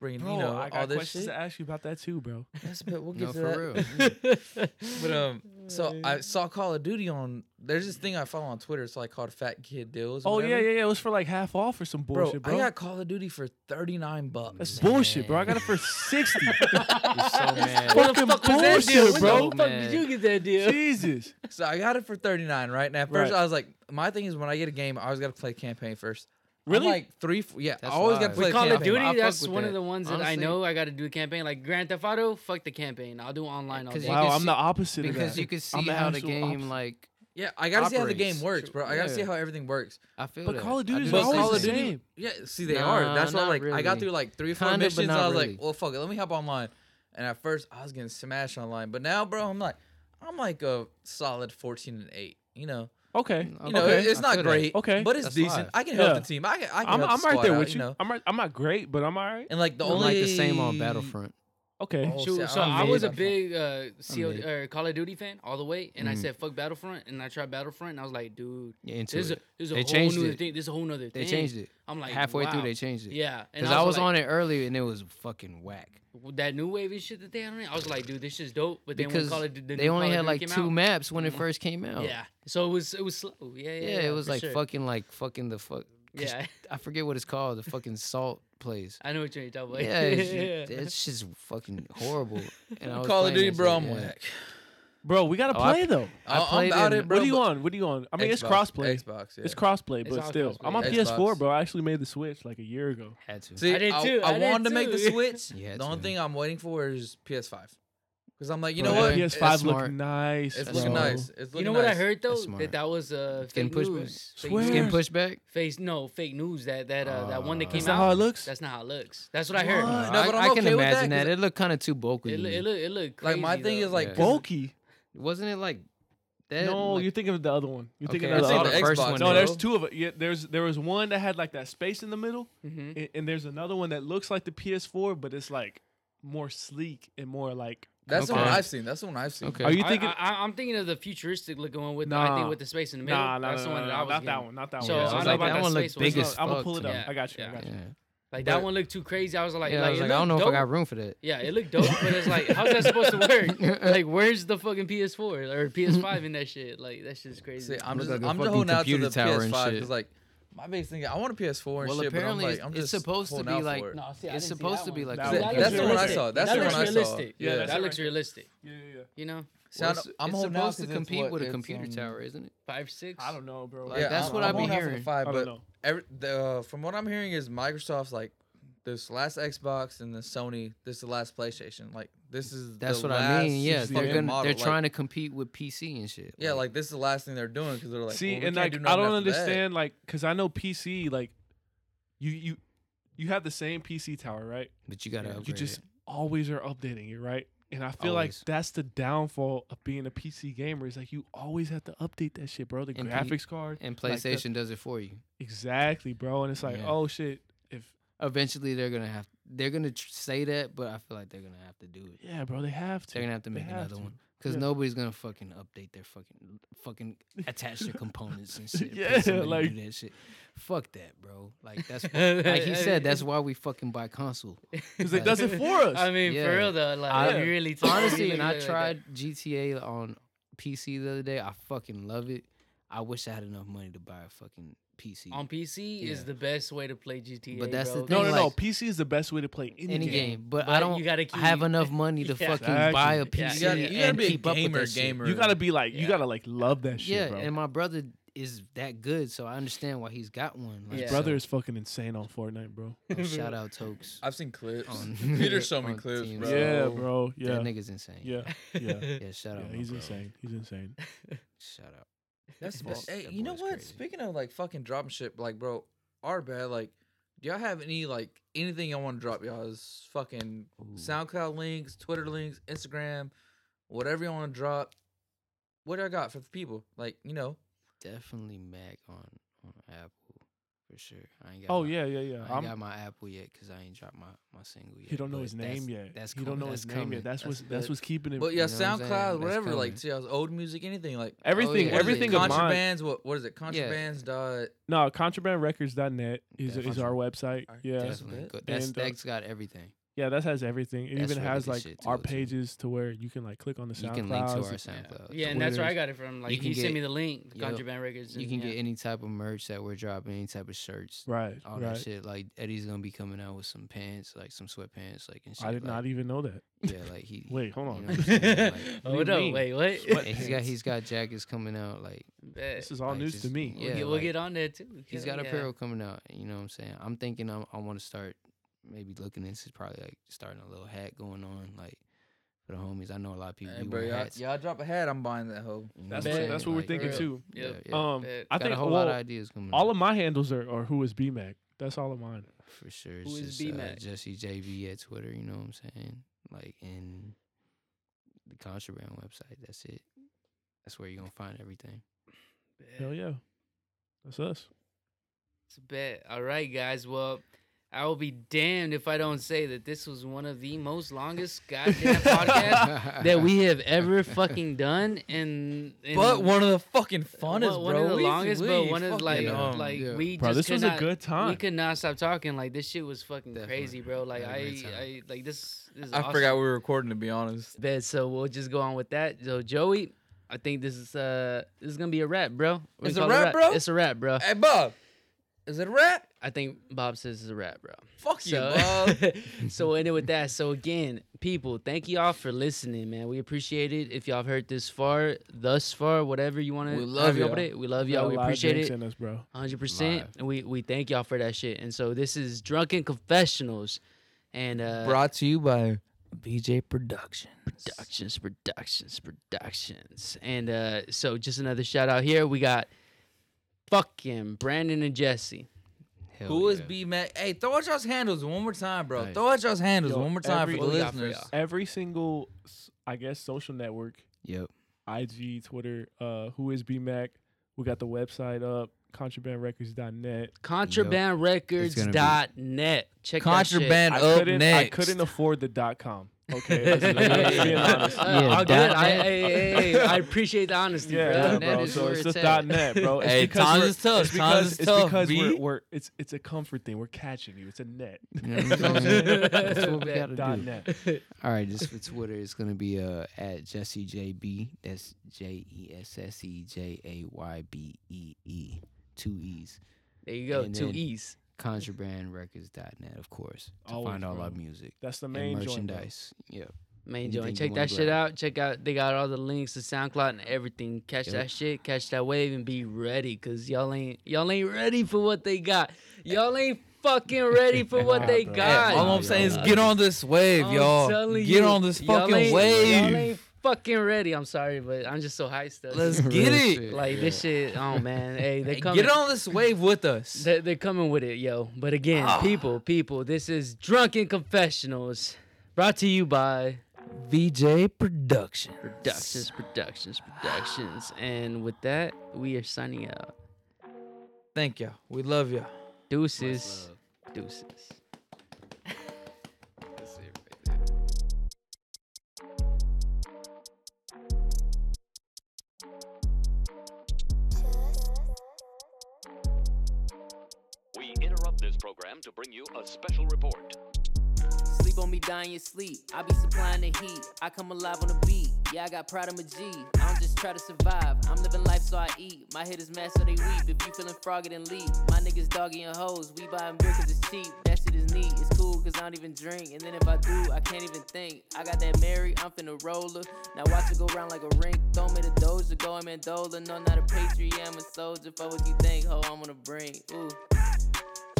Speaker 5: bring
Speaker 2: Bro,
Speaker 5: you know
Speaker 2: I
Speaker 5: all
Speaker 2: got
Speaker 5: this
Speaker 2: questions
Speaker 5: shit.
Speaker 2: to ask you about that too, bro.
Speaker 5: <laughs> That's a bit. We'll
Speaker 4: No,
Speaker 5: get to
Speaker 4: for
Speaker 5: that. <laughs>
Speaker 4: real.
Speaker 5: But um, so
Speaker 2: <laughs>
Speaker 5: I saw Call of Duty on. There's this thing I follow on Twitter. It's like called Fat Kid Deals. or
Speaker 2: Oh yeah,
Speaker 5: whatever.
Speaker 2: yeah, yeah. It was for like half off or some
Speaker 5: Bro,
Speaker 2: bullshit, bro.
Speaker 5: I got Call of Duty for thirty nine bucks. <laughs>
Speaker 2: That's bullshit, bro. I got it for sixty. <laughs>
Speaker 4: You're so mad.
Speaker 3: Where the
Speaker 2: fucking
Speaker 3: fuck was that deal?
Speaker 2: bullshit,
Speaker 3: Where
Speaker 2: bro.
Speaker 3: the fuck did
Speaker 4: Man.
Speaker 3: you get that deal?
Speaker 2: Jesus.
Speaker 5: So I got it for thirty nine, right? And at first
Speaker 2: Right.
Speaker 5: I was like, my thing is when I get a game, I always got to play campaign first. I'm
Speaker 2: Really?
Speaker 5: like three, f- yeah.
Speaker 4: That's
Speaker 5: I always got
Speaker 4: live.
Speaker 5: to play
Speaker 4: With
Speaker 3: Call of
Speaker 5: campaign.
Speaker 3: Duty,
Speaker 4: I fuck
Speaker 3: that's
Speaker 4: with
Speaker 3: one of
Speaker 4: that.
Speaker 3: the ones that I
Speaker 4: Honestly-
Speaker 3: know I got to do a campaign. Like Grand Theft Auto, fuck the campaign. I'll do online all
Speaker 4: 'Cause
Speaker 3: day.
Speaker 4: you
Speaker 2: Wow,
Speaker 4: can
Speaker 2: I'm
Speaker 4: see-
Speaker 2: the opposite of that.
Speaker 4: Because you can
Speaker 2: I'm
Speaker 4: see how the
Speaker 2: actual
Speaker 4: game
Speaker 2: opposite.
Speaker 4: like.
Speaker 5: Yeah, I got to see how the
Speaker 4: operates.
Speaker 5: game works, bro. I got to
Speaker 4: Yeah.
Speaker 5: see how everything works.
Speaker 4: I feel
Speaker 2: But
Speaker 4: that.
Speaker 2: Call of
Speaker 4: I
Speaker 2: Duty is
Speaker 4: do the
Speaker 2: always
Speaker 5: Call
Speaker 2: the
Speaker 5: of Duty-
Speaker 2: same.
Speaker 5: Yeah, see, they
Speaker 4: Nah,
Speaker 5: are. That's why,
Speaker 4: not
Speaker 5: like, I got
Speaker 4: really.
Speaker 5: through like three, or four
Speaker 4: Kinda, but
Speaker 5: missions. and
Speaker 4: not
Speaker 5: I was
Speaker 4: really.
Speaker 5: like, well, fuck it. Let me hop online. And at first, I was getting smashed online, but now, bro, I'm like, I'm like a solid 14 and eight. You know,
Speaker 2: Okay.
Speaker 5: you know,
Speaker 4: Okay.
Speaker 5: it's
Speaker 4: I
Speaker 5: not
Speaker 4: feel that.
Speaker 5: great,
Speaker 2: Okay.
Speaker 5: but it's
Speaker 4: That's
Speaker 5: decent.
Speaker 4: live.
Speaker 5: I can help
Speaker 2: Yeah.
Speaker 5: the team. I can, I can
Speaker 2: I'm, I'm
Speaker 5: help the
Speaker 2: right
Speaker 5: squad
Speaker 2: there
Speaker 5: out,
Speaker 2: with you.
Speaker 5: you. Know?
Speaker 2: I'm right, I'm not great, but I'm all right.
Speaker 5: And like the
Speaker 4: I'm
Speaker 5: only
Speaker 4: like the same on Battlefront.
Speaker 2: Okay.
Speaker 5: Oh,
Speaker 3: Shoot,
Speaker 5: see,
Speaker 3: so
Speaker 5: I'm
Speaker 3: I was a
Speaker 5: mid.
Speaker 3: big uh, CO
Speaker 4: mid.
Speaker 3: or Call of Duty fan all the way, and I
Speaker 4: Mhm.
Speaker 3: said fuck Battlefront, and I tried Battlefront, and I was like, dude,
Speaker 4: Yeah, into
Speaker 3: this is a,
Speaker 4: it.
Speaker 3: this is a
Speaker 4: They
Speaker 3: whole
Speaker 4: changed
Speaker 3: new
Speaker 4: it.
Speaker 3: thing. This is a whole nother thing.
Speaker 4: They changed it
Speaker 3: I'm like
Speaker 4: halfway through.
Speaker 3: wow.
Speaker 4: They changed it.
Speaker 3: Yeah,
Speaker 4: because I was on it early and it was fucking whack.
Speaker 3: on that new wave and shit that they had on it. I was like, dude, this is dope. But then
Speaker 4: Because
Speaker 3: when Call of Duty, the
Speaker 4: they
Speaker 3: new
Speaker 4: only
Speaker 3: Call
Speaker 4: had
Speaker 3: of Duty
Speaker 4: like
Speaker 3: came
Speaker 4: two
Speaker 3: out,
Speaker 4: maps when it
Speaker 3: Mhm.
Speaker 4: first came out.
Speaker 3: Yeah, so it was it was slow. Yeah, yeah,
Speaker 4: yeah,
Speaker 3: yeah,
Speaker 4: it was
Speaker 3: for
Speaker 4: like
Speaker 3: sure.
Speaker 4: fucking like fucking the fuck. 'cause
Speaker 3: Yeah, <laughs>
Speaker 4: I forget what it's called. The fucking salt place.
Speaker 3: I know what you're talking about. <laughs>
Speaker 4: Yeah, it's, it's just fucking horrible. And I was
Speaker 5: Call of
Speaker 4: playing
Speaker 5: Duty,
Speaker 4: that
Speaker 5: bro,
Speaker 4: shit,
Speaker 5: I'm
Speaker 4: yeah.
Speaker 5: whack.
Speaker 2: Bro, we gotta
Speaker 4: Oh, I-
Speaker 2: play though.
Speaker 4: I
Speaker 5: I- I'm
Speaker 4: played
Speaker 5: about
Speaker 4: in-
Speaker 5: it, bro.
Speaker 2: what are you
Speaker 5: but-
Speaker 2: on? What are you on? I mean, it's
Speaker 5: Xbox,
Speaker 2: crossplay.
Speaker 5: Xbox, yeah.
Speaker 2: It's crossplay,
Speaker 3: It's
Speaker 2: but
Speaker 3: all
Speaker 2: still,
Speaker 3: crossplay,
Speaker 2: I'm on
Speaker 5: yeah.
Speaker 2: PS4,
Speaker 5: Xbox.
Speaker 2: bro. I actually made the Switch like a year ago.
Speaker 4: Had to.
Speaker 5: See,
Speaker 3: I did too,
Speaker 5: I,
Speaker 3: I did
Speaker 5: wanted to make the
Speaker 3: too.
Speaker 5: Switch.
Speaker 4: <laughs> You had
Speaker 5: the
Speaker 4: to,
Speaker 5: only
Speaker 4: man.
Speaker 5: thing I'm waiting for is PS5. Because I'm like, you
Speaker 4: Bro,
Speaker 5: know what?
Speaker 4: that
Speaker 2: PS5 look
Speaker 4: smart.
Speaker 2: nice.
Speaker 5: It's, it's
Speaker 4: That's
Speaker 5: looking
Speaker 2: bro.
Speaker 4: smart.
Speaker 5: nice. It's
Speaker 3: You
Speaker 5: looking
Speaker 3: know what I
Speaker 5: nice.
Speaker 3: heard though?
Speaker 4: That's smart.
Speaker 3: That that was uh,
Speaker 4: getting
Speaker 3: fake
Speaker 4: pushed back.
Speaker 3: news. Fake
Speaker 2: Swear.
Speaker 4: It's
Speaker 3: news.
Speaker 4: getting pushed back.
Speaker 3: Face no fake news. That that uh, that one that came
Speaker 2: That's not
Speaker 3: out.
Speaker 2: how it looks.
Speaker 3: That's not how it looks. That's what I heard.
Speaker 5: What?
Speaker 4: Uh,
Speaker 5: No,
Speaker 4: I,
Speaker 5: but
Speaker 4: I
Speaker 5: I'm
Speaker 4: can
Speaker 5: okay with that
Speaker 4: imagine
Speaker 5: 'cause
Speaker 4: that. It looked kind of too bulky.
Speaker 3: It,
Speaker 4: to
Speaker 3: look,
Speaker 4: me.
Speaker 3: it look it look
Speaker 5: Like
Speaker 3: crazy.
Speaker 5: my thing
Speaker 3: though.
Speaker 5: is like
Speaker 4: Yeah.
Speaker 5: 'cause
Speaker 2: bulky.
Speaker 4: Wasn't it like that?
Speaker 2: No,
Speaker 4: Like-
Speaker 2: you're thinking of the other one. You're thinking of
Speaker 4: Okay,
Speaker 5: I
Speaker 2: the
Speaker 5: think
Speaker 2: other
Speaker 5: the
Speaker 2: one.
Speaker 5: Xbox,
Speaker 4: first one,
Speaker 2: No,
Speaker 5: bro.
Speaker 2: there's two of it. Yeah, there's there was one that had like that space in the middle,
Speaker 3: Mhm.
Speaker 2: and, and there's another one that looks like the PS4, but it's like more sleek and more like.
Speaker 5: That's the one
Speaker 4: Okay.
Speaker 5: I've seen. That's the one I've seen.
Speaker 4: Okay.
Speaker 2: Are you
Speaker 3: I-
Speaker 2: thinking?
Speaker 3: I, I, am thinking of the futuristic looking one with I
Speaker 2: Nah.
Speaker 3: think with the space in the middle.
Speaker 2: nah, nah,
Speaker 3: That's
Speaker 2: nah,
Speaker 3: the one
Speaker 2: nah,
Speaker 3: that I
Speaker 2: nah,
Speaker 3: was
Speaker 2: not that
Speaker 3: getting.
Speaker 2: one. Not that
Speaker 3: So,
Speaker 2: one.
Speaker 4: I
Speaker 2: It's
Speaker 4: know
Speaker 2: like
Speaker 4: about that one
Speaker 3: space
Speaker 4: looked
Speaker 3: was-
Speaker 4: big as
Speaker 2: I'm gonna
Speaker 4: fuck
Speaker 2: pull it
Speaker 4: to
Speaker 2: up.
Speaker 4: me.
Speaker 3: Yeah,
Speaker 2: I got you. I
Speaker 3: yeah.
Speaker 2: got you.
Speaker 4: Yeah,
Speaker 3: Like that
Speaker 5: But-
Speaker 3: one looked too crazy. I was like,
Speaker 4: yeah
Speaker 3: like,
Speaker 4: I was
Speaker 3: it
Speaker 4: like, I don't know
Speaker 3: looked
Speaker 4: if I
Speaker 3: dope.
Speaker 4: got room for that.
Speaker 3: Yeah, it looked dope, but it's like, how's that supposed to work? Like, where's the fucking PS4 or PS5 in that shit? Like, that shit's crazy.
Speaker 5: See, I'm
Speaker 4: Look
Speaker 5: just,
Speaker 4: like a
Speaker 5: I'm just
Speaker 4: fucking
Speaker 5: holding out to
Speaker 4: computer
Speaker 5: the
Speaker 4: tower and
Speaker 5: PS5
Speaker 4: shit.
Speaker 5: because like my biggest thing, I want a PS4 and
Speaker 4: Well,
Speaker 5: shit. But I'm
Speaker 4: apparently
Speaker 5: like,
Speaker 4: it's-
Speaker 5: I'm
Speaker 4: it's
Speaker 5: just
Speaker 4: supposed to
Speaker 5: holding
Speaker 4: be
Speaker 5: out
Speaker 4: like-
Speaker 5: for it.
Speaker 4: No, see, I It's didn't see supposed that to be one. like
Speaker 2: that.
Speaker 5: That-
Speaker 2: looks
Speaker 5: that's the one I
Speaker 2: realistic.
Speaker 5: saw. That's
Speaker 3: that
Speaker 5: the one
Speaker 3: looks
Speaker 5: I saw.
Speaker 3: realistic.
Speaker 2: Yeah,
Speaker 5: Yeah,
Speaker 2: that's
Speaker 3: that looks
Speaker 2: realistic.
Speaker 3: realistic.
Speaker 2: Yeah, yeah, yeah.
Speaker 3: You know,
Speaker 5: See, I
Speaker 4: Well,
Speaker 5: don't-
Speaker 4: it's-
Speaker 5: I'm
Speaker 4: it's
Speaker 5: holding out
Speaker 4: supposed to
Speaker 5: 'cause it's
Speaker 4: compete
Speaker 5: what-
Speaker 4: with a
Speaker 5: it's,
Speaker 4: computer
Speaker 5: um,
Speaker 4: tower, isn't it?
Speaker 3: five six.
Speaker 2: I
Speaker 3: <laughs>
Speaker 2: don't know, bro.
Speaker 4: Like, that's
Speaker 5: I'm-
Speaker 4: what
Speaker 5: I'm
Speaker 4: I've been
Speaker 5: holding out for the
Speaker 4: hearing.
Speaker 5: Five,
Speaker 2: I
Speaker 5: but
Speaker 2: don't know.
Speaker 5: every, the, uh, from what I'm hearing is Microsoft's like this last Xbox and the Sony. This is the last PlayStation. Like this is
Speaker 4: That's
Speaker 5: the
Speaker 4: what I
Speaker 5: last
Speaker 4: mean. Yeah, they're
Speaker 5: fucking
Speaker 4: gonna
Speaker 5: model.
Speaker 4: they're
Speaker 5: Like,
Speaker 4: trying to compete with PC and shit.
Speaker 5: Yeah, like this is the last thing they're doing because they're like.
Speaker 2: See,
Speaker 5: well, we
Speaker 2: and
Speaker 5: can't
Speaker 2: like
Speaker 5: do
Speaker 2: I
Speaker 5: nothing
Speaker 2: don't
Speaker 5: after that.
Speaker 2: understand, like, cause I know PC, like, you you you have the same PC tower, right?
Speaker 4: but you gotta upgrade.
Speaker 2: You just always are updating it, right? And I feel
Speaker 4: Always.
Speaker 2: like that's the downfall of being a PC gamer. Is like you always have to update that shit, bro. The
Speaker 4: And P-
Speaker 2: graphics card
Speaker 4: it. and
Speaker 2: like the-
Speaker 4: PlayStation does it for you.
Speaker 2: exactly, bro. And it's like,
Speaker 4: Yeah.
Speaker 2: oh shit, if
Speaker 4: Eventually, they're gonna have they're gonna tr- say that, but I feel like they're gonna have to do it.
Speaker 2: yeah, bro, they have to.
Speaker 4: They're gonna have to
Speaker 2: They
Speaker 4: make
Speaker 2: have
Speaker 4: another
Speaker 2: to.
Speaker 4: one because
Speaker 2: Yeah.
Speaker 4: nobody's gonna fucking update their fucking fucking attach their components and shit. Pay
Speaker 2: Yeah,
Speaker 4: somebody to
Speaker 2: like-
Speaker 4: do that shit. Fuck that, bro. Like that's like he said. That's why we fucking buy console.
Speaker 2: Because it does it
Speaker 4: <laughs>
Speaker 2: for us.
Speaker 3: I mean,
Speaker 4: Yeah.
Speaker 3: for real though, like
Speaker 2: I-
Speaker 3: you really took-
Speaker 4: <laughs> honestly,
Speaker 3: you
Speaker 4: and I
Speaker 3: really like that.
Speaker 4: tried GTA on PC the other day. I fucking love it. I wish I had enough money to buy a fucking PC.
Speaker 3: on PC is
Speaker 4: Yeah.
Speaker 3: the best way to play GTA.
Speaker 4: But that's the
Speaker 3: bro.
Speaker 4: thing,
Speaker 2: no, no, no.
Speaker 4: like-
Speaker 2: PC is the best way to play any,
Speaker 4: any
Speaker 2: game.
Speaker 4: game, but,
Speaker 3: But
Speaker 4: I don't
Speaker 3: you gotta keep-
Speaker 4: have enough money to
Speaker 3: Yeah.
Speaker 4: fucking buy a
Speaker 2: Exactly.
Speaker 4: PC
Speaker 5: You gotta, you gotta
Speaker 4: and
Speaker 5: be a
Speaker 4: keep up with
Speaker 5: gamer,
Speaker 4: that shit.
Speaker 5: gamer.
Speaker 2: You gotta be like, you
Speaker 3: Yeah.
Speaker 2: gotta like love that shit,
Speaker 4: Yeah,
Speaker 2: bro.
Speaker 4: and my brother is that good, so I understand why he's got one. Like,
Speaker 3: Yeah.
Speaker 2: Brother
Speaker 4: so-
Speaker 2: is fucking insane on Fortnite, bro.
Speaker 4: <laughs> oh, shout out Tokes.
Speaker 5: I've seen clips.
Speaker 4: On-
Speaker 5: <laughs> Peter showed
Speaker 4: <laughs>
Speaker 5: me
Speaker 4: on
Speaker 5: clips,
Speaker 4: Teams.
Speaker 5: bro.
Speaker 2: Yeah, bro. Yeah,
Speaker 4: That nigga's insane.
Speaker 2: yeah, yeah.
Speaker 4: <laughs> Yeah, shout out.
Speaker 2: Yeah,
Speaker 4: my
Speaker 2: he's
Speaker 4: bro.
Speaker 2: insane. He's insane.
Speaker 4: Shout out.
Speaker 5: That's
Speaker 4: That
Speaker 5: but,
Speaker 4: boy-
Speaker 5: hey,
Speaker 4: that
Speaker 5: you
Speaker 4: boy
Speaker 5: know
Speaker 4: is
Speaker 5: what?
Speaker 4: crazy.
Speaker 5: Speaking of like fucking dropping shit, like bro, our bad. Like, do y'all have any like anything y'all want to drop? Y'all's fucking
Speaker 4: Ooh.
Speaker 5: SoundCloud links, Twitter links, Instagram, whatever y'all want to drop. What I got for the people? Like, you know,
Speaker 4: Definitely Mac on on Apple for sure. I ain't got
Speaker 2: Oh
Speaker 4: my-
Speaker 2: yeah, yeah, yeah.
Speaker 4: I ain't
Speaker 2: I'm,
Speaker 4: got my Apple yet because I ain't dropped my, my single yet.
Speaker 2: he don't know
Speaker 4: but
Speaker 2: his
Speaker 4: that's-
Speaker 2: name yet.
Speaker 4: That's
Speaker 2: he don't
Speaker 4: coming,
Speaker 2: know
Speaker 4: that's
Speaker 2: his name yet.
Speaker 4: coming.
Speaker 2: That's what's
Speaker 5: That's
Speaker 2: that's
Speaker 5: good.
Speaker 2: what's keeping him.
Speaker 5: but yeah,
Speaker 4: You know what I'm saying?
Speaker 5: SoundCloud,
Speaker 4: That's
Speaker 5: whatever.
Speaker 4: coming.
Speaker 5: Like, to y'all's old music, anything like
Speaker 2: <laughs> everything,
Speaker 4: Oh, yeah.
Speaker 5: what is it?
Speaker 2: everything of mine.
Speaker 5: contrabands. What what is it? Contrabands dot.
Speaker 2: No, contrabandrecords.net is
Speaker 4: Yeah,
Speaker 2: is our website.
Speaker 5: Alright,
Speaker 2: Yeah,
Speaker 5: that's-
Speaker 4: Definitely.
Speaker 5: it.
Speaker 4: Go, that's
Speaker 2: And, uh,
Speaker 4: that's got everything.
Speaker 2: yeah, that has everything. It
Speaker 4: That's
Speaker 2: even
Speaker 4: where
Speaker 2: has
Speaker 4: this
Speaker 2: like
Speaker 4: shit
Speaker 2: our
Speaker 4: goes to.
Speaker 2: pages to where you can like click on the
Speaker 4: You
Speaker 2: SoundCloud.
Speaker 4: can link to our
Speaker 3: Yeah,
Speaker 4: SoundCloud.
Speaker 3: yeah, and that's where
Speaker 2: Twitters.
Speaker 3: I got it from. Like
Speaker 4: You
Speaker 3: he
Speaker 4: can
Speaker 3: sent
Speaker 4: get-
Speaker 3: me the link, the
Speaker 4: yeah.
Speaker 3: contraband records.
Speaker 4: You
Speaker 3: and-
Speaker 4: can
Speaker 3: yeah. <laughs>
Speaker 4: get any type of merch that we're dropping, any type of shirts,
Speaker 2: Right,
Speaker 4: all that
Speaker 2: right.
Speaker 4: shit. Like Eddie's gonna be coming out with some pants, like some sweatpants, like and shit.
Speaker 2: I did not e
Speaker 4: like,
Speaker 2: even know that.
Speaker 4: Yeah,
Speaker 2: <laughs>
Speaker 4: like he.
Speaker 2: Wait, hold
Speaker 4: you
Speaker 2: on.
Speaker 4: know what I'm saying? Like,
Speaker 2: do you
Speaker 3: Hold up,
Speaker 2: mean?
Speaker 3: Oh, wait, what?
Speaker 2: Sweat-
Speaker 4: and he's got he's got jackets coming out. Like
Speaker 2: <laughs> This is all
Speaker 4: like,
Speaker 2: news to
Speaker 4: just-
Speaker 2: me.
Speaker 3: we'll,
Speaker 4: yeah,
Speaker 3: get, we'll
Speaker 4: like,
Speaker 3: get on that too.
Speaker 4: he's
Speaker 3: Hell
Speaker 4: got
Speaker 3: yeah.
Speaker 4: apparel coming out. You know what I'm saying? I'm thinking I'm, I want to start maybe looking into probably like starting a little hat going on, like for the homies. I know a lot of people
Speaker 5: Hey,
Speaker 4: do
Speaker 5: bro,
Speaker 4: wear
Speaker 5: y'all,
Speaker 4: hats.
Speaker 5: y'all drop a hat, I'm buying that hoe.
Speaker 4: you know
Speaker 2: That's
Speaker 4: I'm
Speaker 2: what,
Speaker 4: saying?
Speaker 2: that's what we're
Speaker 4: Like,
Speaker 2: thinking
Speaker 3: real.
Speaker 2: too.
Speaker 4: Yeah,
Speaker 3: Yep.
Speaker 4: yeah.
Speaker 2: Um,
Speaker 3: Bet.
Speaker 2: I
Speaker 4: got
Speaker 2: think
Speaker 4: a whole lot of
Speaker 2: well,
Speaker 4: ideas coming.
Speaker 2: all
Speaker 4: up.
Speaker 2: of my handles are are who is BMAC. That's all of mine.
Speaker 4: for sure.
Speaker 3: Who
Speaker 4: It's
Speaker 3: is
Speaker 4: just uh,
Speaker 3: B-Mac?
Speaker 4: Jesse JV at Twitter. You know what I'm saying? like in the contraband website. That's it. That's where you're gonna find everything.
Speaker 2: Hell yeah. That's us.
Speaker 3: It's a bet. All right, guys. Well, I will be damned if I don't say that this was one of the
Speaker 2: <laughs>
Speaker 3: most longest goddamn podcasts
Speaker 4: <laughs>
Speaker 3: that we have ever fucking done. And, and
Speaker 5: But one of the fucking
Speaker 3: one-
Speaker 5: funnest,
Speaker 3: one
Speaker 5: bro.
Speaker 3: of the
Speaker 5: We-
Speaker 3: longest, but
Speaker 5: we
Speaker 3: one of
Speaker 5: fucking,
Speaker 3: like
Speaker 5: um,
Speaker 3: like
Speaker 4: yeah.
Speaker 3: we
Speaker 2: Bro,
Speaker 3: just
Speaker 2: this
Speaker 3: could
Speaker 2: was a
Speaker 3: not,
Speaker 2: good
Speaker 3: We
Speaker 2: time.
Speaker 3: could not stop talking. Like this shit was fucking
Speaker 4: Definitely.
Speaker 3: crazy, bro. Like
Speaker 4: Had a
Speaker 3: I
Speaker 4: great
Speaker 3: I like this. this is
Speaker 5: I
Speaker 3: awesome.
Speaker 5: forgot we were recording to be honest.
Speaker 3: Bet. So we'll just go on with that. So Joey, I think this is uh this is gonna be a wrap, bro. We're
Speaker 5: It's
Speaker 3: gonna
Speaker 5: a
Speaker 3: call it
Speaker 5: wrap, bro?
Speaker 3: It's a wrap, bro.
Speaker 5: Hey Bob, is it a wrap?
Speaker 3: I think Bob says it's a wrap, bro.
Speaker 5: Fuck you,
Speaker 3: So,
Speaker 5: Bob.
Speaker 3: <laughs>
Speaker 5: <laughs>
Speaker 3: so we'll end it with that. So again, people, thank y'all for listening, man. We appreciate it. If y'all have heard this far, thus far, whatever you want to,
Speaker 5: We love y'all.
Speaker 3: We love y'all. We appreciate it.
Speaker 2: In us, bro.
Speaker 3: 100%.
Speaker 4: Live.
Speaker 3: And we we thank y'all for that shit. And so this is Drunken Confessionals and uh
Speaker 5: Brought to you by BJ Production.
Speaker 3: productions, productions, productions. And uh so just another shout out here. We got fucking Brandon and Jesse.
Speaker 4: Hell
Speaker 5: Who is
Speaker 4: yeah.
Speaker 5: B Mac? Hey, throw out y'all's handles one more time, bro.
Speaker 4: Nice.
Speaker 5: Throw out y'all's handles
Speaker 2: Yo,
Speaker 5: one more time
Speaker 2: every-
Speaker 5: for the
Speaker 2: What we
Speaker 3: got for
Speaker 5: listeners.
Speaker 3: y'all?
Speaker 2: Every single, s- I guess, social network,
Speaker 4: Yep.
Speaker 2: IG, Twitter, uh, who is BMAC? We got the website up, contrabandrecords.net.
Speaker 4: gonna
Speaker 3: ContrabandRecords.net. Check
Speaker 5: Contraband
Speaker 2: I
Speaker 5: up
Speaker 2: couldn't, I
Speaker 5: next.
Speaker 2: couldn't afford the dot com. Okay,
Speaker 3: <laughs> That
Speaker 2: let's, let's
Speaker 3: shit.
Speaker 2: be honest.
Speaker 3: Uh,
Speaker 4: Yeah,
Speaker 3: all good.
Speaker 4: dot
Speaker 3: I,
Speaker 4: net.
Speaker 3: I- hey, hey, I appreciate the honesty,
Speaker 2: Yeah,
Speaker 3: bro.
Speaker 2: yeah,
Speaker 4: Net
Speaker 2: bro.
Speaker 4: is
Speaker 2: So
Speaker 4: where
Speaker 2: it's
Speaker 4: it's
Speaker 2: just
Speaker 4: at.
Speaker 2: net, bro. It's
Speaker 5: Hey,
Speaker 2: because
Speaker 5: times
Speaker 2: we're-
Speaker 5: is tough.
Speaker 2: It's
Speaker 5: Times
Speaker 2: because,
Speaker 5: is
Speaker 2: it's
Speaker 5: tough.
Speaker 2: because we're,
Speaker 5: B.
Speaker 2: we're it's it's a comfort thing. We're catching you. It's a net.
Speaker 4: You know what I'm saying? That's what we
Speaker 3: Bet
Speaker 4: gotta
Speaker 2: Dot
Speaker 4: do.
Speaker 2: net.
Speaker 4: All right, just for Twitter, it's gonna be uh at Jesse J B. That's J E S S E J A Y B E E. Two E's.
Speaker 3: There you go.
Speaker 4: And
Speaker 3: Two
Speaker 4: then-
Speaker 3: E's.
Speaker 4: ContrabandRecords.net, of course, to
Speaker 2: Always,
Speaker 4: find all
Speaker 2: bro.
Speaker 4: our music
Speaker 2: That's the
Speaker 4: and
Speaker 2: main joint, bro.
Speaker 4: merchandise. Yep.
Speaker 3: Main
Speaker 4: Anything
Speaker 3: joint.
Speaker 4: you
Speaker 3: Check
Speaker 4: wanna
Speaker 3: that shit
Speaker 4: grab.
Speaker 3: out. Check out. They got all the links to SoundCloud and everything. Catch
Speaker 4: Yep.
Speaker 3: that shit. Catch that wave and be ready, cause y'all ain't y'all ain't ready for what they got. Y'all ain't fucking ready for what
Speaker 2: Nah,
Speaker 3: they
Speaker 2: bro.
Speaker 5: Hey,
Speaker 3: got.
Speaker 5: all I'm saying is get on this wave,
Speaker 3: I'm
Speaker 5: y'all.
Speaker 3: telling
Speaker 5: Get
Speaker 3: you,
Speaker 5: on this
Speaker 3: y'all
Speaker 5: fucking
Speaker 3: ain't- Y'all
Speaker 5: wave.
Speaker 3: ain't fucking ready. I'm sorry, but I'm just so high stuff.
Speaker 4: <laughs>
Speaker 5: Let's get
Speaker 4: Real
Speaker 5: it.
Speaker 4: shit.
Speaker 3: like this shit. Oh man, hey, they
Speaker 5: Hey,
Speaker 3: coming.
Speaker 5: Get on this wave with us.
Speaker 3: They, they're coming with it, yo. But again, people, people, this is Drunken Confessionals brought to you by
Speaker 5: VJ Production.
Speaker 3: Productions, Productions, Productions. And with that, we are signing out.
Speaker 5: Thank y'all. We love y'all.
Speaker 3: Deuces, deuces.
Speaker 7: We interrupt this program to bring you a special report.
Speaker 1: Sleep on me, dying sleep. I be supplying the heat. I come alive on the beat. Yeah, I got pride of my G. I don't just try to survive. I'm living life, so I eat. My hitters mad, so they weep. If you feeling froggy, then leave. My niggas doggy and hoes. We buying beer cause it's cheap. That shit is neat. It's cool cause I don't even drink. And then if I do, I can't even think. I got that Mary, I'm finna roller. Now watch it go round like a rink. Throw me the doja, go in Mandola. No, not a patriot, I'm a soldier. For what you think, ho, I'm on the brink. Ooh.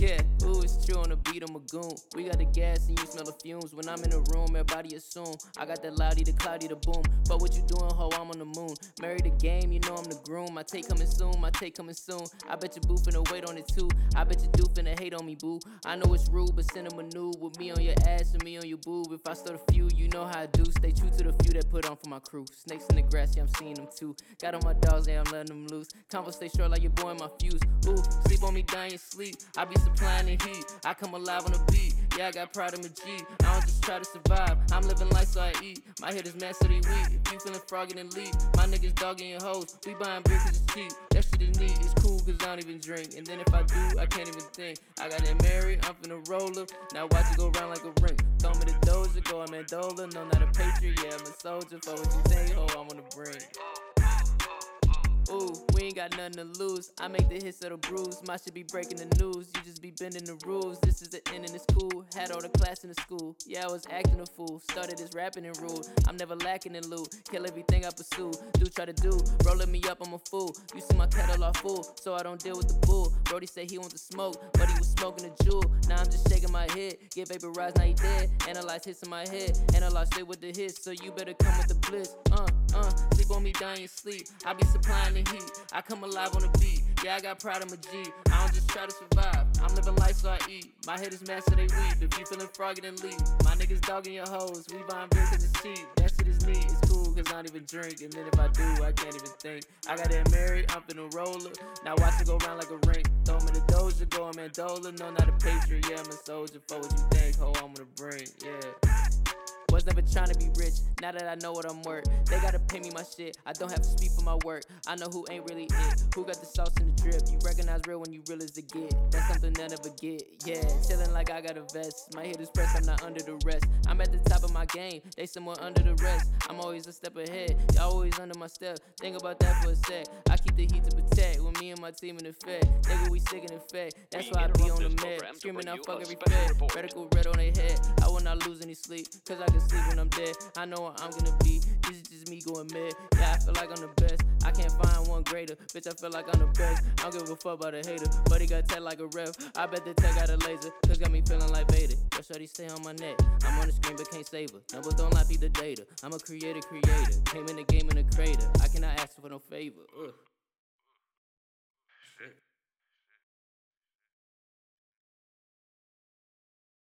Speaker 1: Yeah, ooh, it's true on the beat, I'm a goon. We got the gas and you smell the fumes. When I'm in the room, everybody assume I got that loudy, the cloudy, the boom. But what you doing, ho? I'm on the moon. Marry the game, you know I'm the groom. My take coming soon, my take coming soon. I bet you boo finna wait on it too. I bet you do finna hate on me, boo. I know it's rude, but send 'em a nude with me on your ass and me on your boob. If I start a few, you know how I do. Stay true to the few that put on for my crew. Snakes in the grass, yeah, I'm seeing them too. Got on my dogs, yeah, I'm letting them loose. Convo stay short like your boy in my fuse. Ooh, sleep on me, dying sleep. I be supplying the heat. I come alive on the beat. Yeah, I got pride in my G. I don't just try to survive. I'm living life, so I eat. My head is mad, so they weak. If you feeling froggy, then leave. My niggas dogging your hoes. We buying beer cause it's cheap. That shit is neat. It's cool cause I don't even drink. And then if I do, I can't even think. I got that Mary, I'm finna roll up. Now watch it go round like a ring. Throw me the Doja, go a Mandola. No, not a patriot. Yeah, I'm a soldier. For what you oh, think, ho, I'm on the brink. Ooh, we ain't got nothing to lose. I make the hits of the bruise. My shit be breaking the news. You just be bending the rules. This is the end and it's cool. Had all the class in the school. Yeah, I was acting a fool. Started this rapping and rude. I'm never lacking in loot. Kill everything I pursue. Do try to do. Rolling me up, I'm a fool. You see my kettle off full, so I don't deal with the bull. Brody said he wants to smoke, but he was smoking a jewel. Now I'm just shaking my head. Get vaporized, now he dead. Analyze hits in my head. Analyze it with the hits, so you better come with the bliss. Uh, uh, sleep on me, dying sleep. I be supplying the heat. I come alive on the beat. Yeah, I got pride of my G. I don't just try to survive. I'm living life so I eat. My hitters mad so they weep. If you feeling froggy, then leave. My niggas dogging your hoes. We buying beer cause it's cheap. That shit is neat. It's cool cause I don't even drink. And then if I do, I can't even think. I got that Mary, I'm finna roll her. Now watch it go round like a rink. Throw me the doja, go a mandola. No, not a patriot. Yeah, I'm a soldier. For what you think, ho, I'm gonna bring. Yeah. Was never trying to be rich. Now that I know what I'm worth, they gotta pay me my shit. I don't have to speak for my work. I know who ain't really it. Who got the sauce in the drip? You recognize real when you real as the get. That's something they'll never get. Yeah, chillin' like I got a vest. My hitters press, I'm not under the rest. I'm at the top of my game. They somewhere under the rest. I'm always a step ahead. Y'all always under my step. Think about that for a sec. I keep the heat to protect. With me and my team in effect, nigga, we sick in effect. That's
Speaker 7: We
Speaker 1: why I be
Speaker 7: interrupt
Speaker 1: on the
Speaker 7: this
Speaker 1: med.
Speaker 7: program to
Speaker 1: Screaming
Speaker 7: bring
Speaker 1: out
Speaker 7: you
Speaker 1: fuck
Speaker 7: a
Speaker 1: every
Speaker 7: special
Speaker 1: fed.
Speaker 7: report.
Speaker 1: Radical red on their head. I will not lose any sleep, cause I can sleep when I'm dead. I know what I'm gonna be. This is just me going mad. Yeah, I feel like I'm the best. I can't find one greater. Bitch, I feel like I'm the best. I don't give a fuck about a hater. But he got tech like a ref. I bet the tech got a laser. Cause got me feeling like Vader. That's why they stay on my neck. I'm on the screen but can't save her. Numbers don't lie, be the data. I'm a creator, creator. Came in the game in a crater. I cannot ask for no favor. Uh. Ugh.